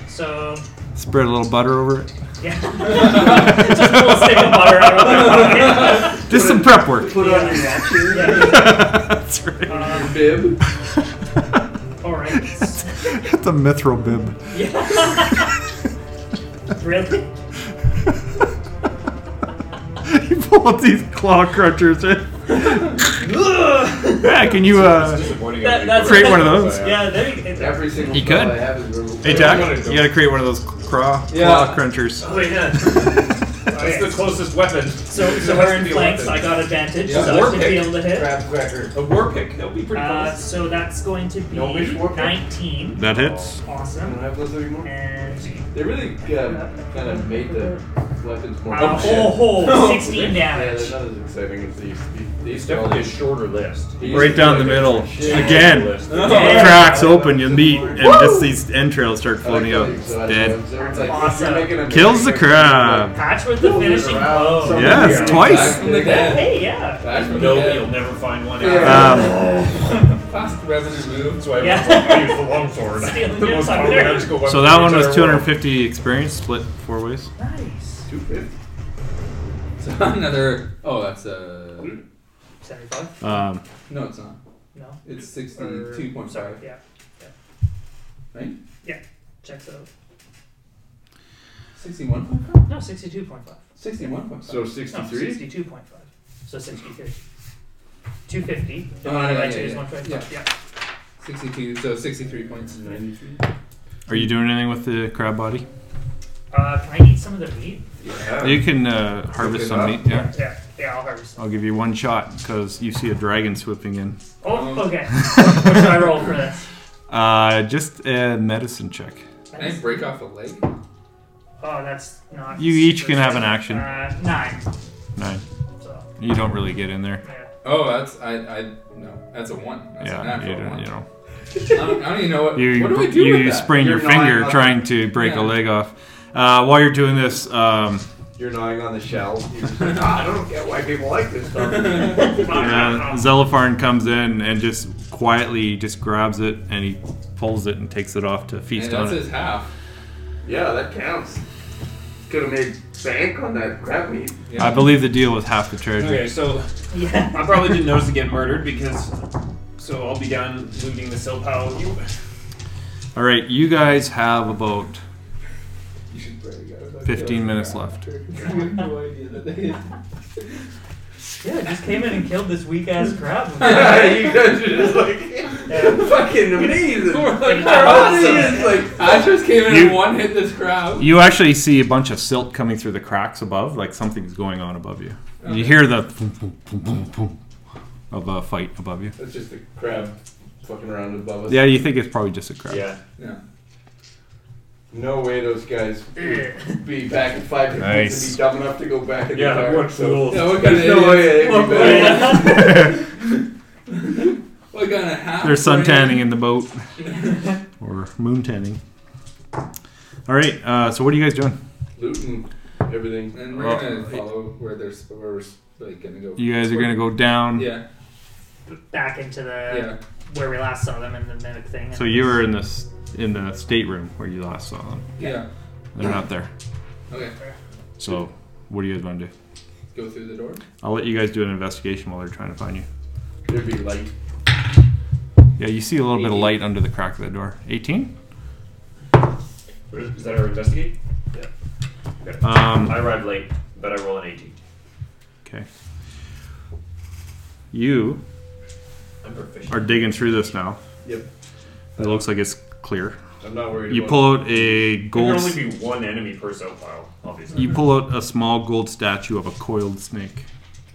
[SPEAKER 2] So
[SPEAKER 1] Spread a little butter over it.
[SPEAKER 2] yeah. Just pull a stick of butter out of my pocket.
[SPEAKER 1] Just some prep work.
[SPEAKER 3] Put on your action.
[SPEAKER 2] Yeah.
[SPEAKER 1] That's right.
[SPEAKER 2] Um,
[SPEAKER 3] Bib.
[SPEAKER 2] all right.
[SPEAKER 1] That's a mithril bib.
[SPEAKER 2] Really?
[SPEAKER 1] you pull up these claw crutchers. eh? yeah, can you uh,
[SPEAKER 6] Disappointing.
[SPEAKER 2] That- that's-
[SPEAKER 1] create one of those?
[SPEAKER 2] Yeah, there you go.
[SPEAKER 3] Every single
[SPEAKER 1] You
[SPEAKER 3] spell
[SPEAKER 1] could.
[SPEAKER 3] I have is verbal.
[SPEAKER 1] Hey Jack, you gotta create one of those claw claw
[SPEAKER 5] Yeah.
[SPEAKER 1] crunchers.
[SPEAKER 2] Wait, yeah.
[SPEAKER 6] That's the
[SPEAKER 2] Okay.
[SPEAKER 6] closest weapon.
[SPEAKER 2] So, so
[SPEAKER 6] There
[SPEAKER 2] we're in
[SPEAKER 6] be a
[SPEAKER 2] flanks. I
[SPEAKER 6] weapon.
[SPEAKER 2] got advantage,
[SPEAKER 5] Yeah.
[SPEAKER 2] so I
[SPEAKER 6] War
[SPEAKER 2] should be
[SPEAKER 6] pick.
[SPEAKER 2] able to hit.
[SPEAKER 3] Crab cracker.
[SPEAKER 6] A war pick. That would be pretty
[SPEAKER 2] Uh,
[SPEAKER 6] close.
[SPEAKER 2] so that's going to be
[SPEAKER 3] No wish war pick?
[SPEAKER 2] 19.
[SPEAKER 1] That hits.
[SPEAKER 3] I don't
[SPEAKER 2] Awesome.
[SPEAKER 3] have those anymore.
[SPEAKER 2] And
[SPEAKER 3] They really uh, kind of made the weapons more.
[SPEAKER 2] uh,
[SPEAKER 3] shit.
[SPEAKER 2] oh, ho, 16
[SPEAKER 3] Yeah,
[SPEAKER 2] damage.
[SPEAKER 3] they're not as exciting as they used to be. They used
[SPEAKER 6] It's
[SPEAKER 3] to be all
[SPEAKER 6] definitely a shorter list.
[SPEAKER 3] these-
[SPEAKER 1] Right down the
[SPEAKER 3] these-
[SPEAKER 1] middle.
[SPEAKER 3] Shit.
[SPEAKER 1] Again.
[SPEAKER 2] Yeah.
[SPEAKER 1] Cracks open, you meet, and just these entrails start floating out. It's
[SPEAKER 3] So that's
[SPEAKER 1] dead.
[SPEAKER 3] what I'm saying. It's like,
[SPEAKER 2] Awesome.
[SPEAKER 3] you're making a-
[SPEAKER 1] Kills the crab.
[SPEAKER 2] Patch with the finishing
[SPEAKER 3] Around
[SPEAKER 2] blow.
[SPEAKER 3] something.
[SPEAKER 1] Yes, twice.
[SPEAKER 5] From the
[SPEAKER 2] Yeah,
[SPEAKER 5] dead.
[SPEAKER 2] Hey, yeah.
[SPEAKER 3] That's what
[SPEAKER 6] No,
[SPEAKER 3] they did.
[SPEAKER 6] you'll never find one.
[SPEAKER 3] Yeah.
[SPEAKER 1] Um,
[SPEAKER 5] Fast revenant move.
[SPEAKER 6] That's why
[SPEAKER 2] Yeah.
[SPEAKER 6] I use the longsword.
[SPEAKER 2] Stealing
[SPEAKER 6] the
[SPEAKER 2] your
[SPEAKER 6] most
[SPEAKER 2] thunder.
[SPEAKER 6] powerful magical weapon
[SPEAKER 1] so that
[SPEAKER 6] in the
[SPEAKER 1] one was
[SPEAKER 6] entire world.
[SPEAKER 1] 250 experience, split four ways.
[SPEAKER 2] Nice.
[SPEAKER 3] 250.
[SPEAKER 5] So another. Oh, that's a.
[SPEAKER 2] 75?
[SPEAKER 1] Um,
[SPEAKER 5] No, it's not.
[SPEAKER 2] No.
[SPEAKER 5] It's
[SPEAKER 2] Or-
[SPEAKER 5] 62.5.
[SPEAKER 2] Yeah.
[SPEAKER 5] Right?
[SPEAKER 2] Checks out.
[SPEAKER 5] 61.5?
[SPEAKER 2] No, 62.5.
[SPEAKER 5] 61.5.
[SPEAKER 3] So
[SPEAKER 2] No,
[SPEAKER 3] 63?
[SPEAKER 2] 62.5. So 63. 250.
[SPEAKER 5] Oh,
[SPEAKER 2] divided
[SPEAKER 5] yeah,
[SPEAKER 2] by
[SPEAKER 5] yeah,
[SPEAKER 2] 2 is
[SPEAKER 5] yeah.
[SPEAKER 2] 125. Yeah.
[SPEAKER 5] 62, so 63 points.
[SPEAKER 3] 93.
[SPEAKER 1] are you doing anything with the crab body?
[SPEAKER 2] Uh, can I eat some of the meat?
[SPEAKER 6] Yeah.
[SPEAKER 1] You can uh, harvest some meat. Yeah.
[SPEAKER 2] Yeah, yeah, I'll harvest some.
[SPEAKER 1] I'll give you one shot because you see a dragon swooping in.
[SPEAKER 2] Oh, okay. what should I roll for this?
[SPEAKER 1] Uh, just a medicine check.
[SPEAKER 5] Can I break off a leg?
[SPEAKER 2] Oh, that's not.
[SPEAKER 1] You each
[SPEAKER 2] super
[SPEAKER 1] can have
[SPEAKER 2] good.
[SPEAKER 1] an action.
[SPEAKER 2] Uh, nine.
[SPEAKER 1] Nine.
[SPEAKER 2] So,
[SPEAKER 1] You don't really get in there.
[SPEAKER 2] yeah.
[SPEAKER 5] Oh, that's. I. I No, that's a 1. That's a
[SPEAKER 1] Yeah, you
[SPEAKER 5] natural
[SPEAKER 1] don't.
[SPEAKER 5] 1.
[SPEAKER 1] You know.
[SPEAKER 5] I, don't, I don't even know what.
[SPEAKER 1] You
[SPEAKER 5] what do I do
[SPEAKER 1] you
[SPEAKER 5] with that?
[SPEAKER 1] sprain your
[SPEAKER 3] You're gnawing
[SPEAKER 1] finger
[SPEAKER 3] on-
[SPEAKER 1] trying to break
[SPEAKER 5] Yeah.
[SPEAKER 1] a leg off. Uh, while you're doing this, um,
[SPEAKER 3] You're gnawing on the shell. You're just like, "Ah, I don't get why people like this stuff.
[SPEAKER 1] Uh, Zelopharn comes in and just quietly just grabs it and he pulls it and takes it off to feast
[SPEAKER 5] And
[SPEAKER 1] on
[SPEAKER 5] that's
[SPEAKER 1] it.
[SPEAKER 5] his half.
[SPEAKER 3] yeah, that counts. Could have made bank on that crab meat.
[SPEAKER 5] Yeah.
[SPEAKER 1] I believe the deal was half the treasure.
[SPEAKER 6] Okay, so
[SPEAKER 2] Yeah.
[SPEAKER 6] I probably didn't notice to get murdered because. So I'll be down looting the soap pile. You.
[SPEAKER 1] All right, you guys have about
[SPEAKER 5] You should pray to God about
[SPEAKER 1] 15
[SPEAKER 5] killing
[SPEAKER 1] minutes
[SPEAKER 5] crap.
[SPEAKER 1] left.
[SPEAKER 5] I have no idea that they.
[SPEAKER 2] Yeah, just came in and killed this weak ass crab.
[SPEAKER 3] you guys are just like fucking amazing.
[SPEAKER 5] We're like,
[SPEAKER 3] Our
[SPEAKER 5] we're
[SPEAKER 3] audience
[SPEAKER 5] awesome.
[SPEAKER 3] is like
[SPEAKER 5] I just came in
[SPEAKER 1] You-
[SPEAKER 5] and one hit this crowd.
[SPEAKER 1] You actually see a bunch of silt coming through the cracks above, like something's going on above you. And You hear the boom, boom, boom, boom, boom of a fight above you.
[SPEAKER 3] that's just a crab fucking around above us.
[SPEAKER 1] Yeah, you think it's probably just a crack.
[SPEAKER 6] Yeah.
[SPEAKER 5] Yeah.
[SPEAKER 3] No way those guys would be back in five minutes
[SPEAKER 1] Nice.
[SPEAKER 3] and be dumb enough to go back in
[SPEAKER 6] Yeah,
[SPEAKER 3] the
[SPEAKER 6] what
[SPEAKER 3] dark. So
[SPEAKER 6] fools.
[SPEAKER 5] Yeah, what kind
[SPEAKER 3] there's
[SPEAKER 5] of
[SPEAKER 3] no way
[SPEAKER 5] idiots?
[SPEAKER 3] they'd be back.
[SPEAKER 2] yeah.
[SPEAKER 5] What kind of half?
[SPEAKER 1] They're sun
[SPEAKER 5] tanning.
[SPEAKER 1] tanning in the boat or moon tanning. All right, uh, so what are you guys doing?
[SPEAKER 3] Looting everything.
[SPEAKER 5] And we're
[SPEAKER 1] Well,
[SPEAKER 5] gonna
[SPEAKER 1] it-
[SPEAKER 5] follow where they're s- where we're s- like gonna go.
[SPEAKER 1] Oh. You guys are going to go down.
[SPEAKER 5] Yeah,
[SPEAKER 2] Back into the
[SPEAKER 5] yeah.
[SPEAKER 2] where we last saw them in the mimic thing.
[SPEAKER 1] So you were in this in the stateroom where you last saw them.
[SPEAKER 5] Yeah.
[SPEAKER 1] They're not there.
[SPEAKER 5] Okay.
[SPEAKER 1] So what do you guys want to do?
[SPEAKER 5] Go through the door.
[SPEAKER 1] I'll let you guys do an investigation while they're trying to find you.
[SPEAKER 3] There'd be light.
[SPEAKER 1] Yeah, you see a little bit of light under the crack of the door. 18?
[SPEAKER 6] What Is is that our investigate? Yeah.
[SPEAKER 1] Um,
[SPEAKER 6] I arrived late, but I roll an 18.
[SPEAKER 1] okay. You
[SPEAKER 6] I'm proficient.
[SPEAKER 1] are digging through this now.
[SPEAKER 3] Yep.
[SPEAKER 1] It looks like it's clear.
[SPEAKER 3] I'm not worried
[SPEAKER 1] You
[SPEAKER 3] about
[SPEAKER 1] pull out a
[SPEAKER 6] There
[SPEAKER 1] gold.
[SPEAKER 6] can only be one enemy per soap pile, obviously.
[SPEAKER 1] You pull out a small gold statue of a coiled snake.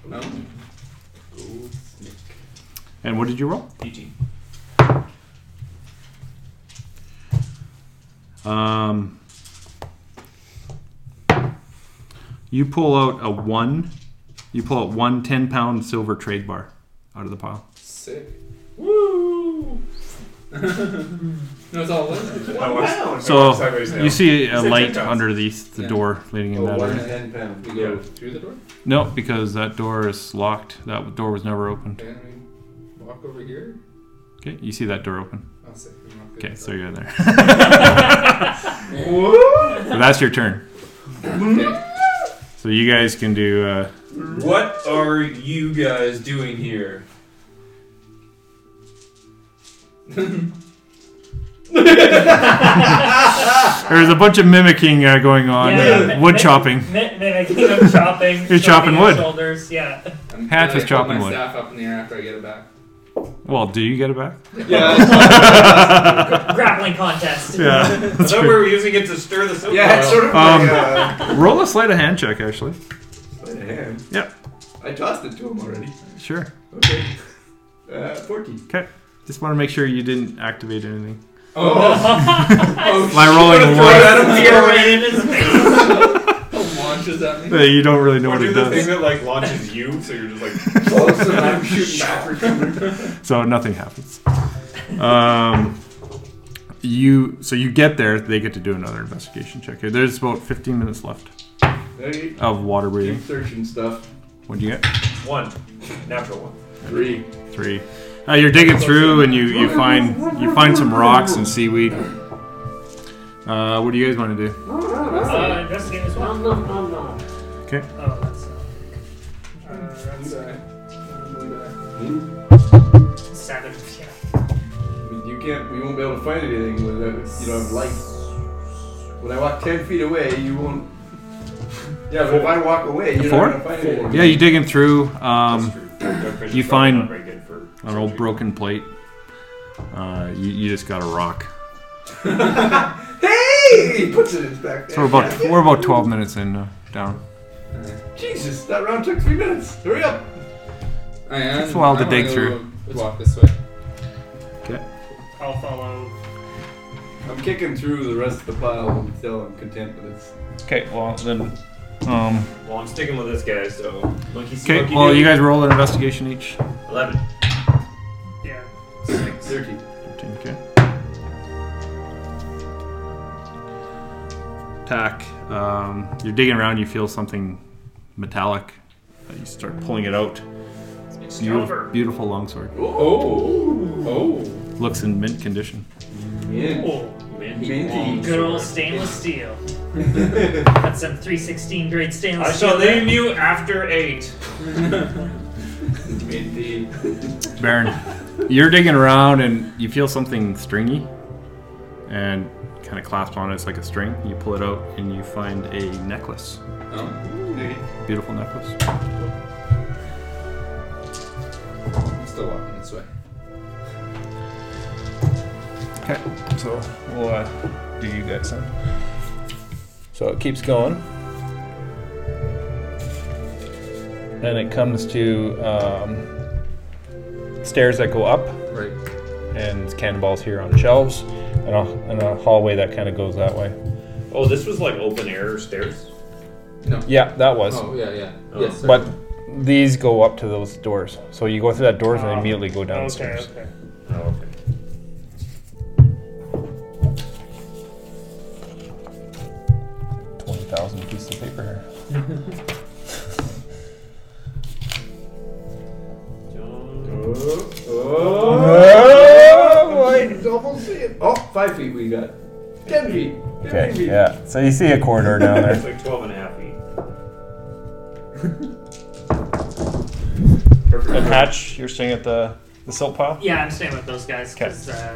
[SPEAKER 5] No.
[SPEAKER 3] Oh,
[SPEAKER 1] And what did you roll?
[SPEAKER 6] 18.
[SPEAKER 1] Um, you pull out a one. You pull out one 10 pound silver trade bar out of the pile.
[SPEAKER 5] Sick. Woo. no, it's all lit.
[SPEAKER 6] I watched- I watched
[SPEAKER 1] Oh, So
[SPEAKER 6] Sideways now.
[SPEAKER 1] you see a
[SPEAKER 6] Is it
[SPEAKER 1] light
[SPEAKER 6] 10 pounds?
[SPEAKER 1] underneath the
[SPEAKER 5] Yeah.
[SPEAKER 1] door leading in
[SPEAKER 3] Oh,
[SPEAKER 1] that
[SPEAKER 3] one
[SPEAKER 1] area.
[SPEAKER 3] to ten pound.
[SPEAKER 5] We go
[SPEAKER 6] Yeah.
[SPEAKER 5] through the door.
[SPEAKER 1] No, because that door is locked. That door was never opened.
[SPEAKER 5] Okay. And we walk over here.
[SPEAKER 1] Okay, you see that door open.
[SPEAKER 5] Oh, sick. We walk through
[SPEAKER 1] Okay,
[SPEAKER 5] the
[SPEAKER 1] so
[SPEAKER 5] door.
[SPEAKER 1] you're in there. So that's your turn.
[SPEAKER 5] Okay.
[SPEAKER 1] So you guys can do. Uh,
[SPEAKER 6] What are you guys doing here?
[SPEAKER 1] there's a bunch of mimicking uh, going on. uh,
[SPEAKER 2] mi-
[SPEAKER 1] wood
[SPEAKER 2] mi-
[SPEAKER 1] chopping.
[SPEAKER 2] mi- Mimicking of chopping.
[SPEAKER 1] You're chopping
[SPEAKER 2] shrugging
[SPEAKER 1] wood.
[SPEAKER 2] Shoulders, yeah.
[SPEAKER 5] I'm
[SPEAKER 1] Hat
[SPEAKER 5] gonna,
[SPEAKER 1] was
[SPEAKER 5] like,
[SPEAKER 1] chopping
[SPEAKER 5] hold my
[SPEAKER 1] wood.
[SPEAKER 5] staff up in the air after I get it back.
[SPEAKER 1] Well, do you get it back?
[SPEAKER 2] Grappling contest.
[SPEAKER 1] Yeah.
[SPEAKER 6] I thought we were using it to stir the soap
[SPEAKER 3] Yeah, it's
[SPEAKER 6] pile.
[SPEAKER 3] sort of
[SPEAKER 1] Um,
[SPEAKER 3] like uh,
[SPEAKER 1] Roll a sleight of hand check, actually.
[SPEAKER 3] sleight of hand.
[SPEAKER 1] Yeah.
[SPEAKER 3] I tossed it to him already.
[SPEAKER 1] Sure.
[SPEAKER 3] Okay. Uh, fourteen.
[SPEAKER 1] Okay. Just want to make sure you didn't activate anything.
[SPEAKER 5] Oh,
[SPEAKER 1] By rolling one,
[SPEAKER 2] Spear right in his face.
[SPEAKER 5] oh launches at me.
[SPEAKER 1] uh, you don't really know
[SPEAKER 24] Or
[SPEAKER 1] what
[SPEAKER 24] do
[SPEAKER 1] it
[SPEAKER 24] the thing
[SPEAKER 1] does.
[SPEAKER 24] that like launches you, so you're just like.
[SPEAKER 3] Close, and I'm shooting backwards.
[SPEAKER 1] So nothing happens. Um, you so you get there. They get to do another investigation check. here. There's about 15 minutes left
[SPEAKER 3] Hey,
[SPEAKER 1] of water
[SPEAKER 3] keep
[SPEAKER 1] breathing.
[SPEAKER 3] searching stuff.
[SPEAKER 1] What do you get?
[SPEAKER 6] One. Natural one.
[SPEAKER 3] Three.
[SPEAKER 1] Three. Uh, you're digging through, and you you find you find some rocks and seaweed. Uh, what do you guys want to do?
[SPEAKER 2] Uh, investigate as well.
[SPEAKER 1] Okay.
[SPEAKER 2] Oh, that's. Uh, that's uh,
[SPEAKER 3] Hmm?
[SPEAKER 2] seven. Yeah.
[SPEAKER 3] I mean, You can't. We won't be able to find anything without you don't have light. When I walk ten feet away, you won't. Yeah, but if I walk away, you're
[SPEAKER 1] Four?
[SPEAKER 3] not gonna find anything.
[SPEAKER 1] Yeah, you're digging through. Um,
[SPEAKER 6] That's true. Dark vision's
[SPEAKER 1] you
[SPEAKER 6] probably
[SPEAKER 1] find
[SPEAKER 6] not very good for
[SPEAKER 1] an old broken plate. Uh, you, you just got a rock.
[SPEAKER 3] Hey! He puts it in his back.
[SPEAKER 1] So we're about we're about 12 minutes in now, down.
[SPEAKER 3] Jesus, that round took three minutes. Hurry up.
[SPEAKER 5] I am.
[SPEAKER 1] It's wild to
[SPEAKER 5] I
[SPEAKER 1] dig
[SPEAKER 5] wanna
[SPEAKER 1] through.
[SPEAKER 5] go Walk this way.
[SPEAKER 2] I'll follow.
[SPEAKER 3] I'm kicking through the rest of the pile until I'm content with this.
[SPEAKER 1] Okay. Well then. Um,
[SPEAKER 6] Well, I'm sticking with this guy, so monkey see,
[SPEAKER 1] okay.
[SPEAKER 6] monkey
[SPEAKER 1] Well,
[SPEAKER 6] do.
[SPEAKER 1] you guys roll an investigation each.
[SPEAKER 6] Eleven.
[SPEAKER 2] Yeah.
[SPEAKER 3] Thirty.
[SPEAKER 1] Okay.
[SPEAKER 25] attack. Um, you're digging around, you feel something metallic. Uh, You start pulling it out.
[SPEAKER 2] It's
[SPEAKER 25] Beautiful,
[SPEAKER 2] over.
[SPEAKER 25] beautiful longsword.
[SPEAKER 3] Oh.
[SPEAKER 5] Oh. Oh.
[SPEAKER 25] Looks in mint condition.
[SPEAKER 1] Oh.
[SPEAKER 2] Cool.
[SPEAKER 3] Minty.
[SPEAKER 2] Good old stainless steel. That's some 316 grade stainless
[SPEAKER 6] I
[SPEAKER 2] steel.
[SPEAKER 6] shall
[SPEAKER 2] there.
[SPEAKER 6] name you after eight.
[SPEAKER 3] Minty.
[SPEAKER 25] Baron, you're digging around and you feel something stringy and kind of clasp on it. It's like a string. You pull it out and you find a necklace.
[SPEAKER 5] Oh.
[SPEAKER 25] Beautiful necklace.
[SPEAKER 5] I'm still walking this way.
[SPEAKER 25] Okay, so we'll uh, do you guys then.
[SPEAKER 1] So it keeps going. Then it comes to um, stairs that go up,
[SPEAKER 5] Right.
[SPEAKER 1] and cannonballs here on shelves, and a, and a hallway that kind of goes that way.
[SPEAKER 6] Oh, this was like open air stairs.
[SPEAKER 5] No.
[SPEAKER 1] Yeah, that was.
[SPEAKER 5] Oh yeah yeah.
[SPEAKER 6] Oh.
[SPEAKER 5] Yes. Sir.
[SPEAKER 1] But these go up to those doors. So you go through that doors and immediately go
[SPEAKER 2] Okay,
[SPEAKER 1] downstairs.
[SPEAKER 2] okay.
[SPEAKER 6] Oh, okay.
[SPEAKER 1] Twenty thousand pieces of paper here.
[SPEAKER 3] Oh, oh. Don't see it. Oh, five feet we got. Ten feet. Ten
[SPEAKER 1] Okay,
[SPEAKER 3] feet.
[SPEAKER 1] yeah. So you see a corridor down
[SPEAKER 6] It's
[SPEAKER 1] there.
[SPEAKER 6] like 12 and a half feet.
[SPEAKER 1] And Hatch, you're staying at the the silt pile.
[SPEAKER 2] Yeah, I'm staying with those guys because uh,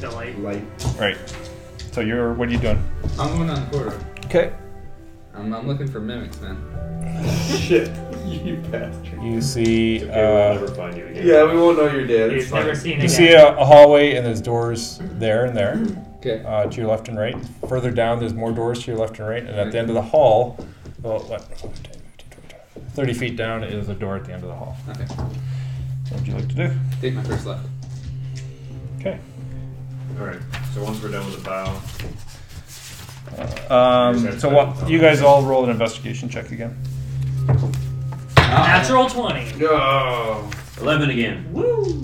[SPEAKER 2] the light.
[SPEAKER 3] Light.
[SPEAKER 1] Right. So you're. What are you doing?
[SPEAKER 5] I'm going on the corridor.
[SPEAKER 1] Okay.
[SPEAKER 5] I'm, I'm looking for mimics, man.
[SPEAKER 3] Shit. You bastard.
[SPEAKER 1] You see.
[SPEAKER 6] Okay, we'll
[SPEAKER 1] Uh,
[SPEAKER 6] never find you again.
[SPEAKER 3] Yeah, we won't know you're dead. It's
[SPEAKER 2] You've
[SPEAKER 3] fine.
[SPEAKER 2] never seen
[SPEAKER 1] you
[SPEAKER 2] it.
[SPEAKER 1] see a, a hallway and there's doors there and there
[SPEAKER 5] Okay.
[SPEAKER 1] uh, to your left and right. Further down, there's more doors to your left and right. And at the end of the hall, well, what? 30 feet down is a door at the end of the hall.
[SPEAKER 5] Okay.
[SPEAKER 1] What would you like to do?
[SPEAKER 5] Take my first left.
[SPEAKER 1] Okay.
[SPEAKER 6] Alright, so once we're done with the bow,
[SPEAKER 1] Um, so what, you guys all roll an investigation check again.
[SPEAKER 2] Natural 20.
[SPEAKER 3] No.
[SPEAKER 6] 11 again.
[SPEAKER 2] Woo!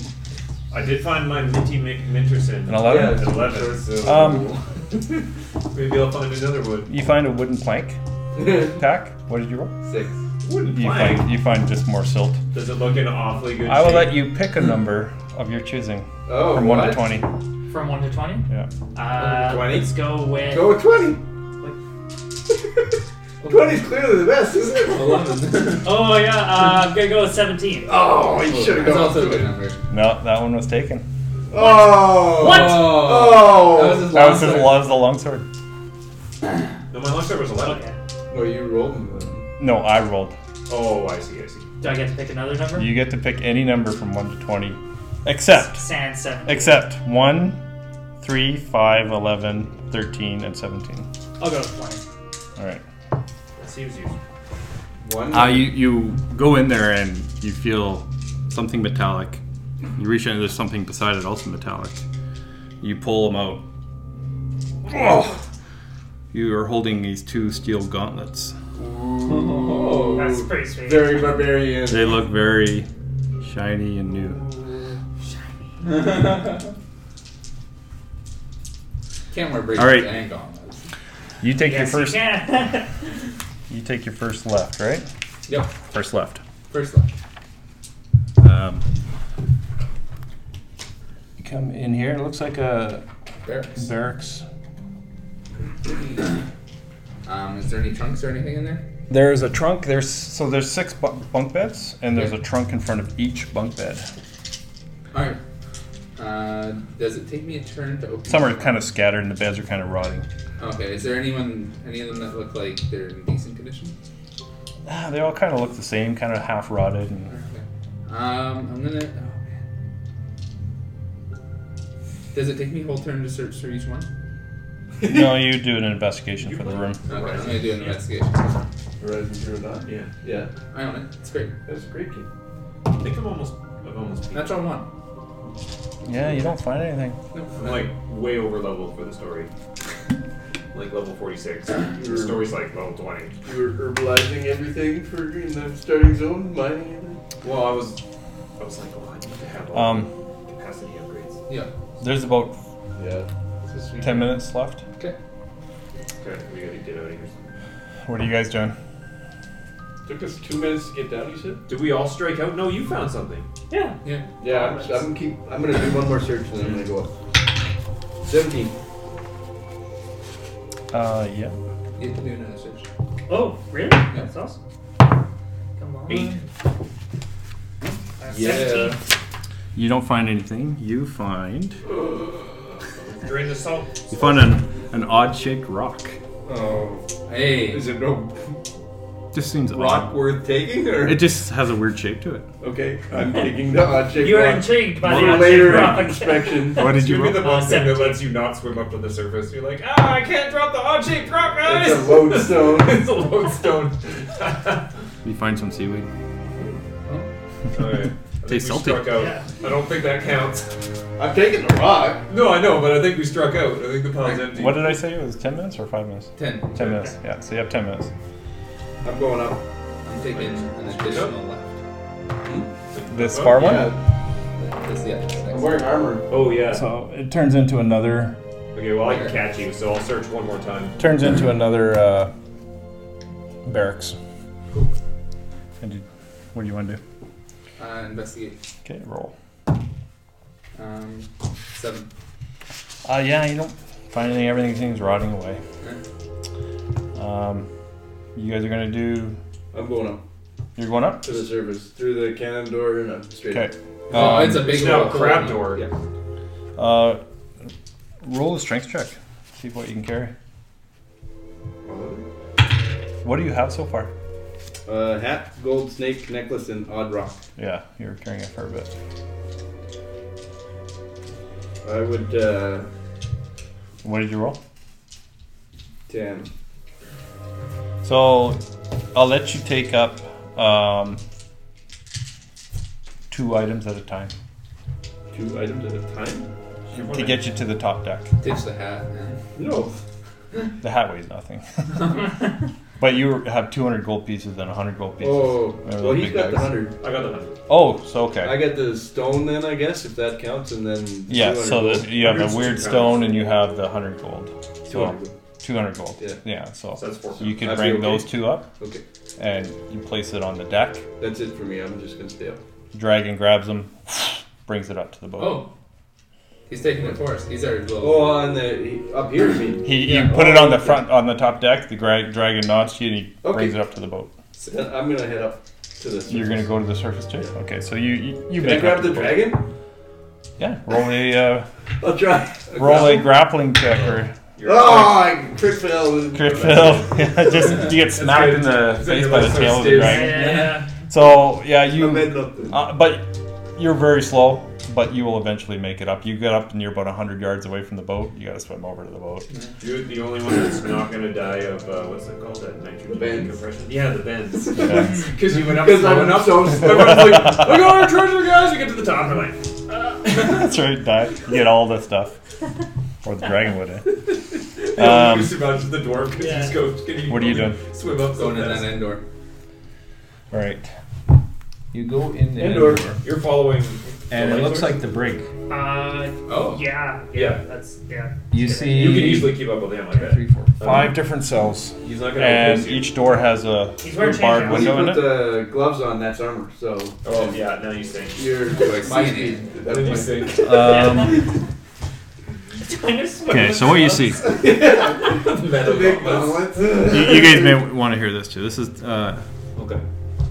[SPEAKER 6] I did find my Minty Mc- Minterson.
[SPEAKER 1] An 11?
[SPEAKER 6] At 11.
[SPEAKER 1] Um,
[SPEAKER 6] Maybe I'll find another one.
[SPEAKER 1] you find a wooden plank tack. What did you roll?
[SPEAKER 3] Six.
[SPEAKER 6] Wooden
[SPEAKER 1] You
[SPEAKER 6] plank.
[SPEAKER 1] find, you find just more silt.
[SPEAKER 6] Does it look in awfully good
[SPEAKER 1] I will
[SPEAKER 6] shape?
[SPEAKER 1] let you pick a number of your choosing
[SPEAKER 3] Oh,
[SPEAKER 1] from 1 to
[SPEAKER 3] what?
[SPEAKER 1] 20.
[SPEAKER 2] From 1 to 20?
[SPEAKER 1] Yeah.
[SPEAKER 2] Uh,
[SPEAKER 3] 20?
[SPEAKER 2] Let's go with.
[SPEAKER 3] Go with twenty. Twenty's clearly the best, isn't it?
[SPEAKER 5] Eleven.
[SPEAKER 2] Oh, yeah, uh, I'm gonna go with 17.
[SPEAKER 3] Oh, you should have
[SPEAKER 5] That's
[SPEAKER 3] gone.
[SPEAKER 5] also a
[SPEAKER 3] with
[SPEAKER 5] good
[SPEAKER 3] 20.
[SPEAKER 5] number.
[SPEAKER 1] No, that one was taken.
[SPEAKER 3] Oh.
[SPEAKER 2] What?
[SPEAKER 5] That was
[SPEAKER 3] Oh.
[SPEAKER 5] his
[SPEAKER 1] That was
[SPEAKER 5] last.
[SPEAKER 1] his
[SPEAKER 5] one.
[SPEAKER 1] love's the longsword.
[SPEAKER 6] No, my longsword was 11.
[SPEAKER 2] Okay.
[SPEAKER 3] No, you rolled them.
[SPEAKER 1] No, I rolled.
[SPEAKER 6] Oh, I see, I see.
[SPEAKER 2] Do I get to pick another number?
[SPEAKER 1] You get to pick any number from 1 to 20. Except,
[SPEAKER 2] Sand 7.
[SPEAKER 1] except 1, 3, 5, 11, 13, and 17.
[SPEAKER 2] I'll go with
[SPEAKER 1] All right.
[SPEAKER 6] That seems useful.
[SPEAKER 3] One.
[SPEAKER 1] Ah,
[SPEAKER 25] Uh, you, you go in there and you feel something metallic. You reach in and there's something beside it also metallic. You pull them out. Oh! You are holding these two steel gauntlets.
[SPEAKER 3] Oh.
[SPEAKER 2] 20. That's pretty sweet.
[SPEAKER 3] Very barbarian.
[SPEAKER 25] They look very shiny and new.
[SPEAKER 5] Camera break.
[SPEAKER 25] All right.
[SPEAKER 5] Hang on.
[SPEAKER 1] You take
[SPEAKER 2] Yes,
[SPEAKER 1] your first.
[SPEAKER 2] you can.
[SPEAKER 1] You take your first left, right?
[SPEAKER 5] Yep.
[SPEAKER 25] First left.
[SPEAKER 5] First left.
[SPEAKER 25] Um,
[SPEAKER 1] You come in here. It looks like a
[SPEAKER 5] Barracks.
[SPEAKER 1] barracks.
[SPEAKER 5] Um, is there any trunks or anything in there?
[SPEAKER 1] There's a trunk. There's so there's six bu- bunk beds, and there's a trunk in front of each bunk bed.
[SPEAKER 5] All right. Uh, does it take me a turn to open?
[SPEAKER 1] Some are kind of scattered, and the beds are kind of rotting.
[SPEAKER 5] Okay. Is there anyone? Any of them that look like they're in decent condition?
[SPEAKER 1] Ah, They all kind of look the same, kind of half rotted.
[SPEAKER 5] Okay.
[SPEAKER 1] And
[SPEAKER 5] Um, I'm gonna. Oh man. Does it take me a whole turn to search through each one?
[SPEAKER 1] no, you do an investigation for the room.
[SPEAKER 5] Okay,
[SPEAKER 3] Right.
[SPEAKER 5] I'm gonna do an investigation.
[SPEAKER 3] Horizon Zero Dawn. Yeah. Yeah.
[SPEAKER 5] I own it. It's great.
[SPEAKER 3] That's a great kid.
[SPEAKER 6] I think I'm almost, I've almost peaked.
[SPEAKER 5] Natural one.
[SPEAKER 1] Yeah, you don't find anything.
[SPEAKER 6] I'm like way over level for the story. like level 46. The story's like level 20.
[SPEAKER 3] You were herbalizing everything for in the starting zone, mining it.
[SPEAKER 6] Well, I was, I was like, oh, I need to have all
[SPEAKER 1] Um,
[SPEAKER 6] the capacity upgrades.
[SPEAKER 5] Yeah.
[SPEAKER 1] there's about
[SPEAKER 3] Yeah. It's a sweet.
[SPEAKER 1] ten minutes left.
[SPEAKER 5] Okay.
[SPEAKER 6] Okay. Okay, we gotta get out of here.
[SPEAKER 1] What are you guys doing?
[SPEAKER 3] Took us two minutes to get down. You said.
[SPEAKER 26] Did we all strike out? No, you found something.
[SPEAKER 2] Yeah.
[SPEAKER 5] Yeah.
[SPEAKER 3] Yeah, I'm, I'm keep. I'm gonna do one more search and then I'm gonna go up. Seventeen.
[SPEAKER 1] Uh, yeah.
[SPEAKER 5] You have to do another search.
[SPEAKER 2] Oh, really? That's awesome. Come on.
[SPEAKER 26] Eight.
[SPEAKER 2] Uh,
[SPEAKER 3] Yeah.
[SPEAKER 2] 17.
[SPEAKER 27] You don't find anything. You find
[SPEAKER 26] Drain the salt.
[SPEAKER 27] you find an, an odd shaped rock.
[SPEAKER 3] Oh,
[SPEAKER 5] Hey.
[SPEAKER 3] is it no
[SPEAKER 27] Just seems
[SPEAKER 3] rock
[SPEAKER 27] odd.
[SPEAKER 3] worth taking or?
[SPEAKER 27] It just has a weird shape to it.
[SPEAKER 3] okay, I'm taking the odd shape.
[SPEAKER 2] You are
[SPEAKER 3] rock.
[SPEAKER 2] intrigued by
[SPEAKER 3] For
[SPEAKER 2] the
[SPEAKER 3] later
[SPEAKER 2] rock.
[SPEAKER 3] inspection.
[SPEAKER 27] What did
[SPEAKER 6] It's
[SPEAKER 27] you
[SPEAKER 6] gonna be
[SPEAKER 27] roll?
[SPEAKER 6] the one thing that
[SPEAKER 2] Seventeen.
[SPEAKER 6] lets you not swim up to the surface. You're like, ah, I can't drop the odd shaped rock, guys!
[SPEAKER 3] It's a lodestone.
[SPEAKER 6] it's a lodestone.
[SPEAKER 27] You find some seaweed.
[SPEAKER 6] Alright. I think
[SPEAKER 27] Tastes
[SPEAKER 6] we
[SPEAKER 27] salty.
[SPEAKER 6] Struck out.
[SPEAKER 2] Yeah.
[SPEAKER 6] I don't think that counts.
[SPEAKER 3] I've taken the rock.
[SPEAKER 6] No, I know, but I think we struck out. I think the pond's empty.
[SPEAKER 1] What did I say? It was 10 minutes or 5 minutes?
[SPEAKER 5] Ten.
[SPEAKER 1] 10 minutes. Yeah, so you have 10 minutes.
[SPEAKER 3] I'm going up.
[SPEAKER 5] I'm taking an additional left.
[SPEAKER 1] This far one?
[SPEAKER 3] Yeah,
[SPEAKER 5] That's the next
[SPEAKER 3] I'm
[SPEAKER 5] one.
[SPEAKER 3] wearing armor.
[SPEAKER 26] Oh yeah.
[SPEAKER 1] So it turns into another.
[SPEAKER 26] Okay, well I can catch you, so I'll search one more time.
[SPEAKER 1] Turns into another uh, barracks. And you, what do you want to do?
[SPEAKER 5] Uh, investigate.
[SPEAKER 1] Okay, roll.
[SPEAKER 5] Um, seven.
[SPEAKER 1] Uh, yeah, you don't find anything. Everything seems rotting away. Um, you guys are gonna do.
[SPEAKER 3] I'm going up
[SPEAKER 1] You're going up.
[SPEAKER 3] to the surface through the cannon door and up straight.
[SPEAKER 1] Okay.
[SPEAKER 5] Oh, it's a big
[SPEAKER 26] It's now
[SPEAKER 5] old
[SPEAKER 26] a crab
[SPEAKER 5] hole.
[SPEAKER 26] door.
[SPEAKER 3] Yeah.
[SPEAKER 1] Uh, roll a strength check. See what you can carry. What do you have so far?
[SPEAKER 3] Uh, hat, gold snake necklace, and odd rock.
[SPEAKER 1] Yeah, you're carrying it for a bit.
[SPEAKER 3] I would uh,
[SPEAKER 1] What did you roll?
[SPEAKER 3] ten.
[SPEAKER 1] So, I'll let you take up um, two items at a time
[SPEAKER 3] Two items at a time.
[SPEAKER 1] to get you to the top deck.
[SPEAKER 5] Ditch the hat, man.
[SPEAKER 3] No.
[SPEAKER 1] The hat weighs nothing. but you have 200 gold pieces and 100 gold pieces.
[SPEAKER 3] Oh,
[SPEAKER 1] Remember
[SPEAKER 3] well,
[SPEAKER 1] those
[SPEAKER 3] he's
[SPEAKER 1] big
[SPEAKER 3] got the
[SPEAKER 1] guys?
[SPEAKER 3] hundred.
[SPEAKER 26] I got the hundred.
[SPEAKER 1] Oh, so okay.
[SPEAKER 3] I got the stone then, I guess, if that counts, and then the
[SPEAKER 1] Yeah,
[SPEAKER 3] 200
[SPEAKER 1] so
[SPEAKER 3] gold.
[SPEAKER 1] the, you have
[SPEAKER 6] Hundreds
[SPEAKER 1] the
[SPEAKER 6] of
[SPEAKER 1] weird
[SPEAKER 6] two
[SPEAKER 1] stone
[SPEAKER 6] pounds.
[SPEAKER 1] and you have the 100 gold. Oh. So
[SPEAKER 3] 200 gold.
[SPEAKER 1] 200 gold.
[SPEAKER 3] Yeah.
[SPEAKER 1] so,
[SPEAKER 26] So that's four.
[SPEAKER 1] you can
[SPEAKER 3] That'd
[SPEAKER 1] bring
[SPEAKER 3] be okay.
[SPEAKER 1] those two up
[SPEAKER 3] Okay,
[SPEAKER 1] and you place it on the deck.
[SPEAKER 3] that's it for me. I'm just gonna stay up.
[SPEAKER 1] Dragon grabs them, brings it up to the boat.
[SPEAKER 5] Oh. He's taking it for us. He's already low.
[SPEAKER 3] Oh, on the up here, I mean.
[SPEAKER 1] He,
[SPEAKER 5] Yeah.
[SPEAKER 1] You put it on the front, on the top deck. The gra- dragon nods to you and he
[SPEAKER 3] Okay.
[SPEAKER 1] brings it up to the boat.
[SPEAKER 3] So then I'm gonna head up to the. Surface.
[SPEAKER 1] You're gonna go to the surface too. Okay, so you you, you
[SPEAKER 3] Can I
[SPEAKER 1] make
[SPEAKER 3] grab
[SPEAKER 1] up
[SPEAKER 3] the
[SPEAKER 1] boat.
[SPEAKER 3] dragon?
[SPEAKER 1] Yeah, roll a uh,
[SPEAKER 3] I'll try.
[SPEAKER 1] roll a grappling check or
[SPEAKER 3] Oh, I crit failed.
[SPEAKER 1] crit fail. Yeah, just you get smacked in the
[SPEAKER 6] It's like
[SPEAKER 1] face
[SPEAKER 6] your
[SPEAKER 1] by the
[SPEAKER 6] last
[SPEAKER 1] tail of the
[SPEAKER 6] upstairs.
[SPEAKER 2] Yeah,
[SPEAKER 1] dragon.
[SPEAKER 2] yeah,
[SPEAKER 1] So yeah,
[SPEAKER 3] I'm
[SPEAKER 1] you
[SPEAKER 3] heading up then.
[SPEAKER 1] uh, but you're very slow. But you will eventually make it up. You get up and you're about hundred yards away from the boat. You got to swim over to the boat.
[SPEAKER 26] You're the only one that's not gonna die of uh, what's it called? That nitrogen
[SPEAKER 3] bends.
[SPEAKER 26] compression? Yeah, the bends.
[SPEAKER 1] Yeah.
[SPEAKER 26] Because you went up
[SPEAKER 3] Because
[SPEAKER 26] slow
[SPEAKER 3] I'm
[SPEAKER 26] enough.
[SPEAKER 3] up so
[SPEAKER 26] Everyone's like, look at all our treasure, guys! You get to the top, we're like,
[SPEAKER 1] That's right. Die. You get all the stuff, or the dragon would. eh?
[SPEAKER 6] Um,
[SPEAKER 1] Um,
[SPEAKER 6] just imagine the dwarf because
[SPEAKER 2] Yeah.
[SPEAKER 6] he's go, can you
[SPEAKER 1] What are you
[SPEAKER 6] only
[SPEAKER 1] doing?
[SPEAKER 6] Swim up so
[SPEAKER 5] Going to that
[SPEAKER 6] fast.
[SPEAKER 5] end door.
[SPEAKER 1] all right.
[SPEAKER 28] You go in the
[SPEAKER 3] Indoor.
[SPEAKER 28] indoor,
[SPEAKER 6] You're following.
[SPEAKER 28] and
[SPEAKER 6] the
[SPEAKER 28] it
[SPEAKER 6] light
[SPEAKER 28] looks
[SPEAKER 6] source?
[SPEAKER 28] like the brig.
[SPEAKER 2] Uh,
[SPEAKER 5] Oh.
[SPEAKER 2] yeah, yeah.
[SPEAKER 6] Yeah.
[SPEAKER 2] That's yeah.
[SPEAKER 28] You see,
[SPEAKER 6] You can easily Uh, keep up with him, I bet.
[SPEAKER 28] three, four.
[SPEAKER 1] Five different cells,
[SPEAKER 6] He's not gonna
[SPEAKER 1] and
[SPEAKER 6] replace you.
[SPEAKER 1] each door has a
[SPEAKER 2] He's wearing
[SPEAKER 1] barred
[SPEAKER 2] chainmail.
[SPEAKER 3] When you
[SPEAKER 1] window in it.
[SPEAKER 3] put the gloves on, that's armor. So
[SPEAKER 6] Oh yeah, now you sing.
[SPEAKER 3] you're
[SPEAKER 5] I
[SPEAKER 3] my
[SPEAKER 5] see
[SPEAKER 3] speed.
[SPEAKER 5] it?
[SPEAKER 3] at that
[SPEAKER 6] Then you
[SPEAKER 3] point.
[SPEAKER 6] sing.
[SPEAKER 27] Um,
[SPEAKER 2] okay,
[SPEAKER 27] okay, so what you see.
[SPEAKER 3] The big balance.
[SPEAKER 27] you, you guys may want to hear this too. This is uh,
[SPEAKER 6] Okay.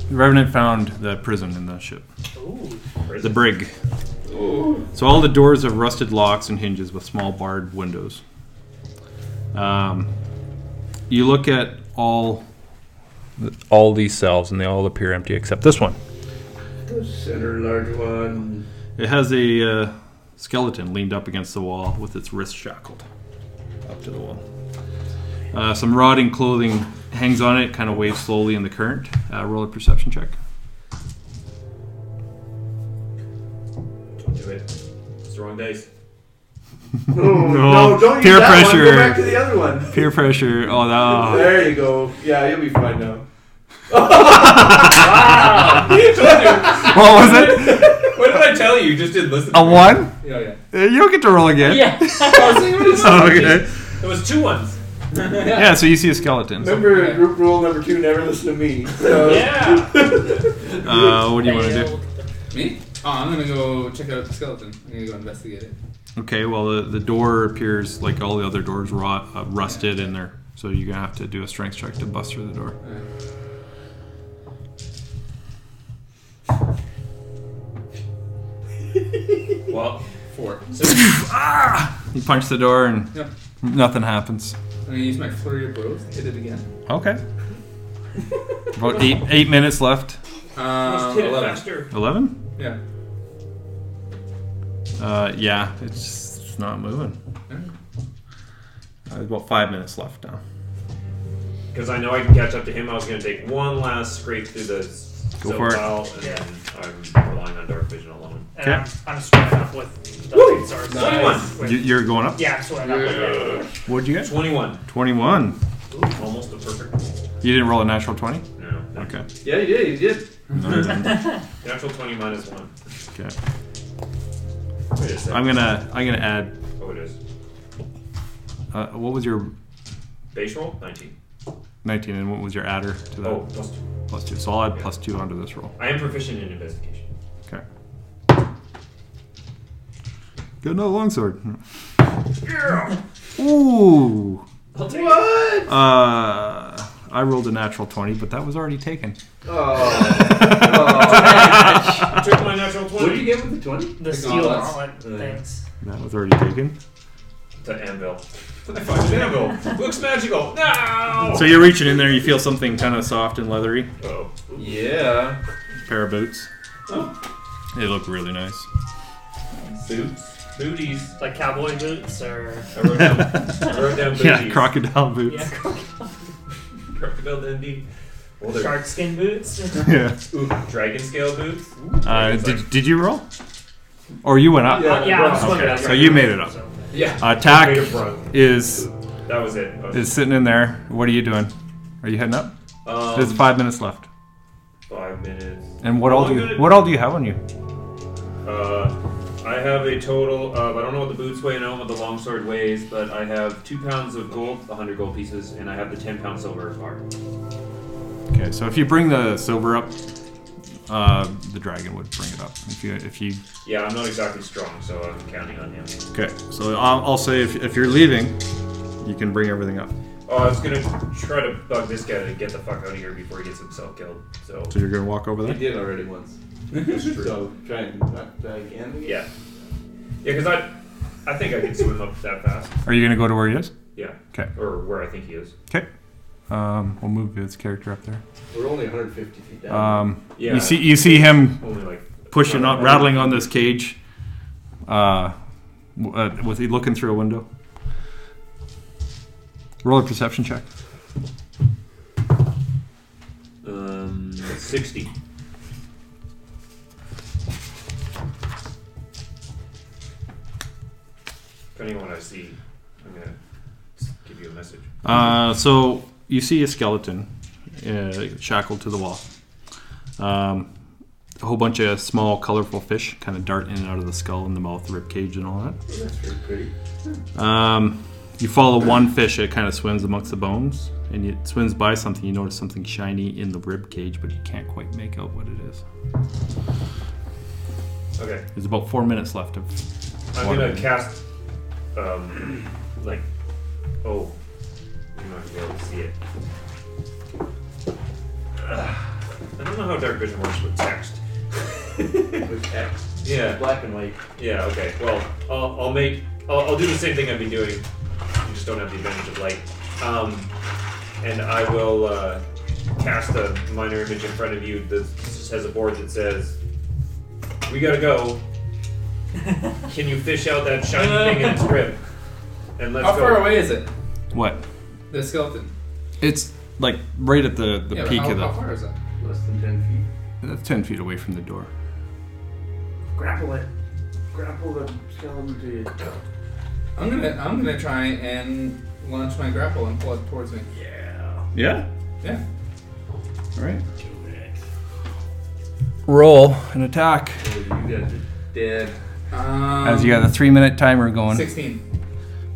[SPEAKER 27] Revenant found the prison in the ship,
[SPEAKER 2] Ooh,
[SPEAKER 27] the brig. So all the doors have rusted locks and hinges with small barred windows. Um, you look at all all these cells, and they all appear empty except this one.
[SPEAKER 3] The center large one.
[SPEAKER 27] It has a uh, skeleton leaned up against the wall with its wrist shackled up to the wall. Uh, some rotting clothing hangs on it, kind of waves slowly in the current. Uh, roll a perception check.
[SPEAKER 26] Don't do it. It's the wrong dice.
[SPEAKER 3] No,
[SPEAKER 27] No.
[SPEAKER 3] no, don't
[SPEAKER 27] Peer
[SPEAKER 3] use that one. Go
[SPEAKER 27] pressure.
[SPEAKER 3] back to the other one.
[SPEAKER 27] Peer pressure. Oh, no.
[SPEAKER 3] There you go. Yeah, you'll be fine now.
[SPEAKER 2] Ah!
[SPEAKER 27] What was it?
[SPEAKER 5] What did I tell you? You just didn't listen.
[SPEAKER 27] A one?
[SPEAKER 5] Yeah, yeah.
[SPEAKER 27] Uh, You don't get to roll again.
[SPEAKER 2] yeah.
[SPEAKER 27] okay.
[SPEAKER 26] It was two ones.
[SPEAKER 1] Yeah, so you see a skeleton.
[SPEAKER 3] Remember group rule number two: never listen to me. So,
[SPEAKER 6] Yeah.
[SPEAKER 1] Uh, what do you want to do?
[SPEAKER 5] Me? Oh, I'm gonna go check out the skeleton. I'm gonna go investigate it.
[SPEAKER 1] Okay, well the, the door appears like all the other doors rot, uh, rusted in there, so you're gonna have to do a strength check to bust through the door.
[SPEAKER 6] Well,
[SPEAKER 5] Four.
[SPEAKER 1] You punch the door and
[SPEAKER 5] Yep.
[SPEAKER 1] nothing happens.
[SPEAKER 5] I'm gonna use my flurry of blows. Hit it again.
[SPEAKER 1] Okay. About eight eight minutes left.
[SPEAKER 5] Um,
[SPEAKER 6] hit it
[SPEAKER 5] Eleven.
[SPEAKER 6] faster.
[SPEAKER 1] Eleven.
[SPEAKER 5] Yeah.
[SPEAKER 1] Uh, yeah, it's just it's not moving. Uh, about five minutes left now.
[SPEAKER 6] Because I know I can catch up to him. I was going to take one last scrape through the
[SPEAKER 1] Go
[SPEAKER 6] so
[SPEAKER 1] for it.
[SPEAKER 6] tile, and
[SPEAKER 2] Yeah.
[SPEAKER 6] then I'm relying on dark vision alone.
[SPEAKER 2] And
[SPEAKER 1] Okay.
[SPEAKER 2] I'm, Um, I'm sweating up with the
[SPEAKER 6] Woo!
[SPEAKER 2] sword.
[SPEAKER 6] Nice.
[SPEAKER 2] With-
[SPEAKER 1] You, you're going up.
[SPEAKER 2] yeah, I'm sweating up with it.
[SPEAKER 1] What'd you get?
[SPEAKER 6] 21.
[SPEAKER 1] Twenty-one.
[SPEAKER 6] Almost a perfect.
[SPEAKER 1] You didn't roll a natural twenty.
[SPEAKER 6] No. no.
[SPEAKER 1] Okay.
[SPEAKER 3] yeah, you did. You did.
[SPEAKER 6] Natural 20 minus 1.
[SPEAKER 1] Okay.
[SPEAKER 6] Wait a second.
[SPEAKER 1] I'm gonna I'm gonna add.
[SPEAKER 6] Oh, it is.
[SPEAKER 1] Uh, what was your
[SPEAKER 6] Base roll? 19.
[SPEAKER 1] 19 and what was your adder to that?
[SPEAKER 6] Oh, plus 2.
[SPEAKER 1] Plus two. So I'll add plus two onto this roll.
[SPEAKER 6] I am proficient in investigation.
[SPEAKER 1] Okay. Got another longsword. Ooh.
[SPEAKER 3] What?
[SPEAKER 1] Uh, I rolled a natural 20, but that was already taken.
[SPEAKER 3] Oh.
[SPEAKER 6] I took my natural 20.
[SPEAKER 3] What did you get with the twenty? oh,
[SPEAKER 2] The steel
[SPEAKER 5] gauntlets.
[SPEAKER 2] gauntlet things.
[SPEAKER 1] That was already taken.
[SPEAKER 6] The anvil. I found an anvil. Looks magical. No!
[SPEAKER 1] So you're reaching in there, you feel something kind of soft and leathery.
[SPEAKER 6] Oh.
[SPEAKER 3] Yeah.
[SPEAKER 1] Pair of boots. They look really nice.
[SPEAKER 6] Boots. Booties.
[SPEAKER 2] Like cowboy boots or.
[SPEAKER 6] I wrote down, I wrote down booties.
[SPEAKER 1] Yeah, crocodile boots.
[SPEAKER 2] Yeah,
[SPEAKER 6] Crocodile Dundee. Well, they're
[SPEAKER 2] shark skin boots.
[SPEAKER 1] Yeah.
[SPEAKER 6] Ooh, dragon scale boots.
[SPEAKER 1] Uh, did, did you roll? Or you went up?
[SPEAKER 3] Yeah.
[SPEAKER 2] yeah, I'm sweating
[SPEAKER 1] Okay,
[SPEAKER 2] up.
[SPEAKER 1] so you made it up.
[SPEAKER 2] So,
[SPEAKER 1] Attack
[SPEAKER 6] Made a front.
[SPEAKER 1] is
[SPEAKER 6] That was it. That was
[SPEAKER 1] is sitting in there. What are you doing? Are you heading up?
[SPEAKER 6] Um,
[SPEAKER 1] There's five minutes left.
[SPEAKER 6] five minutes.
[SPEAKER 1] And what all do
[SPEAKER 6] I'm
[SPEAKER 1] you,
[SPEAKER 6] gonna-
[SPEAKER 1] what all do you have on you?
[SPEAKER 6] Uh, I have a total of I don't know what the boots weigh, I don't know what the longsword weighs, but I have two pounds of gold, a hundred gold pieces, and I have the ten pound silver bar.
[SPEAKER 1] Okay, so if you bring the silver up, uh, the dragon would bring it up. If you if you
[SPEAKER 6] Yeah, I'm not exactly strong, so I'm counting on him.
[SPEAKER 1] okay, so I'll, I'll say if, if you're leaving, you can bring everything up.
[SPEAKER 6] Oh, I was gonna try to bug this guy to get the fuck out of here before he gets himself killed. So
[SPEAKER 1] So you're gonna walk over
[SPEAKER 3] I
[SPEAKER 1] there.
[SPEAKER 3] did already once. so try and not die again.
[SPEAKER 6] yeah, yeah, because I, I think I can swim up that fast.
[SPEAKER 1] Are you gonna go to where he is?
[SPEAKER 6] Yeah.
[SPEAKER 1] 'Kay.
[SPEAKER 6] Or where I think he is.
[SPEAKER 1] Okay. Um, we'll move his character up there.
[SPEAKER 3] We're only 150 feet down.
[SPEAKER 1] Um,
[SPEAKER 6] Yeah.
[SPEAKER 1] You see you see him
[SPEAKER 6] Only like
[SPEAKER 1] pushing on rattling on this cage. Uh, w- uh, was he looking through a window? Roll a perception check.
[SPEAKER 6] Um, sixty. Depending on what I see, I'm gonna s- give you a message.
[SPEAKER 1] Uh, so you see a skeleton uh, shackled to the wall. Um, a whole bunch of small, colorful fish kind of dart in and out of the skull and the mouth, the rib cage, and all that.
[SPEAKER 3] That's pretty pretty.
[SPEAKER 1] Um, you follow one fish; it kind of swims amongst the bones, and it swims by something. You notice something shiny in the rib cage, but you can't quite make out what it is.
[SPEAKER 6] Okay,
[SPEAKER 1] There's about four minutes left of.
[SPEAKER 6] I'm
[SPEAKER 1] Water.
[SPEAKER 6] gonna cast, um, like, oh, you're not gonna be able to see it. I don't know how dark vision works with text.
[SPEAKER 3] With X.
[SPEAKER 6] Yeah.
[SPEAKER 3] Black and white.
[SPEAKER 6] Yeah, okay. Well, I'll, I'll make. I'll, I'll do the same thing I've been doing. You just don't have the advantage of light. Um, and I will uh, cast a minor image in front of you that just has a board that says, We gotta go. Can you fish out that shiny thing in its rib? And let's
[SPEAKER 5] How
[SPEAKER 6] go.
[SPEAKER 5] far away is it?
[SPEAKER 1] What?
[SPEAKER 5] The skeleton.
[SPEAKER 1] It's like right at the, the
[SPEAKER 5] yeah, but
[SPEAKER 1] peak
[SPEAKER 5] how,
[SPEAKER 1] of
[SPEAKER 5] how
[SPEAKER 1] the.
[SPEAKER 5] far is that?
[SPEAKER 3] Less than 10 feet.
[SPEAKER 1] That's ten feet away from the door.
[SPEAKER 3] Grapple it. Grapple the skeleton to you.
[SPEAKER 5] I'm gonna I'm gonna try and launch my grapple and pull it towards me.
[SPEAKER 1] Yeah.
[SPEAKER 5] Yeah.
[SPEAKER 1] All right. Roll an attack.
[SPEAKER 3] Oh, you guys are dead.
[SPEAKER 5] Um,
[SPEAKER 1] As you got a three minute timer going.
[SPEAKER 5] Sixteen.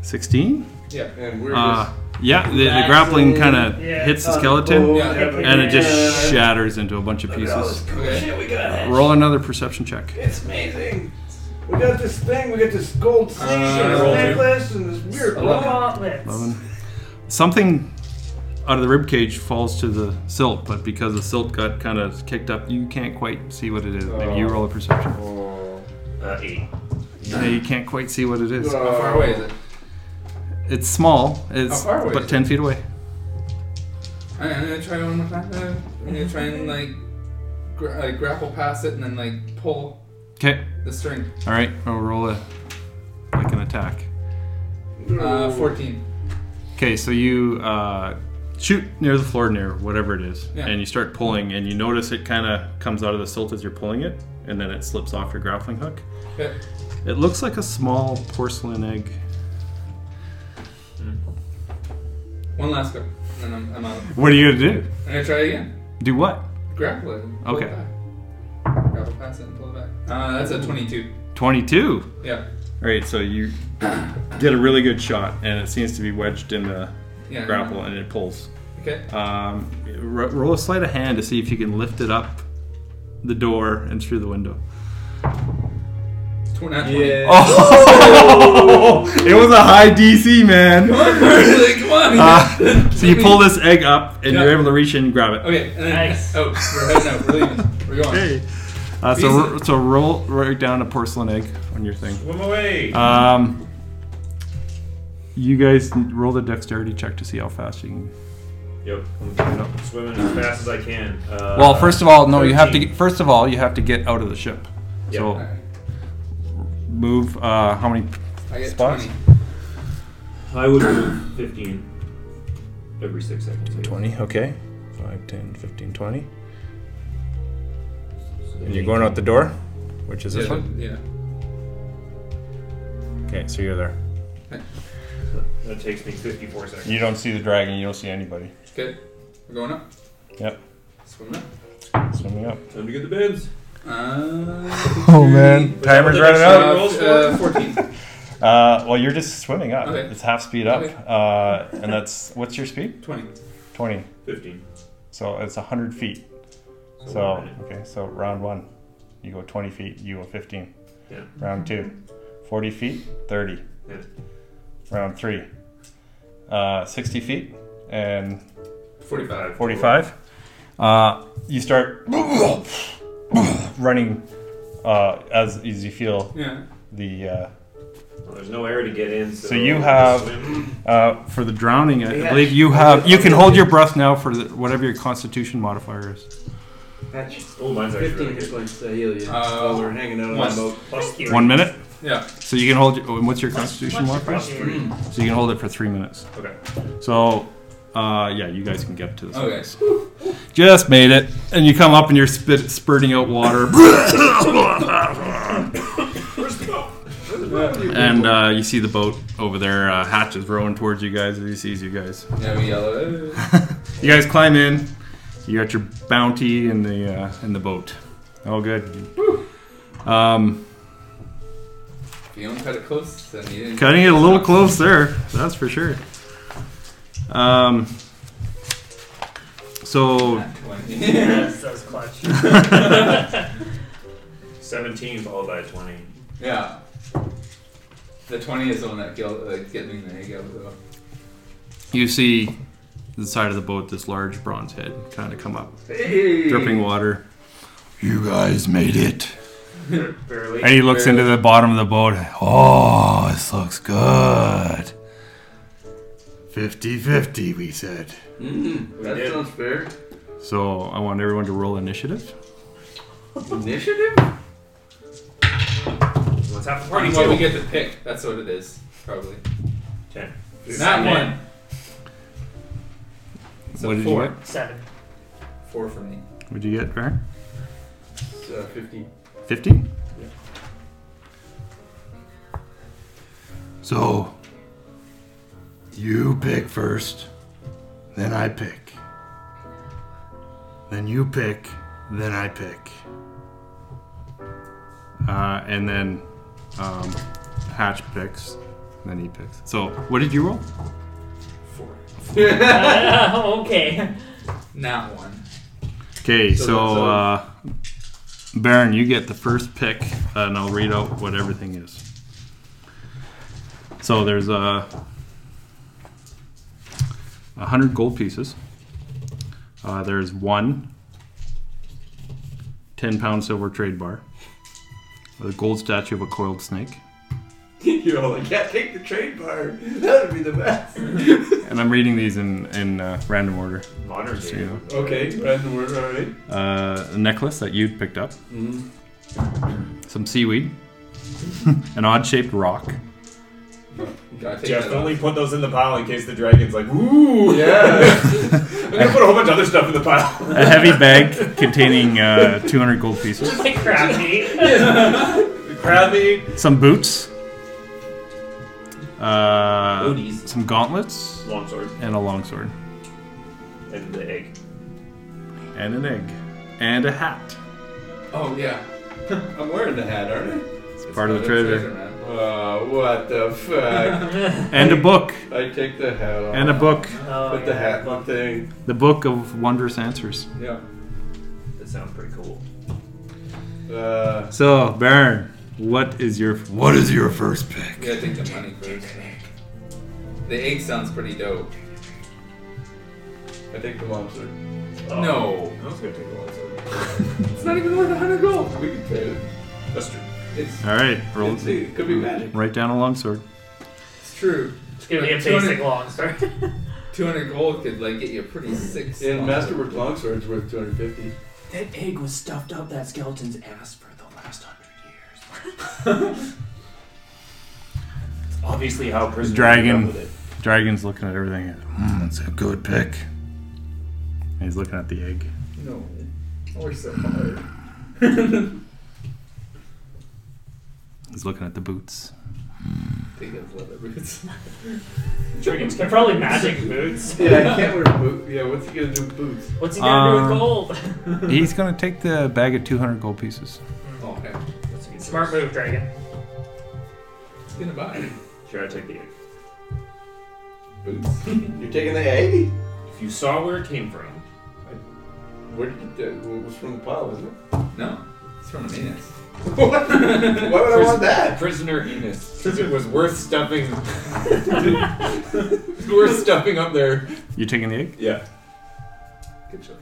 [SPEAKER 1] 16?
[SPEAKER 5] Yeah.
[SPEAKER 3] And we're
[SPEAKER 1] Uh,
[SPEAKER 3] just.
[SPEAKER 1] Yeah, the, the
[SPEAKER 5] Back
[SPEAKER 1] grappling
[SPEAKER 5] to-
[SPEAKER 1] kind of
[SPEAKER 2] Yeah.
[SPEAKER 1] hits the
[SPEAKER 3] Oh,
[SPEAKER 1] skeleton,
[SPEAKER 5] Yeah.
[SPEAKER 1] and it just shatters into a bunch of pieces.
[SPEAKER 6] Oh,
[SPEAKER 5] Okay.
[SPEAKER 3] we got.
[SPEAKER 1] Roll another perception check.
[SPEAKER 3] It's amazing. We got this thing. We got this gold thing
[SPEAKER 5] Uh,
[SPEAKER 3] and
[SPEAKER 5] roll
[SPEAKER 3] this
[SPEAKER 5] two.
[SPEAKER 3] necklace and this weird rock.
[SPEAKER 2] Gauntlets.
[SPEAKER 1] Eleven. Something out of the rib cage falls to the silt, but because the silt got kind of kicked up, you can't quite see what it is. Maybe you roll a perception.
[SPEAKER 6] Uh, eight.
[SPEAKER 1] No, you can't quite see what it is.
[SPEAKER 5] How far away is it?
[SPEAKER 1] It's small. It's
[SPEAKER 5] How far away
[SPEAKER 1] but
[SPEAKER 5] is
[SPEAKER 1] ten feet away.
[SPEAKER 5] All right, I'm gonna try one more time. Uh, I'm gonna try and like, gra- like grapple past it and then like pull
[SPEAKER 1] Okay.
[SPEAKER 5] the string.
[SPEAKER 1] All right. I'll roll a like an attack.
[SPEAKER 5] Uh, 14.
[SPEAKER 1] Okay, so you uh, shoot near the floor, near whatever it is,
[SPEAKER 5] Yeah.
[SPEAKER 1] and you start pulling, and you notice it kind of comes out of the silt as you're pulling it, and then it slips off your grappling hook.
[SPEAKER 5] Okay.
[SPEAKER 1] It looks like a small porcelain egg.
[SPEAKER 5] One last go, and then I'm, I'm out.
[SPEAKER 1] What are you gonna do?
[SPEAKER 5] I'm gonna try again.
[SPEAKER 1] Do what?
[SPEAKER 5] Grapple it. and pull
[SPEAKER 1] Okay.
[SPEAKER 5] It back. Grapple past it and pull it back. Uh, that's a 22.
[SPEAKER 1] 22.
[SPEAKER 5] Yeah.
[SPEAKER 1] All right, so you did a really good shot, and it seems to be wedged in the
[SPEAKER 5] Yeah.
[SPEAKER 1] grapple, and it pulls.
[SPEAKER 5] Okay.
[SPEAKER 1] Um, ro- roll a sleight of hand to see if you can lift it up the door and through the window.
[SPEAKER 5] Tw- not 20.
[SPEAKER 3] Yeah.
[SPEAKER 1] Oh, it was a high DC, man.
[SPEAKER 5] Like, come on.
[SPEAKER 1] Uh, so you
[SPEAKER 5] Let me-
[SPEAKER 1] pull this egg up, and
[SPEAKER 5] Yeah.
[SPEAKER 1] you're able to reach in and grab it.
[SPEAKER 5] Okay. And then,
[SPEAKER 2] Nice.
[SPEAKER 5] Oh, we're heading out. We're leaving. We're going.
[SPEAKER 1] Okay. Uh, so
[SPEAKER 5] Easy.
[SPEAKER 1] ro- so roll right down a porcelain egg on your thing.
[SPEAKER 8] Swim away.
[SPEAKER 6] Uh,
[SPEAKER 1] Um, you guys n- roll the dexterity check to see how fast you can.
[SPEAKER 8] Yep. I'm swimming as fast as I can. Uh,
[SPEAKER 1] Well, first of all, no, you have to.
[SPEAKER 8] 13.
[SPEAKER 1] Get, first of all, you have to get out of the ship.
[SPEAKER 8] Yeah.
[SPEAKER 1] So
[SPEAKER 5] All right.
[SPEAKER 1] move. Uh, how many?
[SPEAKER 5] I get
[SPEAKER 1] Spots?
[SPEAKER 5] 20.
[SPEAKER 8] I would move 15 every six seconds. I guess.
[SPEAKER 12] 20, okay. 5, 10, 15, 20. And you're going out the door, which is this
[SPEAKER 5] Yeah.
[SPEAKER 12] one?
[SPEAKER 5] yeah.
[SPEAKER 12] Okay, so you're there.
[SPEAKER 8] That takes me 54 seconds.
[SPEAKER 1] You don't see the dragon. You don't see anybody.
[SPEAKER 5] Okay. We're going up.
[SPEAKER 1] Yep.
[SPEAKER 5] Swimming up.
[SPEAKER 1] Swimming up.
[SPEAKER 8] Time to get the beds.
[SPEAKER 5] Uh,
[SPEAKER 1] Oh man,
[SPEAKER 8] that what
[SPEAKER 1] timer's
[SPEAKER 8] the
[SPEAKER 1] running
[SPEAKER 8] next
[SPEAKER 1] out.
[SPEAKER 8] one
[SPEAKER 5] uh, uh, 14.
[SPEAKER 1] Uh, well, you're just swimming up.
[SPEAKER 5] Okay.
[SPEAKER 1] It's half speed up,
[SPEAKER 5] Okay.
[SPEAKER 1] uh, and that's what's your speed?
[SPEAKER 5] 20.
[SPEAKER 1] Twenty.
[SPEAKER 8] 15.
[SPEAKER 1] So it's hundred feet. So
[SPEAKER 8] we're at
[SPEAKER 1] okay, so round one, you go twenty feet. You go fifteen.
[SPEAKER 8] Yeah.
[SPEAKER 1] Round two, 40 feet, thirty.
[SPEAKER 8] Yeah.
[SPEAKER 1] Round three, uh, sixty feet, and
[SPEAKER 5] 45.
[SPEAKER 1] 45. Uh, you start running uh, as, as you feel
[SPEAKER 5] Yeah.
[SPEAKER 1] the. Uh,
[SPEAKER 8] Well, there's no air to get in. So,
[SPEAKER 1] So you have-
[SPEAKER 8] swim.
[SPEAKER 1] uh, for the drowning, I
[SPEAKER 3] Yeah.
[SPEAKER 1] believe you have. You can hold your breath now for the, whatever your constitution modifier is.
[SPEAKER 3] That's
[SPEAKER 8] Oh, mine's actually really
[SPEAKER 3] fifteen hit
[SPEAKER 8] good.
[SPEAKER 3] points to heal you.
[SPEAKER 5] Uh,
[SPEAKER 3] while we're hanging out on
[SPEAKER 5] one.
[SPEAKER 3] the boat.
[SPEAKER 8] Plus three.
[SPEAKER 1] One minute.
[SPEAKER 5] Yeah.
[SPEAKER 1] So you can hold. Your, oh, and what's your constitution modifier?
[SPEAKER 8] Plus three.
[SPEAKER 1] So you can hold it for three minutes.
[SPEAKER 8] Okay.
[SPEAKER 1] So, uh, yeah, you guys can get to this.
[SPEAKER 5] Okay.
[SPEAKER 1] Just made it, and you come up and you're spit, spurting out water, and uh, you see the boat over there. Uh, hatches rowing towards you guys as he sees you guys.
[SPEAKER 5] Yeah, we yellow.
[SPEAKER 1] You guys climb in. You got your bounty in the uh, in the boat. All good. Um,
[SPEAKER 5] If you don't cut it close, then you didn't.
[SPEAKER 1] cutting it a little close there. That's for sure. Um, so
[SPEAKER 2] Yes, that was clutch.
[SPEAKER 8] 17 followed by 20.
[SPEAKER 5] yeah. The 20 is the one that killed, uh, getting the egg out of the
[SPEAKER 1] you see the side of the boat this large bronze head kind of come up,
[SPEAKER 5] Hey!
[SPEAKER 1] dripping water.
[SPEAKER 18] You guys made it.
[SPEAKER 8] Barely.
[SPEAKER 1] And he looks into the bottom of the boat.
[SPEAKER 18] Oh, this looks good. 50 50, we said.
[SPEAKER 3] Mm-hmm. That
[SPEAKER 8] did.
[SPEAKER 3] sounds fair.
[SPEAKER 1] So I want everyone to roll initiative.
[SPEAKER 3] Initiative?
[SPEAKER 8] Let's have the party.
[SPEAKER 5] Well, we
[SPEAKER 8] too.
[SPEAKER 5] get to pick. That's what it is, probably.
[SPEAKER 8] 10.
[SPEAKER 5] Not one. So
[SPEAKER 1] what did
[SPEAKER 5] four.
[SPEAKER 1] you get?
[SPEAKER 2] Seven.
[SPEAKER 5] Four for me.
[SPEAKER 1] What did you get, Baron?
[SPEAKER 3] It's, uh, fifteen.
[SPEAKER 1] Fifty.
[SPEAKER 18] So, you pick first, then I pick. Then you pick, then I pick.
[SPEAKER 1] Uh, and then um, Hatch picks, and then he picks. So, what did you roll?
[SPEAKER 8] Four.
[SPEAKER 2] Uh, okay.
[SPEAKER 5] Not one.
[SPEAKER 1] Okay, so,
[SPEAKER 3] so-
[SPEAKER 1] uh, Baron, you get the first pick, uh, and I'll read out what everything is. So there's a uh, hundred gold pieces. Uh, there's one 10 pound silver trade bar, a gold statue of a coiled snake,
[SPEAKER 3] You're all like, yeah, take the trade bar. That would be the best.
[SPEAKER 1] and I'm reading these in in uh, random order.
[SPEAKER 8] Modern
[SPEAKER 1] So,
[SPEAKER 8] game. Oh,
[SPEAKER 3] okay, random word, all right.
[SPEAKER 1] Uh, a necklace that you'd picked up,
[SPEAKER 3] Mm.
[SPEAKER 1] some seaweed, an odd shaped rock.
[SPEAKER 5] Gotta take that
[SPEAKER 8] Definitely put those in the pile in case the dragon's like, ooh.
[SPEAKER 3] Yeah.
[SPEAKER 8] I'm gonna put a whole bunch of other stuff in the pile.
[SPEAKER 1] A heavy bag containing uh, 200 gold pieces,
[SPEAKER 2] Like crabby.
[SPEAKER 8] Grab me.
[SPEAKER 1] some boots,
[SPEAKER 3] Oh,
[SPEAKER 1] uh,
[SPEAKER 6] Booties.
[SPEAKER 1] some gauntlets,
[SPEAKER 8] Longsword.
[SPEAKER 1] and a longsword,
[SPEAKER 8] And the egg.
[SPEAKER 1] and an egg, and a hat.
[SPEAKER 5] off. Oh yeah.
[SPEAKER 3] I'm wearing the hat, aren't
[SPEAKER 1] It's part of the treasure.
[SPEAKER 5] man.
[SPEAKER 3] I? Uh, what the fuck?
[SPEAKER 1] And a book.
[SPEAKER 3] I take the hat off.
[SPEAKER 1] And a book.
[SPEAKER 2] Oh,
[SPEAKER 3] Put the
[SPEAKER 2] yeah.
[SPEAKER 3] hat on thing.
[SPEAKER 1] The Book of Wondrous Answers.
[SPEAKER 3] Yeah.
[SPEAKER 6] That sounds pretty cool.
[SPEAKER 3] Uh,
[SPEAKER 1] So, Baron, what is your.
[SPEAKER 18] What is your first
[SPEAKER 5] We
[SPEAKER 18] pick?
[SPEAKER 5] gotta take the money first. The egg sounds pretty dope.
[SPEAKER 3] I take the monster. Oh.
[SPEAKER 5] No.
[SPEAKER 8] I was gonna take the longsword.
[SPEAKER 5] It's not even worth a hundred gold.
[SPEAKER 3] We can trade it.
[SPEAKER 8] That's true.
[SPEAKER 3] It's,
[SPEAKER 1] Alright, roll.
[SPEAKER 3] it's it could be magic.
[SPEAKER 1] Write down a longsword.
[SPEAKER 5] It's true.
[SPEAKER 2] It's gonna be a
[SPEAKER 5] Two hundred-
[SPEAKER 2] basic long story.
[SPEAKER 5] Two hundred gold could like get you a pretty sick.
[SPEAKER 3] And
[SPEAKER 5] slot.
[SPEAKER 3] Masterwork Longsword's worth 250.
[SPEAKER 6] That egg was stuffed up that skeleton's ass for the last hundred years. It's obviously how prisoners
[SPEAKER 1] Dragon.
[SPEAKER 6] end up with it.
[SPEAKER 1] Dragon's looking at everything.
[SPEAKER 18] Hmm, that's a good pick.
[SPEAKER 1] He's looking at the egg.
[SPEAKER 5] No. I worked so hard.
[SPEAKER 1] He's looking at the boots.
[SPEAKER 5] Think of leather boots.
[SPEAKER 2] Dragons can probably magic boots.
[SPEAKER 3] Yeah, I can't wear boots. Yeah, what's he gonna do with boots?
[SPEAKER 2] What's he gonna do
[SPEAKER 1] Um,
[SPEAKER 2] with gold?
[SPEAKER 1] He's gonna take the bag of 200 gold pieces.
[SPEAKER 5] Oh okay.
[SPEAKER 6] That's a good
[SPEAKER 2] Smart
[SPEAKER 6] choice.
[SPEAKER 2] move, dragon.
[SPEAKER 5] It's gonna buy it.
[SPEAKER 6] Sure, I take the egg.
[SPEAKER 3] Boots. You're taking the egg?
[SPEAKER 6] If you saw where it came from,
[SPEAKER 3] Where did you get that? Well, It was from the pile, wasn't
[SPEAKER 5] No. It's from an anus.
[SPEAKER 3] it? What? Why would I want that?
[SPEAKER 6] prisoner anus, because it was worth stuffing. It's worth stuffing up there.
[SPEAKER 1] You taking the egg?
[SPEAKER 8] Yeah.
[SPEAKER 5] Good choice.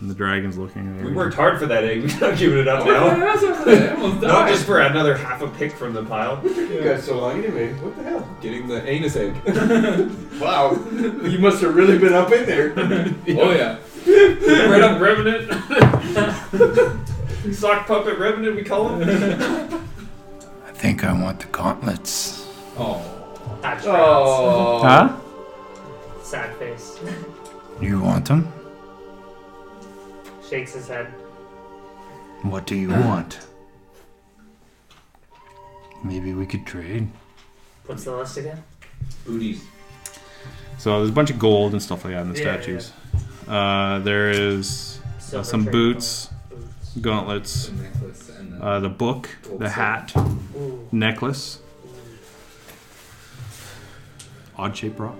[SPEAKER 1] And the dragon's looking at
[SPEAKER 8] We
[SPEAKER 1] everything.
[SPEAKER 8] worked hard for that egg. We're not giving it up
[SPEAKER 5] Oh,
[SPEAKER 8] now.
[SPEAKER 5] that's what I almost died.
[SPEAKER 8] Not just for another half a pick from the pile.
[SPEAKER 3] You guys so long anyway. What the hell?
[SPEAKER 8] Getting the anus egg.
[SPEAKER 3] Wow. you must have really been up in there.
[SPEAKER 5] Oh yeah.
[SPEAKER 8] right up Revenant. Sock puppet Revenant, we call it.
[SPEAKER 18] I think I want the gauntlets.
[SPEAKER 5] Oh.
[SPEAKER 2] Hatch oh.
[SPEAKER 3] Oh.
[SPEAKER 1] Huh?
[SPEAKER 2] Sad face.
[SPEAKER 1] Oh.
[SPEAKER 18] You want them?
[SPEAKER 2] Shakes his head.
[SPEAKER 18] What do you want? Maybe we could trade.
[SPEAKER 2] What's the list again?
[SPEAKER 6] Booties.
[SPEAKER 1] So there's a bunch of gold and stuff like that in the
[SPEAKER 2] Yeah, yeah,
[SPEAKER 1] statues. Uh, there is uh,
[SPEAKER 2] Silver
[SPEAKER 1] some
[SPEAKER 2] trade
[SPEAKER 1] boots,
[SPEAKER 2] Boots.
[SPEAKER 1] gauntlets,
[SPEAKER 5] The necklace and the.
[SPEAKER 1] uh, the book,
[SPEAKER 5] Gold
[SPEAKER 1] the
[SPEAKER 5] silver.
[SPEAKER 1] hat,
[SPEAKER 2] Ooh.
[SPEAKER 1] necklace, odd shaped rock,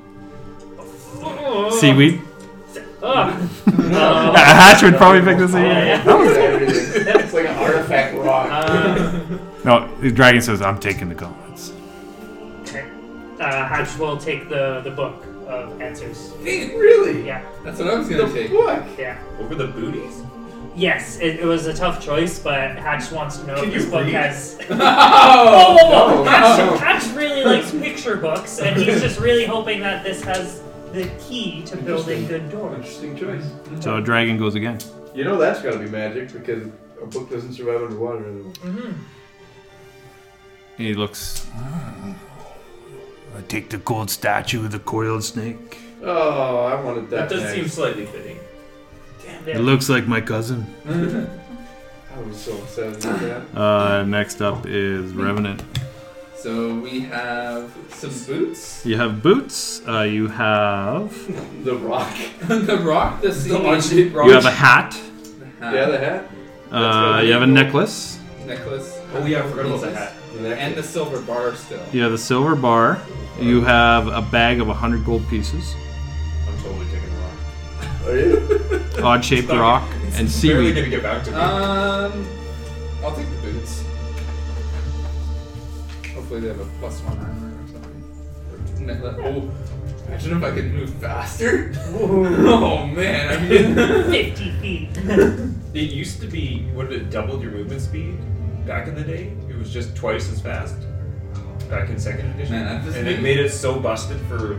[SPEAKER 1] seaweed.
[SPEAKER 2] Ah.
[SPEAKER 1] A
[SPEAKER 3] Uh,
[SPEAKER 2] Oh.
[SPEAKER 1] hatch would probably pick the seaweed.
[SPEAKER 2] yeah.
[SPEAKER 3] it's like an artifact rock.
[SPEAKER 2] Uh,
[SPEAKER 1] No, the dragon says, "I'm taking the gauntlets."
[SPEAKER 2] okay. Uh, Hatch will take the, the book of answers.
[SPEAKER 3] Really?
[SPEAKER 2] Yeah,
[SPEAKER 5] That's what I was
[SPEAKER 3] The
[SPEAKER 5] gonna take.
[SPEAKER 3] fuck?
[SPEAKER 2] yeah.
[SPEAKER 8] Over the booties?
[SPEAKER 2] Yes, it, it was a tough choice, but Hatch wants to know
[SPEAKER 8] Can
[SPEAKER 2] if this
[SPEAKER 8] you
[SPEAKER 2] book
[SPEAKER 8] read?
[SPEAKER 2] has. whoa, whoa,
[SPEAKER 1] Oh.
[SPEAKER 2] whoa!
[SPEAKER 3] no.
[SPEAKER 2] Hatch, Hatch really likes picture books, and he's just really hoping that this has the key to building good doors.
[SPEAKER 3] Oh, Interesting choice.
[SPEAKER 1] So dragon goes again.
[SPEAKER 3] You know that's gotta be magic because a book doesn't survive underwater.
[SPEAKER 1] He looks.
[SPEAKER 18] I take the gold statue of the coiled snake.
[SPEAKER 3] Oh, I wanted
[SPEAKER 8] That
[SPEAKER 3] that.
[SPEAKER 8] does
[SPEAKER 3] next.
[SPEAKER 8] seem slightly fitting.
[SPEAKER 18] It looks like my cousin.
[SPEAKER 3] I was so upset about that.
[SPEAKER 1] Uh, next up is revenant.
[SPEAKER 5] So we have some boots,
[SPEAKER 1] You have boots. Uh, you have
[SPEAKER 3] The rock.
[SPEAKER 5] the rock, the sea,
[SPEAKER 1] you have a hat.
[SPEAKER 5] the hat,
[SPEAKER 3] Yeah, the hat.
[SPEAKER 1] Uh, you have a necklace.
[SPEAKER 5] necklace.
[SPEAKER 8] Oh yeah, I forgot about the hat.
[SPEAKER 5] and the silver bar still.
[SPEAKER 1] You have a silver bar. You have a bag of 100 gold pieces,
[SPEAKER 6] I'm totally taking the
[SPEAKER 3] Are
[SPEAKER 6] rock.
[SPEAKER 3] you?
[SPEAKER 1] odd shaped rock, and
[SPEAKER 6] Barely
[SPEAKER 1] seaweed.
[SPEAKER 6] gonna get back to me.
[SPEAKER 5] Um, I'll take the boots. Hopefully they have a plus one armor or something. Ne- le- Oh, imagine if I could move faster. Oh man, I mean,
[SPEAKER 2] 50 feet.
[SPEAKER 6] It used to be, what did it doubled your movement speed back in the day? It was just twice as fast back in second edition.
[SPEAKER 5] Man, I've just
[SPEAKER 6] and
[SPEAKER 5] been-
[SPEAKER 6] it made it so busted for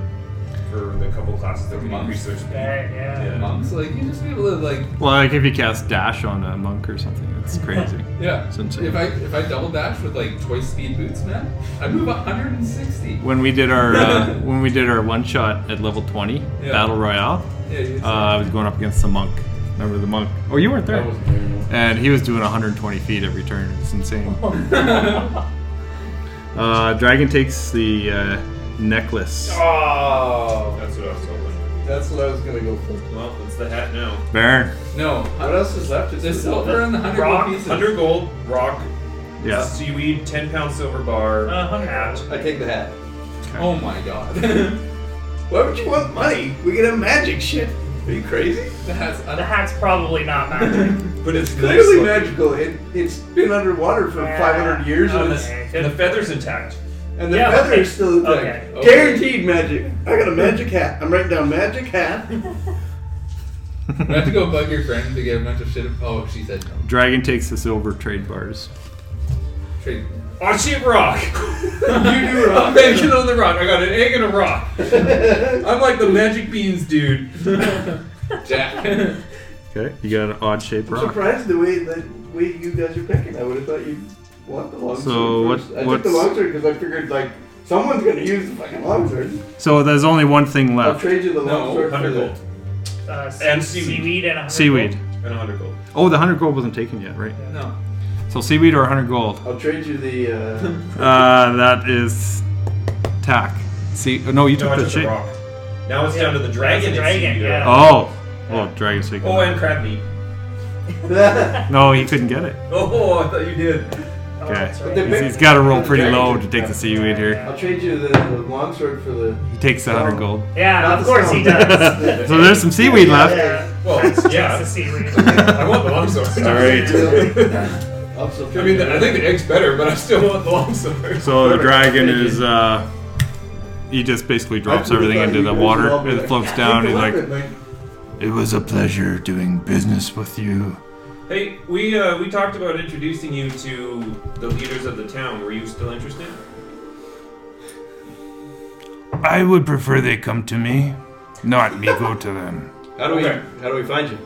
[SPEAKER 6] for the couple classes that we
[SPEAKER 5] Monks.
[SPEAKER 6] increased their speed.
[SPEAKER 2] That, yeah.
[SPEAKER 5] monks like you just be able to like
[SPEAKER 1] Like if you cast dash on a monk or something, it's crazy.
[SPEAKER 5] yeah.
[SPEAKER 1] It's insane.
[SPEAKER 5] If I if I double dash with like twice speed boots, man, I move 160.
[SPEAKER 1] When we did our uh, when we did our one shot at level 20
[SPEAKER 5] Yeah.
[SPEAKER 1] battle royale,
[SPEAKER 5] Yeah, you
[SPEAKER 1] uh, I was going up against the monk. Remember the monk? Oh, you weren't there.
[SPEAKER 3] I wasn't there, no.
[SPEAKER 1] and he was doing 120 feet every turn. It's insane. uh, dragon takes the uh, necklace.
[SPEAKER 3] Oh,
[SPEAKER 6] That's what I was hoping.
[SPEAKER 3] that's what I was gonna go for.
[SPEAKER 6] Well, it's the hat now.
[SPEAKER 1] Baron.
[SPEAKER 5] no.
[SPEAKER 3] What else is left? It's
[SPEAKER 5] The silver and the hundred gold
[SPEAKER 6] Rock,
[SPEAKER 5] pieces.
[SPEAKER 6] 100 gold, rock,
[SPEAKER 1] Yeah.
[SPEAKER 6] seaweed, 10 pound silver bar,
[SPEAKER 2] Uh, 100.
[SPEAKER 6] hat.
[SPEAKER 3] I take the hat.
[SPEAKER 5] Oh my god. the
[SPEAKER 3] Why would you want money? We can have magic shit. Are you crazy?
[SPEAKER 5] hat's
[SPEAKER 2] The hat's probably not magic.
[SPEAKER 6] But it's
[SPEAKER 3] Clearly
[SPEAKER 6] nice looking.
[SPEAKER 3] magical. It, it's been underwater for 500 years and, it's,
[SPEAKER 2] Okay.
[SPEAKER 6] And the feather's intact.
[SPEAKER 3] and the
[SPEAKER 2] Yeah,
[SPEAKER 3] feather
[SPEAKER 2] okay.
[SPEAKER 3] is still intact.
[SPEAKER 2] Okay.
[SPEAKER 3] Guaranteed magic. I got a magic hat. I'm writing down magic hat.
[SPEAKER 5] I have to go bug your friend to get a bunch of shit. Oh, she said no.
[SPEAKER 1] Dragon takes the silver trade bars.
[SPEAKER 5] Trade.
[SPEAKER 6] On sheet rock.
[SPEAKER 5] You do rock.
[SPEAKER 6] I'm making on the rock. I got an egg and a rock. I'm like the magic beans dude.
[SPEAKER 5] Jack.
[SPEAKER 1] Okay. You got an odd shape
[SPEAKER 3] I'm
[SPEAKER 1] rock.
[SPEAKER 3] surprised the way that way you guys are picking. I would have thought you'd want the long
[SPEAKER 1] So
[SPEAKER 3] sword first.
[SPEAKER 1] what-
[SPEAKER 3] I took the
[SPEAKER 1] what's-
[SPEAKER 3] long sword because I figured like someone's gonna use the fucking long sword.
[SPEAKER 1] So there's only one thing
[SPEAKER 3] I'll
[SPEAKER 1] left.
[SPEAKER 3] trade you the long sword for
[SPEAKER 6] 100
[SPEAKER 3] the.
[SPEAKER 6] gold.
[SPEAKER 2] Uh, se-
[SPEAKER 6] And seaweed.
[SPEAKER 2] and 100
[SPEAKER 1] Seaweed.
[SPEAKER 6] And 100 gold.
[SPEAKER 1] Oh, the 100 gold wasn't taken yet, right?
[SPEAKER 5] no.
[SPEAKER 1] So seaweed or 100 gold?
[SPEAKER 3] I'll trade you the. Uh,
[SPEAKER 1] Uh, that is tack. See, no, you took
[SPEAKER 6] No, I
[SPEAKER 1] the
[SPEAKER 6] took the
[SPEAKER 1] shape.
[SPEAKER 6] rock. Now it's down to the
[SPEAKER 2] That's
[SPEAKER 6] dragon.
[SPEAKER 2] a
[SPEAKER 6] and
[SPEAKER 2] dragon,
[SPEAKER 6] seaweed.
[SPEAKER 2] yeah.
[SPEAKER 1] Oh, oh, dragon's taking.
[SPEAKER 6] Oh, and crab meat.
[SPEAKER 2] Oh,
[SPEAKER 3] but
[SPEAKER 1] No, he couldn't get it.
[SPEAKER 6] Oh, I thought you did.
[SPEAKER 2] gold. Oh,
[SPEAKER 1] Okay.
[SPEAKER 2] that's
[SPEAKER 3] they
[SPEAKER 2] right.
[SPEAKER 3] picked-
[SPEAKER 1] He's- he's got to roll
[SPEAKER 3] the
[SPEAKER 1] pretty
[SPEAKER 3] dragon
[SPEAKER 1] low
[SPEAKER 3] took
[SPEAKER 1] to take
[SPEAKER 3] that.
[SPEAKER 1] the seaweed here.
[SPEAKER 3] I'll trade you the, the long sword for the.
[SPEAKER 1] He takes the 100 gold.
[SPEAKER 2] Yeah,
[SPEAKER 3] Not
[SPEAKER 2] of
[SPEAKER 3] the
[SPEAKER 2] course he
[SPEAKER 3] stone.
[SPEAKER 2] does.
[SPEAKER 1] So there's some seaweed left.
[SPEAKER 2] yeah.
[SPEAKER 6] Well,
[SPEAKER 2] That's the
[SPEAKER 6] yeah.
[SPEAKER 2] seaweed.
[SPEAKER 6] I want the longsword.
[SPEAKER 3] I'll still
[SPEAKER 5] I
[SPEAKER 3] trade
[SPEAKER 5] mean,
[SPEAKER 3] you
[SPEAKER 5] the, I think the egg's better, but I still want the longsword.
[SPEAKER 1] So the dragon is, uh, he just basically drops everything into the water. It floats down. He's like,
[SPEAKER 29] It was a pleasure doing business with you.
[SPEAKER 6] Hey, we uh, we talked about introducing you to the leaders of the town. Were you still interested?
[SPEAKER 29] I would prefer they come to me, not me go to them.
[SPEAKER 3] How do we?
[SPEAKER 6] Okay.
[SPEAKER 3] How do we find you?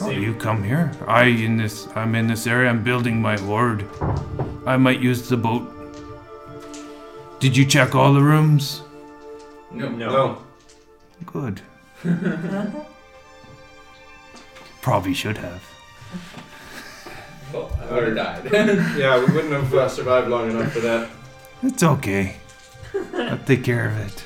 [SPEAKER 29] Oh, you come here. I in this. I'm in this area. I'm building my ward. I might use the boat. Did you check all the rooms?
[SPEAKER 5] No.
[SPEAKER 6] No.
[SPEAKER 29] Good. Probably should have.
[SPEAKER 5] Well, Oh, I would have died.
[SPEAKER 3] Yeah, we wouldn't have uh, survived long enough for that.
[SPEAKER 29] It's okay. I'll take care of it.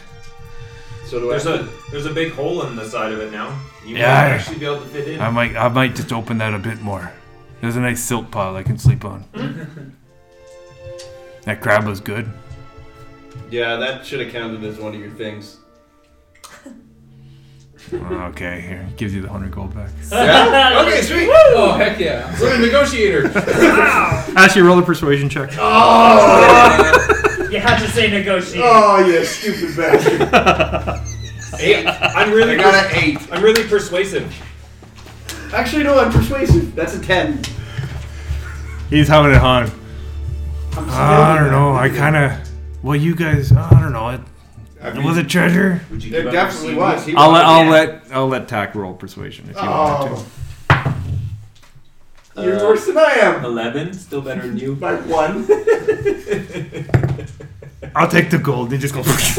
[SPEAKER 3] So do
[SPEAKER 6] There's
[SPEAKER 3] I.
[SPEAKER 6] a there's a big hole in the side of it now. You
[SPEAKER 29] Yeah.
[SPEAKER 6] might actually be able to fit in.
[SPEAKER 29] I might. I might just open that a bit more. There's a nice silk pile I can sleep on. that crab was good.
[SPEAKER 3] yeah, that should have counted as one of your things.
[SPEAKER 29] Oh, Okay, here gives you the hundred gold back.
[SPEAKER 5] yeah? Okay, sweet. Oh, heck yeah. I'm a negotiator.
[SPEAKER 1] Ashley, roll a persuasion check.
[SPEAKER 2] You had to say negotiate.
[SPEAKER 3] Oh, you stupid bastard!
[SPEAKER 6] Eight. I'm really
[SPEAKER 3] an eight.
[SPEAKER 6] I'm really persuasive.
[SPEAKER 3] Actually, no, I'm persuasive. That's a ten.
[SPEAKER 1] He's humming and hawing.
[SPEAKER 29] I don't know. I kind of. Well, you guys. I don't know. It, it was a treasure.
[SPEAKER 30] Would you
[SPEAKER 3] There
[SPEAKER 30] give up your
[SPEAKER 3] definitely
[SPEAKER 30] seaweed?
[SPEAKER 3] was. He
[SPEAKER 1] I'll let I'll
[SPEAKER 3] Yeah.
[SPEAKER 1] let I'll let Tack roll persuasion if you want
[SPEAKER 3] Oh.
[SPEAKER 1] to.
[SPEAKER 3] You're
[SPEAKER 30] Uh,
[SPEAKER 3] worse than I am.
[SPEAKER 30] Eleven, still better than you.
[SPEAKER 3] By one.
[SPEAKER 29] Oh. I'll take the gold. He just goes.
[SPEAKER 2] Oh,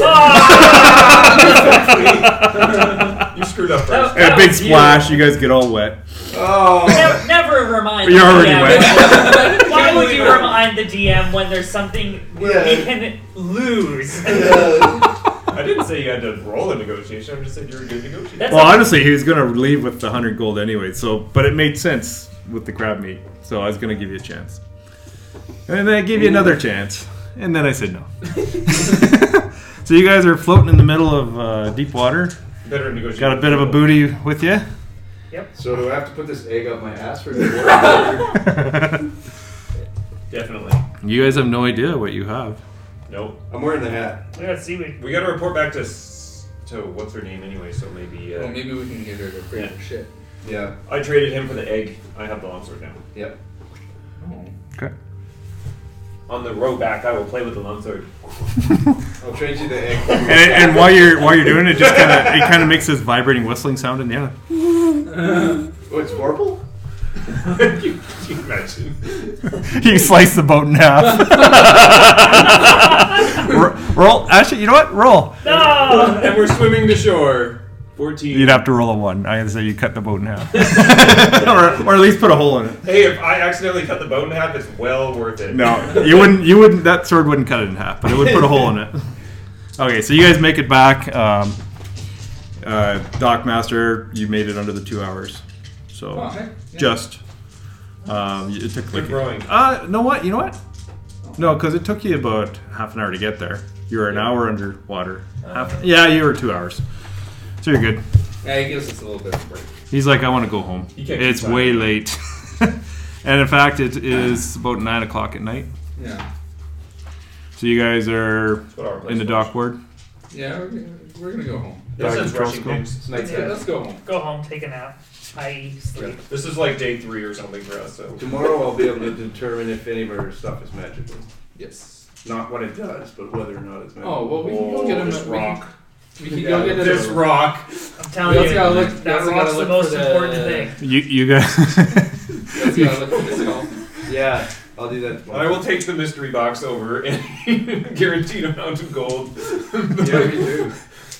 [SPEAKER 6] You screwed up first.
[SPEAKER 1] A big splash. You guys get all wet.
[SPEAKER 3] Oh.
[SPEAKER 2] Ne- never remind
[SPEAKER 1] You're
[SPEAKER 2] the
[SPEAKER 1] already
[SPEAKER 2] DM.
[SPEAKER 1] wet.
[SPEAKER 2] Why would you remind the DM when there's something where he
[SPEAKER 3] Yeah.
[SPEAKER 2] can lose?
[SPEAKER 3] Uh,
[SPEAKER 6] I didn't say you had to roll a negotiation. I just said you were a good negotiator.
[SPEAKER 2] That's
[SPEAKER 1] Well, honestly, he was gonna leave with the hundred gold anyway. So, but it made sense with the crab meat. So I was gonna give you a chance, and then I gave you another chance. and then I said no. so you guys are floating in the middle of uh, deep water.
[SPEAKER 6] Better negotiate.
[SPEAKER 1] Got a bit of a booty with you.
[SPEAKER 3] So do I have to put this egg up my ass for the water?
[SPEAKER 6] Definitely.
[SPEAKER 1] You guys have no idea what you have.
[SPEAKER 6] Nope.
[SPEAKER 3] I'm wearing the hat.
[SPEAKER 2] We got seaweed.
[SPEAKER 6] We got to report back to s- to what's her name anyway. So maybe. Uh,
[SPEAKER 5] Well, maybe we can get her to break
[SPEAKER 6] Yeah.
[SPEAKER 5] her shit.
[SPEAKER 3] Yeah.
[SPEAKER 6] I traded him for the egg. I have the longsword now.
[SPEAKER 3] Yep.
[SPEAKER 6] On the row back, I will play with the longsword.
[SPEAKER 3] I'll trade you the egg.
[SPEAKER 1] And, and while you're while you're doing it, it just kind of it kind of makes this vibrating whistling sound in the air.
[SPEAKER 3] Oh, it's purple?
[SPEAKER 6] Can you, can you imagine?
[SPEAKER 1] You slice the boat in half. Ro- roll, actually, you know what? Roll.
[SPEAKER 2] No!
[SPEAKER 6] and we're swimming to shore. 14.
[SPEAKER 1] You'd have to roll a one. I gotta say, you cut the boat in half, or, or at least put a hole in it.
[SPEAKER 6] Hey, if I accidentally cut the boat in half, it's well worth it.
[SPEAKER 1] No, you wouldn't. You wouldn't. That sword wouldn't cut it in half, but it would put a hole in it. Okay, so you guys make it back. Um, uh, Dockmaster, you made it under the two hours, so just. Um, it took like.
[SPEAKER 6] Good rowing.
[SPEAKER 1] Uh, no what? You know what? No, because it took you about half an hour to get there. You were an hour underwater. Half, yeah, you were two hours. So you're good.
[SPEAKER 5] Yeah, he gives us a little bit of a break.
[SPEAKER 1] He's like, I want to go home.
[SPEAKER 6] You can't keep
[SPEAKER 1] It's
[SPEAKER 6] talking.
[SPEAKER 1] way late. and in fact, it is about nine o'clock at night.
[SPEAKER 5] Yeah.
[SPEAKER 1] So you guys are
[SPEAKER 6] Put our place
[SPEAKER 1] in the dock ward.
[SPEAKER 5] Yeah, we're, gonna- we're gonna go home.
[SPEAKER 6] This
[SPEAKER 1] Dog
[SPEAKER 6] is
[SPEAKER 1] control
[SPEAKER 6] rushing
[SPEAKER 1] school.
[SPEAKER 6] games.
[SPEAKER 3] It's nice.
[SPEAKER 5] Yeah, let's go home.
[SPEAKER 2] Go home, take a nap. I sleep.
[SPEAKER 6] This is like day three or something for us. So
[SPEAKER 3] Tomorrow I'll be able to determine if any of our stuff is magical.
[SPEAKER 5] Yes.
[SPEAKER 3] Not what it does, but whether or not it's magical.
[SPEAKER 5] Oh well, we can go
[SPEAKER 6] Oh,
[SPEAKER 5] get him.
[SPEAKER 6] this
[SPEAKER 5] we can-
[SPEAKER 6] rock.
[SPEAKER 5] We can
[SPEAKER 3] Yeah,
[SPEAKER 5] go get him.
[SPEAKER 6] this rock.
[SPEAKER 2] I'm
[SPEAKER 5] We
[SPEAKER 2] telling
[SPEAKER 5] also
[SPEAKER 2] you,
[SPEAKER 5] gotta look. we
[SPEAKER 2] that
[SPEAKER 5] also gotta
[SPEAKER 2] rock's the
[SPEAKER 5] look
[SPEAKER 2] most
[SPEAKER 5] for
[SPEAKER 2] important thing.
[SPEAKER 1] You, you guys.
[SPEAKER 5] We also gotta look for this skull.
[SPEAKER 3] Yeah, I'll do that tomorrow.
[SPEAKER 6] I will take the mystery box over and guaranteed amount of gold.
[SPEAKER 3] Yeah, we do.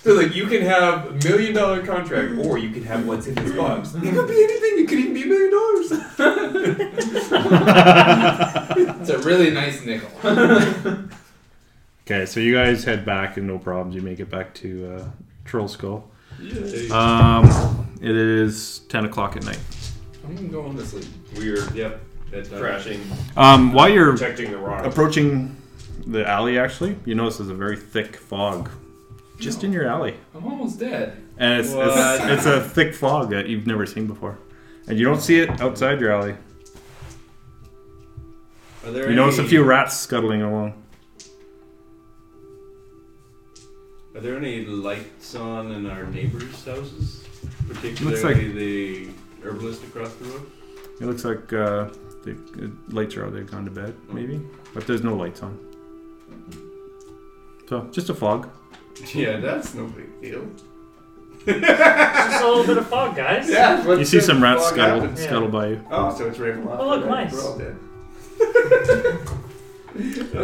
[SPEAKER 6] So like you can have a million dollar contract or you can have what's in this box. It could be anything, it could even be a million dollars.
[SPEAKER 5] It's a really nice nickel.
[SPEAKER 1] okay, so you guys head back and no problems. You make it back to uh, Troll Skull.
[SPEAKER 3] Yeah.
[SPEAKER 1] Um, it is ten o'clock at night.
[SPEAKER 5] I'm even going to sleep.
[SPEAKER 6] We're
[SPEAKER 3] Yep. That's
[SPEAKER 6] crashing,
[SPEAKER 1] Um, while you're
[SPEAKER 6] protecting the rock.
[SPEAKER 1] approaching the alley, actually, you notice there's a very thick fog just in your alley,
[SPEAKER 5] I'm almost dead.
[SPEAKER 1] and it's
[SPEAKER 3] What?
[SPEAKER 1] it's, it's a thick fog that you've never seen before, and you don't see it outside your alley.
[SPEAKER 3] Are there
[SPEAKER 1] You notice a
[SPEAKER 3] any-
[SPEAKER 1] few rats scuttling along.
[SPEAKER 3] Are there any lights on in our neighbors' houses? Particularly
[SPEAKER 1] Looks like-
[SPEAKER 3] the herbalist across the road?
[SPEAKER 1] It looks like uh, the uh, lights are out. They've gone to bed, maybe, but there's no lights on. So just a fog.
[SPEAKER 3] Yeah, that's no big deal.
[SPEAKER 2] It's just a little bit of fog, guys.
[SPEAKER 3] Yeah,
[SPEAKER 1] You see some rats scuttle
[SPEAKER 2] Yeah.
[SPEAKER 1] scuttle by you.
[SPEAKER 3] Oh, so it's Ravenloft.
[SPEAKER 2] Oh, look,
[SPEAKER 3] right?
[SPEAKER 2] mice.
[SPEAKER 3] We're all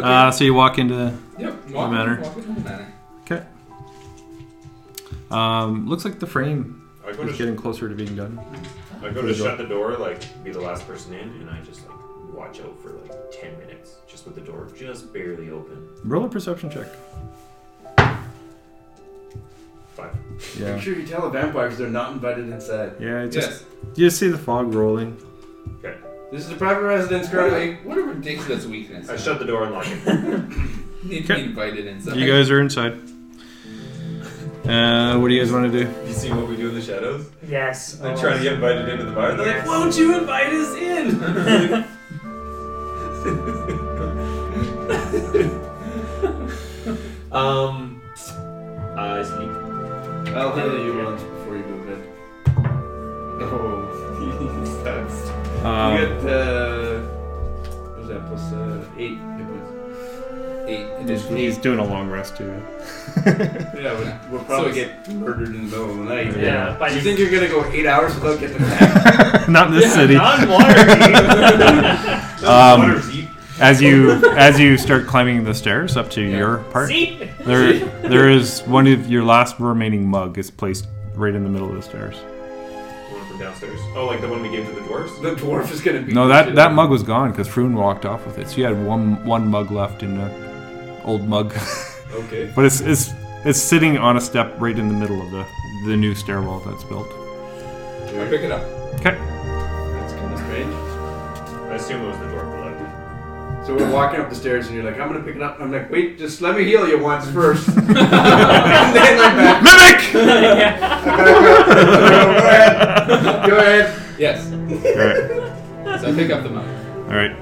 [SPEAKER 3] dead.
[SPEAKER 1] Uh, so you walk into
[SPEAKER 5] Yep.
[SPEAKER 1] No
[SPEAKER 5] Walk
[SPEAKER 1] matter.
[SPEAKER 5] Walk into the manor.
[SPEAKER 1] um, looks like the frame
[SPEAKER 6] I go, to,
[SPEAKER 1] is
[SPEAKER 6] sh-
[SPEAKER 1] getting closer to being done.
[SPEAKER 6] I go to shut the door, like be the last person in, and I just like watch out for like ten minutes, just with the door just barely open.
[SPEAKER 1] Roll a perception check.
[SPEAKER 6] Five.
[SPEAKER 1] Yeah.
[SPEAKER 3] Make sure you tell the vampires they're not invited inside.
[SPEAKER 1] Yeah, it just
[SPEAKER 5] Yes.
[SPEAKER 1] you just see the fog rolling.
[SPEAKER 3] This is a private residence
[SPEAKER 5] What a,
[SPEAKER 3] currently.
[SPEAKER 5] what a ridiculous weakness.
[SPEAKER 6] I shut the door and lock it.
[SPEAKER 5] Need to be invited inside.
[SPEAKER 1] You guys are inside. Uh, what do you guys want to do?
[SPEAKER 6] You see what we do in the shadows?
[SPEAKER 2] Yes.
[SPEAKER 6] I'm trying to get invited into the bar. They're like,
[SPEAKER 2] Yes.
[SPEAKER 6] "Won't you invite us in?" um, uh, I sneak
[SPEAKER 3] I'll handle you once before you go to bed. Oh, that's. you
[SPEAKER 1] Um,
[SPEAKER 3] get, uh, what was that, plus uh, eight? It was.
[SPEAKER 5] Eight
[SPEAKER 1] he's,
[SPEAKER 5] additional.
[SPEAKER 1] he's doing a long rest too.
[SPEAKER 3] Yeah, we'll, we'll probably
[SPEAKER 5] So
[SPEAKER 3] get murdered in the middle of the night.
[SPEAKER 2] Yeah.
[SPEAKER 1] Yeah.
[SPEAKER 2] By
[SPEAKER 3] Do you
[SPEAKER 2] the-
[SPEAKER 3] think you're gonna go eight hours without getting back?
[SPEAKER 1] Not in this city.
[SPEAKER 2] On water.
[SPEAKER 1] Um, as you as you start climbing the stairs up to your part,
[SPEAKER 2] See?
[SPEAKER 1] there there is one of your last remaining mug is placed right in the middle of the stairs.
[SPEAKER 6] One from downstairs. Oh, like the one we gave to the dwarves?
[SPEAKER 3] The dwarf is gonna be.
[SPEAKER 1] No, that, that mug was gone because Froon walked off with it. So you had one one mug left in the old mug,
[SPEAKER 3] Okay.
[SPEAKER 1] but it's it's it's sitting on a step right in the middle of the the new stairwell that's built.
[SPEAKER 5] I pick it up.
[SPEAKER 1] Okay.
[SPEAKER 3] That's kind of strange.
[SPEAKER 6] I assume it was the dwarf below.
[SPEAKER 3] So we're walking up the stairs, and you're like, "I'm gonna pick it up." And I'm like, "Wait, just let me heal you once first. and then I'm back.
[SPEAKER 1] Mimic!
[SPEAKER 3] Go ahead. Go ahead.
[SPEAKER 5] Yes.
[SPEAKER 1] Alright.
[SPEAKER 5] So I pick up the mic.
[SPEAKER 1] Alright.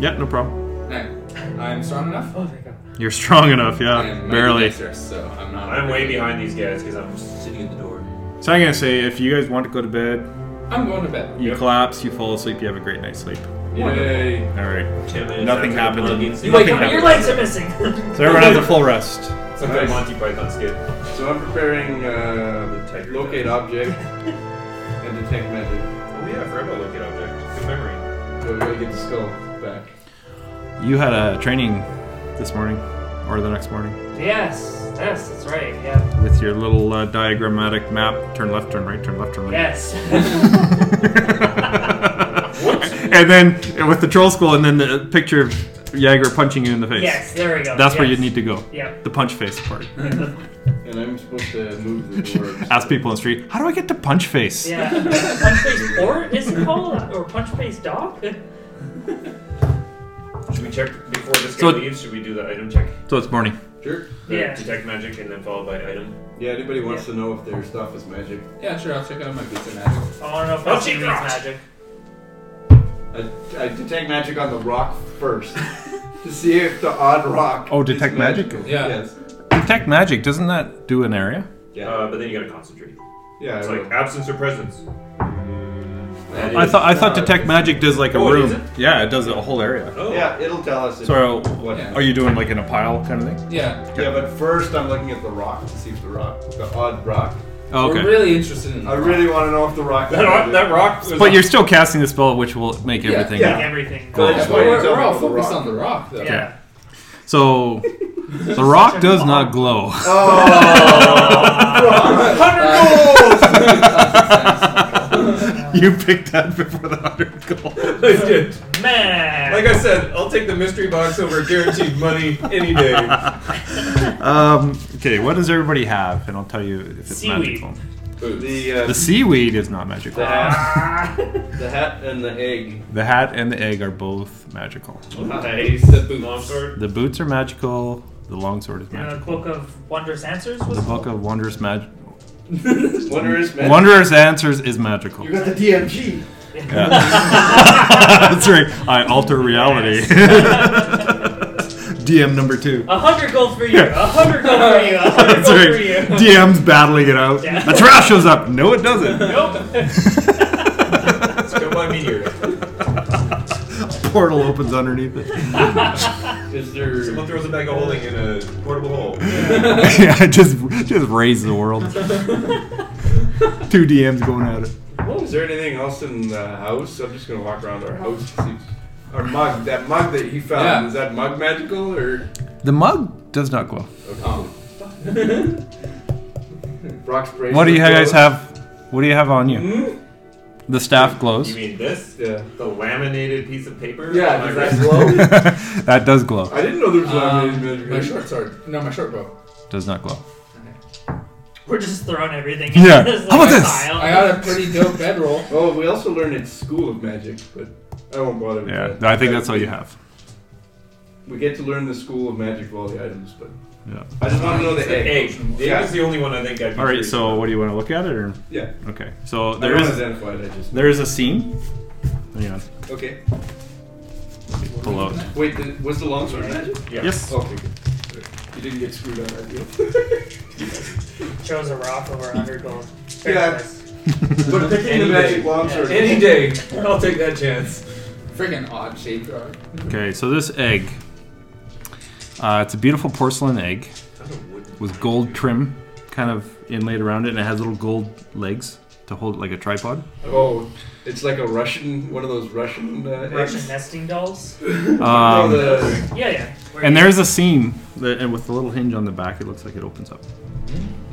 [SPEAKER 1] Yeah, no problem.
[SPEAKER 5] Now, I'm strong enough.
[SPEAKER 2] Oh, there you go.
[SPEAKER 1] You're strong enough,
[SPEAKER 5] I
[SPEAKER 1] yeah.
[SPEAKER 5] am
[SPEAKER 1] Uh, Barely.
[SPEAKER 5] Dexterous, so I'm not.
[SPEAKER 6] I'm way behind these guys because I'm sitting at the door.
[SPEAKER 1] So I'm gonna say if you guys want to go to bed,
[SPEAKER 5] I'm going to bed.
[SPEAKER 1] you collapse, you fall asleep, you have a great night's sleep.
[SPEAKER 5] Yay.
[SPEAKER 1] Alright.
[SPEAKER 6] Ten minutes
[SPEAKER 1] Nothing
[SPEAKER 6] after the
[SPEAKER 1] happens.
[SPEAKER 6] plugins.
[SPEAKER 2] You wake up and
[SPEAKER 1] happens.
[SPEAKER 2] your legs are missing.
[SPEAKER 1] So everyone has a full rest.
[SPEAKER 6] It's like a Monty Python skit. Oh,
[SPEAKER 3] So I'm preparing uh,
[SPEAKER 6] Tiger
[SPEAKER 3] locate
[SPEAKER 6] Mask.
[SPEAKER 3] object and detect magic.
[SPEAKER 6] Oh yeah, I forgot about looking object. Good memory.
[SPEAKER 3] So we gotta get the skull back.
[SPEAKER 1] You had a training this morning, or the next morning,
[SPEAKER 2] yes, yes, that's right. Yeah.
[SPEAKER 1] with your little uh, diagrammatic map. Turn left, turn right, turn left, turn right.
[SPEAKER 2] Yes.
[SPEAKER 1] and then and with the troll school, and then the picture of Jagger punching you in the face.
[SPEAKER 2] yes. There we go.
[SPEAKER 1] That's where you
[SPEAKER 2] yes.
[SPEAKER 1] need to go.
[SPEAKER 2] Yep.
[SPEAKER 1] The punch face part.
[SPEAKER 3] And I'm supposed to move the door.
[SPEAKER 1] Ask people on the street, how do I get to punch face?
[SPEAKER 2] Yeah. punch face or is it called or punch face dog?
[SPEAKER 6] Should we check before this guy
[SPEAKER 1] So-
[SPEAKER 6] leaves? Should we do the item check?
[SPEAKER 1] So it's morning.
[SPEAKER 3] Sure.
[SPEAKER 6] The
[SPEAKER 2] Yeah.
[SPEAKER 6] Detect magic and then followed by item.
[SPEAKER 3] Yeah. Anybody wants to know if their stuff is magic?
[SPEAKER 5] Yeah, sure. I'll check out my pizza
[SPEAKER 2] I
[SPEAKER 5] now.
[SPEAKER 2] don't know if
[SPEAKER 6] Oh,
[SPEAKER 2] that's
[SPEAKER 6] she
[SPEAKER 2] means
[SPEAKER 6] dropped.
[SPEAKER 2] magic.
[SPEAKER 3] I, I detect magic on the rock first to see if the odd rock.
[SPEAKER 1] Oh, detect
[SPEAKER 3] is
[SPEAKER 1] magic?
[SPEAKER 3] magical.
[SPEAKER 5] Yeah.
[SPEAKER 3] Yes.
[SPEAKER 1] Detect magic, doesn't that do an area?
[SPEAKER 3] Yeah.
[SPEAKER 6] Uh, but then you gotta concentrate.
[SPEAKER 3] yeah.
[SPEAKER 6] It's
[SPEAKER 3] I
[SPEAKER 6] like
[SPEAKER 3] will.
[SPEAKER 6] absence or presence.
[SPEAKER 3] That
[SPEAKER 1] I
[SPEAKER 3] is
[SPEAKER 1] thought I thought
[SPEAKER 3] not-
[SPEAKER 1] detect magic does like a
[SPEAKER 6] Oh, it
[SPEAKER 1] room.
[SPEAKER 6] is it?
[SPEAKER 1] Yeah, it does a whole area.
[SPEAKER 6] Oh.
[SPEAKER 3] Yeah, it'll tell us. If,
[SPEAKER 1] So
[SPEAKER 3] What?
[SPEAKER 5] Yeah.
[SPEAKER 1] are you doing like in a pile kind of thing?
[SPEAKER 5] Yeah.
[SPEAKER 3] Yeah, but first I'm looking at the rock to see if the rock, the odd rock.
[SPEAKER 1] Oh, okay.
[SPEAKER 5] We're really interested in.
[SPEAKER 3] I really want to know if the rock.
[SPEAKER 6] That rock, that rock was
[SPEAKER 1] But you're still casting the spell, which will make
[SPEAKER 5] Yeah,
[SPEAKER 1] everything.
[SPEAKER 3] yeah.
[SPEAKER 2] Like everything.
[SPEAKER 3] Cool.
[SPEAKER 5] Yeah, but we're, we're all focused on the rock, though. Um,
[SPEAKER 2] Yeah.
[SPEAKER 1] So the rock does not glow.
[SPEAKER 3] Oh.
[SPEAKER 2] Oh.
[SPEAKER 1] you picked that before the hundred gold.
[SPEAKER 6] I did.
[SPEAKER 2] Man.
[SPEAKER 6] Like I said, I'll take the mystery box over guaranteed money any day.
[SPEAKER 1] Um, okay, what does everybody have? And I'll tell you if it's
[SPEAKER 2] Seaweed.
[SPEAKER 1] magical.
[SPEAKER 3] The, uh,
[SPEAKER 1] The seaweed is not magical.
[SPEAKER 3] the hat, the hat and the egg.
[SPEAKER 1] The hat and the egg are both magical.
[SPEAKER 3] Nice.
[SPEAKER 6] Longsword.
[SPEAKER 1] The boots are magical. The longsword is
[SPEAKER 2] And the
[SPEAKER 1] magical.
[SPEAKER 2] book of wondrous answers was
[SPEAKER 1] The book of wondrous mag.
[SPEAKER 3] Wondrous magic.
[SPEAKER 1] Wondrous answers is magical.
[SPEAKER 3] You got the DMG.
[SPEAKER 1] Yeah. That's right. I alter reality. DM number two.
[SPEAKER 2] A hundred gold for you. A hundred gold for you. A hundred
[SPEAKER 1] That's
[SPEAKER 2] gold
[SPEAKER 1] right.
[SPEAKER 2] for you.
[SPEAKER 1] DM's battling it out.
[SPEAKER 2] Yeah.
[SPEAKER 1] The trash shows up. No, it doesn't.
[SPEAKER 6] Let's go by meteor.
[SPEAKER 1] Portal opens underneath it.
[SPEAKER 3] Is there?
[SPEAKER 6] Someone throws a bag of holding in a portable hole.
[SPEAKER 1] yeah, just just raise the world. Two DMs going at it.
[SPEAKER 3] Oh, Is there anything else in the house? I'm just gonna walk around our house. to see- Our mug, that mug that he found,
[SPEAKER 5] Yeah.
[SPEAKER 3] is that mug magical or?
[SPEAKER 1] The mug does not glow.
[SPEAKER 5] Oh.
[SPEAKER 3] Brock's bracelet.
[SPEAKER 1] What do you Hmm? guys
[SPEAKER 3] glows?
[SPEAKER 1] have? What do you have on you? The staff glows.
[SPEAKER 6] You mean this?
[SPEAKER 3] Yeah.
[SPEAKER 6] The laminated piece of paper?
[SPEAKER 3] Yeah,
[SPEAKER 6] on my
[SPEAKER 3] does that
[SPEAKER 6] wrist?
[SPEAKER 3] glow?
[SPEAKER 1] that does glow.
[SPEAKER 3] I didn't know there was laminated
[SPEAKER 5] Um,
[SPEAKER 3] magic.
[SPEAKER 5] my short sword. No, my short bow.
[SPEAKER 1] Does not glow.
[SPEAKER 2] We're just throwing everything.
[SPEAKER 1] Yeah.
[SPEAKER 2] In this,
[SPEAKER 1] How about
[SPEAKER 2] like,
[SPEAKER 1] this?
[SPEAKER 2] pile.
[SPEAKER 5] I got a pretty dope bedroll.
[SPEAKER 3] Oh, we also learned it's school of magic, but I won't bother. with
[SPEAKER 1] Yeah,
[SPEAKER 3] that.
[SPEAKER 1] I think that's all you have.
[SPEAKER 3] We get to learn the school of magic of all the items, but
[SPEAKER 1] Yeah.
[SPEAKER 3] I just want to know the
[SPEAKER 6] The
[SPEAKER 3] egg.
[SPEAKER 6] egg. The egg is the only one I think
[SPEAKER 1] All
[SPEAKER 6] I'd be
[SPEAKER 1] right.
[SPEAKER 6] curious
[SPEAKER 1] So, what do you want to look at it? Or
[SPEAKER 3] Yeah,
[SPEAKER 1] okay. So
[SPEAKER 3] there
[SPEAKER 1] there
[SPEAKER 3] is
[SPEAKER 1] is
[SPEAKER 3] identified. I just
[SPEAKER 1] there is a scene. Hang on.
[SPEAKER 3] okay.
[SPEAKER 1] Pull out.
[SPEAKER 3] Wait, the, was the longsword magic?
[SPEAKER 6] Yeah.
[SPEAKER 1] Yes.
[SPEAKER 3] Okay, good. You didn't get screwed on that deal.
[SPEAKER 2] Chose a rock over a hundred gold. Fair
[SPEAKER 3] Yeah.
[SPEAKER 2] choice.
[SPEAKER 3] But picking the
[SPEAKER 6] Any
[SPEAKER 3] magic
[SPEAKER 6] magic
[SPEAKER 3] longsword.
[SPEAKER 6] Any day, I'll take that chance.
[SPEAKER 5] Freaking odd shaped rock.
[SPEAKER 1] Okay. So this egg. Uh, it's a beautiful porcelain egg with gold trim, kind of inlaid around it, and it has little gold legs to hold it like a tripod.
[SPEAKER 3] Oh, it's like a Russian, one of those Russian. Uh,
[SPEAKER 2] Russian
[SPEAKER 3] eggs.
[SPEAKER 2] nesting dolls.
[SPEAKER 3] Oh,
[SPEAKER 1] Um,
[SPEAKER 3] the-
[SPEAKER 2] Yeah, yeah. Where
[SPEAKER 1] and
[SPEAKER 2] you-
[SPEAKER 1] there's a seam that, and with the little hinge on the back, it looks like it opens up.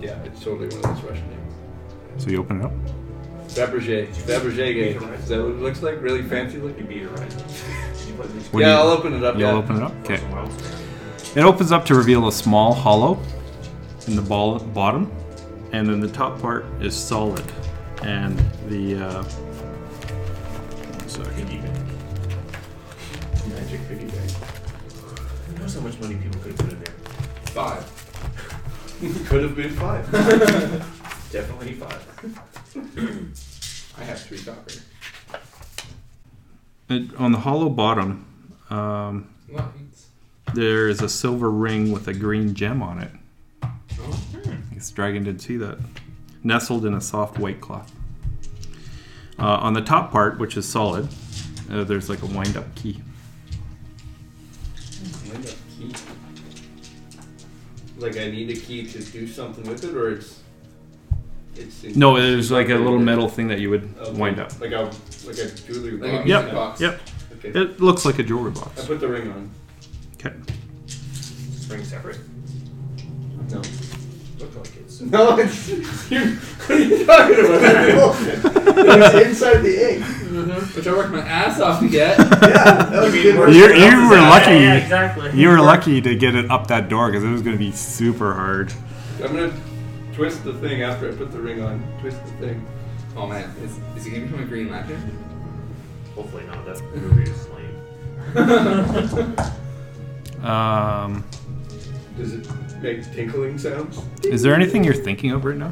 [SPEAKER 3] yeah, it's totally one of those Russian eggs.
[SPEAKER 1] So you open it up.
[SPEAKER 3] Fabergé, Fabergé egg. Is that what it looks like? Really fancy looking.
[SPEAKER 6] You beat it right. You put this
[SPEAKER 1] What do
[SPEAKER 3] yeah,
[SPEAKER 1] you-
[SPEAKER 3] I'll open it up.
[SPEAKER 1] You'll
[SPEAKER 3] yeah.
[SPEAKER 1] open it up. Okay.
[SPEAKER 6] somewhere else.
[SPEAKER 1] It opens up to reveal a small hollow in the ball, bottom, and then the top part is solid. And the uh, one second.
[SPEAKER 5] Magic piggy bank.
[SPEAKER 6] Who knows how much money people could have put in there?
[SPEAKER 5] Five.
[SPEAKER 3] Could have been five.
[SPEAKER 6] Definitely five.
[SPEAKER 5] I have three copper.
[SPEAKER 1] It, on the hollow bottom, um,
[SPEAKER 5] Well, it's-
[SPEAKER 1] there is a silver ring with a green gem on it. I guess Dragon did see that. Nestled in a soft white cloth. Uh, on the top part, which is solid, uh, there's like a wind up key.
[SPEAKER 3] Wind up key. Like I need a key to do something with it, or it's it's in-
[SPEAKER 1] No, there's like a little metal thing that you would
[SPEAKER 3] Okay.
[SPEAKER 1] wind up.
[SPEAKER 3] like a like a jewelry
[SPEAKER 5] Like a
[SPEAKER 3] box.
[SPEAKER 5] music
[SPEAKER 1] Yep,
[SPEAKER 5] box.
[SPEAKER 1] Yep.
[SPEAKER 3] Okay.
[SPEAKER 1] It looks like a jewelry
[SPEAKER 3] I
[SPEAKER 1] box.
[SPEAKER 3] put the ring on.
[SPEAKER 1] Okay.
[SPEAKER 6] Spring separate.
[SPEAKER 3] No.
[SPEAKER 6] Look like it's.
[SPEAKER 3] No, it's you. What are you talking about? That's bullshit. It was inside the egg.
[SPEAKER 5] Mm-hmm. Which I worked my ass off to get.
[SPEAKER 3] Yeah, that was
[SPEAKER 6] mean
[SPEAKER 3] good.
[SPEAKER 6] we're-
[SPEAKER 3] work.
[SPEAKER 1] You, you were
[SPEAKER 2] Yeah, yeah,
[SPEAKER 1] lucky.
[SPEAKER 2] exactly.
[SPEAKER 1] You were lucky to get it up that door because it was going to be super hard.
[SPEAKER 3] I'm gonna twist the thing after I put the ring on. Twist the thing.
[SPEAKER 5] Oh man, is, is he gonna become a Green Lantern?
[SPEAKER 6] Hopefully not. That movie is lame.
[SPEAKER 1] Um,
[SPEAKER 3] Does it make tinkling sounds?
[SPEAKER 1] is there anything you're thinking of right now?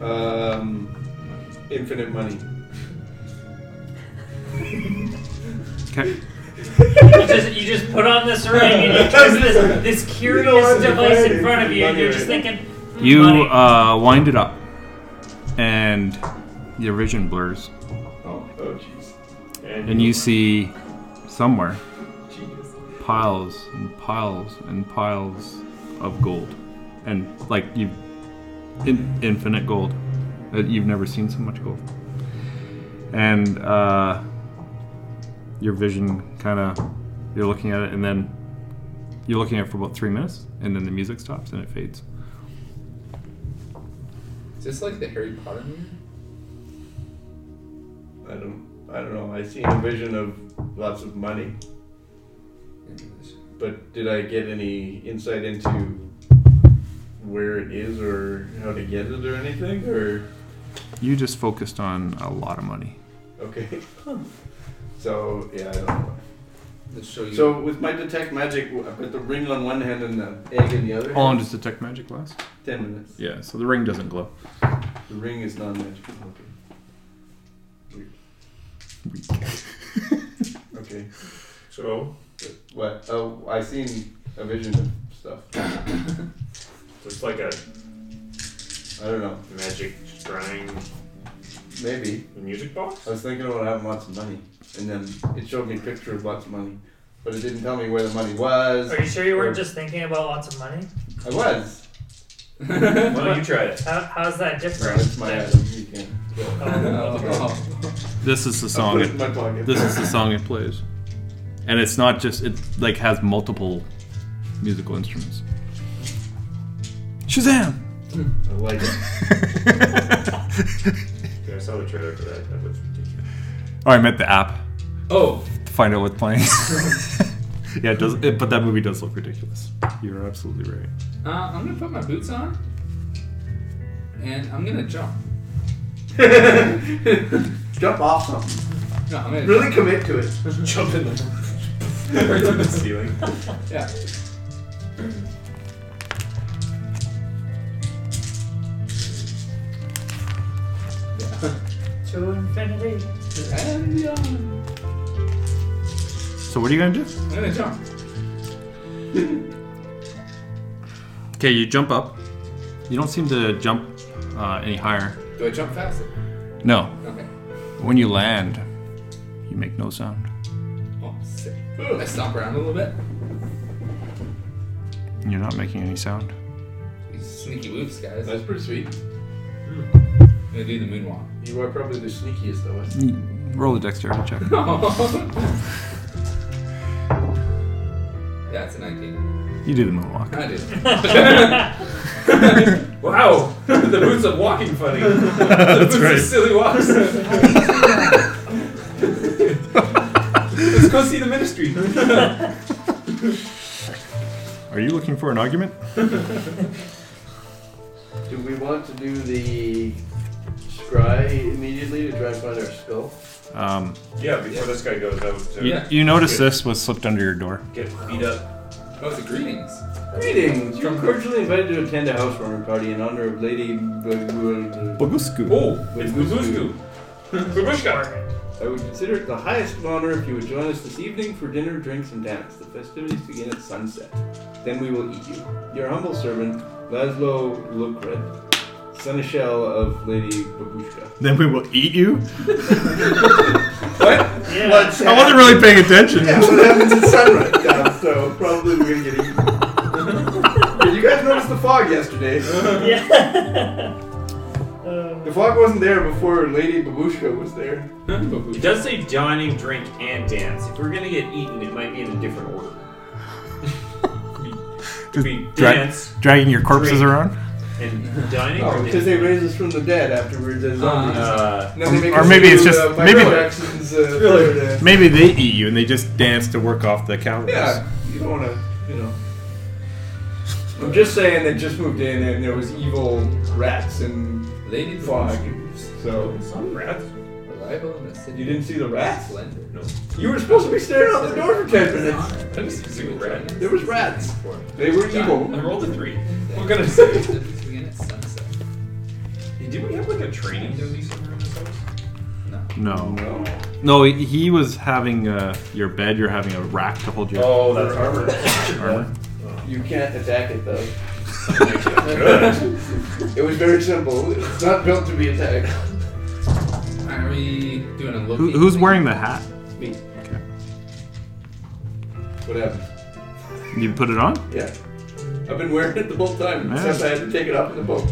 [SPEAKER 3] Um, infinite money.
[SPEAKER 1] Okay.
[SPEAKER 2] You just, you just put on this ring and you twist this, this curious
[SPEAKER 3] what?
[SPEAKER 2] device in front of you, and you're just thinking, hmm,
[SPEAKER 1] You
[SPEAKER 2] money.
[SPEAKER 1] uh, wind it up, and your vision blurs,
[SPEAKER 3] Oh, oh, jeez.
[SPEAKER 1] and you see somewhere
[SPEAKER 3] Genius.
[SPEAKER 1] piles and piles and piles of gold, and like you, in, infinite gold. Uh, You've never seen so much gold, and uh, your vision kind of you're looking at it, and then you're looking at it for about three minutes, and then the music stops and it fades.
[SPEAKER 5] Is this like the Harry Potter movie?
[SPEAKER 3] I don't. I don't know. I see a vision of lots of money, but did I get any insight into where it is or how to get it or anything? Or
[SPEAKER 1] You just focused on a lot of money.
[SPEAKER 3] okay. So yeah, I don't know.
[SPEAKER 5] Let's show you.
[SPEAKER 3] So with my detect magic, I've got the ring on one hand and the egg in the other.
[SPEAKER 1] How long does detect magic last?
[SPEAKER 3] Ten minutes.
[SPEAKER 1] Yeah, so the ring doesn't glow.
[SPEAKER 3] The ring is non-magical. Okay. Weird. okay.
[SPEAKER 8] So,
[SPEAKER 3] What? Oh, I seen a vision of stuff.
[SPEAKER 8] it's like a
[SPEAKER 3] I don't know.
[SPEAKER 8] magic drying
[SPEAKER 3] Maybe.
[SPEAKER 8] music box?
[SPEAKER 3] I was thinking about having lots of money, and then it showed me a picture of lots of money, but it didn't tell me where the money was.
[SPEAKER 2] Are you sure you weren't just thinking about lots of money?
[SPEAKER 3] I was.
[SPEAKER 6] Well, you tried it.
[SPEAKER 2] How, how's that different?
[SPEAKER 3] That's my item. You can.
[SPEAKER 5] Oh.
[SPEAKER 1] This is the
[SPEAKER 3] I'll
[SPEAKER 1] song.
[SPEAKER 3] put it in
[SPEAKER 1] It,
[SPEAKER 3] my pocket.
[SPEAKER 1] this is the song it plays, and it's not just it like has multiple musical instruments. Shazam!
[SPEAKER 3] I like it.
[SPEAKER 8] Yeah, I saw the trailer for that. That was ridiculous.
[SPEAKER 1] Oh, I meant the app
[SPEAKER 5] oh,
[SPEAKER 1] to find out what's playing. yeah, it does. It, but that movie does look ridiculous. You're absolutely right.
[SPEAKER 5] uh, I'm gonna put my boots on, and I'm gonna jump.
[SPEAKER 3] Jump off something.
[SPEAKER 5] No, I'm gonna
[SPEAKER 3] Really commit to it.
[SPEAKER 5] jump in the.
[SPEAKER 8] Right to the ceiling.
[SPEAKER 5] Yeah.
[SPEAKER 2] To infinity.
[SPEAKER 5] And beyond.
[SPEAKER 1] So what are you gonna do?
[SPEAKER 5] I'm gonna jump.
[SPEAKER 1] Okay, you jump up. You don't seem to jump uh, any higher.
[SPEAKER 5] Do I jump faster?
[SPEAKER 1] No,
[SPEAKER 5] Okay.
[SPEAKER 1] when you land, you make no sound.
[SPEAKER 5] Oh, sick. I stomp around a little bit.
[SPEAKER 1] You're not making any sound.
[SPEAKER 5] These sneaky moves, guys. I'm
[SPEAKER 3] That's pretty sweet.
[SPEAKER 5] gonna do the moonwalk.
[SPEAKER 3] You are probably the sneakiest of us.
[SPEAKER 1] Roll a dexterity check.
[SPEAKER 5] Yeah, it's a 19.
[SPEAKER 1] You do the moonwalk.
[SPEAKER 5] I did.
[SPEAKER 8] Wow! the boots are walking funny. the boots are silly walks. Let's go see the ministry.
[SPEAKER 1] Are you looking for an argument?
[SPEAKER 3] Do we want to do the scry immediately to try and find our skull?
[SPEAKER 1] Um,
[SPEAKER 6] Yeah, before this guy goes out to
[SPEAKER 1] you, you notice this was slipped under your door.
[SPEAKER 6] get beat up.
[SPEAKER 5] Oh, it's a greetings.
[SPEAKER 3] Greetings! You're cordially invited to attend a housewarming party in honor of Lady Bagul.
[SPEAKER 31] Bogusku.
[SPEAKER 6] Oh, it's Babusku. Babushka.
[SPEAKER 3] I would consider it the highest of honor if you would join us this evening for dinner, drinks, and dance. The festivities begin at sunset. Then we will eat you. Your humble servant, Laszlo Lukred, seneschal of Lady Babushka.
[SPEAKER 31] Then we will eat you.
[SPEAKER 2] Yeah.
[SPEAKER 31] I wasn't really paying attention.
[SPEAKER 3] what happens at sunrise now, so probably we're gonna get eaten. Did you guys notice the fog yesterday?
[SPEAKER 2] Yeah. Um,
[SPEAKER 3] The fog wasn't there before Lady Babushka was there.
[SPEAKER 32] It does say dining, drink, and dance. If we're gonna get eaten, it might be in a different order. Could be
[SPEAKER 1] Dra-
[SPEAKER 32] dance
[SPEAKER 1] dragging your corpses around,
[SPEAKER 32] and dining.
[SPEAKER 3] Oh,
[SPEAKER 32] or
[SPEAKER 3] because they raised us from the dead afterwards as zombies.
[SPEAKER 32] uh,
[SPEAKER 3] No, they make
[SPEAKER 1] Or
[SPEAKER 3] us
[SPEAKER 1] maybe
[SPEAKER 3] do,
[SPEAKER 1] it's just-
[SPEAKER 3] uh,
[SPEAKER 1] maybe-
[SPEAKER 3] Michael Jackson's, uh, Florida.
[SPEAKER 31] Maybe they eat you and they just dance to work off the calories.
[SPEAKER 3] Yeah, you don't want to, you know. I'm just saying they just moved in and there was evil rats and
[SPEAKER 5] Lady
[SPEAKER 3] fog.
[SPEAKER 5] Fog.
[SPEAKER 3] So
[SPEAKER 5] Some rats. Arrival in the city.
[SPEAKER 3] you didn't see the rats?
[SPEAKER 5] Splendor. No.
[SPEAKER 3] You were supposed to be staring out the door for ten minutes.
[SPEAKER 5] I didn't see a rat.
[SPEAKER 3] There was rats. They were
[SPEAKER 6] I
[SPEAKER 3] evil.
[SPEAKER 6] rolled a three.
[SPEAKER 5] We're
[SPEAKER 6] gonna
[SPEAKER 5] see. Begin at sunset.
[SPEAKER 6] Did we have like a training duty somewhere in this house?
[SPEAKER 1] No,
[SPEAKER 3] No.
[SPEAKER 1] no, he- he was having uh, your bed. You're having a rack to hold your
[SPEAKER 6] Oh, that's armor.
[SPEAKER 1] armor.
[SPEAKER 3] You can't attack it though.
[SPEAKER 6] Good.
[SPEAKER 3] It was very simple. It's not built to be attacked.
[SPEAKER 5] Are we doing a look?
[SPEAKER 1] Who, who's wearing the hat?
[SPEAKER 3] Me. What happened?
[SPEAKER 1] You put it on.
[SPEAKER 3] Yeah. I've been wearing it the whole time,
[SPEAKER 1] Yeah.
[SPEAKER 3] except I had to take it off in the boat.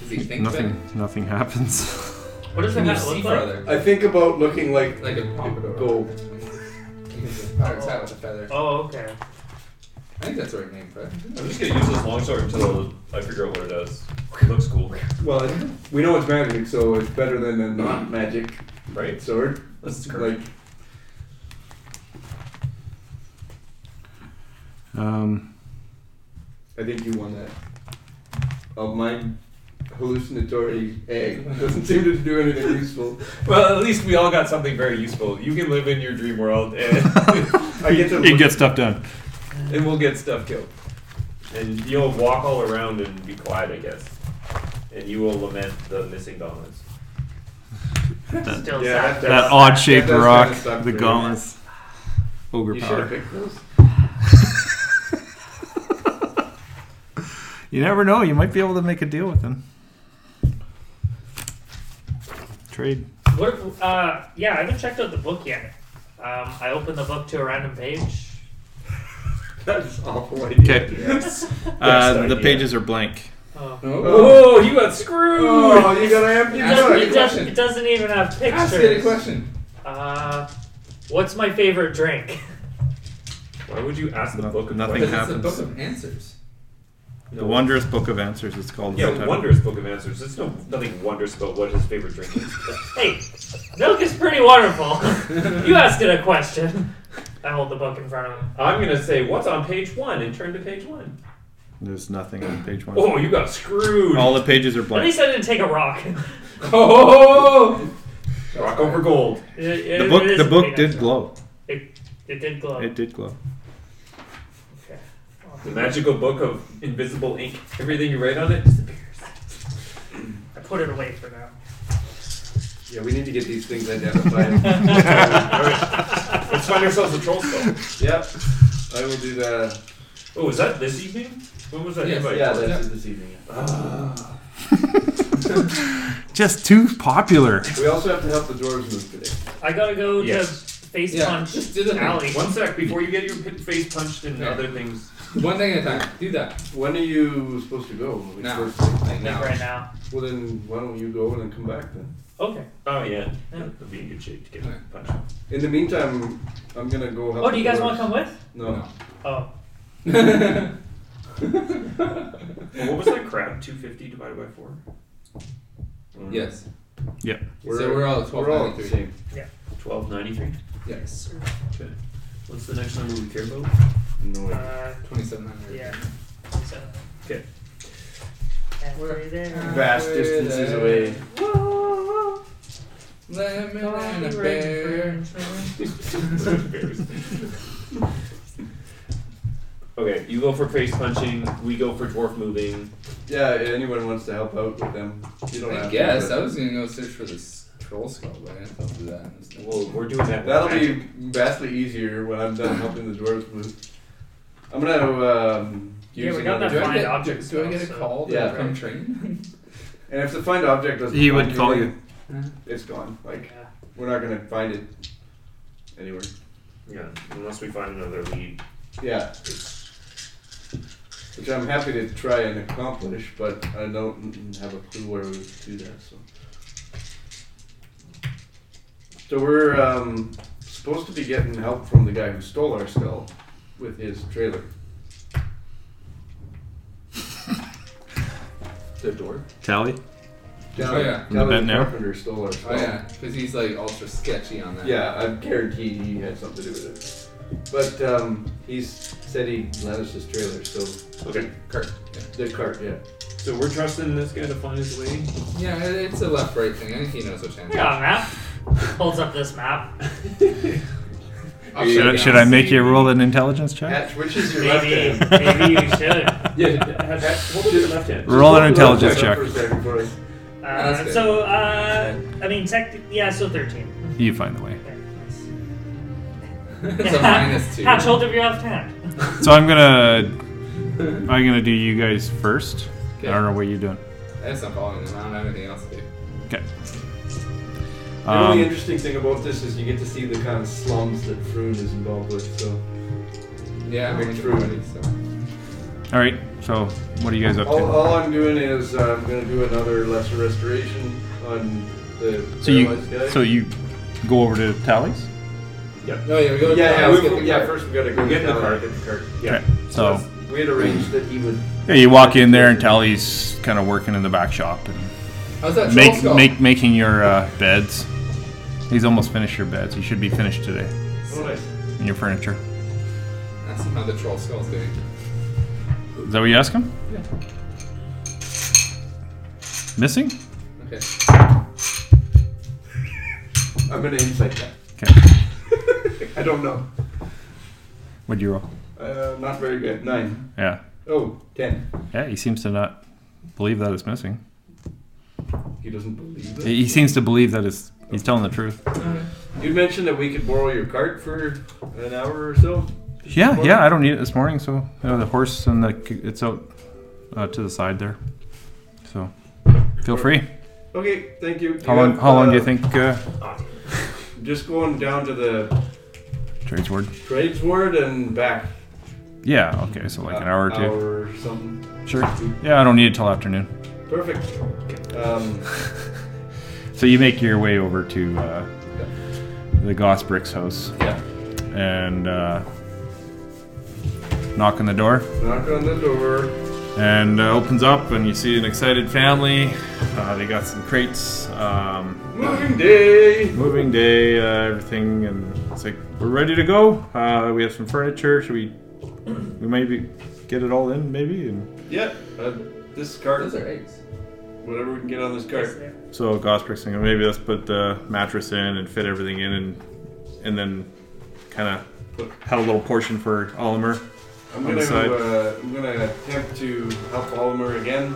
[SPEAKER 5] Does he think
[SPEAKER 1] Nothing.
[SPEAKER 5] back?
[SPEAKER 1] Nothing happens.
[SPEAKER 2] what does the
[SPEAKER 5] Can you
[SPEAKER 2] hat
[SPEAKER 5] see
[SPEAKER 2] look like?
[SPEAKER 5] further?
[SPEAKER 3] I think about looking like
[SPEAKER 5] Like a pompadour.
[SPEAKER 3] gold.
[SPEAKER 5] Oh, it's hat with a feather.
[SPEAKER 2] Oh, okay.
[SPEAKER 5] I think that's the right name for it.
[SPEAKER 6] I'm just gonna use this long sword until I figure out what it does. It looks cool,
[SPEAKER 3] Well, it- we know it's magic, so it's better than a not magic
[SPEAKER 6] right?
[SPEAKER 3] sword.
[SPEAKER 6] This is
[SPEAKER 3] Like,
[SPEAKER 6] correct.
[SPEAKER 1] Um,
[SPEAKER 3] I think you won that. Of my hallucinatory egg doesn't seem to do anything useful.
[SPEAKER 6] Well, at least we all got something very useful. You can live in your dream world, and
[SPEAKER 3] I get to
[SPEAKER 1] you get stuff done.
[SPEAKER 6] and we'll get stuff killed. And you'll walk all around and be quiet, I guess. And you will lament the missing gauntlets.
[SPEAKER 2] Still
[SPEAKER 3] Yeah,
[SPEAKER 2] sad.
[SPEAKER 3] that-
[SPEAKER 1] That odd shaped
[SPEAKER 3] That does
[SPEAKER 1] rock,
[SPEAKER 3] kinda suck
[SPEAKER 1] the
[SPEAKER 3] for
[SPEAKER 1] gauntlets, ogre
[SPEAKER 3] You should have
[SPEAKER 1] power.
[SPEAKER 3] picked those.
[SPEAKER 1] You never know. You might be able to make a deal with them. Trade.
[SPEAKER 2] What, uh, yeah, I haven't checked out the book yet. Um, I opened the book to a random page.
[SPEAKER 3] That's awful idea.
[SPEAKER 1] Okay.
[SPEAKER 6] Best
[SPEAKER 1] Uh, the
[SPEAKER 6] idea.
[SPEAKER 1] pages are blank.
[SPEAKER 2] Oh.
[SPEAKER 6] Oh, you got screwed!
[SPEAKER 3] Oh, you got to empty
[SPEAKER 2] It,
[SPEAKER 5] Ask
[SPEAKER 3] book.
[SPEAKER 2] doesn't,
[SPEAKER 5] me a
[SPEAKER 2] it, doesn't,
[SPEAKER 5] question.
[SPEAKER 2] it doesn't even have pictures.
[SPEAKER 5] Ask it a question.
[SPEAKER 2] Uh, what's my favorite drink?
[SPEAKER 6] Why would you ask the
[SPEAKER 1] No-
[SPEAKER 6] book of
[SPEAKER 1] nothing
[SPEAKER 6] questions?
[SPEAKER 5] Because it's a
[SPEAKER 1] happens.
[SPEAKER 5] book of answers.
[SPEAKER 1] The wondrous book of answers is called.
[SPEAKER 6] Yeah,
[SPEAKER 1] the title.
[SPEAKER 6] wondrous book of answers. There's no nothing wondrous about what his favorite drink is.
[SPEAKER 2] Hey, milk is pretty wonderful. you asked it a question. I hold the book in front of him.
[SPEAKER 6] I'm gonna say what's on page one and turn to page one.
[SPEAKER 1] There's nothing on page one.
[SPEAKER 6] Oh, you got screwed.
[SPEAKER 1] All the pages are
[SPEAKER 2] At
[SPEAKER 1] blank.
[SPEAKER 2] least I didn't take a rock.
[SPEAKER 6] Oh, rock over gold.
[SPEAKER 2] It- it-
[SPEAKER 1] The book.
[SPEAKER 2] it is
[SPEAKER 1] The
[SPEAKER 2] a
[SPEAKER 1] book
[SPEAKER 2] pretty
[SPEAKER 1] did
[SPEAKER 2] nice
[SPEAKER 1] glow.
[SPEAKER 2] one. It, it did glow.
[SPEAKER 1] It did glow.
[SPEAKER 2] Okay.
[SPEAKER 6] The magical book of invisible ink. Everything you write on it disappears.
[SPEAKER 2] I put it away for now.
[SPEAKER 3] Yeah, we need to get these things identified.
[SPEAKER 6] Let's find ourselves a troll skull.
[SPEAKER 3] yep. I will do that.
[SPEAKER 6] Oh, is that this evening? When was that
[SPEAKER 5] Yes,
[SPEAKER 6] invite?
[SPEAKER 3] Yeah, that's it this evening.
[SPEAKER 1] Just too popular.
[SPEAKER 3] We also have to help the dwarves move today.
[SPEAKER 2] I gotta go
[SPEAKER 6] Yes.
[SPEAKER 2] to face
[SPEAKER 5] Yeah,
[SPEAKER 2] punch
[SPEAKER 5] just do the thing.
[SPEAKER 2] Alley.
[SPEAKER 6] One sec before you get your p- face punched and other things.
[SPEAKER 5] One thing at a time. Do that.
[SPEAKER 3] When are you supposed to go? Which
[SPEAKER 5] Now.
[SPEAKER 3] first-
[SPEAKER 5] Like
[SPEAKER 2] Like
[SPEAKER 5] now.
[SPEAKER 2] right now.
[SPEAKER 3] Well, then why don't you go and then come back then?
[SPEAKER 2] Okay.
[SPEAKER 6] Oh yeah,
[SPEAKER 2] Yeah.
[SPEAKER 6] that'd be in good shape to get
[SPEAKER 5] Okay.
[SPEAKER 6] punched.
[SPEAKER 3] In the meantime, I'm gonna go help.
[SPEAKER 2] Oh, do you guys
[SPEAKER 3] the
[SPEAKER 2] want to come
[SPEAKER 3] dwarves.
[SPEAKER 2] with?
[SPEAKER 3] No.
[SPEAKER 2] Oh,
[SPEAKER 6] Well, Oh, what was that crab? Two fifty divided by four. Mm,
[SPEAKER 5] Yes.
[SPEAKER 3] We're,
[SPEAKER 5] so we're all at
[SPEAKER 3] we're all at the
[SPEAKER 5] 1293.
[SPEAKER 3] same.
[SPEAKER 6] Twelve ninety three.
[SPEAKER 5] Yes.
[SPEAKER 6] What's the next number we care about?
[SPEAKER 3] No way.
[SPEAKER 2] uh,
[SPEAKER 5] 2700.
[SPEAKER 2] yeah. So,
[SPEAKER 6] Okay.
[SPEAKER 2] Halfway there.
[SPEAKER 3] Vast distances away.
[SPEAKER 2] Whoa.
[SPEAKER 5] Lemon
[SPEAKER 2] Don't
[SPEAKER 5] and
[SPEAKER 2] be
[SPEAKER 5] a
[SPEAKER 2] afraid,
[SPEAKER 5] bear.
[SPEAKER 2] friend.
[SPEAKER 6] Okay, you go for face punching. We go for dwarf moving.
[SPEAKER 3] Yeah, if anyone wants to help out with them, you don't
[SPEAKER 5] I
[SPEAKER 3] have
[SPEAKER 5] guess.
[SPEAKER 3] to.
[SPEAKER 5] I
[SPEAKER 3] but-
[SPEAKER 5] was gonna go search for this troll skull, but I guess I'll do that. instead.
[SPEAKER 6] Well, we're doing that. with
[SPEAKER 3] That'll be
[SPEAKER 6] magic.
[SPEAKER 3] vastly easier when I'm done helping the dwarves move. I'm gonna um,
[SPEAKER 2] Yeah,
[SPEAKER 3] use
[SPEAKER 2] we got
[SPEAKER 3] another-
[SPEAKER 5] do
[SPEAKER 2] that
[SPEAKER 5] I
[SPEAKER 2] find
[SPEAKER 5] get,
[SPEAKER 2] objects
[SPEAKER 5] Do I
[SPEAKER 2] spell,
[SPEAKER 5] get a
[SPEAKER 2] so-
[SPEAKER 5] call to
[SPEAKER 3] Yeah.
[SPEAKER 5] come train?
[SPEAKER 3] And if the find object doesn't,
[SPEAKER 1] He would
[SPEAKER 3] find
[SPEAKER 1] call
[SPEAKER 3] anything,
[SPEAKER 5] you.
[SPEAKER 3] It's gone. Like
[SPEAKER 2] Yeah.
[SPEAKER 3] we're not gonna find it anywhere.
[SPEAKER 6] Yeah, unless we find another lead.
[SPEAKER 3] Yeah. Which I'm happy to try and accomplish, but I don't have a clue where we would do that. So. So we're um, supposed to be getting help from the guy who stole our skull with his trailer. The door.
[SPEAKER 1] Tally?
[SPEAKER 5] Oh, yeah.
[SPEAKER 1] the
[SPEAKER 3] Tell
[SPEAKER 1] veterinarian?
[SPEAKER 3] carpenter stole our skull.
[SPEAKER 5] Oh yeah, because he's like ultra sketchy on that.
[SPEAKER 3] Yeah, I guarantee he had something to do with it. But um, he's said he lent us his trailer, so
[SPEAKER 6] Okay,
[SPEAKER 5] Kurt.
[SPEAKER 3] the cart, yeah.
[SPEAKER 6] so we're trusting this guy to find his way.
[SPEAKER 5] Yeah, it- it's a left-right thing. I think he knows which hand.
[SPEAKER 2] We got a map. Holds up this map.
[SPEAKER 5] I'll
[SPEAKER 3] Should
[SPEAKER 5] show
[SPEAKER 3] I-
[SPEAKER 5] you.
[SPEAKER 1] Should I make you roll an intelligence check?
[SPEAKER 3] Hatch, which is your left
[SPEAKER 2] Maybe,
[SPEAKER 3] hand?
[SPEAKER 2] maybe you should. Uh,
[SPEAKER 6] Yeah, have that. Hold up your left hand.
[SPEAKER 1] Roll an intelligence
[SPEAKER 3] Just
[SPEAKER 1] check.
[SPEAKER 3] for a second for us.
[SPEAKER 2] Uh,
[SPEAKER 5] That's
[SPEAKER 2] so, uh, I mean, tech. Yeah, so thirteen.
[SPEAKER 1] You find the way.
[SPEAKER 2] Okay, nice.
[SPEAKER 5] it's a minus two.
[SPEAKER 2] Hatch, hold up your left hand.
[SPEAKER 1] So I'm gonna I'm gonna do you guys first. I don't know what you're doing.
[SPEAKER 5] That's not following him. I don't have anything else to do.
[SPEAKER 1] Okay.
[SPEAKER 3] The only
[SPEAKER 1] Um,
[SPEAKER 3] interesting thing about this is you get to see the kind of slums that Froon is involved with, so.
[SPEAKER 5] Yeah, I'm
[SPEAKER 3] Make
[SPEAKER 5] only
[SPEAKER 3] true.
[SPEAKER 5] already, so.
[SPEAKER 1] all right. So what are you guys up
[SPEAKER 3] All,
[SPEAKER 1] to?
[SPEAKER 3] all I'm doing is uh, I'm going to do another lesser restoration on the
[SPEAKER 1] So you
[SPEAKER 3] paralyzed guy.
[SPEAKER 1] so you go over to Tally's.
[SPEAKER 5] No, Oh, yeah, we go.
[SPEAKER 3] yeah,
[SPEAKER 5] to
[SPEAKER 3] yeah,
[SPEAKER 5] let's
[SPEAKER 3] we-
[SPEAKER 5] get the
[SPEAKER 3] yeah,
[SPEAKER 5] card.
[SPEAKER 3] first we got to go
[SPEAKER 6] We're getting the
[SPEAKER 3] Tally.
[SPEAKER 6] card. Get the card.
[SPEAKER 3] Yeah.
[SPEAKER 1] So
[SPEAKER 3] We had arranged that he would.
[SPEAKER 1] yeah, you walk in there and Tally's kind of working in the back shop and
[SPEAKER 5] How's that troll
[SPEAKER 1] make
[SPEAKER 5] skull?
[SPEAKER 1] make making your uh, beds. He's almost finished your beds. He should be finished today.
[SPEAKER 3] Oh, nice.
[SPEAKER 1] And your furniture.
[SPEAKER 5] That's how the troll skull's doing.
[SPEAKER 1] Is that what you ask him?
[SPEAKER 5] Yeah.
[SPEAKER 1] Missing?
[SPEAKER 5] Okay.
[SPEAKER 3] I'm going to insight that.
[SPEAKER 1] Okay.
[SPEAKER 3] I don't know.
[SPEAKER 1] What'd you roll?
[SPEAKER 3] Uh, not very good. Nine.
[SPEAKER 1] Yeah.
[SPEAKER 3] Oh, ten.
[SPEAKER 1] Yeah, he seems to not believe that it's missing.
[SPEAKER 3] He doesn't believe it.
[SPEAKER 1] He he seems to believe that it's, he's telling the truth.
[SPEAKER 3] You mentioned that we could borrow your cart for an hour or so.
[SPEAKER 1] Yeah, yeah, I don't need it this morning, so you know, the horse and the it's out uh, to the side there. So feel free.
[SPEAKER 3] Okay, thank you.
[SPEAKER 1] How long?
[SPEAKER 3] have,
[SPEAKER 1] How long
[SPEAKER 3] uh,
[SPEAKER 1] do you think uh,
[SPEAKER 3] Just going down to the
[SPEAKER 1] trades word?
[SPEAKER 3] trades ward and back.
[SPEAKER 1] Yeah. Okay. So like an hour or two.
[SPEAKER 3] Hour or something.
[SPEAKER 1] Sure. Yeah, I don't need it till afternoon.
[SPEAKER 3] Perfect. Um,
[SPEAKER 1] So you make your way over to uh, the Goss Bricks house
[SPEAKER 3] yeah.
[SPEAKER 1] and uh, knock on the door.
[SPEAKER 3] Knock on the door.
[SPEAKER 1] and uh, opens up and you see an excited family uh, they got some crates um,
[SPEAKER 3] Moving day.
[SPEAKER 1] moving day uh, everything and it's like we're ready to go uh, we have some furniture should we we maybe get it all in maybe and
[SPEAKER 3] Yeah. Uh, this cart.
[SPEAKER 5] Those are eggs.
[SPEAKER 3] Whatever we can get on this
[SPEAKER 2] Yes,
[SPEAKER 3] cart.
[SPEAKER 2] there.
[SPEAKER 1] so Gosprick's thinking maybe let's put the mattress in and fit everything in and and then kind of had a little portion for Olimer
[SPEAKER 3] I'm
[SPEAKER 1] On
[SPEAKER 3] gonna.
[SPEAKER 1] the side.
[SPEAKER 3] Uh, I'm gonna attempt to help Olimer again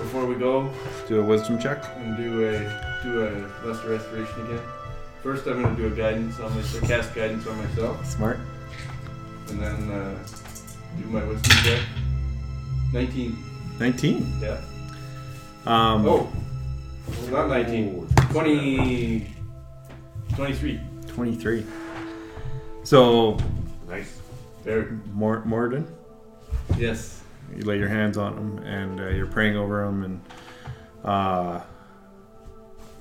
[SPEAKER 3] before we go.
[SPEAKER 1] do a wisdom check
[SPEAKER 3] and do a do a lesser restoration again. First, I'm gonna do a guidance on myself, cast guidance on myself,
[SPEAKER 1] smart
[SPEAKER 3] and then uh, do my wisdom check. Nineteen.
[SPEAKER 1] 19
[SPEAKER 3] Yeah.
[SPEAKER 1] um,
[SPEAKER 3] Oh, not nineteen. Twenty. Twenty-three.
[SPEAKER 1] 23 so
[SPEAKER 6] Nice.
[SPEAKER 3] There.
[SPEAKER 1] Mor- Morden
[SPEAKER 3] Yes.
[SPEAKER 1] you lay your hands on him and uh, you're praying over him and uh,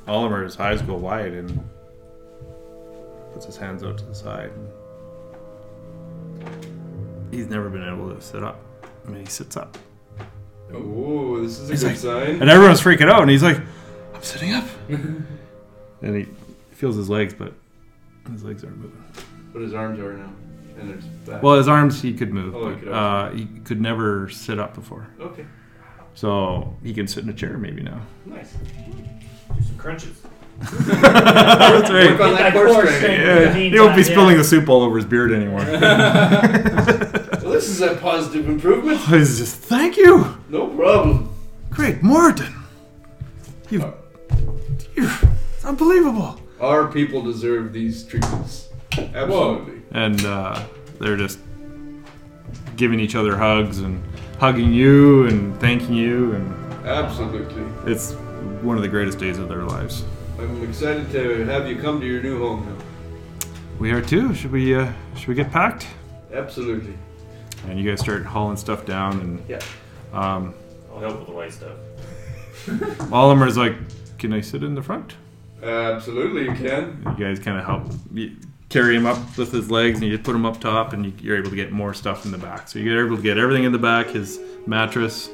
[SPEAKER 1] oliver's eyes go wide and puts his hands out to the side he's never been able to sit up i mean he sits up
[SPEAKER 3] Oh, this is a
[SPEAKER 1] It's
[SPEAKER 3] good
[SPEAKER 1] like-
[SPEAKER 3] sign.
[SPEAKER 1] and everyone's freaking out and he's like i'm sitting up and he feels his legs but his legs aren't moving
[SPEAKER 3] But his arms are now, and it's back.
[SPEAKER 1] well his arms he could move
[SPEAKER 3] Oh, he
[SPEAKER 1] but,
[SPEAKER 3] could
[SPEAKER 1] uh, he could never sit up before
[SPEAKER 3] okay.
[SPEAKER 1] So he can sit in a chair maybe now.
[SPEAKER 3] Nice.
[SPEAKER 6] Do some crunches.
[SPEAKER 1] That's
[SPEAKER 3] Work
[SPEAKER 1] right.
[SPEAKER 3] on that
[SPEAKER 2] That
[SPEAKER 3] core
[SPEAKER 2] core
[SPEAKER 3] strength.
[SPEAKER 2] strength.
[SPEAKER 1] uh, Yeah,
[SPEAKER 2] In the
[SPEAKER 1] he won't be
[SPEAKER 2] meantime,
[SPEAKER 1] spilling
[SPEAKER 2] yeah.
[SPEAKER 1] the soup all over his beard anymore.
[SPEAKER 3] Well, this is a positive improvement.
[SPEAKER 1] I was just thank you,
[SPEAKER 3] No problem.
[SPEAKER 1] great Morton. You, you, unbelievable.
[SPEAKER 3] Our people deserve these treatments. Absolutely.
[SPEAKER 1] and uh, they're just giving each other hugs and hugging you and thanking you and
[SPEAKER 3] Absolutely.
[SPEAKER 1] it's one of the greatest days of their lives
[SPEAKER 3] I'm excited to have you come to your new home now.
[SPEAKER 1] we are too should we uh, should we get packed
[SPEAKER 3] Absolutely.
[SPEAKER 1] and you guys start hauling stuff down and
[SPEAKER 3] Yeah.
[SPEAKER 1] um,
[SPEAKER 6] I'll help with the white stuff.
[SPEAKER 1] Olimer's like can I sit in the front
[SPEAKER 3] Absolutely, you can.
[SPEAKER 1] you guys kind of help you carry him up with his legs and you put him up top and you, you're able to get more stuff in the back so you're able to get everything in the back his mattress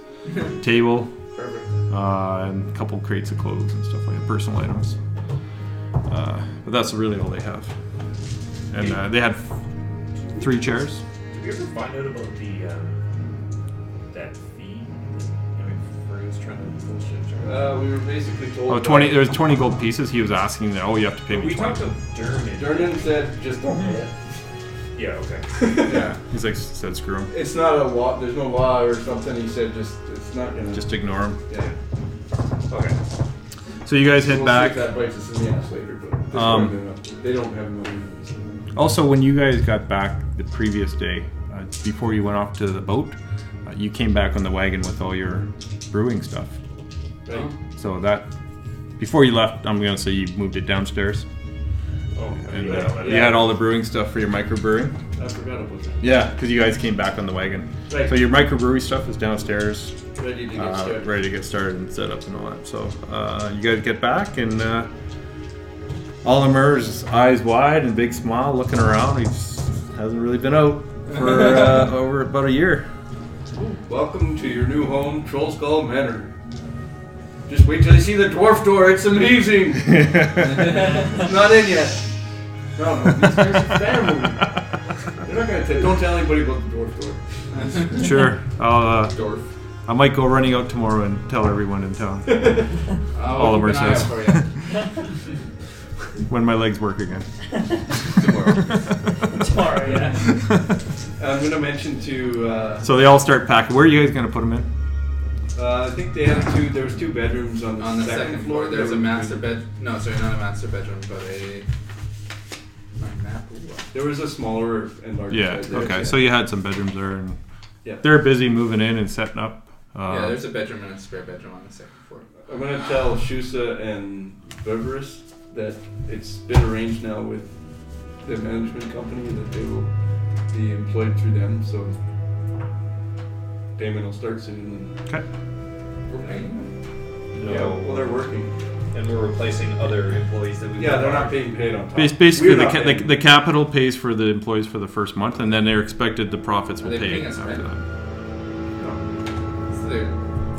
[SPEAKER 1] table
[SPEAKER 3] Perfect.
[SPEAKER 1] uh, and a couple crates of clothes and stuff like that, personal items. Uh, but that's really all they have. And uh, they had three chairs.
[SPEAKER 6] Did we ever find out about the um, that fee? I mean, Fru's trying to bullshit. Germ?
[SPEAKER 3] Uh, we were basically told.
[SPEAKER 1] Oh, 20, there was 20 gold pieces. He was asking that, oh, you have to pay me
[SPEAKER 6] we
[SPEAKER 1] 20.
[SPEAKER 6] talked to Dermot.
[SPEAKER 3] Durnan said, just don't pay
[SPEAKER 6] Yeah. Okay.
[SPEAKER 3] it.
[SPEAKER 1] Yeah. He's like, said screw him.
[SPEAKER 3] It's not a law. There's no law or something. He said, just it's not gonna.
[SPEAKER 1] Just ignore him.
[SPEAKER 3] yeah.
[SPEAKER 6] Okay.
[SPEAKER 1] So you guys head
[SPEAKER 3] We'll
[SPEAKER 1] back.
[SPEAKER 3] see if that bites us in the ass later, but this
[SPEAKER 1] Um,
[SPEAKER 3] way they're not- they don't have money.
[SPEAKER 1] Also, when you guys got back the previous day, uh, before you went off to the boat, uh, you came back on the wagon with all your brewing stuff.
[SPEAKER 3] Right?
[SPEAKER 1] So that, before you left, I'm going to say you moved it downstairs.
[SPEAKER 6] Oh,
[SPEAKER 1] And
[SPEAKER 6] yeah.
[SPEAKER 1] uh, you had all the brewing stuff for your microbrewery.
[SPEAKER 3] I forgot about
[SPEAKER 1] Yeah, because you guys came back on the wagon.
[SPEAKER 3] Right.
[SPEAKER 1] So your microbrewery stuff is downstairs,
[SPEAKER 3] that. Ready to get
[SPEAKER 1] uh,
[SPEAKER 3] started.
[SPEAKER 1] ready to get started and set up and all that. So uh, you guys get back and uh, Olimer's just eyes wide and big smile, looking around. He just hasn't really been out for uh, over about a year.
[SPEAKER 3] Welcome to your new home, Troll Skull Manor. Just wait till you see the dwarf door. It's amazing. it's not in yet. No, no, these guys are family. They're not gonna tell. Don't tell anybody about the dwarf door.
[SPEAKER 1] Sure, I'll. Uh,
[SPEAKER 3] Dwarf.
[SPEAKER 1] I might go running out tomorrow and tell everyone in town Oliver
[SPEAKER 5] keep an eye out
[SPEAKER 1] says.
[SPEAKER 5] for you.
[SPEAKER 1] when my legs work again.
[SPEAKER 2] Tomorrow, yeah.
[SPEAKER 3] I'm gonna mention to. Uh,
[SPEAKER 1] So they all start packing. Where are you guys gonna put them in?
[SPEAKER 3] uh, I think they have two. There was two bedrooms on the,
[SPEAKER 5] On the second floor, there's a master bed. No, sorry, not a master bedroom, but a. My map. Ooh,
[SPEAKER 3] There was a smaller and larger.
[SPEAKER 1] Yeah.
[SPEAKER 3] bed there,
[SPEAKER 1] Okay. So you had some bedrooms there, and
[SPEAKER 3] Yeah.
[SPEAKER 1] they're busy moving in and setting up.
[SPEAKER 5] wow.
[SPEAKER 1] Uh,
[SPEAKER 5] yeah, there's a bedroom and a spare bedroom on the second floor.
[SPEAKER 3] I'm gonna tell Shusa and Berberus that it's been arranged now with the management company that they will be employed through them. So payment will start soon.
[SPEAKER 1] okay.
[SPEAKER 5] We're paying.
[SPEAKER 3] And,
[SPEAKER 6] No.
[SPEAKER 3] Yeah, well they're working.
[SPEAKER 6] And we're replacing other employees that we.
[SPEAKER 3] Yeah, they're not being paid on time.
[SPEAKER 1] Bas- basically,
[SPEAKER 3] We're
[SPEAKER 1] the,
[SPEAKER 3] not
[SPEAKER 1] ca- the,
[SPEAKER 3] paying.
[SPEAKER 1] the capital pays for the employees for the first month, and then they're expected the profits
[SPEAKER 5] Are
[SPEAKER 1] will
[SPEAKER 5] they
[SPEAKER 1] pay
[SPEAKER 5] paying us
[SPEAKER 1] after
[SPEAKER 5] rent?
[SPEAKER 1] that.
[SPEAKER 5] So they're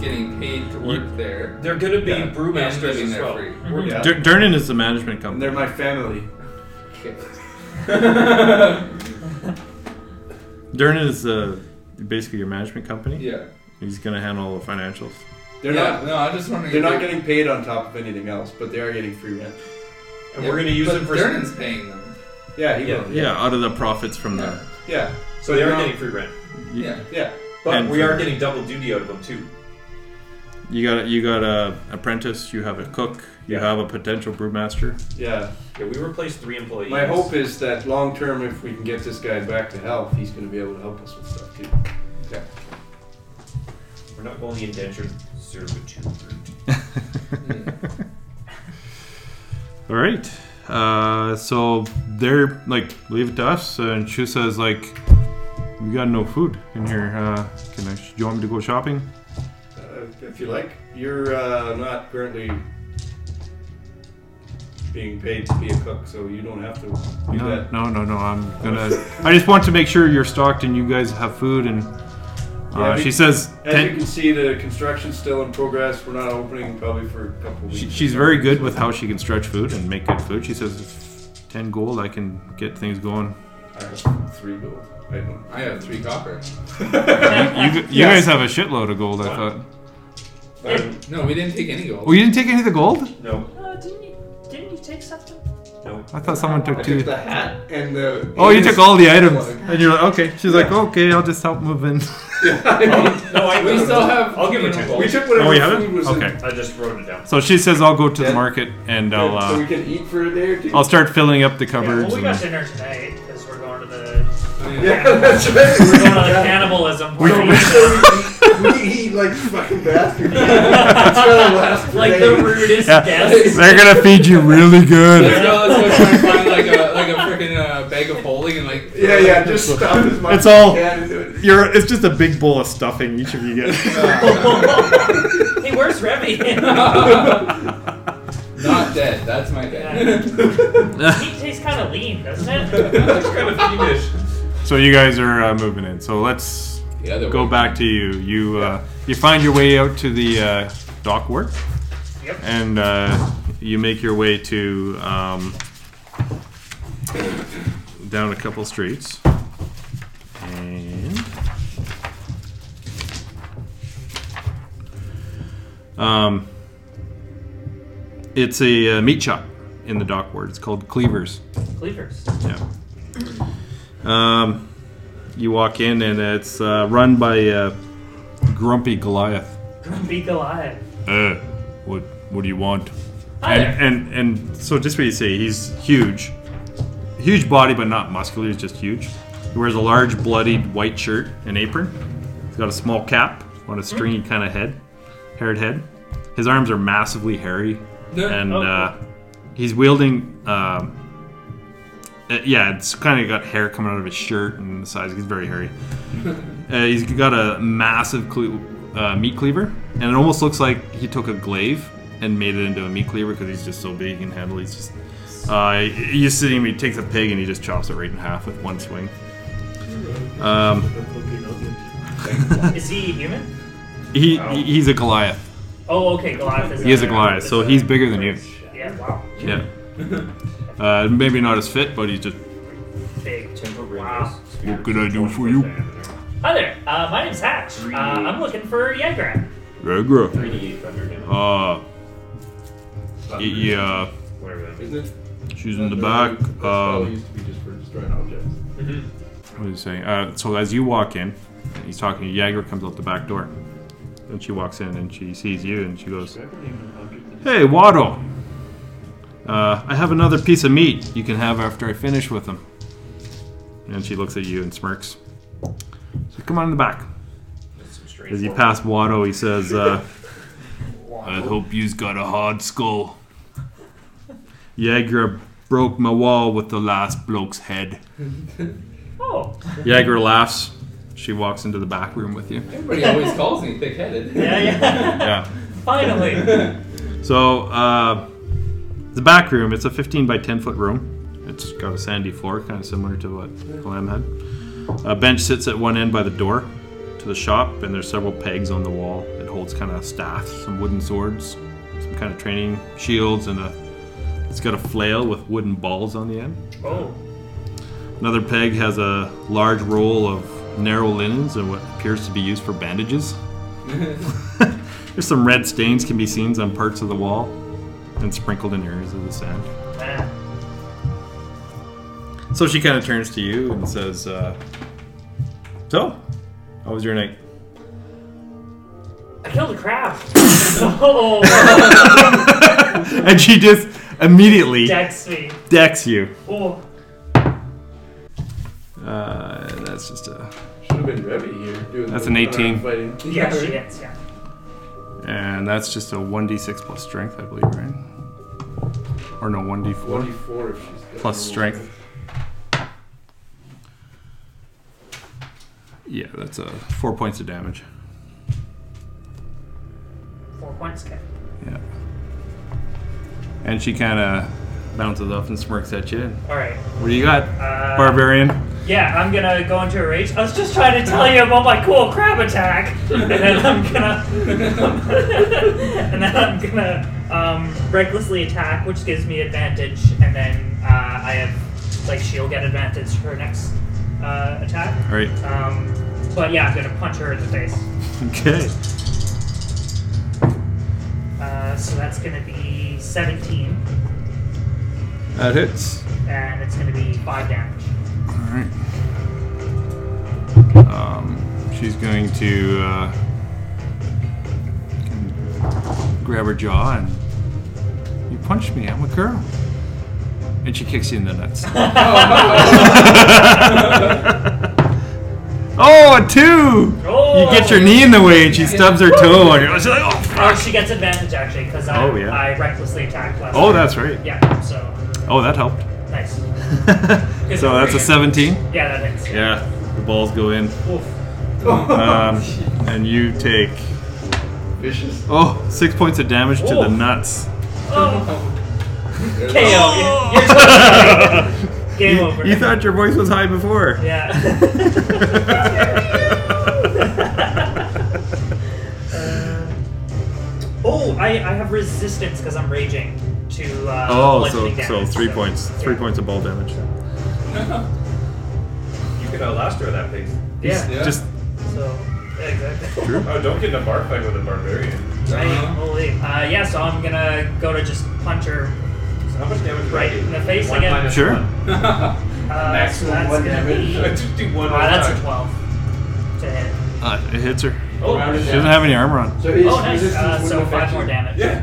[SPEAKER 5] getting paid to work there.
[SPEAKER 6] They're gonna be
[SPEAKER 3] Yeah.
[SPEAKER 5] and
[SPEAKER 6] brewmasters
[SPEAKER 5] living
[SPEAKER 6] as
[SPEAKER 5] there
[SPEAKER 6] well.
[SPEAKER 5] free.
[SPEAKER 6] We're-
[SPEAKER 3] Yeah.
[SPEAKER 1] Der- Dernan is the management
[SPEAKER 3] And they're
[SPEAKER 1] company.
[SPEAKER 3] my family.
[SPEAKER 5] Okay.
[SPEAKER 1] Dernan is uh, basically your management company.
[SPEAKER 5] Yeah.
[SPEAKER 1] He's gonna handle all the financials.
[SPEAKER 3] They're
[SPEAKER 5] yeah,
[SPEAKER 3] not.
[SPEAKER 5] No, I'm just wondering.
[SPEAKER 3] They're
[SPEAKER 5] if
[SPEAKER 3] not getting paid on top of anything else, but they are getting free rent.
[SPEAKER 6] And we're gonna use
[SPEAKER 5] but
[SPEAKER 6] them for.
[SPEAKER 5] Dernan's paying them.
[SPEAKER 3] Yeah, he
[SPEAKER 6] Yeah.
[SPEAKER 3] will.
[SPEAKER 1] Yeah, out of the profits from
[SPEAKER 5] Yeah.
[SPEAKER 3] Yeah.
[SPEAKER 6] So they are
[SPEAKER 3] No.
[SPEAKER 6] getting free rent,
[SPEAKER 5] Yeah.
[SPEAKER 1] the.
[SPEAKER 3] Yeah.
[SPEAKER 6] but
[SPEAKER 1] And
[SPEAKER 6] we
[SPEAKER 1] free-
[SPEAKER 6] are getting double duty out of them too.
[SPEAKER 1] You got a, you got a apprentice. You have a cook. You
[SPEAKER 6] Yeah.
[SPEAKER 1] have a potential brewmaster.
[SPEAKER 3] Yeah.
[SPEAKER 6] Yeah, we replaced three employees.
[SPEAKER 3] My hope is that long term, if we can get this guy back to health, he's going to be able to help us with stuff too.
[SPEAKER 6] we're not going the indentured servitude route.
[SPEAKER 1] All right. Uh, so they're like, leave it to us. Uh, and Shusa is like, we got no food in here. Uh, can I? Do you want me to go shopping?
[SPEAKER 3] Uh, if you like, you're uh, not currently being paid to be a cook, so you don't have to do
[SPEAKER 1] No,
[SPEAKER 3] that.
[SPEAKER 1] no, no, no. I'm gonna. I just want to make sure you're stocked and you guys have food. And
[SPEAKER 3] Yeah,
[SPEAKER 1] uh,
[SPEAKER 3] we-
[SPEAKER 1] she says,
[SPEAKER 3] As you
[SPEAKER 1] ten,
[SPEAKER 3] can see, the construction's still in progress. We're not opening probably for a couple weeks.
[SPEAKER 1] she, she's very good with how she can stretch food and make good food. She says, ten gold, I can get things going.
[SPEAKER 3] I have three gold. I don't.
[SPEAKER 5] I have three copper.
[SPEAKER 2] Uh,
[SPEAKER 1] You, you guys have a shitload of gold, I thought.
[SPEAKER 6] Um,
[SPEAKER 5] No, we didn't take any gold.
[SPEAKER 1] Oh, you didn't take any of the gold?
[SPEAKER 6] no,
[SPEAKER 2] Uh, didn't you? Didn't you take something?
[SPEAKER 6] no.
[SPEAKER 1] I thought someone
[SPEAKER 3] I
[SPEAKER 1] took
[SPEAKER 3] took
[SPEAKER 1] two.
[SPEAKER 3] the hat and the.
[SPEAKER 1] Oh, you took all the items.
[SPEAKER 3] Plug.
[SPEAKER 1] And you're like, okay. She's like, okay, I'll just help move in.
[SPEAKER 6] No, I
[SPEAKER 5] We still have.
[SPEAKER 6] I'll give her
[SPEAKER 5] you know,
[SPEAKER 6] ten.
[SPEAKER 3] We took whatever
[SPEAKER 1] Oh, you have
[SPEAKER 3] food
[SPEAKER 1] it?
[SPEAKER 3] was in.
[SPEAKER 1] Okay.
[SPEAKER 6] I just wrote it down.
[SPEAKER 1] So she says, I'll go to
[SPEAKER 3] Yeah.
[SPEAKER 1] the market and I'll
[SPEAKER 3] so we
[SPEAKER 1] uh,
[SPEAKER 3] can eat for a day or two.
[SPEAKER 1] I'll start filling up the
[SPEAKER 2] Yeah, well,
[SPEAKER 1] cupboards.
[SPEAKER 2] we got
[SPEAKER 1] and-
[SPEAKER 2] dinner tonight because we're going to the
[SPEAKER 3] yeah, that's right.
[SPEAKER 2] we're going to the cannibalism
[SPEAKER 3] We, so
[SPEAKER 2] party.
[SPEAKER 3] we, so we, we eat like fucking bastards. It's gonna last for
[SPEAKER 2] like the
[SPEAKER 3] days.
[SPEAKER 2] rudest
[SPEAKER 1] Yeah.
[SPEAKER 2] guests.
[SPEAKER 1] They're gonna feed you really
[SPEAKER 5] Let's
[SPEAKER 1] good.
[SPEAKER 5] go, let's go try and find like a like a freaking uh, bag of holding and like
[SPEAKER 3] Yeah, yeah, just stop as much
[SPEAKER 1] It's all-
[SPEAKER 3] as you can into it.
[SPEAKER 1] You're, it's just a big bowl of stuffing each of you get.
[SPEAKER 3] Uh,
[SPEAKER 2] hey, where's Remy?
[SPEAKER 5] not dead. That's my dead.
[SPEAKER 2] he tastes kind of lean, doesn't it?
[SPEAKER 8] That's kind of fiendish.
[SPEAKER 1] so you guys are uh, moving in. So let's
[SPEAKER 5] the other
[SPEAKER 1] go
[SPEAKER 5] way.
[SPEAKER 1] back to you. You uh, you find your way out to the uh, dock work,
[SPEAKER 2] Yep.
[SPEAKER 1] and uh, you make your way to um, down a couple streets. And um, it's a uh, meat shop in the dock ward. It's called Cleavers.
[SPEAKER 2] Cleavers.
[SPEAKER 1] Yeah. Um, you walk in and it's uh, run by uh, Grumpy Goliath.
[SPEAKER 2] Be Goliath.
[SPEAKER 1] Uh, what what do you want?
[SPEAKER 2] Hi there.
[SPEAKER 1] And and and so just what you see, he's huge, huge body, but not muscular. He's just huge. He wears a large bloodied white shirt and apron. He's got a small cap on a stringy kind of head, haired head. His arms are massively hairy, and
[SPEAKER 2] Oh.
[SPEAKER 1] uh, he's wielding. Um, uh, yeah, it's kind of got hair coming out of his shirt and the size. He's very hairy. Uh, he's got a massive cle- uh, meat cleaver, and it almost looks like he took a glaive and made it into a meat cleaver because he's just so big and handle. He's just uh, you just see him. He takes a pig and he just chops it right in half with one swing. Um,
[SPEAKER 2] Is he human?
[SPEAKER 1] he he- he's a Goliath.
[SPEAKER 2] Oh, okay. Goliath is.
[SPEAKER 1] He is a
[SPEAKER 2] uh,
[SPEAKER 1] Goliath, so
[SPEAKER 2] is, uh,
[SPEAKER 1] he's bigger than you.
[SPEAKER 2] Yeah. Wow.
[SPEAKER 1] Yeah. Uh, maybe not as fit, but he's just.
[SPEAKER 2] Big. Wow.
[SPEAKER 1] What could I do for you?
[SPEAKER 2] Hi there. Uh, my name's Hatch. Uh, I'm looking for Yegra.
[SPEAKER 1] Regra.
[SPEAKER 6] 3D800,
[SPEAKER 1] Uh, yeah,
[SPEAKER 6] whatever that means.
[SPEAKER 3] Isn't it?
[SPEAKER 1] she's in the back.
[SPEAKER 3] That spell
[SPEAKER 1] Um,
[SPEAKER 3] used to be just for destroying objects.
[SPEAKER 1] What was he saying? Uh, so as you walk in, he's talking. Jagger comes out the back door, and she walks in and she sees you and she goes, "Hey, Waddle. Uh, I have another piece of meat you can have after I finish with him." And she looks at you and smirks. So come on in the back. As you pass Watto, he says, uh, "I hope you's got a hard skull." Jagger broke my wall with the last bloke's head.
[SPEAKER 2] Oh.
[SPEAKER 1] Jagger laughs. She walks into the back room with you.
[SPEAKER 5] Everybody always calls me thick-headed.
[SPEAKER 2] Yeah. Yeah.
[SPEAKER 1] Yeah.
[SPEAKER 2] Finally.
[SPEAKER 1] So uh, the back room. It's a 15 by 10 foot room. It's got a sandy floor, kind of similar to what Clam had. A bench sits at one end by the door to the shop, and there's several pegs on the wall. It holds kind of staff, some wooden swords, some kind of training shields, and a. It's got a flail with wooden balls on the end.
[SPEAKER 2] Oh.
[SPEAKER 1] Another peg has a large roll of narrow linens and what appears to be used for bandages. There's some red stains can be seen on parts of the wall and sprinkled in areas of the sand.
[SPEAKER 2] Man.
[SPEAKER 1] So she kind of turns to you and says, uh, So, how was your night?
[SPEAKER 2] I killed a crab. oh.
[SPEAKER 1] and she just immediately
[SPEAKER 2] Dex me.
[SPEAKER 1] decks you.
[SPEAKER 2] Oh.
[SPEAKER 1] Uh, that's just a.
[SPEAKER 3] Should have been Revy here. Doing
[SPEAKER 1] That's
[SPEAKER 3] the
[SPEAKER 1] an
[SPEAKER 3] unarmed
[SPEAKER 1] 18.
[SPEAKER 3] Fighting.
[SPEAKER 2] Yeah, she gets. Yeah.
[SPEAKER 1] And that's just a 1d6 plus strength, I believe, right? Or no, 1d4
[SPEAKER 3] 24 if she's got
[SPEAKER 1] plus
[SPEAKER 3] her
[SPEAKER 1] strength. Yeah, that's uh, four points of damage.
[SPEAKER 2] Four points. Okay.
[SPEAKER 1] Yeah. And she kind of bounces off and smirks at you.
[SPEAKER 2] All right.
[SPEAKER 1] What do you got,
[SPEAKER 2] Uh,
[SPEAKER 1] barbarian?
[SPEAKER 2] Yeah, I'm gonna go into a rage. I was just trying to tell you about my cool crab attack, and then I'm gonna, and then I'm gonna um, recklessly attack, which gives me advantage, and then uh, I have like she'll get advantage for her next uh, attack.
[SPEAKER 1] All right.
[SPEAKER 2] Um, but yeah, I'm gonna punch her in the face.
[SPEAKER 1] Okay.
[SPEAKER 2] Uh, so that's going to be 17,
[SPEAKER 1] That hits.
[SPEAKER 2] and it's going to be 5 damage.
[SPEAKER 1] All right. Um, she's going to uh, grab her jaw and you punched me. I'm a girl. And she kicks you in the nuts. oh, a two! You get your knee in the way and she stubs her toe. And you're she's like, oh,
[SPEAKER 2] Oh, she gets advantage actually because I,
[SPEAKER 1] Oh, yeah.
[SPEAKER 2] I recklessly attacked last
[SPEAKER 1] oh,
[SPEAKER 2] time.
[SPEAKER 1] that's right.
[SPEAKER 2] Yeah, so
[SPEAKER 1] Oh, that helped.
[SPEAKER 2] nice.
[SPEAKER 1] so that's a 17.
[SPEAKER 2] Yeah, that hits.
[SPEAKER 1] Yeah, the balls go in.
[SPEAKER 2] Oof.
[SPEAKER 1] Um, and you take
[SPEAKER 3] Vicious.
[SPEAKER 1] oh six points of damage to the
[SPEAKER 2] Oh.
[SPEAKER 1] nuts.
[SPEAKER 2] Oh. KO.
[SPEAKER 1] Oh.
[SPEAKER 2] You're totally right. Game
[SPEAKER 1] you,
[SPEAKER 2] over.
[SPEAKER 1] you thought your voice was high before.
[SPEAKER 2] Yeah. Uh, oh, I, I have resistance because I'm raging to. Uh,
[SPEAKER 1] oh, so
[SPEAKER 2] bludgeoning
[SPEAKER 1] so
[SPEAKER 2] damage,
[SPEAKER 1] three points, three
[SPEAKER 2] yeah.
[SPEAKER 1] points of ball damage.
[SPEAKER 6] You could outlast her that pace.
[SPEAKER 2] Yeah.
[SPEAKER 1] Just
[SPEAKER 2] So yeah, exactly.
[SPEAKER 6] Oh, don't get in a bar fight with a barbarian.
[SPEAKER 2] Right, holy. Uh, yeah, so I'm gonna go to just punch her
[SPEAKER 6] So how much damage? do I
[SPEAKER 2] right
[SPEAKER 6] do?
[SPEAKER 2] in the face
[SPEAKER 6] One
[SPEAKER 2] again.
[SPEAKER 6] minus
[SPEAKER 1] sure.
[SPEAKER 6] one.
[SPEAKER 2] Uh, so that's
[SPEAKER 3] one
[SPEAKER 2] gonna be.
[SPEAKER 6] I just do one.
[SPEAKER 2] Uh, that's
[SPEAKER 6] attack.
[SPEAKER 2] a 12 to hit.
[SPEAKER 1] Uh, it hits her.
[SPEAKER 6] Oh,
[SPEAKER 3] Rounded
[SPEAKER 1] She
[SPEAKER 3] down.
[SPEAKER 1] doesn't have any armor on.
[SPEAKER 3] So is
[SPEAKER 2] oh, nice. Uh,
[SPEAKER 3] resistance wouldn't
[SPEAKER 2] so
[SPEAKER 3] affect
[SPEAKER 2] five
[SPEAKER 3] you?
[SPEAKER 2] more damage.
[SPEAKER 6] Yeah.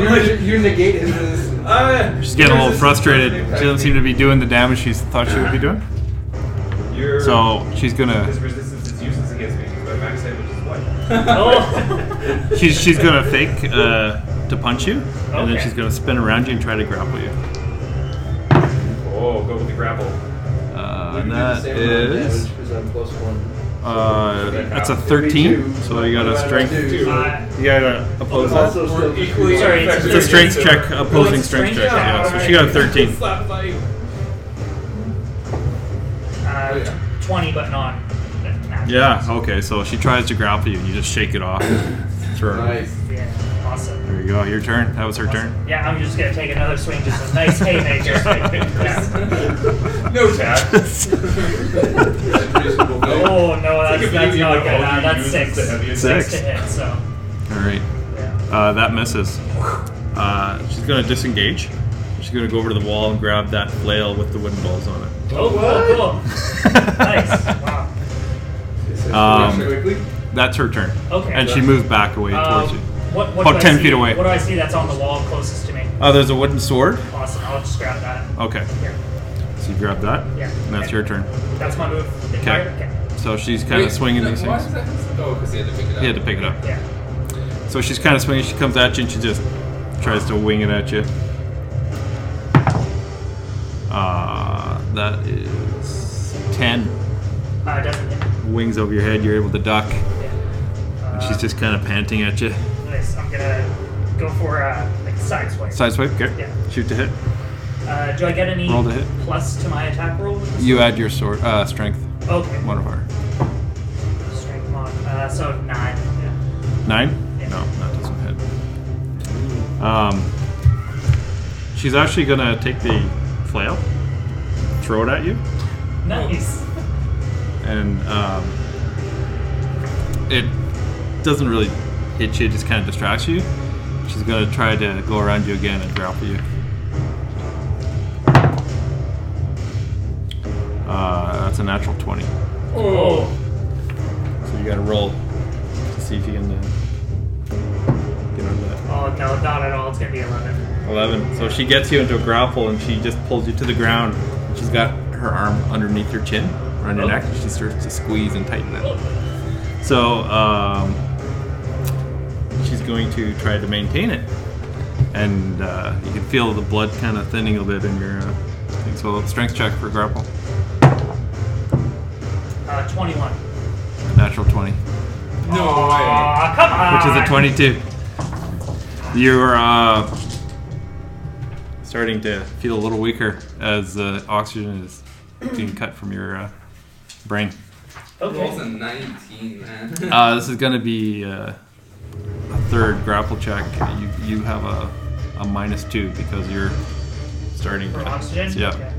[SPEAKER 3] You,
[SPEAKER 6] like-
[SPEAKER 3] you negate his resistance.
[SPEAKER 6] Uh,
[SPEAKER 1] She's getting a little frustrated. She doesn't seem to be doing the damage she thought she would be doing.
[SPEAKER 6] Your,
[SPEAKER 1] So she's gonna
[SPEAKER 6] His resistance is useless against me because my max damage is one.
[SPEAKER 2] Oh.
[SPEAKER 1] she's she's gonna fake uh, to punch you, and then
[SPEAKER 2] Okay.
[SPEAKER 1] she's gonna spin around you and try to grapple you.
[SPEAKER 6] Oh, go with the grapple.
[SPEAKER 1] Uh,
[SPEAKER 3] You
[SPEAKER 1] and
[SPEAKER 3] do the
[SPEAKER 1] that
[SPEAKER 3] same amount of
[SPEAKER 1] is
[SPEAKER 3] damage 'cause I'm plus one.
[SPEAKER 1] uh, that's a
[SPEAKER 6] It'd be
[SPEAKER 1] 13.
[SPEAKER 3] two.
[SPEAKER 1] So you got a
[SPEAKER 3] Divided by
[SPEAKER 1] strength.
[SPEAKER 3] two.
[SPEAKER 1] You
[SPEAKER 2] Uh,
[SPEAKER 1] gotta oppose
[SPEAKER 3] It's
[SPEAKER 1] that.
[SPEAKER 3] also still
[SPEAKER 6] equally
[SPEAKER 3] confused.
[SPEAKER 2] Sorry, it's
[SPEAKER 1] It's a strength check,
[SPEAKER 2] Oh,
[SPEAKER 1] opposing
[SPEAKER 2] it's
[SPEAKER 1] strength check.
[SPEAKER 2] strength?
[SPEAKER 1] Yeah,
[SPEAKER 2] Yeah,
[SPEAKER 1] so she got a
[SPEAKER 2] alright.
[SPEAKER 1] 13.
[SPEAKER 6] Slap fight.
[SPEAKER 2] uh, 20, but not. not-
[SPEAKER 1] Yeah, okay, so she tries to grapple you and you just shake it off. Throw her.
[SPEAKER 3] Nice.
[SPEAKER 2] Yeah, awesome.
[SPEAKER 1] There you go, your turn. That was her turn.
[SPEAKER 2] Yeah, I'm just gonna take another swing, just a nice haymaker. Yeah.
[SPEAKER 6] No tap.
[SPEAKER 3] Reasonable goal.
[SPEAKER 2] Oh no, that's,
[SPEAKER 6] Take a
[SPEAKER 2] that's
[SPEAKER 6] baby
[SPEAKER 2] not
[SPEAKER 6] with
[SPEAKER 2] good.
[SPEAKER 6] all
[SPEAKER 2] Uh,
[SPEAKER 6] you
[SPEAKER 2] that's
[SPEAKER 6] use
[SPEAKER 2] six.
[SPEAKER 6] is the heaviest.
[SPEAKER 2] to
[SPEAKER 1] Six.
[SPEAKER 2] hit. So
[SPEAKER 1] Alright,
[SPEAKER 2] yeah.
[SPEAKER 1] uh, that misses. Uh, she's gonna disengage. She's gonna go over to the wall and grab that flail with the wooden balls on it.
[SPEAKER 2] Oh, cool, cool. nice. Wow.
[SPEAKER 3] This is
[SPEAKER 1] Um,
[SPEAKER 3] quickly.
[SPEAKER 1] That's her turn.
[SPEAKER 2] Okay.
[SPEAKER 1] And she moved back away
[SPEAKER 2] Uh,
[SPEAKER 1] towards you.
[SPEAKER 2] what, what
[SPEAKER 1] About
[SPEAKER 2] do I
[SPEAKER 1] 10
[SPEAKER 2] see-
[SPEAKER 1] feet away.
[SPEAKER 2] What do I see that's on the wall closest to me?
[SPEAKER 1] Oh, there's a wooden sword?
[SPEAKER 2] Awesome. I'll just grab that.
[SPEAKER 1] Okay,
[SPEAKER 2] Here.
[SPEAKER 1] so you grab that.
[SPEAKER 2] Yeah.
[SPEAKER 1] And that's your turn.
[SPEAKER 2] That's my move.
[SPEAKER 1] Okay. So she's kind of swinging
[SPEAKER 5] no,
[SPEAKER 1] these
[SPEAKER 5] why
[SPEAKER 1] things.
[SPEAKER 5] is that- Oh, because he had to pick it up.
[SPEAKER 1] You had to pick it up.
[SPEAKER 2] Yeah.
[SPEAKER 1] So she's kind of swinging. She comes at you and she just tries to wing it at you. Uh, that is 10.
[SPEAKER 2] Uh, it doesn't hit.
[SPEAKER 1] Wings over your head, you're able to duck.
[SPEAKER 2] Yeah. Uh,
[SPEAKER 1] And she's just kind of panting at you.
[SPEAKER 2] Nice. I'm gonna go for uh, like side swipe.
[SPEAKER 1] Side swipe, okay.
[SPEAKER 2] Yeah.
[SPEAKER 1] Shoot to hit.
[SPEAKER 2] Uh, do I get any
[SPEAKER 1] Roll to hit.
[SPEAKER 2] plus to my attack roll? With this?
[SPEAKER 1] You add your sword, uh, strength
[SPEAKER 2] Okay.
[SPEAKER 1] modifier.
[SPEAKER 2] Strength mod. Uh, so nine. Yeah.
[SPEAKER 1] Nine?
[SPEAKER 2] Yeah.
[SPEAKER 1] No, that doesn't hit. Um, she's actually going to take the flail, throw it at you.
[SPEAKER 2] Nice.
[SPEAKER 1] and um, it doesn't really hit you; it just kind of distracts you. She's gonna try to go around you again and grapple you. Uh, that's a natural twenty,
[SPEAKER 2] Oh.
[SPEAKER 1] so you gotta roll to see if you can uh, get under that.
[SPEAKER 2] Oh no, not at all. It's gonna be eleven.
[SPEAKER 1] 11. So she gets you into a grapple and she just pulls you to the ground. She's got her arm underneath your chin, around your
[SPEAKER 2] Oh.
[SPEAKER 1] neck, and she starts to squeeze and tighten it. So um, she's going to try to maintain it. And uh, you can feel the blood kind of thinning a bit in your uh, thing. So strength check for grapple.
[SPEAKER 2] Uh, twenty-one.
[SPEAKER 1] Natural 20, which
[SPEAKER 5] No way.
[SPEAKER 2] Aw, come on.
[SPEAKER 1] is a 22. You're uh, starting to feel a little weaker as the oxygen is being cut from your uh, brain.
[SPEAKER 5] Rolls a
[SPEAKER 2] Okay.
[SPEAKER 5] 19, man.
[SPEAKER 1] Uh, this is going to be uh, a third grapple check. You, you have a, a minus two because you're starting.
[SPEAKER 2] For
[SPEAKER 1] to-
[SPEAKER 2] oxygen.
[SPEAKER 1] Yeah.
[SPEAKER 2] Okay.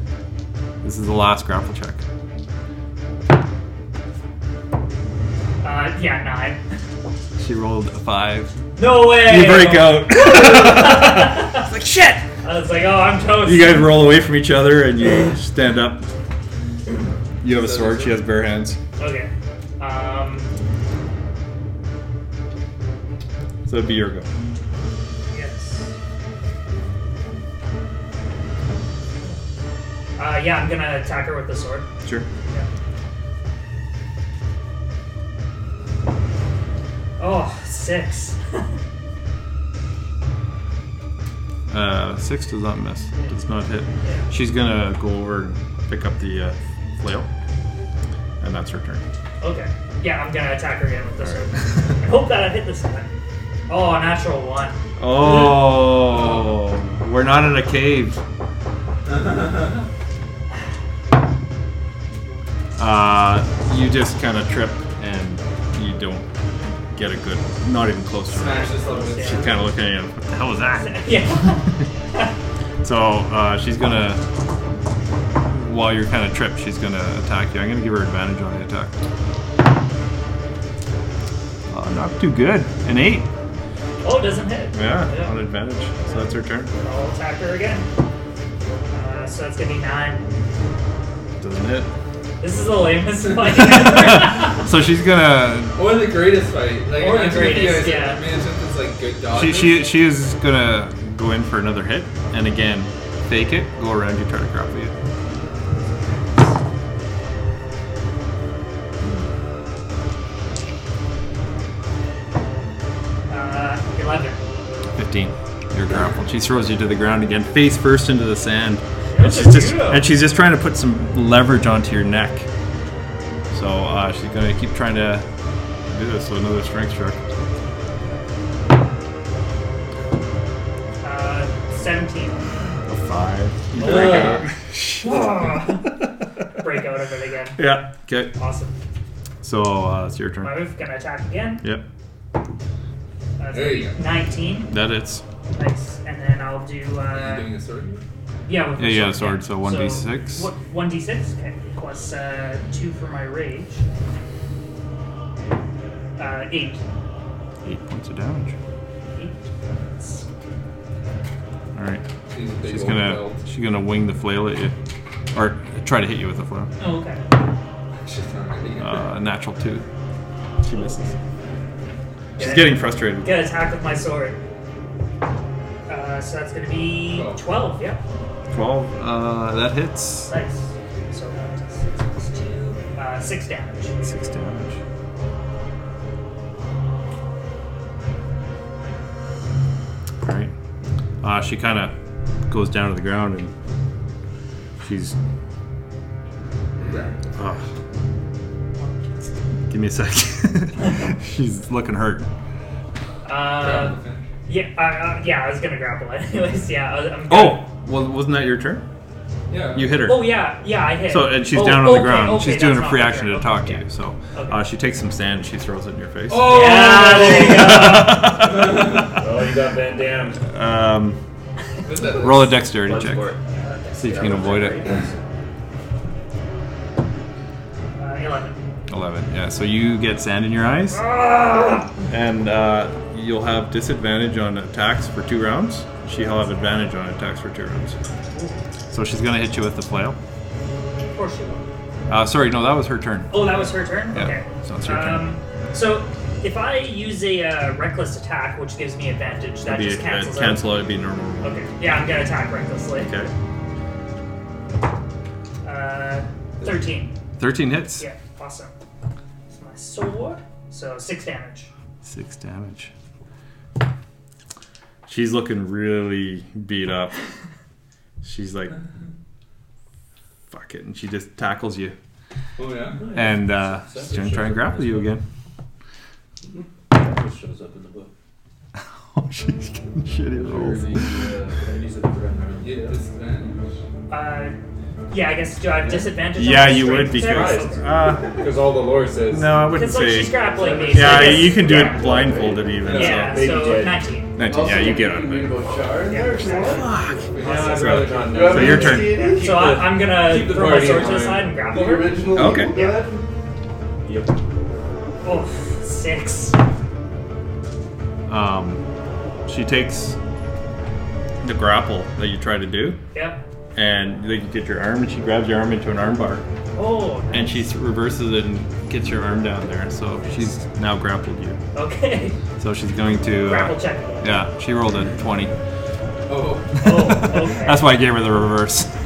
[SPEAKER 1] This is the last grapple check.
[SPEAKER 2] Uh, yeah, nine.
[SPEAKER 1] She rolled a five.
[SPEAKER 2] No way!
[SPEAKER 1] You break out.
[SPEAKER 2] It's like shit. I was like, oh, I'm toast.
[SPEAKER 1] You guys roll away from each other and you stand up. You have a sword. She has bare hands.
[SPEAKER 2] Okay. Um.
[SPEAKER 1] So it'd be your go.
[SPEAKER 2] Yes. Uh, yeah, I'm gonna attack her with the sword.
[SPEAKER 1] Sure.
[SPEAKER 2] Yeah. Oh, six.
[SPEAKER 1] Uh, six does not miss. Does not hit.
[SPEAKER 2] Yeah.
[SPEAKER 1] She's gonna go over and pick up the uh, flail, and that's her turn.
[SPEAKER 2] Okay. Yeah, I'm gonna attack her again with the sword. I hope that I hit this time. Oh, natural one.
[SPEAKER 1] Oh, we're not in a cave. Uh, you just kind of trip and you don't get a good, not even close to her.
[SPEAKER 5] Smash this little bit.
[SPEAKER 1] She's kind of looking at you. What the hell was that?
[SPEAKER 2] Yeah.
[SPEAKER 1] So uh, she's gonna, while you're kind of tripped, she's gonna attack you. I'm gonna give her advantage on the attack. Uh, not too good. An eight.
[SPEAKER 2] oh, it doesn't hit.
[SPEAKER 1] Yeah, on advantage. So that's her turn.
[SPEAKER 2] I'll attack her again. Uh, so that's gonna be nine.
[SPEAKER 1] Doesn't hit.
[SPEAKER 2] This is the lamest fight ever.
[SPEAKER 1] So she's gonna.
[SPEAKER 5] Or the greatest fight. Like,
[SPEAKER 2] Or the
[SPEAKER 5] imagine if you
[SPEAKER 2] greatest,
[SPEAKER 5] guys
[SPEAKER 2] yeah.
[SPEAKER 5] Imagine if it's like good dodge.
[SPEAKER 1] She, she she is gonna go in for another hit, and again, fake it, go around you, try to grapple you.
[SPEAKER 2] uh, Eleven.
[SPEAKER 1] 15. You're grappled. She throws you to the ground again, face first into the sand. And
[SPEAKER 2] Look
[SPEAKER 1] she's
[SPEAKER 2] at
[SPEAKER 1] just
[SPEAKER 2] you.
[SPEAKER 1] and she's just trying to put some leverage onto your neck. So uh, she's gonna keep trying to do this. So another strength check.
[SPEAKER 2] Uh, Seventeen.
[SPEAKER 1] A five. You
[SPEAKER 2] Oh.
[SPEAKER 1] break out.
[SPEAKER 2] Ah. Break out of it again.
[SPEAKER 1] Yeah. Okay.
[SPEAKER 2] Awesome.
[SPEAKER 1] So uh, it's your
[SPEAKER 2] My
[SPEAKER 1] turn.
[SPEAKER 2] move gonna attack again.
[SPEAKER 1] Yep.
[SPEAKER 2] That's
[SPEAKER 5] There you go.
[SPEAKER 2] Nineteen.
[SPEAKER 1] That it's
[SPEAKER 2] Nice. And then I'll do.
[SPEAKER 5] Are you doing
[SPEAKER 2] Uh,
[SPEAKER 5] the sword?
[SPEAKER 2] yeah. With
[SPEAKER 1] Yeah,
[SPEAKER 2] the
[SPEAKER 1] yeah, sword,
[SPEAKER 2] sword.
[SPEAKER 1] so 1d6.
[SPEAKER 2] what- One d six. Okay. Plus uh, two for my rage. Uh, eight.
[SPEAKER 1] eight points of damage.
[SPEAKER 2] Eight. That's-
[SPEAKER 1] All right.
[SPEAKER 5] She's a big
[SPEAKER 1] She's
[SPEAKER 5] old
[SPEAKER 1] gonna
[SPEAKER 5] belt.
[SPEAKER 1] she's gonna wing the flail at you, or try to hit you with the flail.
[SPEAKER 2] Oh, okay.
[SPEAKER 5] She's not ready.
[SPEAKER 1] Uh, natural two. She misses. She's getting frustrated.
[SPEAKER 2] Get attack with my sword. Uh, so that's gonna be
[SPEAKER 5] Twelve.
[SPEAKER 2] twelve. Yeah.
[SPEAKER 1] 12. Uh, that hits.
[SPEAKER 2] Nice. So one d six plus two. Uh, six damage.
[SPEAKER 1] Six damage. Alright. Uh, she kind of goes down to the ground and she's. Ugh. Give me a sec. she's looking hurt.
[SPEAKER 2] Uh, yeah, uh, uh, yeah, I was gonna grapple it. Anyways, yeah, I was, I'm
[SPEAKER 1] Oh! Well, wasn't that your turn?
[SPEAKER 5] yeah.
[SPEAKER 1] You hit her.
[SPEAKER 2] Oh yeah, yeah, I hit.
[SPEAKER 1] So and she's
[SPEAKER 2] Oh,
[SPEAKER 1] down on
[SPEAKER 2] okay,
[SPEAKER 1] the ground.
[SPEAKER 2] okay,
[SPEAKER 1] she's doing
[SPEAKER 2] that's
[SPEAKER 1] a free
[SPEAKER 2] not
[SPEAKER 1] action
[SPEAKER 2] fair.
[SPEAKER 1] to talk to
[SPEAKER 2] Okay.
[SPEAKER 1] you. So
[SPEAKER 2] Okay.
[SPEAKER 1] uh, she takes some sand and she throws it in your face.
[SPEAKER 5] Oh!
[SPEAKER 2] Yeah, there you
[SPEAKER 6] Oh, you got Van Damme.
[SPEAKER 1] um,
[SPEAKER 5] What's that?
[SPEAKER 1] roll a dexterity check.
[SPEAKER 6] Bloodsport.
[SPEAKER 1] See if you can avoid it.
[SPEAKER 2] go. Uh, Eleven.
[SPEAKER 1] Eleven. Yeah. So you get sand in your eyes,
[SPEAKER 2] Ah!
[SPEAKER 1] and uh, you'll have disadvantage on attacks for two rounds. She'll have advantage on attacks for two rounds. So she's gonna hit you with the flail.
[SPEAKER 2] Of course you will.
[SPEAKER 1] Uh, sorry, no, that was her turn.
[SPEAKER 2] Oh, that was her turn.
[SPEAKER 1] Yeah,
[SPEAKER 2] okay.
[SPEAKER 1] so it's your turn.
[SPEAKER 2] Um, so if I use a uh, reckless attack, which gives me advantage, that
[SPEAKER 1] Be-
[SPEAKER 2] just cancels.
[SPEAKER 1] uh,
[SPEAKER 2] out.
[SPEAKER 1] cancel out. It'd be normal.
[SPEAKER 2] Okay. Yeah, I'm gonna attack recklessly.
[SPEAKER 1] Okay.
[SPEAKER 2] Uh, Thirteen.
[SPEAKER 1] Thirteen hits.
[SPEAKER 2] Yeah. Awesome. It's my sword. So six damage.
[SPEAKER 1] Six damage. She's looking really beat up. She's like, fuck it. And she just tackles you.
[SPEAKER 5] Oh, yeah.
[SPEAKER 1] And uh, she's going to try and grapple you again.
[SPEAKER 8] This shows up in the book.
[SPEAKER 1] Oh, she's getting shitty rolls.
[SPEAKER 5] You disadvantage.
[SPEAKER 2] Uh, yeah, I guess do I have disadvantage? on
[SPEAKER 1] Yeah,
[SPEAKER 2] my
[SPEAKER 1] you would
[SPEAKER 2] strength check?
[SPEAKER 1] because. Uh,
[SPEAKER 3] Because all the lore says.
[SPEAKER 1] no, I wouldn't
[SPEAKER 2] Because like she's
[SPEAKER 1] say.
[SPEAKER 2] grappling me. so
[SPEAKER 1] Yeah,
[SPEAKER 2] I guess-
[SPEAKER 1] you can do
[SPEAKER 2] yeah.
[SPEAKER 1] it blindfolded even.
[SPEAKER 2] Yeah,
[SPEAKER 1] So.
[SPEAKER 2] so,
[SPEAKER 3] Maybe dead.
[SPEAKER 2] 19.
[SPEAKER 1] 19. Yeah, you get
[SPEAKER 3] it.
[SPEAKER 1] it.
[SPEAKER 3] I'd rather not know.
[SPEAKER 1] So your turn.
[SPEAKER 2] So I, I'm gonna
[SPEAKER 3] Keep the
[SPEAKER 2] throw my
[SPEAKER 3] party
[SPEAKER 2] sword
[SPEAKER 3] in
[SPEAKER 2] to the
[SPEAKER 3] line.
[SPEAKER 2] side and grapple
[SPEAKER 3] The
[SPEAKER 2] her.
[SPEAKER 3] original
[SPEAKER 1] Okay.
[SPEAKER 3] Evil Dead?
[SPEAKER 6] Yep.
[SPEAKER 2] Oh, six.
[SPEAKER 1] Um, she takes the grapple that you try to do,
[SPEAKER 2] Yep.
[SPEAKER 1] and they get your arm, and she grabs your arm into an arm bar,
[SPEAKER 2] Oh.
[SPEAKER 1] and she reverses it and gets your arm down there. So she's now grappled you.
[SPEAKER 2] Okay.
[SPEAKER 1] So she's going to. uh,
[SPEAKER 2] Grapple check.
[SPEAKER 1] Yeah, she rolled a 20.
[SPEAKER 5] Oh,
[SPEAKER 2] Oh, okay.
[SPEAKER 1] That's why I gave her the reverse.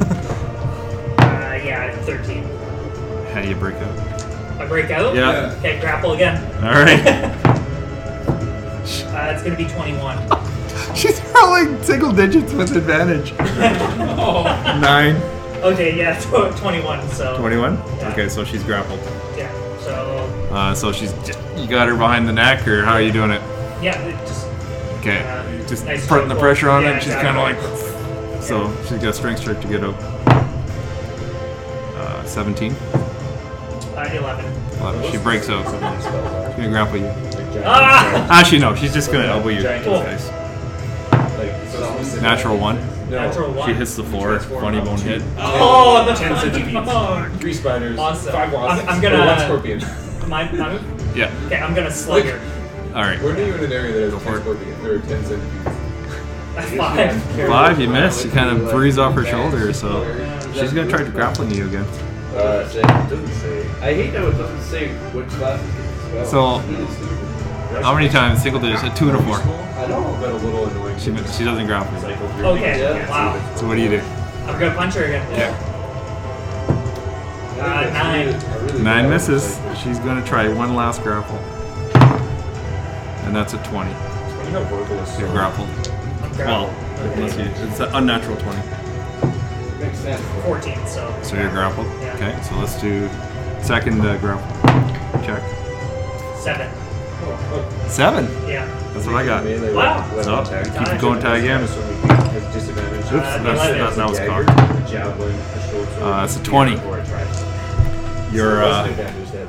[SPEAKER 2] Uh, yeah, I'm 13.
[SPEAKER 1] How do you break up?
[SPEAKER 2] I break out.
[SPEAKER 1] Yeah.
[SPEAKER 2] Okay, grapple again.
[SPEAKER 1] Alright.
[SPEAKER 2] Uh, it's gonna be 21.
[SPEAKER 1] She's rolling single digits with advantage. Nine.
[SPEAKER 2] Okay, yeah, tw- 21. So.
[SPEAKER 1] 21?
[SPEAKER 2] Yeah.
[SPEAKER 1] Okay, so she's grappled.
[SPEAKER 2] Yeah. So.
[SPEAKER 1] Uh, so she's. You got her behind the neck, or how are you doing it?
[SPEAKER 2] Yeah. It just.
[SPEAKER 1] Okay.
[SPEAKER 2] Uh,
[SPEAKER 1] Just
[SPEAKER 2] nice
[SPEAKER 1] putting the
[SPEAKER 2] grapple.
[SPEAKER 1] pressure on
[SPEAKER 2] Yeah,
[SPEAKER 1] it, and she's
[SPEAKER 2] exactly.
[SPEAKER 1] kind of like. So she's got a strength check to get out. Uh, 17.
[SPEAKER 2] Uh, 11.
[SPEAKER 1] Well, Um, she breaks out. She's
[SPEAKER 6] Spells
[SPEAKER 1] gonna grapple you.
[SPEAKER 2] Ah!
[SPEAKER 1] Actually, no, she's just gonna elbow you.
[SPEAKER 6] Giant
[SPEAKER 2] Cool.
[SPEAKER 1] Nice.
[SPEAKER 6] are, like, so it's almost-
[SPEAKER 1] Natural one.
[SPEAKER 2] Natural one.
[SPEAKER 1] She hits the floor. Funny bone hit.
[SPEAKER 2] Oh, the
[SPEAKER 5] 10 centipedes.
[SPEAKER 2] fuck.
[SPEAKER 5] three spiders,
[SPEAKER 2] Awesome.
[SPEAKER 5] five wasps,
[SPEAKER 2] I'm- I'm gonna-
[SPEAKER 5] or one scorpion.
[SPEAKER 2] My, my,
[SPEAKER 1] Yeah.
[SPEAKER 2] okay, I'm gonna slug her.
[SPEAKER 1] All right.
[SPEAKER 5] We're not even in an area that has
[SPEAKER 1] for
[SPEAKER 5] ten
[SPEAKER 1] it.
[SPEAKER 5] scorpion or ten centipedes.
[SPEAKER 2] Five.
[SPEAKER 1] Five, you miss. You kind of breeze off her shoulder, so she's gonna try to grappling you again.
[SPEAKER 3] Uh, it doesn't say. I hate how it doesn't say which class it is.
[SPEAKER 1] So- How many times? Single digits. A two and a four.
[SPEAKER 3] I know.
[SPEAKER 5] But a little annoying.
[SPEAKER 1] She she doesn't grapple. you.
[SPEAKER 2] Okay,
[SPEAKER 3] Yeah.
[SPEAKER 2] wow.
[SPEAKER 1] So what do you do?
[SPEAKER 2] I'm gonna punch her again.
[SPEAKER 1] Yeah.
[SPEAKER 2] Uh, nine.
[SPEAKER 1] Nine misses. She's gonna try one last grapple, and that's a twenty.
[SPEAKER 5] You know, verbal is
[SPEAKER 1] You
[SPEAKER 5] so
[SPEAKER 1] grapple.
[SPEAKER 2] I'm
[SPEAKER 1] Well,
[SPEAKER 2] grappled.
[SPEAKER 1] unless you, it's an unnatural twenty.
[SPEAKER 3] Makes sense.
[SPEAKER 2] 14, so.
[SPEAKER 1] So you're grappled.
[SPEAKER 2] Yeah.
[SPEAKER 1] Okay. So let's do second uh, grapple check.
[SPEAKER 2] 7. Uh,
[SPEAKER 1] Seven.
[SPEAKER 2] Yeah.
[SPEAKER 1] That's what I got.
[SPEAKER 6] Melee
[SPEAKER 2] Wow.
[SPEAKER 6] weapon
[SPEAKER 1] So
[SPEAKER 6] attack.
[SPEAKER 1] keep it going tag in.
[SPEAKER 6] So we have disadvantage.
[SPEAKER 1] Oops,
[SPEAKER 2] Uh,
[SPEAKER 1] that's, that's, that was
[SPEAKER 6] Dagger,
[SPEAKER 1] cocked.
[SPEAKER 6] a javelin, a short sword,
[SPEAKER 1] Uh, it's a 20.
[SPEAKER 6] or a trident.
[SPEAKER 1] Your uh,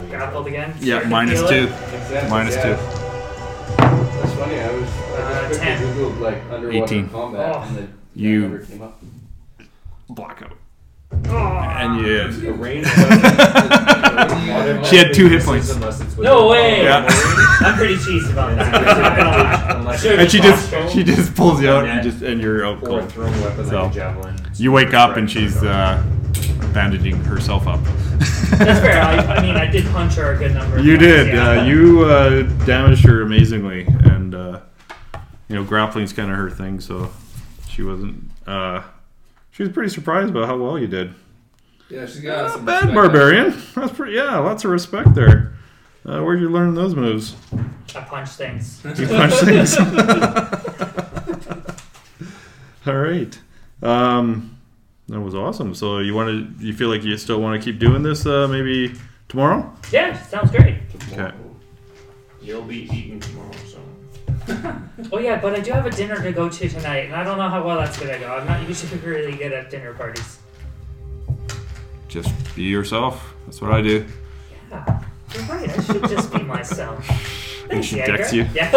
[SPEAKER 2] Grappled again.
[SPEAKER 1] yeah
[SPEAKER 2] Can
[SPEAKER 1] minus
[SPEAKER 2] feel
[SPEAKER 1] two.
[SPEAKER 2] it.
[SPEAKER 3] Makes sense,
[SPEAKER 1] Minus
[SPEAKER 3] yeah.
[SPEAKER 1] two.
[SPEAKER 3] That's funny. I was. I
[SPEAKER 2] Uh,
[SPEAKER 3] just quickly
[SPEAKER 2] 10.
[SPEAKER 3] Googled like underwater
[SPEAKER 1] 18.
[SPEAKER 3] combat,
[SPEAKER 2] Oh.
[SPEAKER 3] and then
[SPEAKER 1] You-
[SPEAKER 3] never came up.
[SPEAKER 1] Blackout.
[SPEAKER 2] Aw.
[SPEAKER 1] And yeah.
[SPEAKER 6] A range weapon.
[SPEAKER 1] She had two hit points.
[SPEAKER 6] Unless it's with
[SPEAKER 2] No
[SPEAKER 6] a-
[SPEAKER 2] way!
[SPEAKER 1] Yeah.
[SPEAKER 2] I'm pretty cheesed about that. I'm not gonna lie.
[SPEAKER 6] Unless
[SPEAKER 2] Sure.
[SPEAKER 6] it's
[SPEAKER 1] And she just
[SPEAKER 2] Crossbow.
[SPEAKER 1] she just pulls you out and
[SPEAKER 6] Net.
[SPEAKER 1] just and you're out
[SPEAKER 6] for a
[SPEAKER 1] cold.
[SPEAKER 6] thrown weapon
[SPEAKER 1] So.
[SPEAKER 6] like a javelin.
[SPEAKER 1] You wake up and she's uh, bandaging herself up.
[SPEAKER 2] That's fair. I, I mean, I did punch her a good number. of
[SPEAKER 1] You
[SPEAKER 2] times,
[SPEAKER 1] did.
[SPEAKER 2] Yeah.
[SPEAKER 1] Uh, you uh, damaged her amazingly, and uh, you know grappling's kind of her thing, so she wasn't. Uh, she was pretty surprised about how well you did.
[SPEAKER 5] Yeah, she's got
[SPEAKER 1] Not
[SPEAKER 5] some
[SPEAKER 1] bad,
[SPEAKER 5] respect.
[SPEAKER 1] barbarian. That's pretty. Yeah, lots of respect there. Uh, where'd you learn those moves?
[SPEAKER 2] I punch things.
[SPEAKER 1] You punch things. All right. Um, that was awesome. So you want to? You feel like you still want to keep doing this? Uh, maybe tomorrow?
[SPEAKER 2] Yeah, sounds great.
[SPEAKER 1] Okay.
[SPEAKER 6] You'll be eaten tomorrow, so.
[SPEAKER 2] Oh yeah, but I do have a dinner to go to tonight, and I don't know how well that's gonna go. I'm not usually really good at dinner parties.
[SPEAKER 1] Just be yourself. That's what I do.
[SPEAKER 2] Yeah, you're right. I should just be myself. Thanks,
[SPEAKER 1] she
[SPEAKER 2] Jagger.
[SPEAKER 1] decks you.
[SPEAKER 2] Yeah.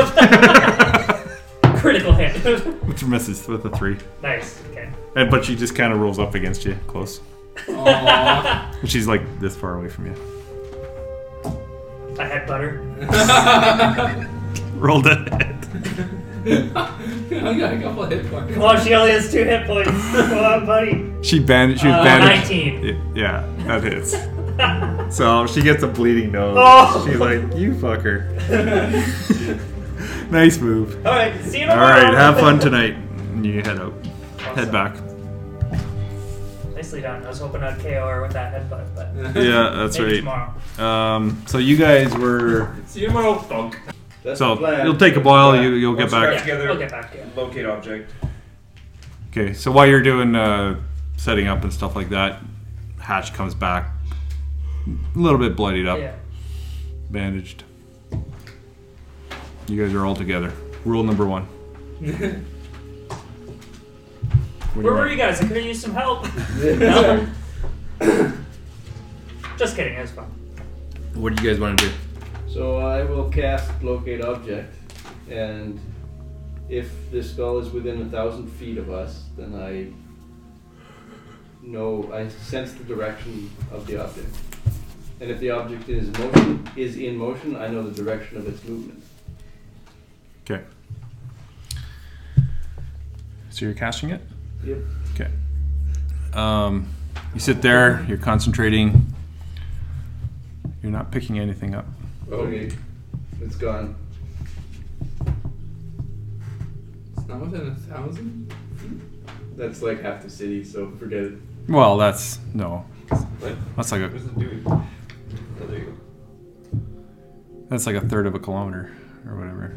[SPEAKER 2] Critical hit.
[SPEAKER 1] Which misses with a three.
[SPEAKER 2] nice. Okay.
[SPEAKER 1] And but she just kind of rolls up against you, close. And she's like this far away from you.
[SPEAKER 2] I had butter.
[SPEAKER 1] Rolled it.
[SPEAKER 5] I got a couple of hit points.
[SPEAKER 2] Well, she only has two hit points. Come on, buddy.
[SPEAKER 1] She bandaged. She was
[SPEAKER 2] Uh,
[SPEAKER 1] bandaged.
[SPEAKER 2] 19.
[SPEAKER 1] Y- Yeah, that hits. so she gets a bleeding nose.
[SPEAKER 2] Oh.
[SPEAKER 1] She's like, you fucker. nice move.
[SPEAKER 2] All right. See you
[SPEAKER 1] All
[SPEAKER 2] tomorrow.
[SPEAKER 1] right, have fun tonight. And you head out, head back.
[SPEAKER 2] Nicely done. I was hoping I'd KO her with that headbutt, but maybe
[SPEAKER 1] Yeah, that's right.
[SPEAKER 2] tomorrow.
[SPEAKER 1] Um, so you guys were.
[SPEAKER 5] See you tomorrow, thunk.
[SPEAKER 3] That's
[SPEAKER 1] So
[SPEAKER 3] the plan.
[SPEAKER 1] it'll take a while. You you'll get back.
[SPEAKER 2] Yeah,
[SPEAKER 6] Together.
[SPEAKER 2] we'll get back to you.
[SPEAKER 6] Locate object.
[SPEAKER 1] Okay, so while you're doing uh, setting up and stuff like that, Hatch comes back a little bit bloodied up,
[SPEAKER 2] Yeah.
[SPEAKER 1] bandaged. You guys are all together. Rule number one. What do you
[SPEAKER 2] Where were
[SPEAKER 1] want?
[SPEAKER 2] you guys? I could have used some help. No? Just kidding. It was fun.
[SPEAKER 1] What do you guys want to do?
[SPEAKER 3] So I will cast locate object, and if this spell is within a thousand feet of us, then I know I sense the direction of the object. And if the object is motion is in motion, I know the direction of its movement.
[SPEAKER 1] Okay. So you're casting it?
[SPEAKER 3] Yep.
[SPEAKER 1] Okay. Um, you sit there, you're concentrating. You're not picking anything up.
[SPEAKER 3] Okay. It's gone.
[SPEAKER 5] It's not within a thousand?
[SPEAKER 3] That's like half the city, so forget it.
[SPEAKER 1] Well, that's no.
[SPEAKER 6] What?
[SPEAKER 1] That's like a
[SPEAKER 6] What's it doing? Oh, there you
[SPEAKER 1] that's like a third of a kilometer or whatever.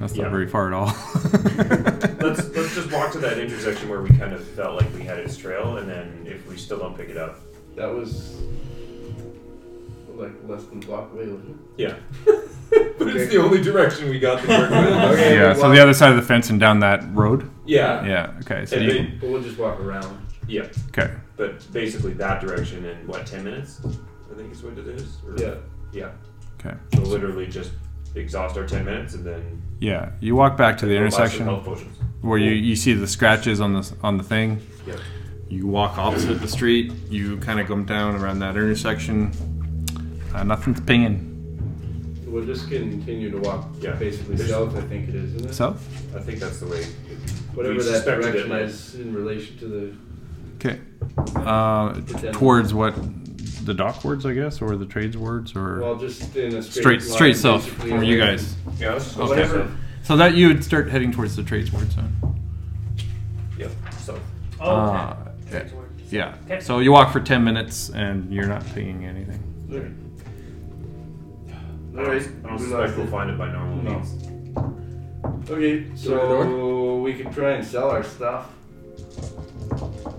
[SPEAKER 1] That's
[SPEAKER 6] Yeah.
[SPEAKER 1] not very far at all.
[SPEAKER 6] go. let's let's just walk to that intersection where we kind of felt like we had its trail, and then if we still don't pick it up,
[SPEAKER 3] That was like less than a block away. wasn't it?
[SPEAKER 6] yeah.
[SPEAKER 5] But it's the only direction we got the work with.
[SPEAKER 3] Okay.
[SPEAKER 1] yeah,
[SPEAKER 3] we'll
[SPEAKER 1] so
[SPEAKER 3] walk-
[SPEAKER 1] the other side of the fence and down that road.
[SPEAKER 6] Yeah.
[SPEAKER 1] Yeah. Okay. So
[SPEAKER 6] And
[SPEAKER 1] you,
[SPEAKER 6] then-
[SPEAKER 3] But we'll just walk around.
[SPEAKER 6] yeah.
[SPEAKER 1] okay.
[SPEAKER 6] But basically that direction in what ten minutes? I think is what it is. Or-
[SPEAKER 3] Yeah.
[SPEAKER 6] Yeah.
[SPEAKER 1] Okay.
[SPEAKER 6] So literally just exhaust our ten minutes and then
[SPEAKER 1] Yeah. You walk back to the
[SPEAKER 6] go buy some
[SPEAKER 1] intersection.
[SPEAKER 6] health potions.
[SPEAKER 1] where you, you see the scratches on the on the thing.
[SPEAKER 6] Yeah.
[SPEAKER 1] You walk opposite the street. You kind of come down around that intersection. Uh, nothing's pinging.
[SPEAKER 3] We'll just continue to walk
[SPEAKER 6] Yeah.
[SPEAKER 3] basically
[SPEAKER 6] There's-
[SPEAKER 3] south, I think it is, isn't it?
[SPEAKER 1] So
[SPEAKER 6] I think that's the way.
[SPEAKER 3] Whatever
[SPEAKER 6] We
[SPEAKER 3] that
[SPEAKER 6] suspected it
[SPEAKER 3] direction
[SPEAKER 6] might-
[SPEAKER 3] is in relation to the
[SPEAKER 1] okay, uh,
[SPEAKER 3] Pretend.
[SPEAKER 1] towards what the dock wards, I guess, or the trades wards, or
[SPEAKER 3] well, just in a
[SPEAKER 1] straight
[SPEAKER 3] straight
[SPEAKER 1] straight south
[SPEAKER 3] basically,
[SPEAKER 1] from you
[SPEAKER 3] away
[SPEAKER 1] guys.
[SPEAKER 6] Yeah, let's just
[SPEAKER 3] from-
[SPEAKER 6] go
[SPEAKER 3] Whatever.
[SPEAKER 6] south.
[SPEAKER 1] So that you would start heading towards the trades wards then.
[SPEAKER 6] Yeah. So
[SPEAKER 2] Oh,
[SPEAKER 1] Uh,
[SPEAKER 2] okay.
[SPEAKER 1] Yeah.
[SPEAKER 2] Okay.
[SPEAKER 1] So you walk for ten minutes and you're not pinging anything.
[SPEAKER 3] Okay.
[SPEAKER 6] I
[SPEAKER 3] Alright,
[SPEAKER 6] don't, I don't
[SPEAKER 3] we
[SPEAKER 6] suspect
[SPEAKER 3] lost
[SPEAKER 6] we'll
[SPEAKER 3] it.
[SPEAKER 6] find it by normal
[SPEAKER 3] No.
[SPEAKER 6] means.
[SPEAKER 3] Okay, so we could try and sell our stuff.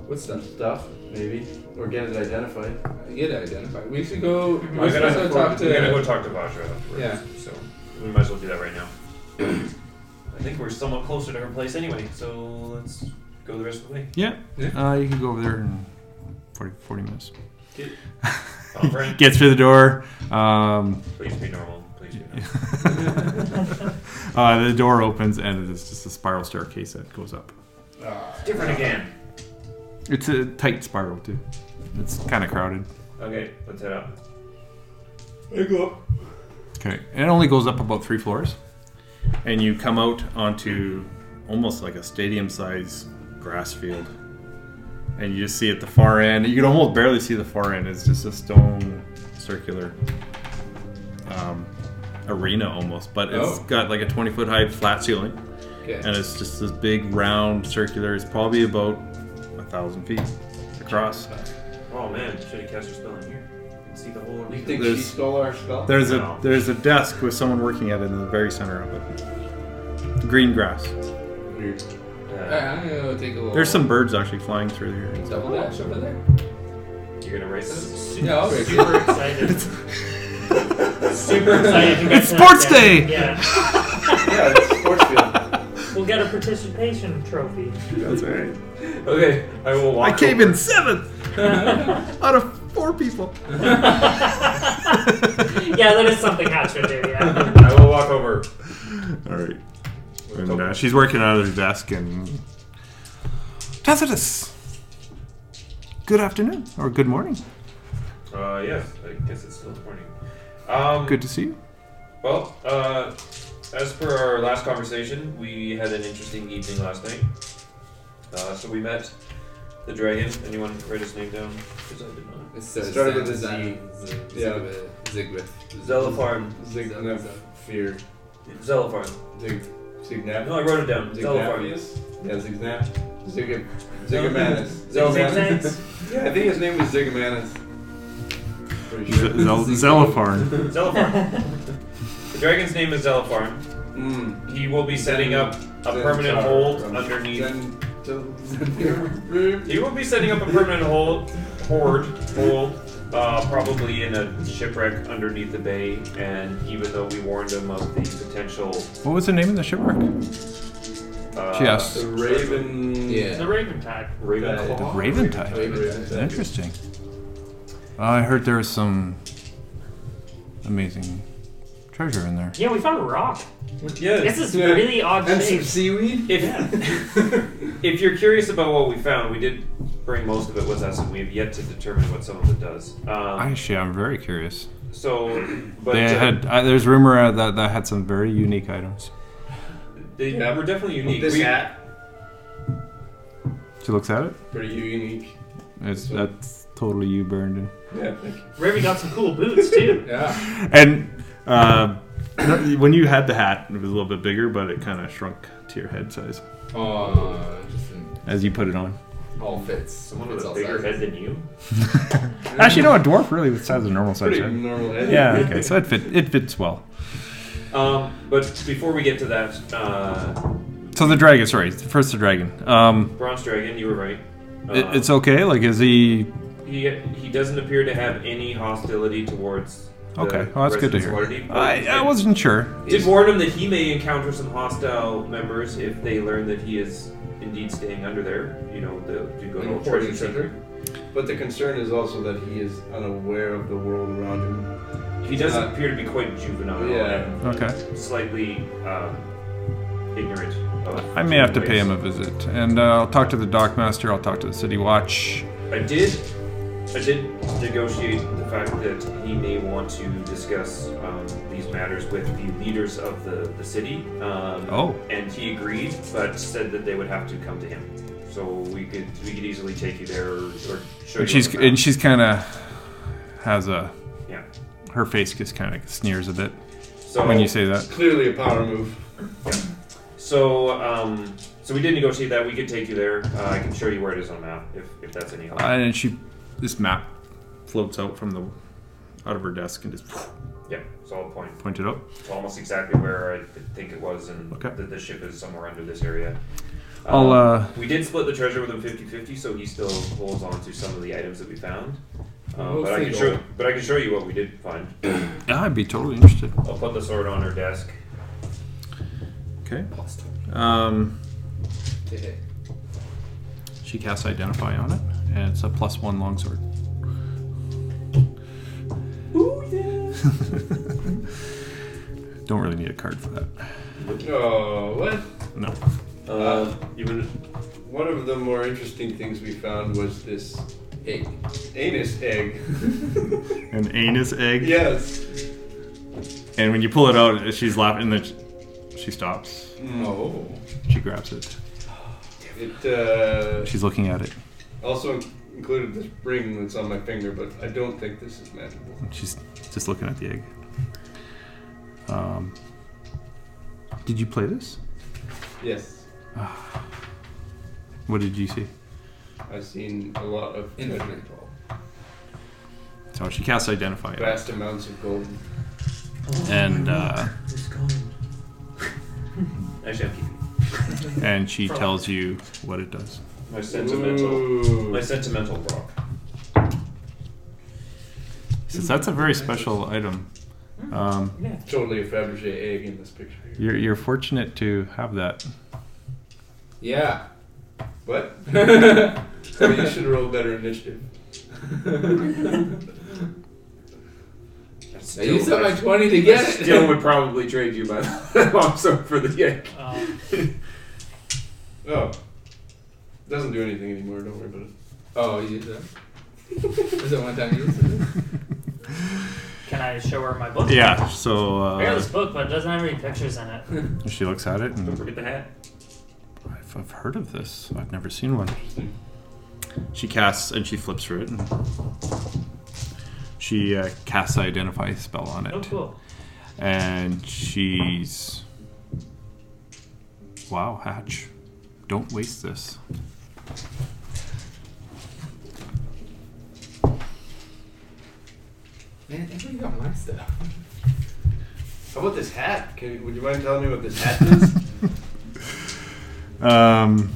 [SPEAKER 5] What's
[SPEAKER 3] Some
[SPEAKER 5] that?
[SPEAKER 3] stuff, maybe. Or get it identified.
[SPEAKER 5] Get identified. We should go.
[SPEAKER 6] I
[SPEAKER 5] We're
[SPEAKER 6] gotta,
[SPEAKER 5] supposed to talk
[SPEAKER 6] we gotta go
[SPEAKER 5] to.
[SPEAKER 6] talk to Vajra afterwards.
[SPEAKER 5] Yeah.
[SPEAKER 6] So we might as well do that right now. I think we're somewhat closer to her place anyway, so let's go the rest of the way.
[SPEAKER 1] Yeah. Uh, you can go over there in 40, 40 minutes.
[SPEAKER 6] Tom Brand,
[SPEAKER 1] Gets through the door. Um,
[SPEAKER 6] please be normal. Please be normal.
[SPEAKER 1] uh, the door opens and it's just a spiral staircase that goes up.
[SPEAKER 6] Different again.
[SPEAKER 1] It's a tight spiral too. It's kind of crowded.
[SPEAKER 6] Okay, let's head up.
[SPEAKER 1] Okay, it only goes up about three floors, and you come out onto almost like a stadium-sized grass field, and you just see at the far end. You can almost barely see the far end. It's just a stone circular um, arena almost, but it's
[SPEAKER 5] Oh.
[SPEAKER 1] got like a twenty-foot high flat ceiling.
[SPEAKER 5] Okay.
[SPEAKER 1] and it's just this big round circular. It's probably about a thousand feet across.
[SPEAKER 6] Oh man, should have cast your spell in here. You can see the whole
[SPEAKER 3] You
[SPEAKER 6] arena.
[SPEAKER 3] think she
[SPEAKER 1] There's-
[SPEAKER 3] stole our stuff?
[SPEAKER 1] There's a there's a desk with someone working at it in the very center of it. Green grass.
[SPEAKER 3] Weird.
[SPEAKER 6] Uh,
[SPEAKER 5] Alright, I'm gonna go take a little.
[SPEAKER 1] There's some birds actually flying through here.
[SPEAKER 5] double dash over there.
[SPEAKER 6] you're gonna race us?
[SPEAKER 5] Yeah, I'll race
[SPEAKER 2] Super
[SPEAKER 5] it.
[SPEAKER 2] excited. Super excited. to get
[SPEAKER 1] It's
[SPEAKER 2] to
[SPEAKER 1] sports
[SPEAKER 2] that
[SPEAKER 1] day!
[SPEAKER 2] Yeah.
[SPEAKER 3] yeah, it's a sports field.
[SPEAKER 2] We'll get a participation trophy.
[SPEAKER 1] That's right.
[SPEAKER 6] Okay, I will walk.
[SPEAKER 1] I came
[SPEAKER 6] over.
[SPEAKER 1] in seventh out of four people.
[SPEAKER 2] Yeah, that is something Hatch would do, yeah.
[SPEAKER 6] I will walk over.
[SPEAKER 1] All right. And uh, she's working out of her desk and. Tacitus. Good afternoon or good morning.
[SPEAKER 6] Uh, yes, I guess it's still morning. Um,
[SPEAKER 1] Good to see you.
[SPEAKER 6] Well, uh, as per our last conversation, we had an interesting evening last night. Uh, so we met the dragon. Anyone write his name down? Because I did not.
[SPEAKER 5] It's uh,
[SPEAKER 3] Started with a Z. Yeah.
[SPEAKER 5] Zigwith. Zigwith.
[SPEAKER 6] Zelopharm.
[SPEAKER 3] Zignaf fear.
[SPEAKER 6] Zelopharm.
[SPEAKER 3] Zig
[SPEAKER 6] No,
[SPEAKER 3] Zignap.
[SPEAKER 6] I wrote it down. Zelopharm.
[SPEAKER 3] Zignapius? Yeah, Zignap. Zig Zigamanus.
[SPEAKER 2] Zigzags.
[SPEAKER 3] Yeah, I think his name was Zigamanus. Pretty sure.
[SPEAKER 1] Zel- Zelopharn.
[SPEAKER 6] Zelopharm. the dragon's name is Zelopharm.
[SPEAKER 3] Mm.
[SPEAKER 6] He will be setting up a
[SPEAKER 3] Zen
[SPEAKER 6] permanent
[SPEAKER 3] Zar-
[SPEAKER 6] hold
[SPEAKER 3] from
[SPEAKER 6] underneath.
[SPEAKER 3] Zen- Zen- Zen-
[SPEAKER 6] He will be setting up a permanent hold, hoard, hold, uh, probably in a shipwreck underneath the bay. And even though we warned him of the potential
[SPEAKER 1] What was the name of the shipwreck?
[SPEAKER 6] Uh,
[SPEAKER 1] She asked.
[SPEAKER 3] The Raven.
[SPEAKER 5] Yeah.
[SPEAKER 2] The Raven Tag.
[SPEAKER 3] Uh,
[SPEAKER 6] Raven
[SPEAKER 1] The Raven Tide. Interesting. I heard there was some amazing treasure in there.
[SPEAKER 2] Yeah, we found a rock. This
[SPEAKER 5] Yes.
[SPEAKER 2] is really odd
[SPEAKER 5] And some
[SPEAKER 2] shape.
[SPEAKER 5] seaweed.
[SPEAKER 6] If, if you're curious about what we found, we did bring most of it with us, and we have yet to determine what some of it does. Um,
[SPEAKER 1] Actually, I'm very curious.
[SPEAKER 6] so, but
[SPEAKER 1] they
[SPEAKER 6] uh,
[SPEAKER 1] had uh, there's rumor uh, that that had some very unique items.
[SPEAKER 33] They
[SPEAKER 2] Yeah.
[SPEAKER 33] were definitely unique.
[SPEAKER 3] This
[SPEAKER 33] We-
[SPEAKER 3] hat,
[SPEAKER 1] She looks at it.
[SPEAKER 3] pretty unique.
[SPEAKER 1] It's, that's totally you, Brandon.
[SPEAKER 3] Yeah, thank you.
[SPEAKER 2] Raven got some cool boots too.
[SPEAKER 5] Yeah.
[SPEAKER 1] And uh, when you had the hat, it was a little bit bigger, but it kind of shrunk to your head size
[SPEAKER 5] Uh, just in
[SPEAKER 1] as you put it on.
[SPEAKER 5] all fits. Someone
[SPEAKER 6] Someone
[SPEAKER 5] fits
[SPEAKER 6] with a bigger
[SPEAKER 5] outside.
[SPEAKER 6] head than you?
[SPEAKER 1] Actually, no, a dwarf really was size of normal size.
[SPEAKER 3] Pretty
[SPEAKER 1] right?
[SPEAKER 3] normal head.
[SPEAKER 1] Yeah. Okay. So it fit. It fits well.
[SPEAKER 6] Um, but before we get to that, uh,
[SPEAKER 1] So the dragon. Sorry. First the dragon. Um,
[SPEAKER 6] bronze dragon, you were right. Uh,
[SPEAKER 1] it, it's okay. Like, is he?
[SPEAKER 6] he he doesn't appear to have any hostility towards. the
[SPEAKER 1] Okay. Well, that's good to
[SPEAKER 6] residents of
[SPEAKER 1] hear.
[SPEAKER 6] Waterdeep, but
[SPEAKER 1] I, I wasn't sure.
[SPEAKER 6] Did warn him that he may encounter some hostile members if they learn that he is indeed staying under there. You know, the to go to a treasure seeker.
[SPEAKER 3] But the concern is also that he is unaware of the world around him.
[SPEAKER 6] He does
[SPEAKER 3] Uh,
[SPEAKER 6] appear to be quite juvenile.
[SPEAKER 3] Yeah.
[SPEAKER 1] Okay.
[SPEAKER 6] And slightly um, ignorant. Of
[SPEAKER 1] I may have to
[SPEAKER 6] ways.
[SPEAKER 1] pay him a visit, and uh, I'll talk to the dockmaster. I'll talk to the city watch.
[SPEAKER 6] I did. I did negotiate the fact that he may want to discuss um, these matters with the leaders of the, the city. Um,
[SPEAKER 1] Oh.
[SPEAKER 6] And he agreed, but said that they would have to come to him. So we could we could easily take you there or, or show
[SPEAKER 1] And
[SPEAKER 6] you.
[SPEAKER 1] she's
[SPEAKER 6] on the map.
[SPEAKER 1] and she's kind of has a
[SPEAKER 6] yeah.
[SPEAKER 1] her face just kind of sneers a bit
[SPEAKER 6] So
[SPEAKER 1] when you say that.
[SPEAKER 3] Clearly a power move.
[SPEAKER 6] so um, so we did negotiate that we could take you there. Uh, I can show you where it is on the map if, if that's any help.
[SPEAKER 1] Uh, and she, this map floats out from the out of her desk and just
[SPEAKER 6] yeah. So I'll point
[SPEAKER 1] point it out.
[SPEAKER 6] almost exactly where I think it was, and
[SPEAKER 1] Okay.
[SPEAKER 6] that the ship is somewhere under this area. Um,
[SPEAKER 1] I'll, uh,
[SPEAKER 6] We did split the treasure with him 50-50, so he still holds on to some of the items that we found. Um,
[SPEAKER 5] We'll
[SPEAKER 6] but I can
[SPEAKER 5] see.
[SPEAKER 6] show, but I can show you what we did find.
[SPEAKER 1] Yeah, I'd be totally interested.
[SPEAKER 6] I'll put the sword on her desk.
[SPEAKER 1] Okay. Um,
[SPEAKER 5] Okay.
[SPEAKER 1] she casts Identify on it, and it's a plus one longsword. Don't really need a card for that.
[SPEAKER 3] Oh, what?
[SPEAKER 1] No.
[SPEAKER 6] Uh, you would-
[SPEAKER 3] One of the more interesting things we found was this egg. Anus egg.
[SPEAKER 1] An anus egg.
[SPEAKER 3] yes.
[SPEAKER 1] And when you pull it out, she's laughing, and then she, she stops.
[SPEAKER 6] Hmm.
[SPEAKER 3] No.
[SPEAKER 1] She grabs it.
[SPEAKER 3] Oh. It uh,
[SPEAKER 1] She's looking at it.
[SPEAKER 3] also included this ring that's on my finger, but I don't think this is magical.
[SPEAKER 1] She's just looking at the egg. Um, did you play this?
[SPEAKER 3] Yes.
[SPEAKER 1] What did you see?
[SPEAKER 3] I've seen a lot of
[SPEAKER 5] Inventory.
[SPEAKER 1] So she casts Identify, on it,
[SPEAKER 3] vast amounts of gold.
[SPEAKER 1] and uh,
[SPEAKER 6] actually, I'm keeping
[SPEAKER 1] and she tells you what it does.
[SPEAKER 6] my sentimental,
[SPEAKER 3] Ooh.
[SPEAKER 6] my sentimental rock.
[SPEAKER 1] Since that's a very special item, um,
[SPEAKER 2] Yeah.
[SPEAKER 3] Totally a Fabergé egg in this picture. Here.
[SPEAKER 1] you're, you're fortunate to have that.
[SPEAKER 5] Yeah.
[SPEAKER 3] What? Oh, you should roll better initiative.
[SPEAKER 5] I used up my 20 to
[SPEAKER 6] I
[SPEAKER 5] get
[SPEAKER 6] still
[SPEAKER 5] it.
[SPEAKER 6] would probably trade you my longsword for the egg.
[SPEAKER 2] Um,
[SPEAKER 3] Oh. Doesn't do anything anymore, don't worry about it.
[SPEAKER 5] Oh, you used it? Is it one time you used it?
[SPEAKER 2] can I show her my book?
[SPEAKER 1] Yeah. So
[SPEAKER 2] I got
[SPEAKER 1] uh,
[SPEAKER 2] this book, but it doesn't have any pictures in it.
[SPEAKER 1] she looks at it,
[SPEAKER 6] Don't
[SPEAKER 1] and
[SPEAKER 6] forget the hat.
[SPEAKER 1] I've, I've heard of this. I've never seen one. She casts and she flips through it. And she uh, casts Identify spell on it.
[SPEAKER 2] Oh, cool.
[SPEAKER 1] And she's. Wow, Hatch. Don't waste this.
[SPEAKER 5] Man, everybody got my stuff.
[SPEAKER 3] How about this hat? Can, would you mind telling me what this hat is?
[SPEAKER 1] Um,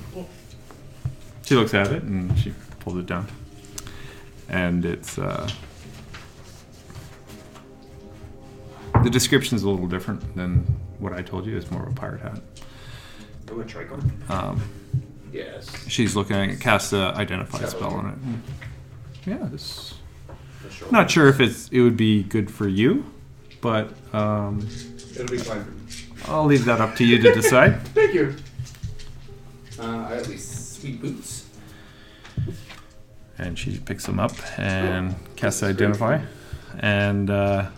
[SPEAKER 1] she looks at it and she pulls it down. And it's. Uh, the description's a little different than what I told you. It's more of a pirate hat.
[SPEAKER 6] Oh, a tricorn.
[SPEAKER 1] Um,
[SPEAKER 3] yes.
[SPEAKER 1] she's looking at casts the identify
[SPEAKER 5] Shadow
[SPEAKER 1] spell
[SPEAKER 5] Lord.
[SPEAKER 1] on it. and- Yeah, this.
[SPEAKER 6] The short
[SPEAKER 1] Not sure if it's it would be good for you, but um,
[SPEAKER 3] It'll be fine for me.
[SPEAKER 1] I'll leave that up to you to decide.
[SPEAKER 3] Thank you.
[SPEAKER 5] Uh, I have these sweet boots.
[SPEAKER 1] and she picks them up and casts identify, and uh,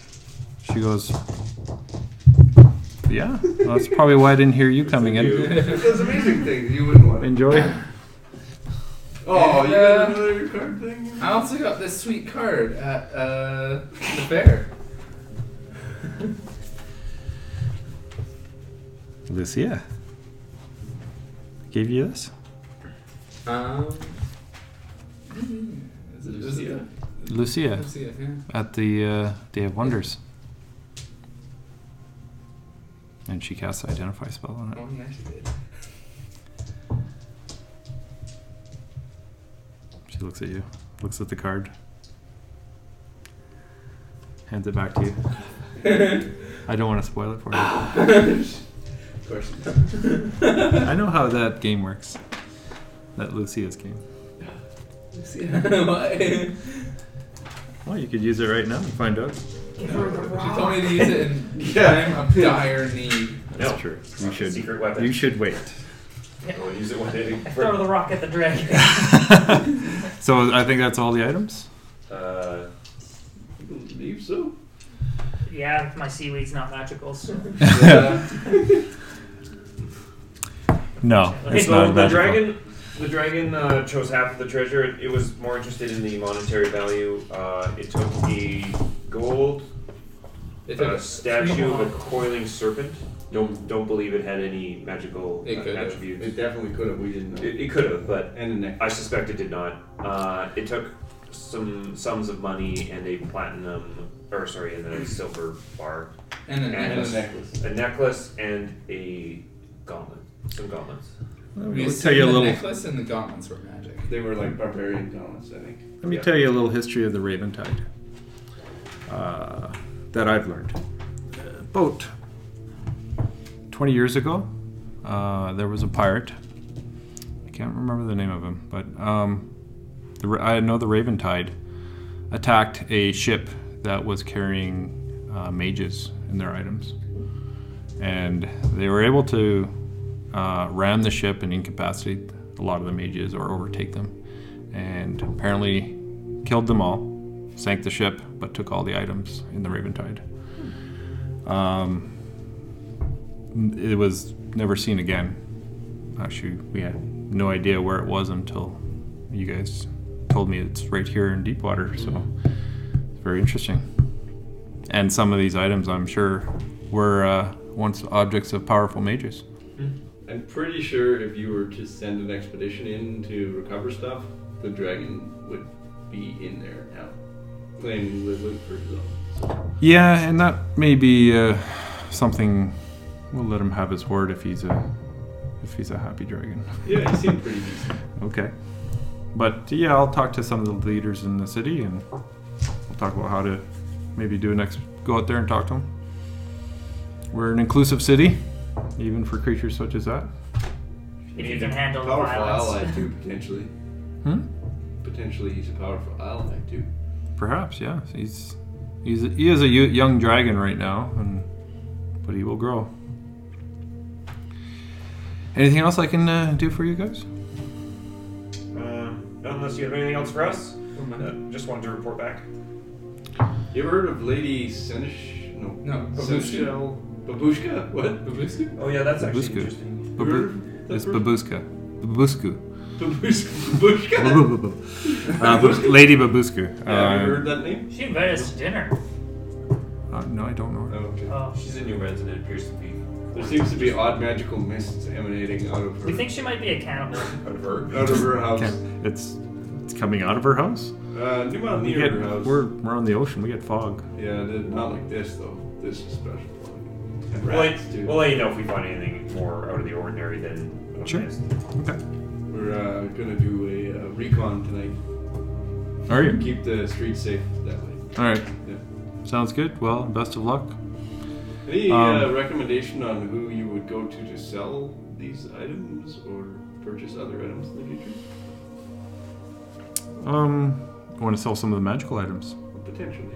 [SPEAKER 1] she goes, "The Yeah, well, that's probably why I didn't hear you coming in.
[SPEAKER 3] That's amazing thing. You wouldn't want it.
[SPEAKER 1] Enjoy.
[SPEAKER 3] Oh, you got
[SPEAKER 5] Uh,
[SPEAKER 3] another card thing?
[SPEAKER 5] I also got this sweet card at uh, the fair.
[SPEAKER 1] Lucia. Gave you this?
[SPEAKER 5] Um, mm-hmm. is it, is it the-
[SPEAKER 1] Lucia
[SPEAKER 5] let's see it, yeah.
[SPEAKER 1] at the uh, Day of Wonders. And she casts Identify spell on it.
[SPEAKER 5] Oh, yeah, she did.
[SPEAKER 1] She looks at you, looks at the card, hands it back to you. I don't want to spoil it for you.
[SPEAKER 3] Of course.
[SPEAKER 1] I know how that game works. That Lucia's game.
[SPEAKER 5] Let's see Why?
[SPEAKER 1] Well, you could use it right now and find out.
[SPEAKER 2] Give her the
[SPEAKER 5] She
[SPEAKER 2] rock.
[SPEAKER 5] told me to use it in
[SPEAKER 3] Yeah.
[SPEAKER 5] time of dire need.
[SPEAKER 1] That's
[SPEAKER 6] No.
[SPEAKER 1] true.
[SPEAKER 6] You should. Secret weapon.
[SPEAKER 1] You should wait.
[SPEAKER 6] We'll use it one day.
[SPEAKER 2] I throw the rock at the dragon.
[SPEAKER 1] So I think that's all the items.
[SPEAKER 6] Uh,
[SPEAKER 3] I believe so.
[SPEAKER 2] yeah, my seaweed's not magical, so.
[SPEAKER 5] Yeah.
[SPEAKER 1] No,
[SPEAKER 2] it's
[SPEAKER 6] so the dragon, the dragon uh, chose half of the treasure. It, it was more interested in the monetary value. Uh, it took the gold
[SPEAKER 5] It took
[SPEAKER 6] uh,
[SPEAKER 5] us.
[SPEAKER 6] statue of a coiling serpent. Don't don't believe it had any magical
[SPEAKER 5] It
[SPEAKER 6] uh,
[SPEAKER 5] could have.
[SPEAKER 6] attributes.
[SPEAKER 3] It definitely could have. We didn't know.
[SPEAKER 6] It, it could have, but
[SPEAKER 3] and a neck.
[SPEAKER 6] I suspect it did not. Uh, it took some sums of money and a platinum, or sorry, and a silver bar,
[SPEAKER 5] And a
[SPEAKER 6] And
[SPEAKER 3] And a
[SPEAKER 5] necklace.
[SPEAKER 3] necklace.
[SPEAKER 6] a necklace, and a gauntlet. Some gauntlets.
[SPEAKER 1] Let
[SPEAKER 5] We
[SPEAKER 1] me
[SPEAKER 5] assumed
[SPEAKER 1] tell you a
[SPEAKER 5] the
[SPEAKER 1] little.
[SPEAKER 5] necklace and the gauntlets were magic.
[SPEAKER 3] They were like barbarian gauntlets, I think.
[SPEAKER 1] Let me tell you a little history of the Raventide uh, that I've learned. About 20 years ago, uh, there was a pirate. I can't remember the name of him, but um, the, Ra- I know the Raventide attacked a ship that was carrying uh, mages and their items. And they were able to uh, ram the ship and incapacitate a lot of the mages or overtake them. And apparently killed them all, sank the ship, but took all the items in the Raventide. Um, n- it was never seen again. Actually, we had no idea where it was until you guys told me it's right here in Deepwater. So it's very interesting. And some of these items, I'm sure, were uh, once objects of powerful mages.
[SPEAKER 3] I'm pretty sure if you were to send an expedition in to recover stuff, the dragon would be in there now, claiming Ludwig for his own.
[SPEAKER 1] Yeah, and that may be uh, something. We'll let him have his hoard if he's a if he's a happy dragon.
[SPEAKER 3] Yeah, he seemed pretty decent.
[SPEAKER 1] Okay. But yeah, I'll talk to some of the leaders in the city and we'll talk about how to maybe do an ex go out there and talk to them. We're an inclusive city, even for creatures such as that.
[SPEAKER 2] if you can handle the
[SPEAKER 3] Powerful ally
[SPEAKER 2] violence.
[SPEAKER 3] too, potentially.
[SPEAKER 1] Hmm?
[SPEAKER 3] Potentially, he's a powerful ally too.
[SPEAKER 1] Perhaps, yeah. He's he's he is a yo- young dragon right now, and but he will grow. Anything else I can uh, do for you guys?
[SPEAKER 6] Uh, unless you have anything else for us, uh, just wanted to report back.
[SPEAKER 3] You ever heard of Lady Senesh? No.
[SPEAKER 5] No, Babushka.
[SPEAKER 3] Seneschal Babushka? What?
[SPEAKER 5] Babushka?
[SPEAKER 6] Oh yeah, that's actually
[SPEAKER 1] Busku.
[SPEAKER 6] interesting.
[SPEAKER 3] You heard of that
[SPEAKER 1] It's
[SPEAKER 3] person?
[SPEAKER 1] Babuska. Babusku.
[SPEAKER 3] Babushka. Babushka?
[SPEAKER 1] uh, Bus- Lady Babusku.
[SPEAKER 3] Yeah, have you
[SPEAKER 1] Uh,
[SPEAKER 3] heard that name?
[SPEAKER 2] She invited us to dinner.
[SPEAKER 1] uh, no, I don't know. her.
[SPEAKER 3] Oh, okay.
[SPEAKER 2] Oh.
[SPEAKER 6] She's a new resident. Appears to be.
[SPEAKER 3] There seems to be odd magical mists emanating out of her.
[SPEAKER 2] We think she might be a cannibal.
[SPEAKER 6] out of her.
[SPEAKER 3] out of her house.
[SPEAKER 1] Okay. It's it's coming out of her house.
[SPEAKER 3] Uh, new one
[SPEAKER 1] We
[SPEAKER 3] near
[SPEAKER 1] get,
[SPEAKER 3] her house.
[SPEAKER 1] we're we're on the ocean. We get fog.
[SPEAKER 3] Yeah, th- not like this though. This is special. one. And
[SPEAKER 6] We'll let,
[SPEAKER 3] rats too.
[SPEAKER 6] we'll let you know if we find anything more out of the ordinary than
[SPEAKER 1] Sure.
[SPEAKER 6] this.
[SPEAKER 1] Okay.
[SPEAKER 3] We're uh, gonna do a uh, recon tonight.
[SPEAKER 1] Are you?
[SPEAKER 3] Keep the streets safe that way.
[SPEAKER 1] All right.
[SPEAKER 3] Yeah.
[SPEAKER 1] Sounds good. Well, best of luck.
[SPEAKER 3] Any uh,
[SPEAKER 1] Um,
[SPEAKER 3] recommendation on who you would go to to sell these items or purchase other items in the future?
[SPEAKER 1] Um, I want to sell some of the magical items.
[SPEAKER 3] Potentially.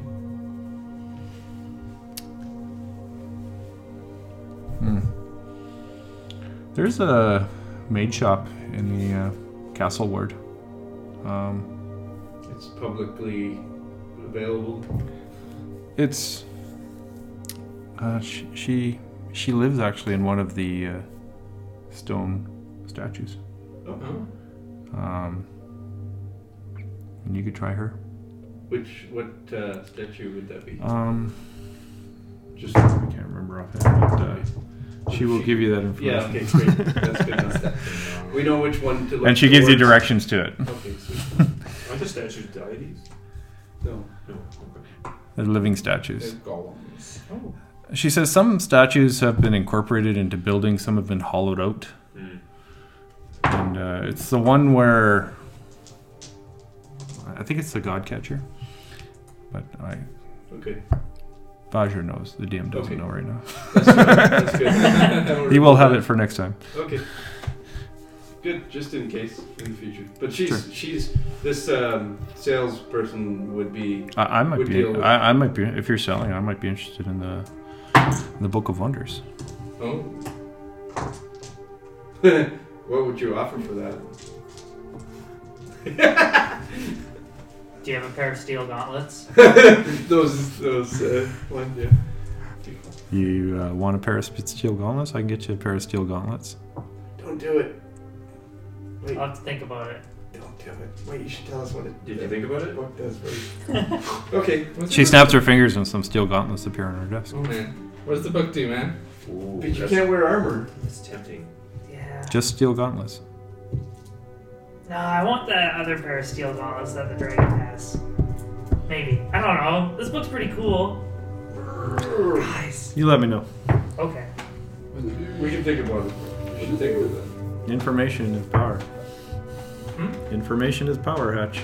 [SPEAKER 1] There's a maid shop in the uh, castle ward. Um,
[SPEAKER 3] It's publicly available.
[SPEAKER 1] it's uh, she, she She lives actually in one of the uh, stone statues.
[SPEAKER 5] Oh.
[SPEAKER 1] Um, and you could try her.
[SPEAKER 3] Which what uh, statue would that be?
[SPEAKER 1] Um, just I can't remember offhand, but uh, she will give you that
[SPEAKER 3] yeah.
[SPEAKER 1] information.
[SPEAKER 3] Okay. Great. That's good. enough. we know which one to. look
[SPEAKER 1] And she gives you
[SPEAKER 3] towards.
[SPEAKER 1] directions to it.
[SPEAKER 3] Okay. Sweet.
[SPEAKER 6] Aren't the statues deities?
[SPEAKER 3] No.
[SPEAKER 6] No. Okay.
[SPEAKER 1] They're living statues.
[SPEAKER 5] They're golems.
[SPEAKER 2] Oh,
[SPEAKER 1] She says some statues have been incorporated into buildings, some have been hollowed out.
[SPEAKER 6] Hmm.
[SPEAKER 1] And uh, it's the one where I think it's the God Catcher, but I
[SPEAKER 3] Okay.
[SPEAKER 1] Vajra knows. The DM doesn't
[SPEAKER 3] Okay.
[SPEAKER 1] know right now.
[SPEAKER 3] That's good. That's good.
[SPEAKER 1] He will have it for next time.
[SPEAKER 3] Okay. Good, just in case in the future. But she's she's this um, salesperson would be
[SPEAKER 1] I, I
[SPEAKER 3] Would
[SPEAKER 1] might be.
[SPEAKER 3] deal with-
[SPEAKER 1] I, I might be. If you're selling, I might be interested in the the Book of Wonders.
[SPEAKER 3] oh. what would you offer for that?
[SPEAKER 2] do you have a pair of steel gauntlets?
[SPEAKER 3] Those those uh, one yeah.
[SPEAKER 1] You uh, want a pair of sp- steel gauntlets? I can get you a pair of steel gauntlets.
[SPEAKER 3] Don't do it. Wait,
[SPEAKER 2] I'll have to think about it.
[SPEAKER 3] don't do it. Wait, you should tell us what it
[SPEAKER 7] Did you think about it?
[SPEAKER 3] What does what- Okay,
[SPEAKER 5] What's
[SPEAKER 1] She
[SPEAKER 5] the-
[SPEAKER 1] snaps her fingers, and some steel gauntlets appear on her desk.
[SPEAKER 5] Oh man, what does the book do, man?
[SPEAKER 7] Ooh,
[SPEAKER 3] but you
[SPEAKER 7] that's,
[SPEAKER 3] can't wear armor.
[SPEAKER 7] that's tempting.
[SPEAKER 2] Yeah.
[SPEAKER 1] Just steel gauntlets.
[SPEAKER 2] No, I want that other pair of steel gauntlets that the dragon has. Maybe. I don't know. This book's pretty cool. Guys.
[SPEAKER 1] You let me know.
[SPEAKER 2] Okay.
[SPEAKER 3] We can think about it. We should think about that.
[SPEAKER 1] Information is power.
[SPEAKER 2] Hmm?
[SPEAKER 1] Information is power, Hutch.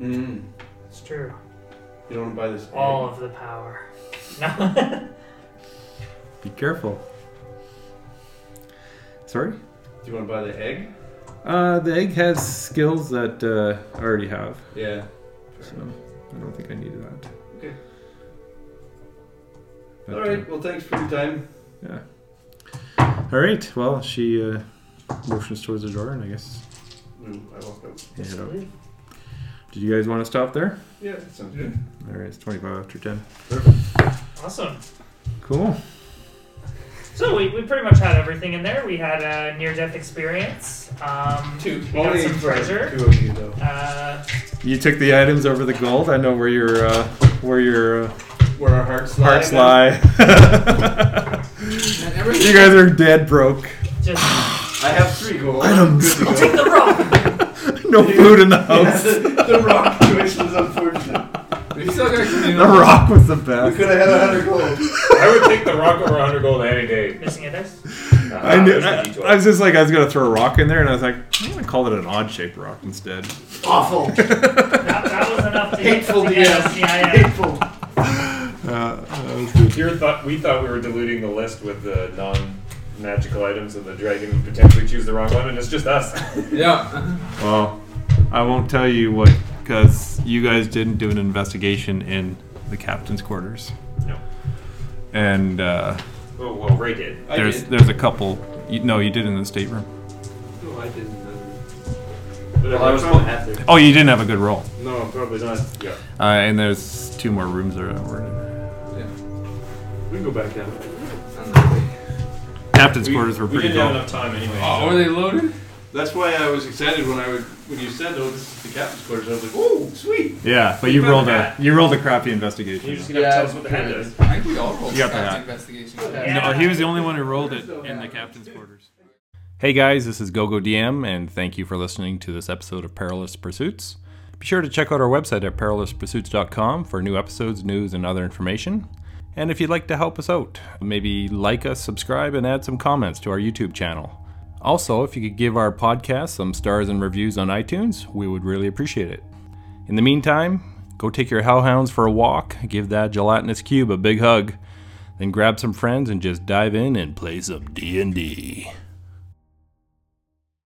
[SPEAKER 3] Mm.
[SPEAKER 2] It's true.
[SPEAKER 3] You don't want to buy this.
[SPEAKER 2] All of the power. No.
[SPEAKER 1] Be careful. Sorry?
[SPEAKER 3] Do you want to buy the egg?
[SPEAKER 1] Uh, the egg has skills that uh, I already have,
[SPEAKER 3] Yeah.
[SPEAKER 1] so I don't think I need that.
[SPEAKER 3] Okay.
[SPEAKER 1] But,
[SPEAKER 3] All right. Well, thanks for your time.
[SPEAKER 1] uh, all right. Well, she uh, motions towards the door, and I guess
[SPEAKER 3] Mm, I walk out.
[SPEAKER 1] they head out. Did you guys want to stop there?
[SPEAKER 3] Yeah, that sounds good.
[SPEAKER 1] All right. It's twenty-five after ten.
[SPEAKER 2] awesome.
[SPEAKER 1] Cool.
[SPEAKER 2] So we, we pretty much had everything in there. We had a near death experience. Um,
[SPEAKER 3] Two.
[SPEAKER 2] We got some treasure.
[SPEAKER 3] Two of you though.
[SPEAKER 2] Uh,
[SPEAKER 1] You took the items over the gold. I know where your uh, where your uh,
[SPEAKER 3] Where our hearts lie.
[SPEAKER 1] hearts
[SPEAKER 3] now.
[SPEAKER 1] lie.
[SPEAKER 5] Man,
[SPEAKER 1] you
[SPEAKER 5] everything.
[SPEAKER 1] guys are dead broke.
[SPEAKER 2] just
[SPEAKER 3] I have three gold. Items. Good to
[SPEAKER 2] take the rock.
[SPEAKER 1] No food in the
[SPEAKER 3] go. Yeah,
[SPEAKER 1] house.
[SPEAKER 3] the, the rock situation was unfortunate.
[SPEAKER 5] We still got
[SPEAKER 1] The
[SPEAKER 5] communal.
[SPEAKER 1] rock was the
[SPEAKER 3] We
[SPEAKER 1] best.
[SPEAKER 3] could have had a hundred gold.
[SPEAKER 6] I would take the rock over 100 gold any day.
[SPEAKER 2] Missing a dice.
[SPEAKER 1] I knew.
[SPEAKER 7] there's the
[SPEAKER 1] I,
[SPEAKER 7] D12.
[SPEAKER 1] I was just like, I was gonna throw a rock in there, and I was like, I'm gonna call it an odd shaped rock instead.
[SPEAKER 3] Awful.
[SPEAKER 2] That, that was enough to,
[SPEAKER 3] Hateful
[SPEAKER 2] to
[SPEAKER 3] DM.
[SPEAKER 2] get us. Yeah, yeah.
[SPEAKER 3] Hateful.
[SPEAKER 1] Uh, that was good.
[SPEAKER 6] Here thought, we thought we were diluting the list with the non magical items, and the dragon would potentially choose the wrong one, and it's just us.
[SPEAKER 5] Yeah. Uh-huh.
[SPEAKER 1] Well, I won't tell you what, because you guys didn't do an investigation in the captain's quarters,
[SPEAKER 6] no.
[SPEAKER 1] and uh,
[SPEAKER 6] Oh, well, Ray did.
[SPEAKER 3] I
[SPEAKER 1] there's
[SPEAKER 3] did.
[SPEAKER 1] there's a couple. You, no, you did in the stateroom.
[SPEAKER 3] No, I didn't.
[SPEAKER 7] Well, I was going after.
[SPEAKER 1] Oh, you didn't have a good roll.
[SPEAKER 3] No, probably not.
[SPEAKER 6] Yeah.
[SPEAKER 1] Uh, and there's two more rooms there that were in.
[SPEAKER 3] We can go back down.
[SPEAKER 1] Captain's
[SPEAKER 6] We,
[SPEAKER 1] quarters were
[SPEAKER 6] we
[SPEAKER 1] pretty
[SPEAKER 6] didn't have
[SPEAKER 1] dull.
[SPEAKER 6] enough time anyway.
[SPEAKER 5] Oh,
[SPEAKER 6] so-
[SPEAKER 5] were they loaded?
[SPEAKER 3] That's why I was excited when I would, when you said, "Oh, this is the captain's quarters." I was like, "Whoa, sweet!"
[SPEAKER 1] Yeah, but you
[SPEAKER 6] found
[SPEAKER 1] rolled
[SPEAKER 6] the
[SPEAKER 1] a
[SPEAKER 6] hat.
[SPEAKER 1] you rolled a crappy
[SPEAKER 6] You're
[SPEAKER 1] investigation.
[SPEAKER 6] just gonna tell us what the hand
[SPEAKER 5] good.
[SPEAKER 6] is.
[SPEAKER 5] I think we all rolled
[SPEAKER 1] You got the
[SPEAKER 5] stats
[SPEAKER 1] hat.
[SPEAKER 5] investigation.
[SPEAKER 2] Yeah.
[SPEAKER 1] he was the only one who rolled it in the captain's quarters. Hey guys, this is GoGo DM, and thank you for listening to this episode of Perilous Pursuits. Be sure to check out our website at perilouspursuits.com for new episodes, news, and other information. And if you'd like to help us out, maybe like us, subscribe, and add some comments to our YouTube channel. Also, if you could give our podcast some stars and reviews on iTunes, we would really appreciate it. In the meantime, go take your hellhounds for a walk, give that gelatinous cube a big hug, then grab some friends and just dive in and play some D&D.